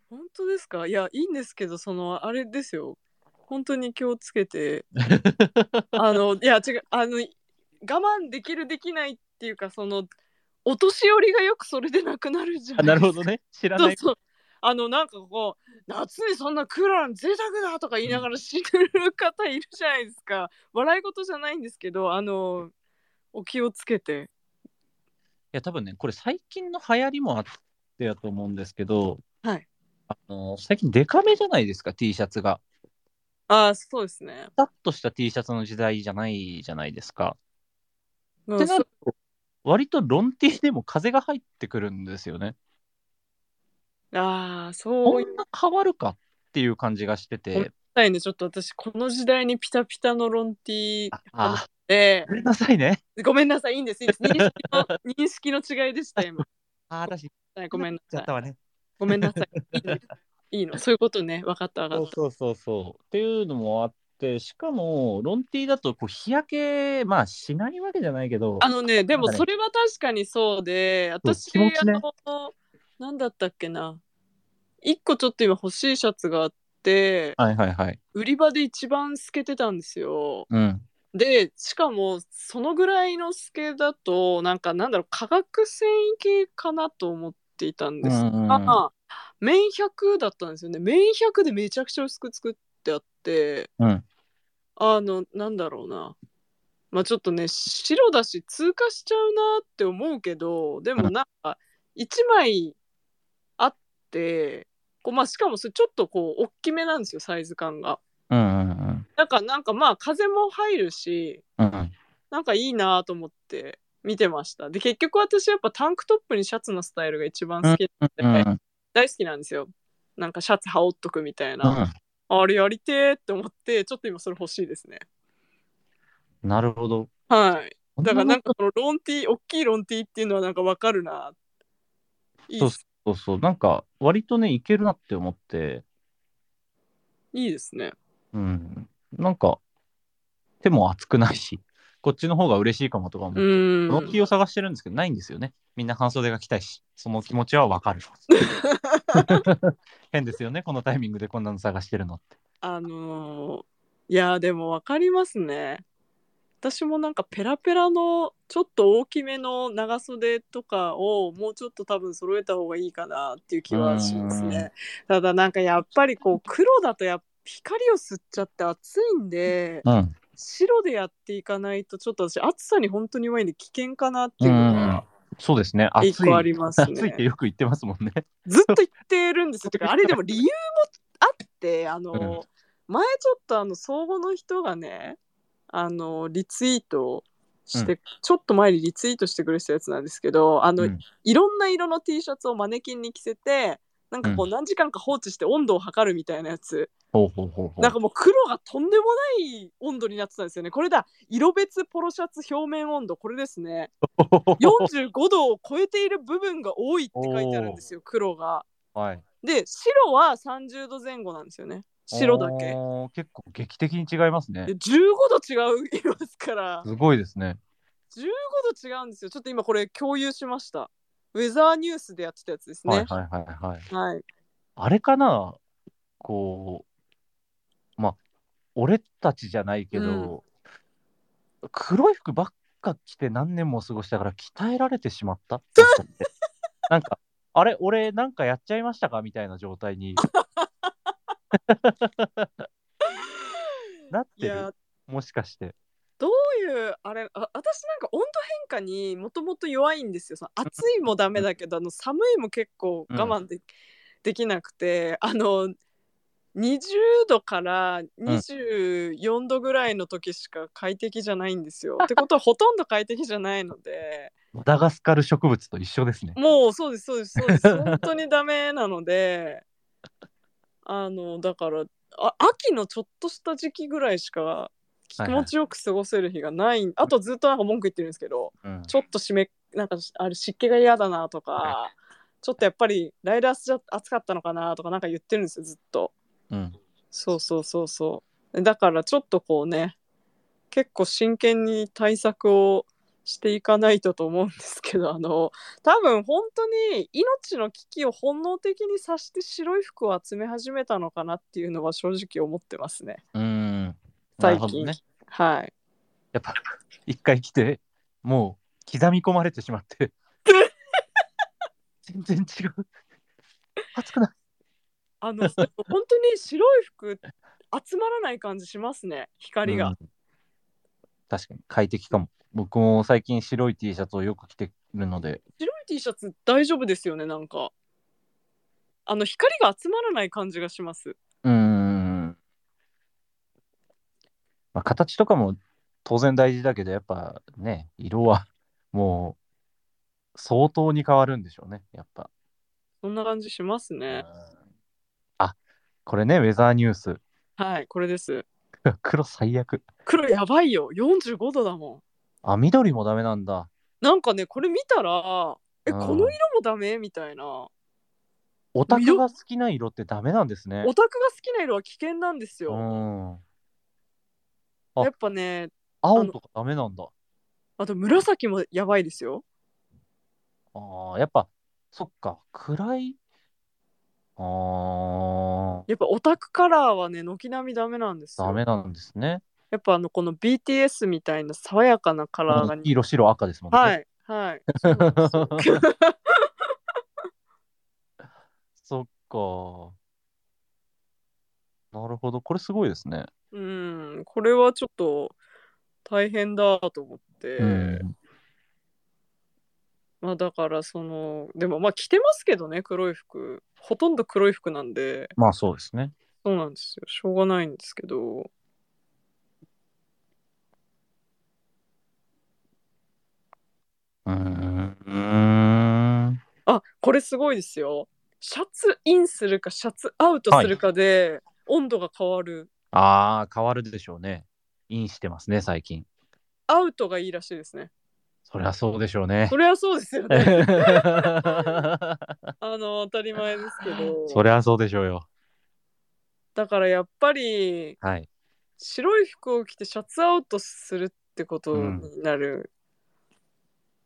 [SPEAKER 1] 本当ですかいやいいんですけどそのあれですよ本当に気をつけ <laughs> てあのいや違うあの我慢できるできないっていうかそのお年寄りがよくそれでなくなるじゃ
[SPEAKER 2] あ、
[SPEAKER 1] ん
[SPEAKER 2] なるほどね。知ら
[SPEAKER 1] そ
[SPEAKER 2] な
[SPEAKER 1] う
[SPEAKER 2] い。
[SPEAKER 1] そうあのなんかこう夏にそんなクーラーの贅沢だとか言いながら死ぬ方いるじゃないですか、笑い事じゃないんですけどあのお気をつけて
[SPEAKER 2] いや多分ねこれ最近の流行りもあってやと思うんですけど、
[SPEAKER 1] はい
[SPEAKER 2] あの最近デカめじゃないですか T シャツが。
[SPEAKER 1] ああそうですね
[SPEAKER 2] ピタッとした T シャツの時代じゃないじゃないですか。
[SPEAKER 1] う
[SPEAKER 2] っ
[SPEAKER 1] ん
[SPEAKER 2] てな
[SPEAKER 1] そ
[SPEAKER 2] ると割とロン T でも風が入ってくるんですよね。
[SPEAKER 1] ああ
[SPEAKER 2] こ
[SPEAKER 1] そう言い
[SPEAKER 2] んな変わるかっていう感じがしてて。
[SPEAKER 1] たいねちょっと私この時代にピタピタのロンティー
[SPEAKER 2] あ <laughs>
[SPEAKER 1] で
[SPEAKER 2] ごめんなさいね。
[SPEAKER 1] ごめんなさいいいんですいいんです認識の認識の違いでした今
[SPEAKER 2] <laughs> ああ、私、
[SPEAKER 1] はいごめんな
[SPEAKER 2] ちゃ
[SPEAKER 1] さ
[SPEAKER 2] っ
[SPEAKER 1] い
[SPEAKER 2] たわね。
[SPEAKER 1] ごめんなさい。いいの、いい
[SPEAKER 2] <laughs>
[SPEAKER 1] のそういうことね。分かった、分か
[SPEAKER 2] そ
[SPEAKER 1] っ
[SPEAKER 2] うそうそうそう。っていうのもあって、しかも、ロンティーだとこう日焼け、まあしないわけじゃないけど
[SPEAKER 1] た。、あのね、でも
[SPEAKER 2] なんかね
[SPEAKER 1] それは確かにそうで、
[SPEAKER 2] そう
[SPEAKER 1] 私、
[SPEAKER 2] 気持ちね
[SPEAKER 1] あの、なんだったっけな。一個ちょっと今欲しいシャツがあって、
[SPEAKER 2] はいはいはい。
[SPEAKER 1] 売り場で一番透けてたんですよ。
[SPEAKER 2] うん。
[SPEAKER 1] で、しかも、そのぐらいの透けだと、なんか、なんだろう、化学繊維系かなと思っていたんです
[SPEAKER 2] うんうんうん
[SPEAKER 1] が、綿100だったんですよね。綿100でめちゃくちゃ薄く作ってあって、
[SPEAKER 2] うん。
[SPEAKER 1] あの、なんだろうな。まあちょっとね、白だし通過しちゃうなって思うけど、でもなんか、1枚あって、こうまあ、しかもそれちょっとこう、大きめなんですよ、サイズ感が。
[SPEAKER 2] うんうんうん。
[SPEAKER 1] だからなんかまあ、風も入るし、
[SPEAKER 2] うん
[SPEAKER 1] なんかいいなと思って見てました。で、結局私やっぱタンクトップにシャツのスタイルが一番好き
[SPEAKER 2] う。
[SPEAKER 1] なんん
[SPEAKER 2] う
[SPEAKER 1] で、
[SPEAKER 2] ん
[SPEAKER 1] 大好きなんですよ。なんかシャツ羽織っとくみたいな。
[SPEAKER 2] うん
[SPEAKER 1] あれやりてーって思って、ちょっと今それ欲しいですね。
[SPEAKER 2] なるほど。
[SPEAKER 1] はい。だから
[SPEAKER 2] な
[SPEAKER 1] なんかそのロンティー、大きいロンティーっていうのはなんかわかるな。いいっす
[SPEAKER 2] そうそう、なんか割とね、いけるなって思って、
[SPEAKER 1] いいですね。
[SPEAKER 2] うん。なんか、手も熱くないし、こっちの方が嬉しいかもとかも、
[SPEAKER 1] う
[SPEAKER 2] ロッキ
[SPEAKER 1] ーん。
[SPEAKER 2] ーを探してるんですけど、ないんですよね。みんな半袖が着たいし、その気持ちは
[SPEAKER 1] <laughs>
[SPEAKER 2] わかる。変ですよね、このタイミングでこんなの探してるのって。
[SPEAKER 1] あのーいやーでもわかりますね。私もなんかペラペラのちょっと大きめの長袖とかをもうちょっと多分揃えた方がいいかなっていう気はしますね。ただなんかやっぱりこう黒だとやっ光を吸っちゃって暑いんで
[SPEAKER 2] うん。
[SPEAKER 1] 白でやっていかないとちょっと私暑さに本当に弱いんで危険かなって
[SPEAKER 2] う
[SPEAKER 1] いうのは
[SPEAKER 2] ん。そうですね、暑い。
[SPEAKER 1] 一個あります
[SPEAKER 2] 暑いって
[SPEAKER 1] ね。
[SPEAKER 2] よく言ってますもんね。
[SPEAKER 1] ずっと言ってるんですよ。てかあれでも理由もあってあの、前ちょっとあの相互の人がねあのリツイートして、ちょっと前にリツイートしてくれてたやつなんですけどあの、
[SPEAKER 2] うん
[SPEAKER 1] いろんな色の T シャツをマネキンに着せてなんかこう何時間か放置して温度を測るみたいなやつ、
[SPEAKER 2] ほうほうほうほう。
[SPEAKER 1] なんかもう黒がとんでもない温度になってたんですよねこれだ色別ポロシャツ表面温度これですね45度を超えている部分が多いって書いてあるんですよ黒が。
[SPEAKER 2] はい。
[SPEAKER 1] で白は30度前後なんですよね白だけ。
[SPEAKER 2] おー。結構劇的に違いますね
[SPEAKER 1] で。15度違ういますから
[SPEAKER 2] すごいですね。
[SPEAKER 1] 15度違うんですよちょっと今これ共有しましたウェザーニュースでやってたやつです
[SPEAKER 2] はい
[SPEAKER 1] ね
[SPEAKER 2] はいはいはい。
[SPEAKER 1] はい、
[SPEAKER 2] あれかなこう、まあ、俺たちじゃないけど、黒い服ばっか着て何年も過ごしたから鍛えられてしまったって思ってなんか、あれ、俺なんかやっちゃいましたかみたいな状態になっ
[SPEAKER 1] い
[SPEAKER 2] て
[SPEAKER 1] や
[SPEAKER 2] る、もしかして。
[SPEAKER 1] どういうあれあ私なんか温度変化にもともと弱いんですよその暑いもダメだけどあの寒いも結構我慢で,、できなくてあの20度から24度ぐらいの時しか快適じゃないんですよ。ってことはほとんど快適じゃないので。
[SPEAKER 2] マダガスカル植物と一緒ですね。
[SPEAKER 1] もうそうですそうですそうです
[SPEAKER 2] <laughs>
[SPEAKER 1] 本当にダメなのであのだからあ秋のちょっとした時期ぐらいしか気持ちよく過ごせる日がない、あとずっとなんか文句言ってるんですけど
[SPEAKER 2] うん
[SPEAKER 1] ちょっと湿なんかあれ湿気が嫌だなとか、
[SPEAKER 2] は
[SPEAKER 1] ちょっとやっぱりライダースじゃ暑かったのかなとかなんか言ってるんですよずっと
[SPEAKER 2] うん
[SPEAKER 1] そうそうそうそうだからちょっとこうね結構真剣に対策をしていかないとと思うんですけどあの多分本当に命の危機を本能的に察して白い服を集め始めたのかなっていうのは正直思ってますね
[SPEAKER 2] うん。
[SPEAKER 1] 最
[SPEAKER 2] なるほ
[SPEAKER 1] 近、
[SPEAKER 2] どね
[SPEAKER 1] はい
[SPEAKER 2] やっぱ、一回来て、もう刻み込まれてし
[SPEAKER 1] <laughs>
[SPEAKER 2] まって。全然違う。熱くない。
[SPEAKER 1] あ
[SPEAKER 2] <laughs>
[SPEAKER 1] の本当に白い服集まらない感じしますね光が、
[SPEAKER 2] うん確かに快適かも。僕も最近白い T シャツをよく着てるので、
[SPEAKER 1] 白い T シャツ大丈夫ですよねなんかあの光が集まらない感じがします
[SPEAKER 2] うーん。まあ、形とかも当然大事だけど、やっぱね、色はもう相当に変わるんでしょうね、やっぱ。
[SPEAKER 1] そんな感じしますね、
[SPEAKER 2] あ、これね、ウェザーニュース。 <laughs>
[SPEAKER 1] はいこれです
[SPEAKER 2] 黒最悪。
[SPEAKER 1] 黒やばいよ45度だもん
[SPEAKER 2] あ、緑もダメなんだ。
[SPEAKER 1] なんかねこれ見たらえ
[SPEAKER 2] う
[SPEAKER 1] こ
[SPEAKER 2] ん
[SPEAKER 1] の色もダメみたいな
[SPEAKER 2] オタクが好きな色ってダメなんですね。
[SPEAKER 1] オタクが好きな色は危険なんです
[SPEAKER 2] う
[SPEAKER 1] よ。
[SPEAKER 2] ん。あ
[SPEAKER 1] やっぱね、
[SPEAKER 2] 青とかダメなんだ。
[SPEAKER 1] あと紫もやばいですよ。
[SPEAKER 2] ああ、やっぱ、そっか、暗い。ああ、
[SPEAKER 1] やっぱオタクカラーはね、軒並みダメなんですよ。
[SPEAKER 2] ダメなんですね。
[SPEAKER 1] やっぱあの、この BTS みたいな爽やかなカラーが、
[SPEAKER 2] 黄色、白、赤ですもんね。
[SPEAKER 1] はい、はい。そうなんですよ
[SPEAKER 2] <laughs> そっか。なるほど、これすごいですね。
[SPEAKER 1] うん、これはちょっと大変だと思って、
[SPEAKER 2] うん
[SPEAKER 1] まあだからそのでもまあ着てますけどね黒い服ほとんど黒い服なんで
[SPEAKER 2] まあそうですね。
[SPEAKER 1] そうなんですよしょうがないんですけど
[SPEAKER 2] うーん。
[SPEAKER 1] あこれすごいですよシャツインするかシャツアウトするかで温度が変わる、
[SPEAKER 2] ああ、変わるでしょうね。インしてますね、最近。
[SPEAKER 1] アウトがいいらしいですね
[SPEAKER 2] そりゃそうでしょうね
[SPEAKER 1] <laughs> そ。りゃそうですよね
[SPEAKER 2] そ
[SPEAKER 1] あの当たり前ですけど
[SPEAKER 2] りゃそうでしょうよ。
[SPEAKER 1] だからやっぱり
[SPEAKER 2] はい。
[SPEAKER 1] 白い服を着てシャツアウトするってことになる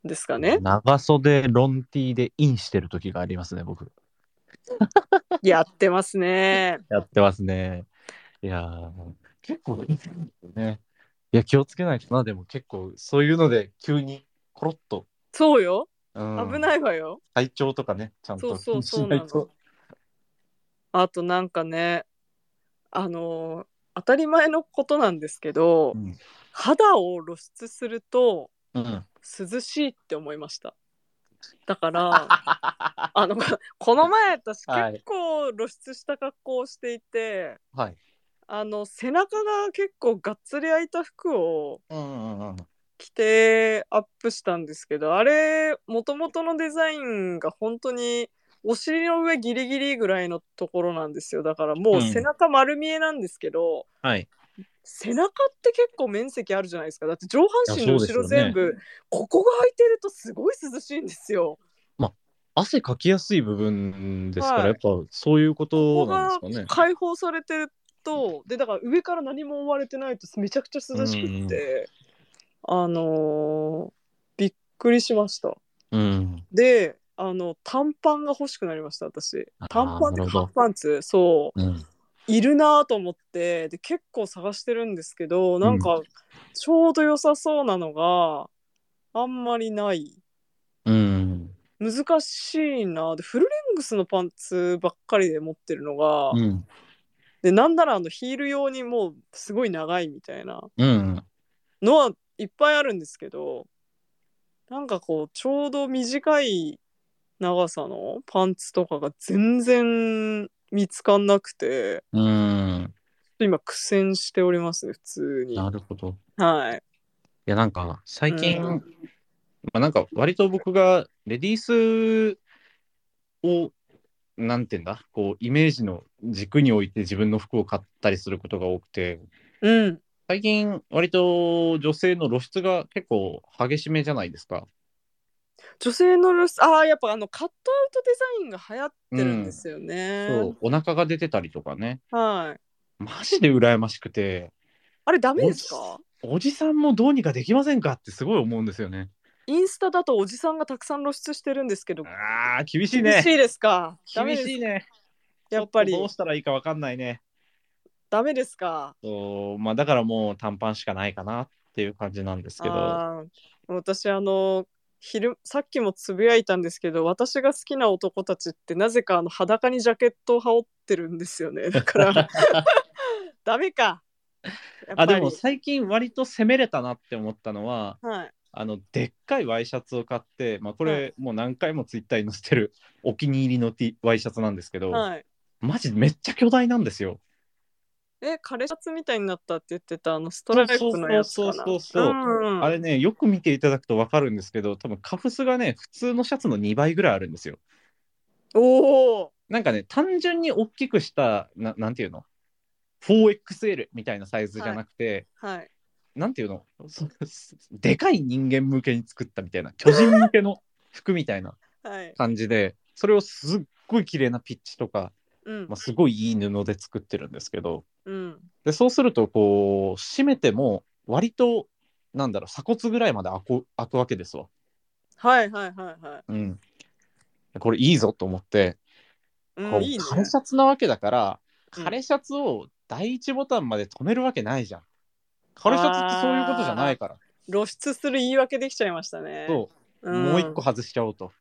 [SPEAKER 1] んですかね、
[SPEAKER 2] 長袖、ロンティーでインしてる時がありますね、僕。
[SPEAKER 1] やってますね
[SPEAKER 2] やってますね。いやー、結構いいですよね。いや、気をつけないとな、でも結構そういうので急にコロッと、
[SPEAKER 1] そうよ
[SPEAKER 2] うん、
[SPEAKER 1] 危
[SPEAKER 2] い
[SPEAKER 1] ないわよ、
[SPEAKER 2] 体調とかね、ちゃんと
[SPEAKER 1] そうそうそう
[SPEAKER 2] 気にしいと
[SPEAKER 1] あとなんかねあのー当たり前のことなんですけど、
[SPEAKER 2] うん
[SPEAKER 1] 肌を露出すると
[SPEAKER 2] うん、 <laughs>
[SPEAKER 1] 涼しいって思いましただから
[SPEAKER 2] <laughs>
[SPEAKER 1] あのこの前私
[SPEAKER 2] はい
[SPEAKER 1] 結構露出した格好をしていて、
[SPEAKER 2] はい。
[SPEAKER 1] あの背中が結構がっつり開いた服を
[SPEAKER 2] うんうんうん。
[SPEAKER 1] 着てアップしたんですけどあれもともとのデザインが本当にお尻の上ギリギリぐらいのところなんですよだからもう背中丸見えなんですけど、
[SPEAKER 2] はい。
[SPEAKER 1] 背中って結構面積あるじゃないですかだって上半身
[SPEAKER 2] い
[SPEAKER 1] の
[SPEAKER 2] やそう
[SPEAKER 1] 後
[SPEAKER 2] ですよ
[SPEAKER 1] ろ全
[SPEAKER 2] ね
[SPEAKER 1] 部、ここが空いてるとすごい涼しいんですよ。
[SPEAKER 2] 汗かきやすい部分ですから、
[SPEAKER 1] はい
[SPEAKER 2] やっぱそういう
[SPEAKER 1] こ
[SPEAKER 2] こ
[SPEAKER 1] とこ
[SPEAKER 2] なん
[SPEAKER 1] が
[SPEAKER 2] ですかね。
[SPEAKER 1] 解放されてるとでだから上から何も覆われてないとめちゃくちゃ涼しくって、あのーびっくりしました。
[SPEAKER 2] うん。
[SPEAKER 1] であの短パンが欲しくなりました私
[SPEAKER 2] あー
[SPEAKER 1] 短パンって
[SPEAKER 2] なるほど
[SPEAKER 1] ハーフパンツそう
[SPEAKER 2] うん。
[SPEAKER 1] いるなぁと思ってで結構探してるんですけどなんかちょうど良さそうなのがあんまりない
[SPEAKER 2] うん。
[SPEAKER 1] 難しいなぁでフルレングスのパンツばっかりで持ってるのが、
[SPEAKER 2] うん。
[SPEAKER 1] でなんならあのヒール用にもうすごい長いみたいな
[SPEAKER 2] うん。
[SPEAKER 1] のはいっぱいあるんですけどなんかこうちょうど短い長さのパンツとかが全然見つかんなくて
[SPEAKER 2] うん。
[SPEAKER 1] ちょっと今苦戦しておりますね普通に
[SPEAKER 2] なるほど。
[SPEAKER 1] はい
[SPEAKER 2] いやなんか最近、
[SPEAKER 1] うん
[SPEAKER 2] まあ、なんか割と僕がレディースをなんていうんだこうイメージの軸に置いて自分の服を買ったりすることが多くて
[SPEAKER 1] うん
[SPEAKER 2] 最近割と女性の露出が結構激しめじゃないですか。
[SPEAKER 1] 女性の露出ああやっぱあのカットアウトデザインが流行ってるんですよね、
[SPEAKER 2] そうお腹が出てたりとかね
[SPEAKER 1] はい
[SPEAKER 2] マジで羨ましくて
[SPEAKER 1] あれダメですか
[SPEAKER 2] おじさんもどうにかできませんかってすごい思うんですよね。
[SPEAKER 1] インスタだとおじさんがたくさん露出してるんですけど
[SPEAKER 2] あー厳し
[SPEAKER 1] 厳
[SPEAKER 2] いね
[SPEAKER 1] しいですかダメ
[SPEAKER 2] 厳
[SPEAKER 1] です
[SPEAKER 2] しいね
[SPEAKER 1] やっぱ
[SPEAKER 2] ちょとど
[SPEAKER 1] り
[SPEAKER 2] うしたらいいかわかんないね。
[SPEAKER 1] ダメですか
[SPEAKER 2] そうまあだからもう短パンしかないかなっていう感じなんですけど
[SPEAKER 1] あー私あの昼さっきもつぶやいたんですけど私が好きな男たちってなぜかあの裸にジャケットを羽織ってるんですよ
[SPEAKER 2] <laughs>
[SPEAKER 1] ねだから <laughs> ダメかやっぱ
[SPEAKER 2] あ
[SPEAKER 1] り
[SPEAKER 2] でも最近割と攻めれたなって思ったのは
[SPEAKER 1] はい
[SPEAKER 2] あのでっかいワイシャツを買って、まあ、こ
[SPEAKER 1] は
[SPEAKER 2] れもう何回もツイッターに載せてるお気に入りの T ワイシャツなんですけど、
[SPEAKER 1] はい
[SPEAKER 2] マジめっちゃ巨大なんですよ。
[SPEAKER 1] え枯れシャツみたいになったって言ってたあのストライプのやつかな
[SPEAKER 2] そうそうそうそう
[SPEAKER 1] うん
[SPEAKER 2] あれねよく見ていただくと分かるんですけど多分カフスがね普通のシャツの2倍ぐらいあるんですよ。
[SPEAKER 1] おお
[SPEAKER 2] なんかね単純に大きくしたななんていうの 4XL みたいなサイズじゃなくて、
[SPEAKER 1] はい
[SPEAKER 2] なんていうのそでかい人間
[SPEAKER 1] <laughs>
[SPEAKER 2] 向けに作ったみたいな巨人向けの服みたいな
[SPEAKER 1] はい
[SPEAKER 2] 感じでそれをすっごい綺麗なピッチとか、
[SPEAKER 1] うん
[SPEAKER 2] まあ、すごいいい布で作ってるんですけど
[SPEAKER 1] うん
[SPEAKER 2] でそうするとこう締めても割となんだろう鎖骨ぐらいまで開く開くわけですわ。
[SPEAKER 1] はいはいはいはい
[SPEAKER 2] うん、これいいぞと思って、
[SPEAKER 1] う
[SPEAKER 2] こ
[SPEAKER 1] ん
[SPEAKER 2] う
[SPEAKER 1] いいね
[SPEAKER 2] 枯れシャツなわけだから
[SPEAKER 1] うん
[SPEAKER 2] 枯れシャツを第一ボタンまで止めるわけないじゃん。枯れシャツってそういうことじゃないから。
[SPEAKER 1] 露出する言い訳できちゃいましたね
[SPEAKER 2] そう、
[SPEAKER 1] ん
[SPEAKER 2] もう一個外しちゃおうと。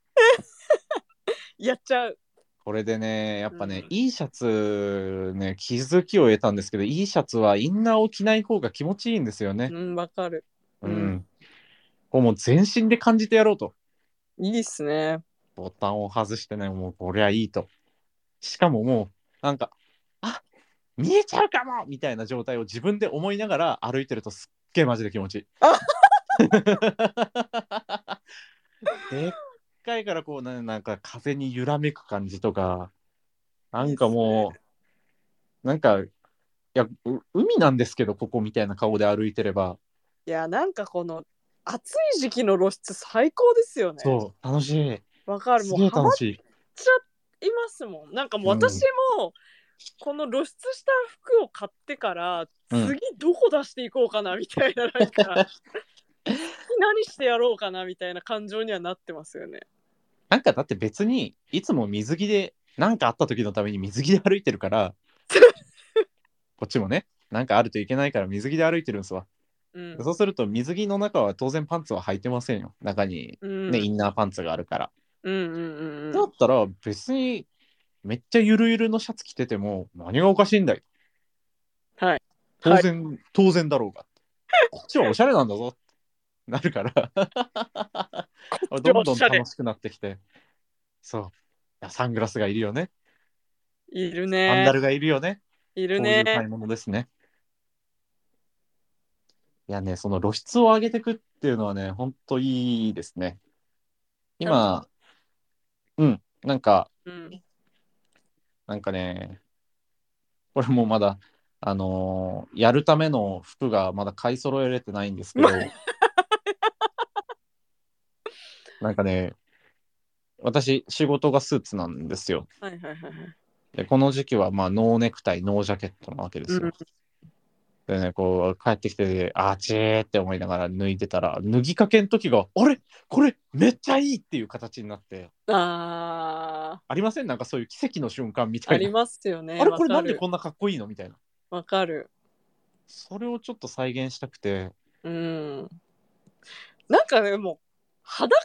[SPEAKER 1] やっちゃう
[SPEAKER 2] これでね、やっぱね、
[SPEAKER 1] うん
[SPEAKER 2] いいシャツ、ね、気づきを得たんですけど、いいシャツはインナーを着ない方が気持ちいいんですよね。
[SPEAKER 1] うんわかる
[SPEAKER 2] う。
[SPEAKER 1] うんん
[SPEAKER 2] こうもう全身で感じてやろうと。
[SPEAKER 1] いいっすね
[SPEAKER 2] ボタンを外してね、もうこりゃいいと。しかももう、なんか、あ見えちゃうかもみたいな状態を自分で思いながら歩いてるとすっげえマジで気持ちいい
[SPEAKER 1] あ。
[SPEAKER 2] でっかいからこうな、なんか風に揺らめく感じとか、なんかもう、なんか、いや、う海なんですけど、ここみたいな顔で歩いてれば、
[SPEAKER 1] いやなんかこの暑い時期の露出最高ですよね
[SPEAKER 2] そう、楽しい。
[SPEAKER 1] わかる
[SPEAKER 2] す
[SPEAKER 1] も
[SPEAKER 2] げえ
[SPEAKER 1] うハマっ
[SPEAKER 2] 楽しい。
[SPEAKER 1] ていますもんなんかもう私も、この露出した服を買ってから、
[SPEAKER 2] うん
[SPEAKER 1] 次どこ出していこうかなみたいななんか何してやろうかなみたいな感情にはなってますよね
[SPEAKER 2] なんかだって別にいつも水着で何かあった時のために水着で歩いてるから
[SPEAKER 1] <laughs>
[SPEAKER 2] こっちもねなんかあるといけないから水着で歩いてるんですわ、
[SPEAKER 1] うん
[SPEAKER 2] そうすると水着の中は当然パンツは履いてませんよ中に
[SPEAKER 1] うん
[SPEAKER 2] ね、インナーパンツがあるから、
[SPEAKER 1] うんうんうん
[SPEAKER 2] だ
[SPEAKER 1] うん
[SPEAKER 2] ったら別にめっちゃゆるゆるのシャツ着てても何がおかしいんだい
[SPEAKER 1] はい
[SPEAKER 2] 当然、当然だろうがこっちはおしゃれなんだぞってなるか
[SPEAKER 1] <laughs>
[SPEAKER 2] ら
[SPEAKER 1] こっち
[SPEAKER 2] ど
[SPEAKER 1] は
[SPEAKER 2] ん
[SPEAKER 1] お
[SPEAKER 2] どん
[SPEAKER 1] しゃれ
[SPEAKER 2] 楽しくなってきてそういやサングラスがいるよね
[SPEAKER 1] いる
[SPEAKER 2] サンダ
[SPEAKER 1] ね
[SPEAKER 2] ルがいるよね。
[SPEAKER 1] い
[SPEAKER 2] こ
[SPEAKER 1] る
[SPEAKER 2] ういう
[SPEAKER 1] ね
[SPEAKER 2] 買い物ですね。いやね、その露出を上げていくっていうのはね、ほんといいですね。今、うん、なんか、
[SPEAKER 1] うん
[SPEAKER 2] なんかね、これもまだ、あのーやるための服がまだ買い揃えれてないんです
[SPEAKER 1] <laughs>
[SPEAKER 2] けど、なんかね、私、仕事がスーツなんですよ。
[SPEAKER 1] はいはいはいはい
[SPEAKER 2] でこの時期はまあノーネクタイノージャケットなわけですよ。
[SPEAKER 1] うん
[SPEAKER 2] でねこう帰ってきてあちーって思いながら脱いでたら脱ぎかけん時があれこれめっちゃいいっていう形になって
[SPEAKER 1] あ
[SPEAKER 2] ありませんなんかそういう奇跡の瞬間み
[SPEAKER 1] ー
[SPEAKER 2] た
[SPEAKER 1] あ
[SPEAKER 2] いな
[SPEAKER 1] りますよね
[SPEAKER 2] あれ
[SPEAKER 1] わ
[SPEAKER 2] これ
[SPEAKER 1] か
[SPEAKER 2] なんで
[SPEAKER 1] る
[SPEAKER 2] こんなかっこいいのみたいな
[SPEAKER 1] わかる
[SPEAKER 2] それをちょっと再現したくて
[SPEAKER 1] うんなんかねもう裸に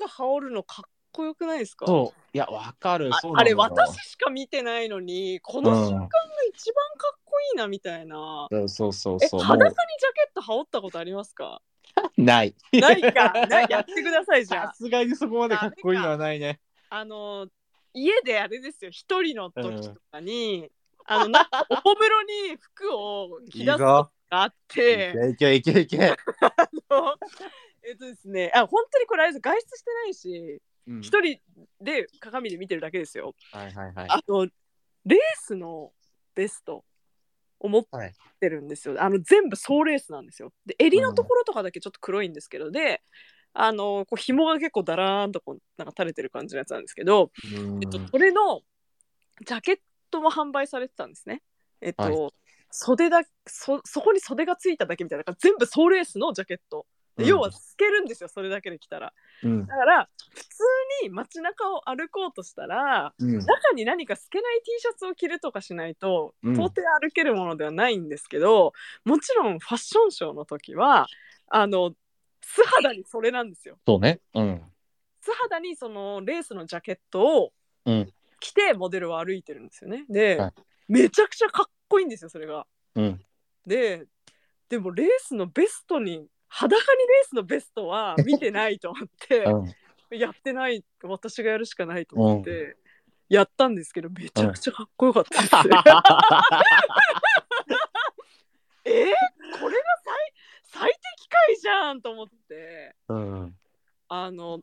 [SPEAKER 1] なんか羽織るのかっこよくないですか
[SPEAKER 2] そういやわかる
[SPEAKER 1] あ
[SPEAKER 2] そう
[SPEAKER 1] あれ
[SPEAKER 2] なのよ
[SPEAKER 1] 私しか見てないのにこの瞬間が一番かっこいいなみたいな、
[SPEAKER 2] うん、そうそう
[SPEAKER 1] え
[SPEAKER 2] そう
[SPEAKER 1] 裸
[SPEAKER 2] も
[SPEAKER 1] にジャケット羽織ったことありますか
[SPEAKER 2] うない
[SPEAKER 1] ないかないやってくださいじゃ
[SPEAKER 2] さ <laughs>
[SPEAKER 1] あ
[SPEAKER 2] すがにそこまでかっこいいのはないね
[SPEAKER 1] あの家であれですよ一人の時とかに、あのなんかおもむろに服を
[SPEAKER 2] い
[SPEAKER 1] 着出
[SPEAKER 2] い
[SPEAKER 1] すの
[SPEAKER 2] ぞ
[SPEAKER 1] があっ
[SPEAKER 2] い
[SPEAKER 1] て
[SPEAKER 2] けいけいけいけ、
[SPEAKER 1] <laughs> えっとですねあ本当にこれあれです外出してないし
[SPEAKER 2] うん、
[SPEAKER 1] 一人で鏡で見てるだけですよ
[SPEAKER 2] はいはいはい
[SPEAKER 1] あのレースのベストを持ってるんですよ、あの全部総レースなんですよで襟のところとかだけちょっと黒いんですけど、であのこう紐が結構だらーんとこうなんか垂れてる感じのやつなんですけど、
[SPEAKER 2] うん
[SPEAKER 1] えっと、それのジャケットも販売されてたんですね。えっと、
[SPEAKER 2] はい
[SPEAKER 1] 袖だそそこに袖がついただけみたいななんか全部総レースのジャケット。で
[SPEAKER 2] うん
[SPEAKER 1] 要は透けるんですよ、それだけで着たら。
[SPEAKER 2] うん
[SPEAKER 1] だから普通に街中を歩こうとしたら
[SPEAKER 2] うん
[SPEAKER 1] 中に何か透けない T シャツを着るとかしないと
[SPEAKER 2] うん
[SPEAKER 1] 到底歩けるものではないんですけど、もちろんファッションショーの時はあの素肌にそれなんですよ。
[SPEAKER 2] そうね。うん。
[SPEAKER 1] 素肌にそのレースのジャケットを
[SPEAKER 2] うん
[SPEAKER 1] 着てモデルは歩いてるんですよね。で、
[SPEAKER 2] はい
[SPEAKER 1] めちゃくちゃかっこいいんですよそれが。
[SPEAKER 2] うん
[SPEAKER 1] ででもレースのベストに裸にレースのベストは見てないと思
[SPEAKER 2] <laughs>
[SPEAKER 1] って
[SPEAKER 2] うん。
[SPEAKER 1] やってない私がやるしかないと思ってやったんですけどめちゃくちゃかっこよかったです。 <laughs> えーこれが最最適解じゃんと思って。
[SPEAKER 2] うん。
[SPEAKER 1] あの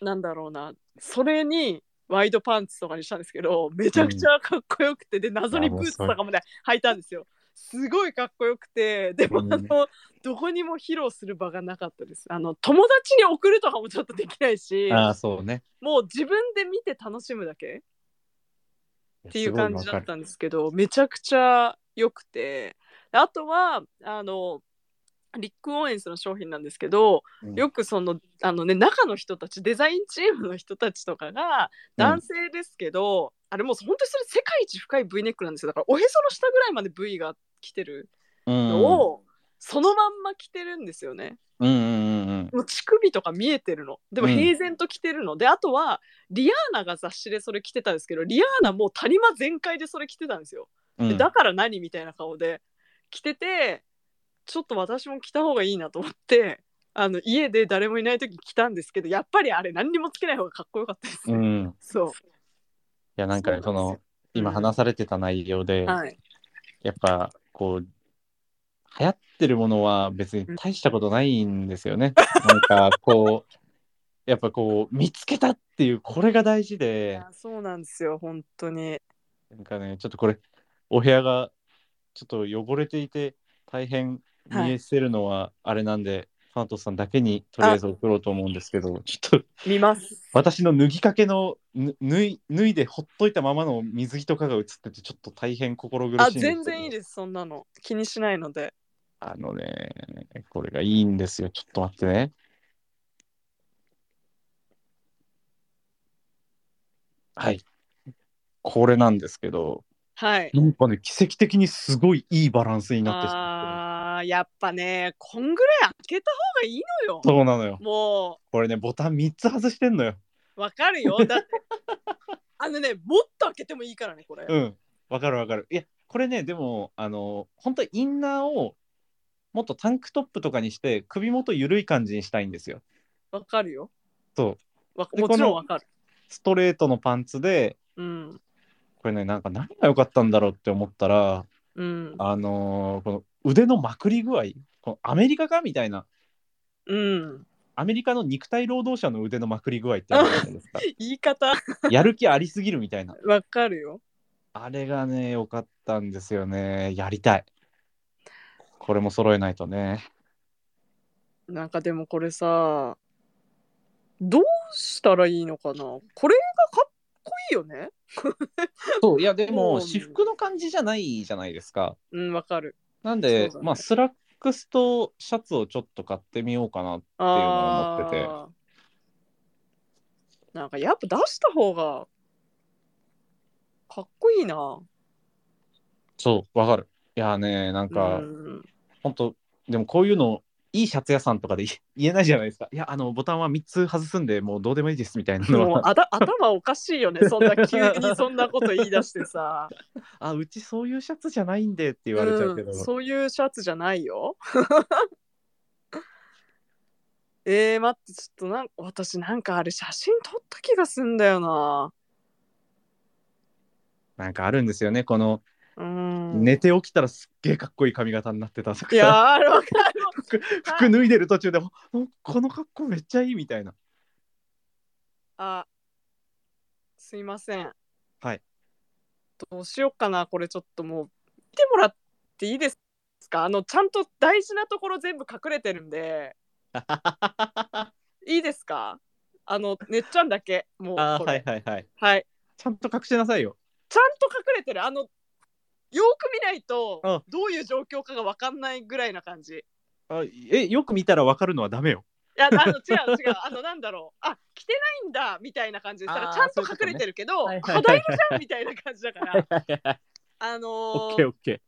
[SPEAKER 1] なんだろうなそれにワイドパンツとかにしたんですけどめちゃくちゃかっこよくて、で謎にブーツとかまで履いたんですよすごいかっこよくてでもあ
[SPEAKER 2] うん
[SPEAKER 1] の、どこにも披露する場がなかったですあの友達に送るとかもちょっとできないし
[SPEAKER 2] ああ、そうね。
[SPEAKER 1] もう自分で見て楽しむだけっていう感じだったんですけどめちゃくちゃ良くてあとはあのリック・オーエンスの商品なんですけど、
[SPEAKER 2] うん
[SPEAKER 1] よくそのあの、ね、中の人たちデザインチームの人たちとかが
[SPEAKER 2] うん
[SPEAKER 1] 男性ですけど、あれもう本当にそれ世界一深い V ネックなんですよだからおへその下ぐらいまで V が来てるのを、そのまんま着てるんですよね。
[SPEAKER 2] うんうんうん
[SPEAKER 1] もう乳首とか見えてるのでも
[SPEAKER 2] うん
[SPEAKER 1] 平然と着てるの、であとはリアーナが雑誌でそれ着てたんですけどリアーナもう谷間全開でそれ着てたんですよ、
[SPEAKER 2] うんう
[SPEAKER 1] で
[SPEAKER 2] ん。
[SPEAKER 1] だから何みたいな顔で着ててちょっと私も着た方がいいなと思ってあの家で誰もいない時着たんですけどやっぱりあれ何にもつけない方がかっこよかったです、
[SPEAKER 2] う
[SPEAKER 1] ね
[SPEAKER 2] ん。い
[SPEAKER 1] そ
[SPEAKER 2] や、なんか、そ
[SPEAKER 1] そうなん
[SPEAKER 2] の
[SPEAKER 1] です、
[SPEAKER 2] 今話されてた内容で、
[SPEAKER 1] うはい
[SPEAKER 2] やっぱ、こう、流行ってるものは別に大したことないんで
[SPEAKER 1] <laughs>
[SPEAKER 2] すよね。なんか、こう、やっぱこう、見つけたっていう、これが大事
[SPEAKER 1] い
[SPEAKER 2] で
[SPEAKER 1] や、そうなんですよ本当に
[SPEAKER 2] なんかね、ちょっとこれ、お部屋がちょっと汚れていて、大変見えせるのはあれなんで、ファントスさんだけにとりあえず送ろうと思うんですけど、ちょっと
[SPEAKER 1] 見ます
[SPEAKER 2] 私の脱ぎかけのぬ脱い脱いでほっといたままの水着とかが映っててちょっと大変心苦しいんで
[SPEAKER 1] あ
[SPEAKER 2] すけど
[SPEAKER 1] 全然いいですそんなの気にしないので
[SPEAKER 2] あのねこれがいいんですよちょっと待ってねはいこれなんですけど
[SPEAKER 1] はい
[SPEAKER 2] なんかね奇跡的にすごいいいバランスになってしまって
[SPEAKER 1] あーやっぱねこんぐらい開けた方がいいのよ
[SPEAKER 2] るそうなのよ
[SPEAKER 1] も
[SPEAKER 2] これねボタン3つ外してんのよ
[SPEAKER 1] うわかる
[SPEAKER 2] <laughs>
[SPEAKER 1] よだってあのねもっと開けてもいいからねこれ、
[SPEAKER 2] うんわかるわかるいやこれねでもあの本当インナーをもっとタンクトップとかにして首元緩い感じにしたいんですよ
[SPEAKER 1] わかるよ
[SPEAKER 2] そう
[SPEAKER 1] わ
[SPEAKER 2] で
[SPEAKER 1] もちろ
[SPEAKER 2] この
[SPEAKER 1] んわかる
[SPEAKER 2] ストレートのパンツで
[SPEAKER 1] うん
[SPEAKER 2] これねなんか何が良かったんだろうって思ったら
[SPEAKER 1] うん
[SPEAKER 2] あのーこの腕のまくり具合このアメリカかみたいな
[SPEAKER 1] うん
[SPEAKER 2] アメリカの肉体労働者の腕のまくり具合ってあるじゃないです <laughs> か
[SPEAKER 1] 言い方
[SPEAKER 2] やる気ありすぎるみたいな
[SPEAKER 1] わかるよ
[SPEAKER 2] あれがね良かったんですよねやりたいこれも揃えないとね
[SPEAKER 1] なんかでもこれさどうしたらいいのかなこれがかっこいいよね
[SPEAKER 2] そういやでも
[SPEAKER 1] そう
[SPEAKER 2] 私服の感じじゃないじゃないですか。
[SPEAKER 1] うんわかる
[SPEAKER 2] なんで、
[SPEAKER 1] そうだね
[SPEAKER 2] まあスラックスとシャツをちょっと買ってみようかな。
[SPEAKER 1] あ
[SPEAKER 2] っていうのを
[SPEAKER 1] あーなんかやっぱ出した方がかっこいいな
[SPEAKER 2] そうわかる。いやねなんか、
[SPEAKER 1] うん
[SPEAKER 2] ほんとでもこういうのいいシャツ屋さんとかで <laughs> 言言えないじゃないですか。いやあのボタンは3つ外すんでもうどうでもいいですみたいなの
[SPEAKER 1] もう
[SPEAKER 2] は。
[SPEAKER 1] あた頭おかしいよねそんな急にそんなこと言い出してさ
[SPEAKER 2] <laughs> あうちそういうシャツじゃないんで <laughs> って言われちゃうけど。
[SPEAKER 1] うんそういうシャツじゃないよ <laughs> えー、待ってちょっとなん私なんかあれ写真撮った気がすんだよな
[SPEAKER 2] なんかあるんですよねこの、
[SPEAKER 1] うん
[SPEAKER 2] 寝て起きたらすっげえかっこいい髪型になってたとか
[SPEAKER 1] いやーあれわかる
[SPEAKER 2] 服服脱いでる途中でもこの格好めっちゃいいみた
[SPEAKER 1] <laughs>
[SPEAKER 2] いな。
[SPEAKER 1] あすいません
[SPEAKER 2] はい
[SPEAKER 1] どうしようかなこれちょっともう見てもらっていいですかあのちゃんと大事なところ全部隠れてるんでいいですかあのねっちゃんだけもう
[SPEAKER 2] あー
[SPEAKER 1] これ
[SPEAKER 2] はいはいはい。
[SPEAKER 1] はい
[SPEAKER 2] ちゃんと隠しなさいよ。
[SPEAKER 1] ちゃんと隠れてるあのよく見ないと
[SPEAKER 2] うん
[SPEAKER 1] どういう状況かが分かんないぐらいな感じ
[SPEAKER 2] あえよく見たらわかるのはダメ
[SPEAKER 1] <laughs>
[SPEAKER 2] よ。
[SPEAKER 1] いやあの違う違う
[SPEAKER 2] <laughs>
[SPEAKER 1] あのなんだろうあ着てないんだみたいな感じでした
[SPEAKER 2] あ
[SPEAKER 1] ら
[SPEAKER 2] ー
[SPEAKER 1] ちゃんと
[SPEAKER 2] そういうことね
[SPEAKER 1] 隠れてるけど
[SPEAKER 2] はいはいはい
[SPEAKER 1] 肌色じゃんみたいな感じだからあのー
[SPEAKER 2] オッケーオッケ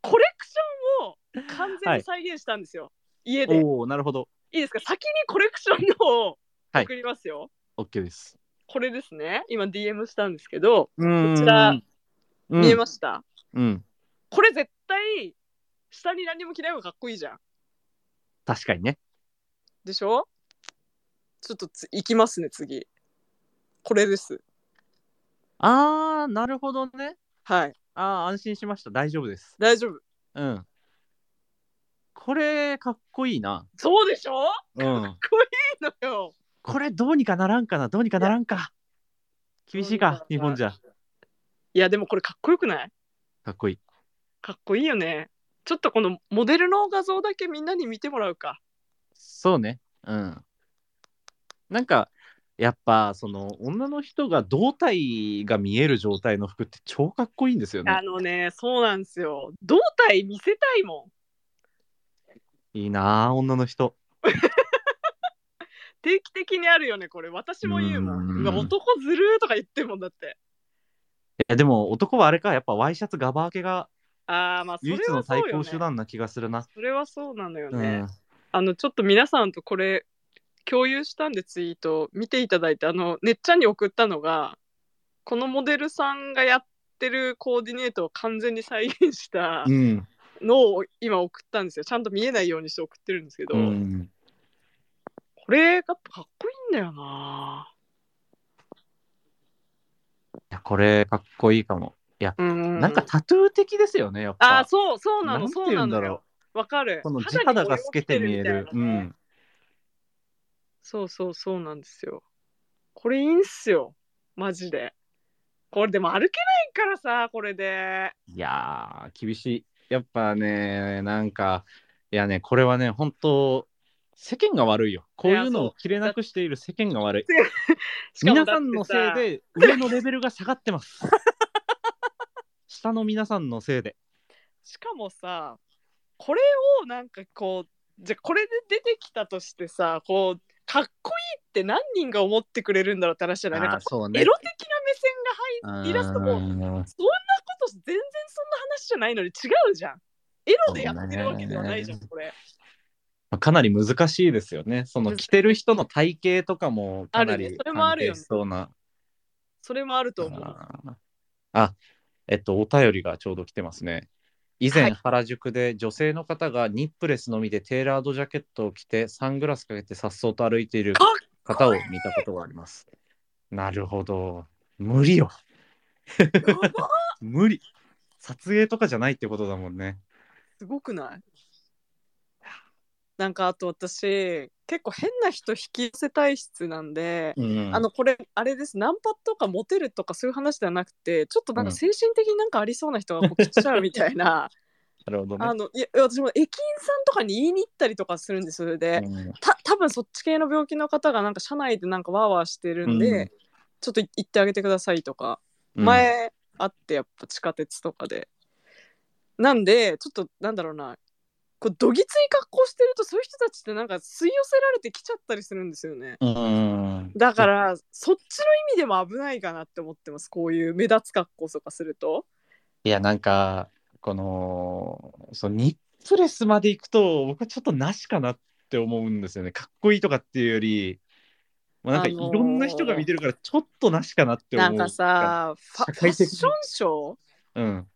[SPEAKER 1] コレクションを完全に再現したんですよ、家
[SPEAKER 2] ー。
[SPEAKER 1] でい
[SPEAKER 2] おおなるほど。
[SPEAKER 1] いですか先にコレクションの方を
[SPEAKER 2] はい
[SPEAKER 1] 送りますよ、
[SPEAKER 2] オッケーです。
[SPEAKER 1] これですね今 DM したんですけど
[SPEAKER 2] こ
[SPEAKER 1] こちら、
[SPEAKER 2] うん、
[SPEAKER 1] 見えました
[SPEAKER 2] うん。
[SPEAKER 1] これ絶対下に何も着ない方がかっこいいじゃん
[SPEAKER 2] 確かにね。
[SPEAKER 1] でしょちょっとついきますね次これです
[SPEAKER 2] ああなるほどね。
[SPEAKER 1] はい
[SPEAKER 2] ああ安心しました。大丈夫です。
[SPEAKER 1] 大丈夫
[SPEAKER 2] うん。これかっこいいな。
[SPEAKER 1] そうでしょか
[SPEAKER 2] うん。
[SPEAKER 1] っこいいのよ
[SPEAKER 2] これどうにかならんかなどうにかならんか。厳しいか
[SPEAKER 1] どう
[SPEAKER 2] 日
[SPEAKER 1] にかなら
[SPEAKER 2] 本
[SPEAKER 1] ん
[SPEAKER 2] じゃ。
[SPEAKER 1] いやでもこれかっこよくない
[SPEAKER 2] かっこいい。
[SPEAKER 1] かっこいいよねちょっとこのモデルの画像だけみんなに見てもらうか
[SPEAKER 2] そうね。うん。なんかやっぱその女の人が胴体が見える状態の服って超かっこいいんですよね
[SPEAKER 1] あ。のね、そうなんですよ。胴体見せたいもん。
[SPEAKER 2] いいなあ女の人。
[SPEAKER 1] 定期的にあるよね、これ。私も言うもん。
[SPEAKER 2] うん
[SPEAKER 1] うわ男ずるーとか言ってるもんだって。
[SPEAKER 2] いやでも男はあれかやっぱワイシャツガバ開けが
[SPEAKER 1] ああ、まあ、それ
[SPEAKER 2] 唯一
[SPEAKER 1] は
[SPEAKER 2] の
[SPEAKER 1] そう
[SPEAKER 2] 最
[SPEAKER 1] よ
[SPEAKER 2] 高
[SPEAKER 1] ね
[SPEAKER 2] 手。段な気がするな。
[SPEAKER 1] それはそうなのよ
[SPEAKER 2] う
[SPEAKER 1] ね。
[SPEAKER 2] ん、
[SPEAKER 1] あの、ちょっと皆さんとこれ、共有したんでツイート見ていただいて、あの、ねっちゃんに送ったのが、このモデルさんがやってるコーディネートを完全に再現した
[SPEAKER 2] うん
[SPEAKER 1] のを今送ったんですよ。ちゃんと見えないようにして送ってるんですけど、
[SPEAKER 2] うん、
[SPEAKER 1] これがやっぱかっこいいんだよない
[SPEAKER 2] やこれかっこいいかも。
[SPEAKER 1] うん。
[SPEAKER 2] なんかタトゥー的ですよねやっぱ。
[SPEAKER 1] あーそうそうな
[SPEAKER 2] な
[SPEAKER 1] の
[SPEAKER 2] んて
[SPEAKER 1] そう
[SPEAKER 2] 言
[SPEAKER 1] な
[SPEAKER 2] うんだ
[SPEAKER 1] の
[SPEAKER 2] ろ
[SPEAKER 1] よわかる
[SPEAKER 2] この地肌が透けて見える。
[SPEAKER 1] 肌に模様がついてみたいなねそうそうそうなんですよこれいいんすよマジでこれでも歩けないからさこれで
[SPEAKER 2] うん。いやー厳しい。やっぱねなんかいやねこれはね本当世間が悪いよ。こういうの
[SPEAKER 1] いや
[SPEAKER 2] を切れなくしている世間が悪い。
[SPEAKER 1] しかも
[SPEAKER 2] 皆
[SPEAKER 1] だって
[SPEAKER 2] さんのせい
[SPEAKER 1] さ
[SPEAKER 2] で上のレベルが下がっ
[SPEAKER 1] <laughs>
[SPEAKER 2] てます。下の皆さんのせいで。
[SPEAKER 1] しかもさこれをなんかこうじゃあこれで出てきたとしてさこうかっこいいって何人が思ってくれるんだろうって話じゃないなんか
[SPEAKER 2] そう
[SPEAKER 1] エロ的な目線が入って言い出すともうそんなこと全然そんな話じゃないのに違うじゃん。エロでやってるわけではないじゃん、
[SPEAKER 2] そう
[SPEAKER 1] これ。
[SPEAKER 2] まあかなり難しいですよね。その
[SPEAKER 1] 難しい
[SPEAKER 2] 着てる人の体型とかもかな
[SPEAKER 1] あるね
[SPEAKER 2] り
[SPEAKER 1] それもあるよね
[SPEAKER 2] しそうな。
[SPEAKER 1] それもあると思う。
[SPEAKER 2] ああ、えっと、お便りがちょうど来てますね。以
[SPEAKER 1] は
[SPEAKER 2] 前、
[SPEAKER 1] い
[SPEAKER 2] 原宿で女性の方がニップレスのみでテーラードジャケットを着て、サングラスかけて颯爽と歩いている
[SPEAKER 1] かっ
[SPEAKER 2] 方を見たことがあります。なるほど。無理よ。
[SPEAKER 1] やば
[SPEAKER 2] 無理。撮影とかじゃないってことだもんね。
[SPEAKER 1] すごくないなんかあと私結構変な人引き寄せ体質なんで、
[SPEAKER 2] うん
[SPEAKER 1] あのこれあれですナンパとかモテるとかそういう話ではなくてちょっとなんか精神的になんかありそうな人がこう来ちゃうみたい
[SPEAKER 2] <laughs>
[SPEAKER 1] な、
[SPEAKER 2] なるほどね
[SPEAKER 1] あ。のいや私も駅員さんとかに言いに行ったりとかするんですそれで、
[SPEAKER 2] うん
[SPEAKER 1] た多分そっち系の病気の方がなんか社内でなんかワーワーしてるんで、
[SPEAKER 2] うん
[SPEAKER 1] ちょっと行ってあげてくださいとか、
[SPEAKER 2] うん
[SPEAKER 1] 前あってやっぱ地下鉄とかでなんでちょっとなんだろうなこうどぎつい格好してるとそういう人たちってなんか吸い寄せられてきちゃったりするんですよね
[SPEAKER 2] うん
[SPEAKER 1] だからそっちの意味でも危ないかなって思ってますこういう目立つ格好とかすると
[SPEAKER 2] いや、なんか、この、そのニップレスまで行くと、僕はちょっとなしかなって思うんですよね。かっこいいとかっていうより、まあ、なんか
[SPEAKER 1] あ
[SPEAKER 2] い
[SPEAKER 1] のー
[SPEAKER 2] ろんな人が見てるから、ちょっとなしかなって思う。
[SPEAKER 1] なんか、さファ
[SPEAKER 2] 社
[SPEAKER 1] ファ
[SPEAKER 2] 会
[SPEAKER 1] ッ
[SPEAKER 2] 的
[SPEAKER 1] シ
[SPEAKER 2] に
[SPEAKER 1] ョンショー
[SPEAKER 2] うん。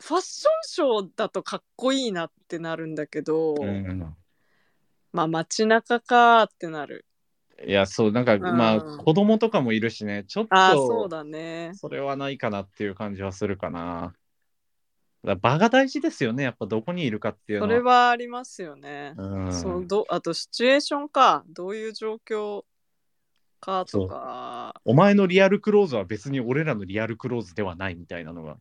[SPEAKER 1] ファッションショーだとかっこいいなってなるんだけど、
[SPEAKER 2] うん、
[SPEAKER 1] まあ街中かーってなる。
[SPEAKER 2] いや、そう、なんか、まあ、
[SPEAKER 1] うん
[SPEAKER 2] 子供とかもいるしね、ちょっ
[SPEAKER 1] ああ、そう
[SPEAKER 2] と、
[SPEAKER 1] だね。
[SPEAKER 2] それはないかなっていう感じはするかな。だから場が大事ですよね、やっぱどこにいるかっていう
[SPEAKER 1] そ
[SPEAKER 2] のは。
[SPEAKER 1] れはありますよね。
[SPEAKER 2] うん、
[SPEAKER 1] そうどあとシチュエーションか、どういう状況かとか、
[SPEAKER 2] お前のリアルクローズは別に俺らのリアルクローズではないみたいなのが。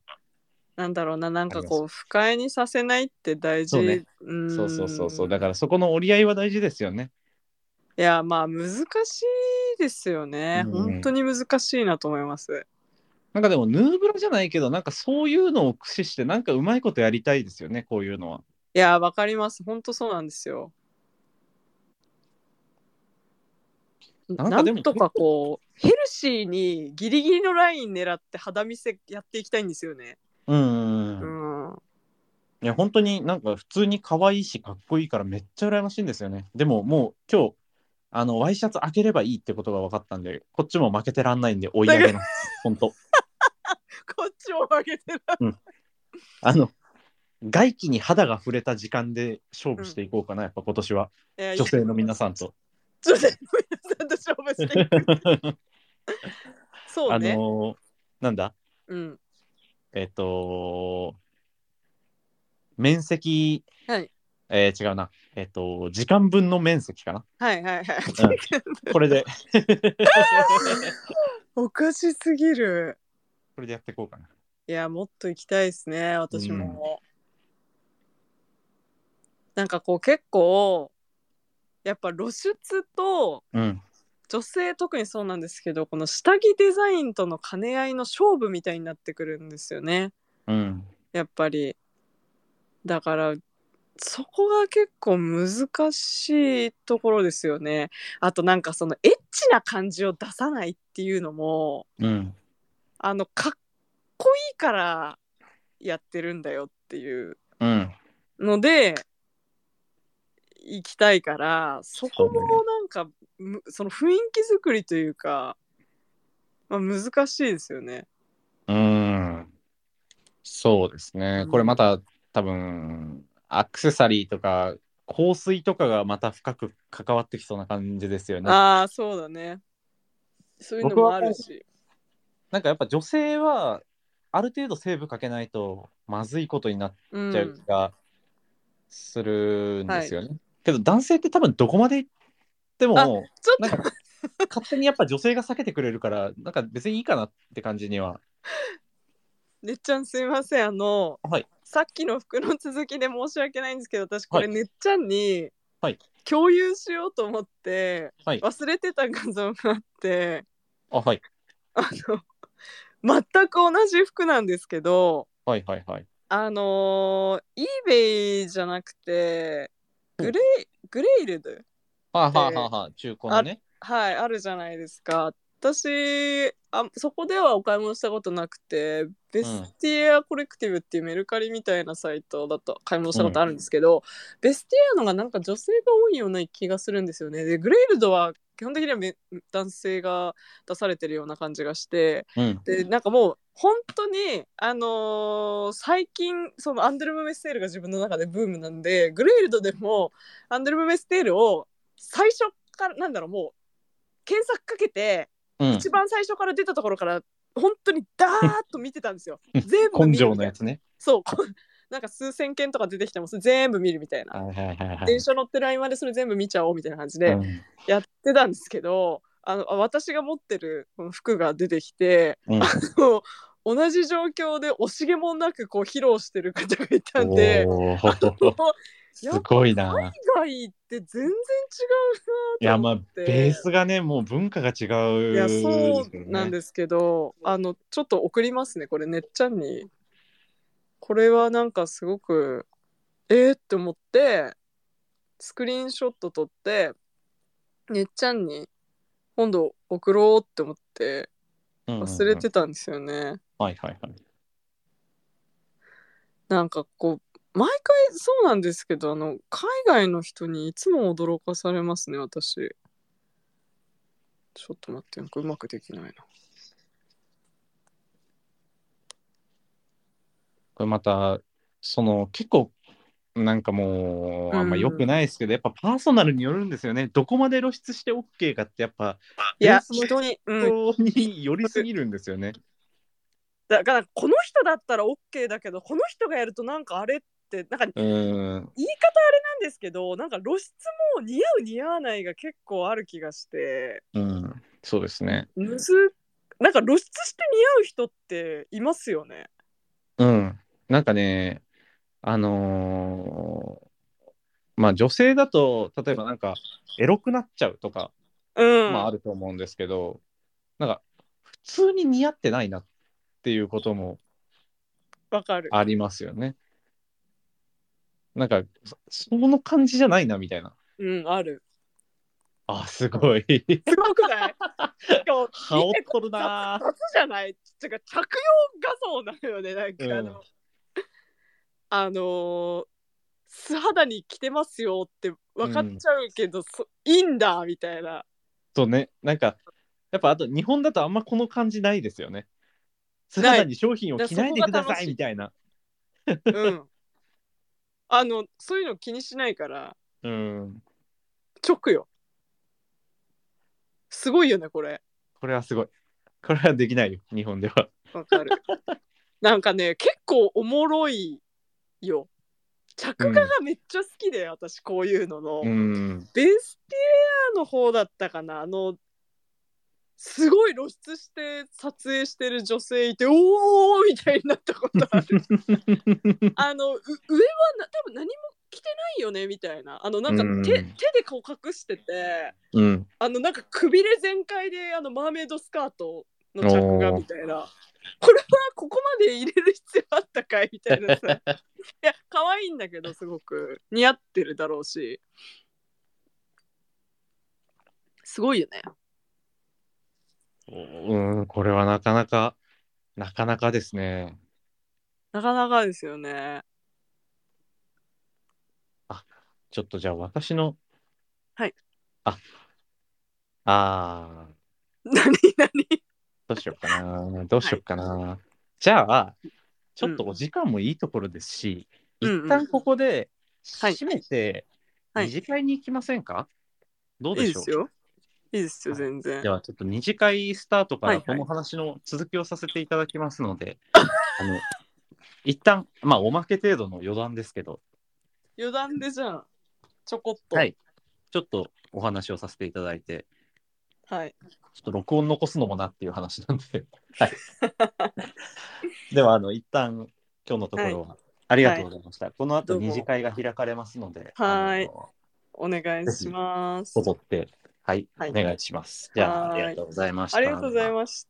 [SPEAKER 1] なんだろうな、なんか
[SPEAKER 2] あり
[SPEAKER 1] こう、不快にさせないって大事。
[SPEAKER 2] そうね
[SPEAKER 1] ん
[SPEAKER 2] そうそうそうそう。だからそこの折り合いは大事ですよね。
[SPEAKER 1] いや、まあ難しいですよね。
[SPEAKER 2] うん
[SPEAKER 1] 本当に難しいなと思います。
[SPEAKER 2] なんかでもヌーブラじゃないけど、なんかそういうのを駆使して、なんかうまいことやりたいですよね、こういうのは。
[SPEAKER 1] いや、わかります。本当そうなんですよ。
[SPEAKER 2] なん
[SPEAKER 1] な
[SPEAKER 2] かでも
[SPEAKER 1] んとかこうヘルシーにギリギリのライン狙って肌見せやっていきたいんですよね。
[SPEAKER 2] うん
[SPEAKER 1] う
[SPEAKER 2] うん。
[SPEAKER 1] ん、
[SPEAKER 2] いや、本当になんか普通に可愛いし、かっこいいからめっちゃ羨ましいんですよね。でももう今日、あの、ワイシャツ開ければいいってことが分かったんで、こっちも負けてらんないんで追い上げます。本当。
[SPEAKER 1] こっちも負けてる。
[SPEAKER 2] あの、外気に肌が触れた時間で勝負していこうかな、やっぱ今年は。女性の皆
[SPEAKER 1] さ
[SPEAKER 2] さんと。
[SPEAKER 1] ん。女性の皆さんと勝負していく。
[SPEAKER 2] <laughs>
[SPEAKER 1] そう
[SPEAKER 2] あ
[SPEAKER 1] ね。
[SPEAKER 2] のーなんだ
[SPEAKER 1] うん。
[SPEAKER 2] えっ、と面積、
[SPEAKER 1] はい
[SPEAKER 2] えー違うなえっ、と時間分の面積か <laughs> な
[SPEAKER 1] はいはいはい。
[SPEAKER 2] これで
[SPEAKER 1] おかしすぎる。
[SPEAKER 2] これでやっていこうかない
[SPEAKER 1] や、もっと行きたいですね、私も。なんかこう結構、やっぱ露出と
[SPEAKER 2] うん
[SPEAKER 1] 女性特にそうなんですけどこの下着デザインとの兼ね合いの勝負みたいになってくるんですよね
[SPEAKER 4] うん。
[SPEAKER 1] やっぱりだからそこが結構難しいところですよねあとなんかそのエッチな感じを出さないっていうのも
[SPEAKER 4] うん。
[SPEAKER 1] あのかっこいいからやってるんだよっていう
[SPEAKER 4] うん。
[SPEAKER 1] ので行きたいからそこ
[SPEAKER 4] そう
[SPEAKER 1] もなんかむその雰囲気作りというか、まあ、難しいですよね。
[SPEAKER 2] うん。そうですね。これまた多分、アクセサリーとか、香水とかがまた深く関わってきそうな感じですよね。
[SPEAKER 1] ああそうだね。そういうのもあるし。
[SPEAKER 2] なんかやっぱ女性は、ある程度セーブかけないとまずいことになっ
[SPEAKER 1] う
[SPEAKER 2] ちゃうん気、がするんですよね。けど男性って多分どこまで行って
[SPEAKER 1] あ
[SPEAKER 2] も、
[SPEAKER 1] ちょ
[SPEAKER 2] な
[SPEAKER 1] っ
[SPEAKER 2] ん
[SPEAKER 1] と
[SPEAKER 2] か勝手にやっぱ女性が避けてくれるから、なんか別にいいかなって感じには。
[SPEAKER 1] ねっちゃんすいませんあの、
[SPEAKER 2] はい
[SPEAKER 1] さっきの服の続きで申し訳ないんですけど私これねっちゃんに
[SPEAKER 2] はい
[SPEAKER 1] 共有しようと思って、
[SPEAKER 2] はい
[SPEAKER 1] 忘れてた画像があって
[SPEAKER 2] あ、はい。
[SPEAKER 1] あの全く同じ服なんですけど、
[SPEAKER 2] はいはいはい。
[SPEAKER 1] あのー、eBay じゃなくてグレイグレイルド
[SPEAKER 2] はあ、はあはあはあ、中古のね。
[SPEAKER 1] はいあるじゃないですか私あそこではお買い物したことなくてベスティアコレクティブっていうメルカリみたいなサイトだと買い物したことあるんですけど、ベスティアのがなんか女性が多いような気がするんですよねでグレイルドは基本的にはめ男性が出されてるような感じがして、
[SPEAKER 2] うん。
[SPEAKER 1] でなんかもう本当にあのー最近そのアンデルム・メステールが自分の中でブームなんでグレイルドでもアンデルム・メステールを最初からなんだろうもう検索かけて、
[SPEAKER 2] うん
[SPEAKER 1] 一番最初から出たところから本当にダーッと見てたんですよ全部
[SPEAKER 2] 根
[SPEAKER 1] 見る
[SPEAKER 2] 性
[SPEAKER 1] み
[SPEAKER 2] の
[SPEAKER 1] たい
[SPEAKER 2] や
[SPEAKER 1] な
[SPEAKER 2] つね。
[SPEAKER 1] そう <laughs> こんなんか数千件とか出てきてもそれ全部見るみたいな、
[SPEAKER 2] はいはいはいはい
[SPEAKER 1] 電車乗ってる合間でそれ全部見ちゃおうみたいな感じで、
[SPEAKER 2] うん
[SPEAKER 1] やってたんですけどあのあ私が持ってるこの服が出てきて、
[SPEAKER 2] うん
[SPEAKER 1] あの同じ状況で惜しげもなくこう披露してる方がいたんで
[SPEAKER 2] おー
[SPEAKER 1] もう
[SPEAKER 2] <laughs> す
[SPEAKER 1] やっぱ
[SPEAKER 2] ごいな。
[SPEAKER 1] 海外って全然違
[SPEAKER 2] いう
[SPEAKER 1] な
[SPEAKER 2] や
[SPEAKER 1] と
[SPEAKER 2] ま
[SPEAKER 1] 思
[SPEAKER 2] あ
[SPEAKER 1] って
[SPEAKER 2] ベースがねもう文化が違う、
[SPEAKER 1] いやそうなん
[SPEAKER 2] す
[SPEAKER 1] ですけどあのちょっと送りますねこれねっちゃんにこれはなんかすごくえー、って思ってスクリーンショット撮ってねっちゃんに今度送ろうって思って
[SPEAKER 2] よね。
[SPEAKER 1] 忘
[SPEAKER 2] うん
[SPEAKER 1] れ
[SPEAKER 2] うんうん
[SPEAKER 1] てたんですよね、
[SPEAKER 2] はいはいはい。
[SPEAKER 1] なんかこう毎回そうなんですけどあの海外の人にいつも驚かされますね私ちょっと待ってなんかうまくできないな
[SPEAKER 2] これまたその結構なんかもうあんま良くないですけど、やっぱパーソナルによるんですよね。どこまで露出して OK かってやっぱ
[SPEAKER 1] いや
[SPEAKER 2] ベースの
[SPEAKER 1] 人に、うん、
[SPEAKER 2] 人によりすぎるんですよね。
[SPEAKER 1] だからこの人だったら OK だけどこの人がやるとなんかあれってなんか言い方
[SPEAKER 2] う
[SPEAKER 1] あ
[SPEAKER 2] ん。
[SPEAKER 1] れなんですけどなんか露出も似合う似合わないが結構ある気がして
[SPEAKER 2] うん。そうですね。
[SPEAKER 1] むずなんか露出して似合う人っていますよね。
[SPEAKER 2] うん。なんかね、あのーまあ女性だと例えばなんかエロくなっちゃうとか、
[SPEAKER 1] うん、
[SPEAKER 2] まああると思うんですけど、なんか普通に似合ってないなっていうことも
[SPEAKER 1] わかる。
[SPEAKER 2] ありますよね。なんかそその感じじゃないなみたいな。
[SPEAKER 1] うんある。
[SPEAKER 2] あすごい。
[SPEAKER 1] すごくないしかも
[SPEAKER 2] 羽織っとるな
[SPEAKER 1] 雑じゃないっていうか着用画像なのよねなんかあの、
[SPEAKER 2] うん
[SPEAKER 1] あのー素肌に着てますよって分かっちゃうけど、そいいんだみたいな
[SPEAKER 2] とねなんかやっぱあと日本だとあんまこの感じないですよね。素
[SPEAKER 1] ない
[SPEAKER 2] 肌に商品を着ないでくだ
[SPEAKER 1] だからそこが
[SPEAKER 2] さ
[SPEAKER 1] 楽
[SPEAKER 2] い
[SPEAKER 1] しい
[SPEAKER 2] みたいな。
[SPEAKER 1] うんあのそういうの気にしないから
[SPEAKER 2] うん。
[SPEAKER 1] 直よすごいよねこれ
[SPEAKER 2] これはすごい。これはできないよ日本では。
[SPEAKER 1] わかるなんかね結構おもろいよ着画がめっちゃ好きで、私こういうのの、
[SPEAKER 2] うん。
[SPEAKER 1] ベスティエアの方だったかなあのすごい露出して撮影してる女性いておーみたいになったこと
[SPEAKER 2] <laughs>
[SPEAKER 1] あるあのう上はな多分何も着てないよねみたいなあのなんか
[SPEAKER 2] うん
[SPEAKER 1] 手手で顔隠してて
[SPEAKER 2] うん。
[SPEAKER 1] あのなんかくびれ全開であのマーメイドスカートの着がみたいなこれはここまで入れる必要あったかいみたいなさ
[SPEAKER 2] <laughs>
[SPEAKER 1] いや可愛いんだけどすごく似合ってるだろうしすごいよね
[SPEAKER 2] うん、これはなかなか、なかなかですね。
[SPEAKER 1] なかなかですよね <laughs>
[SPEAKER 2] ちょっとじゃあ私の。
[SPEAKER 1] はい。
[SPEAKER 2] あ、あー、
[SPEAKER 1] 何何
[SPEAKER 2] どうしようかな。どうしようかな。じゃあ、ちょっとお時間もいいところですし、
[SPEAKER 1] うんうん
[SPEAKER 2] 一旦ここで
[SPEAKER 1] はい
[SPEAKER 2] 締めて、
[SPEAKER 1] はい
[SPEAKER 2] 二次会に行きませんか、どう
[SPEAKER 1] い
[SPEAKER 2] で
[SPEAKER 1] い
[SPEAKER 2] し
[SPEAKER 1] で
[SPEAKER 2] ょう
[SPEAKER 1] すよいいですよ全然
[SPEAKER 2] ではちょっと二次会スタートか
[SPEAKER 1] はい
[SPEAKER 2] ら
[SPEAKER 1] はい
[SPEAKER 2] この話の続きをさせていただきますので、あの一旦まあおまけ程度の余談ですけど、
[SPEAKER 1] 余談でじゃあちょこっと
[SPEAKER 2] はい、ちょっとお話をさせていただいて、
[SPEAKER 1] はい、
[SPEAKER 2] ちょっと録音残すのもなっていう話なん <laughs> で、はい、ではあの一旦今日のところは、ありがとうございました。この後
[SPEAKER 1] どうも
[SPEAKER 2] 二次会が開かれますので、
[SPEAKER 1] はい
[SPEAKER 2] あの
[SPEAKER 1] お願いします
[SPEAKER 2] 踊って、はい、
[SPEAKER 1] はい
[SPEAKER 2] お願いします。じゃあ
[SPEAKER 1] は
[SPEAKER 2] あ
[SPEAKER 1] い
[SPEAKER 2] りがとうございました。
[SPEAKER 1] ありがとうございました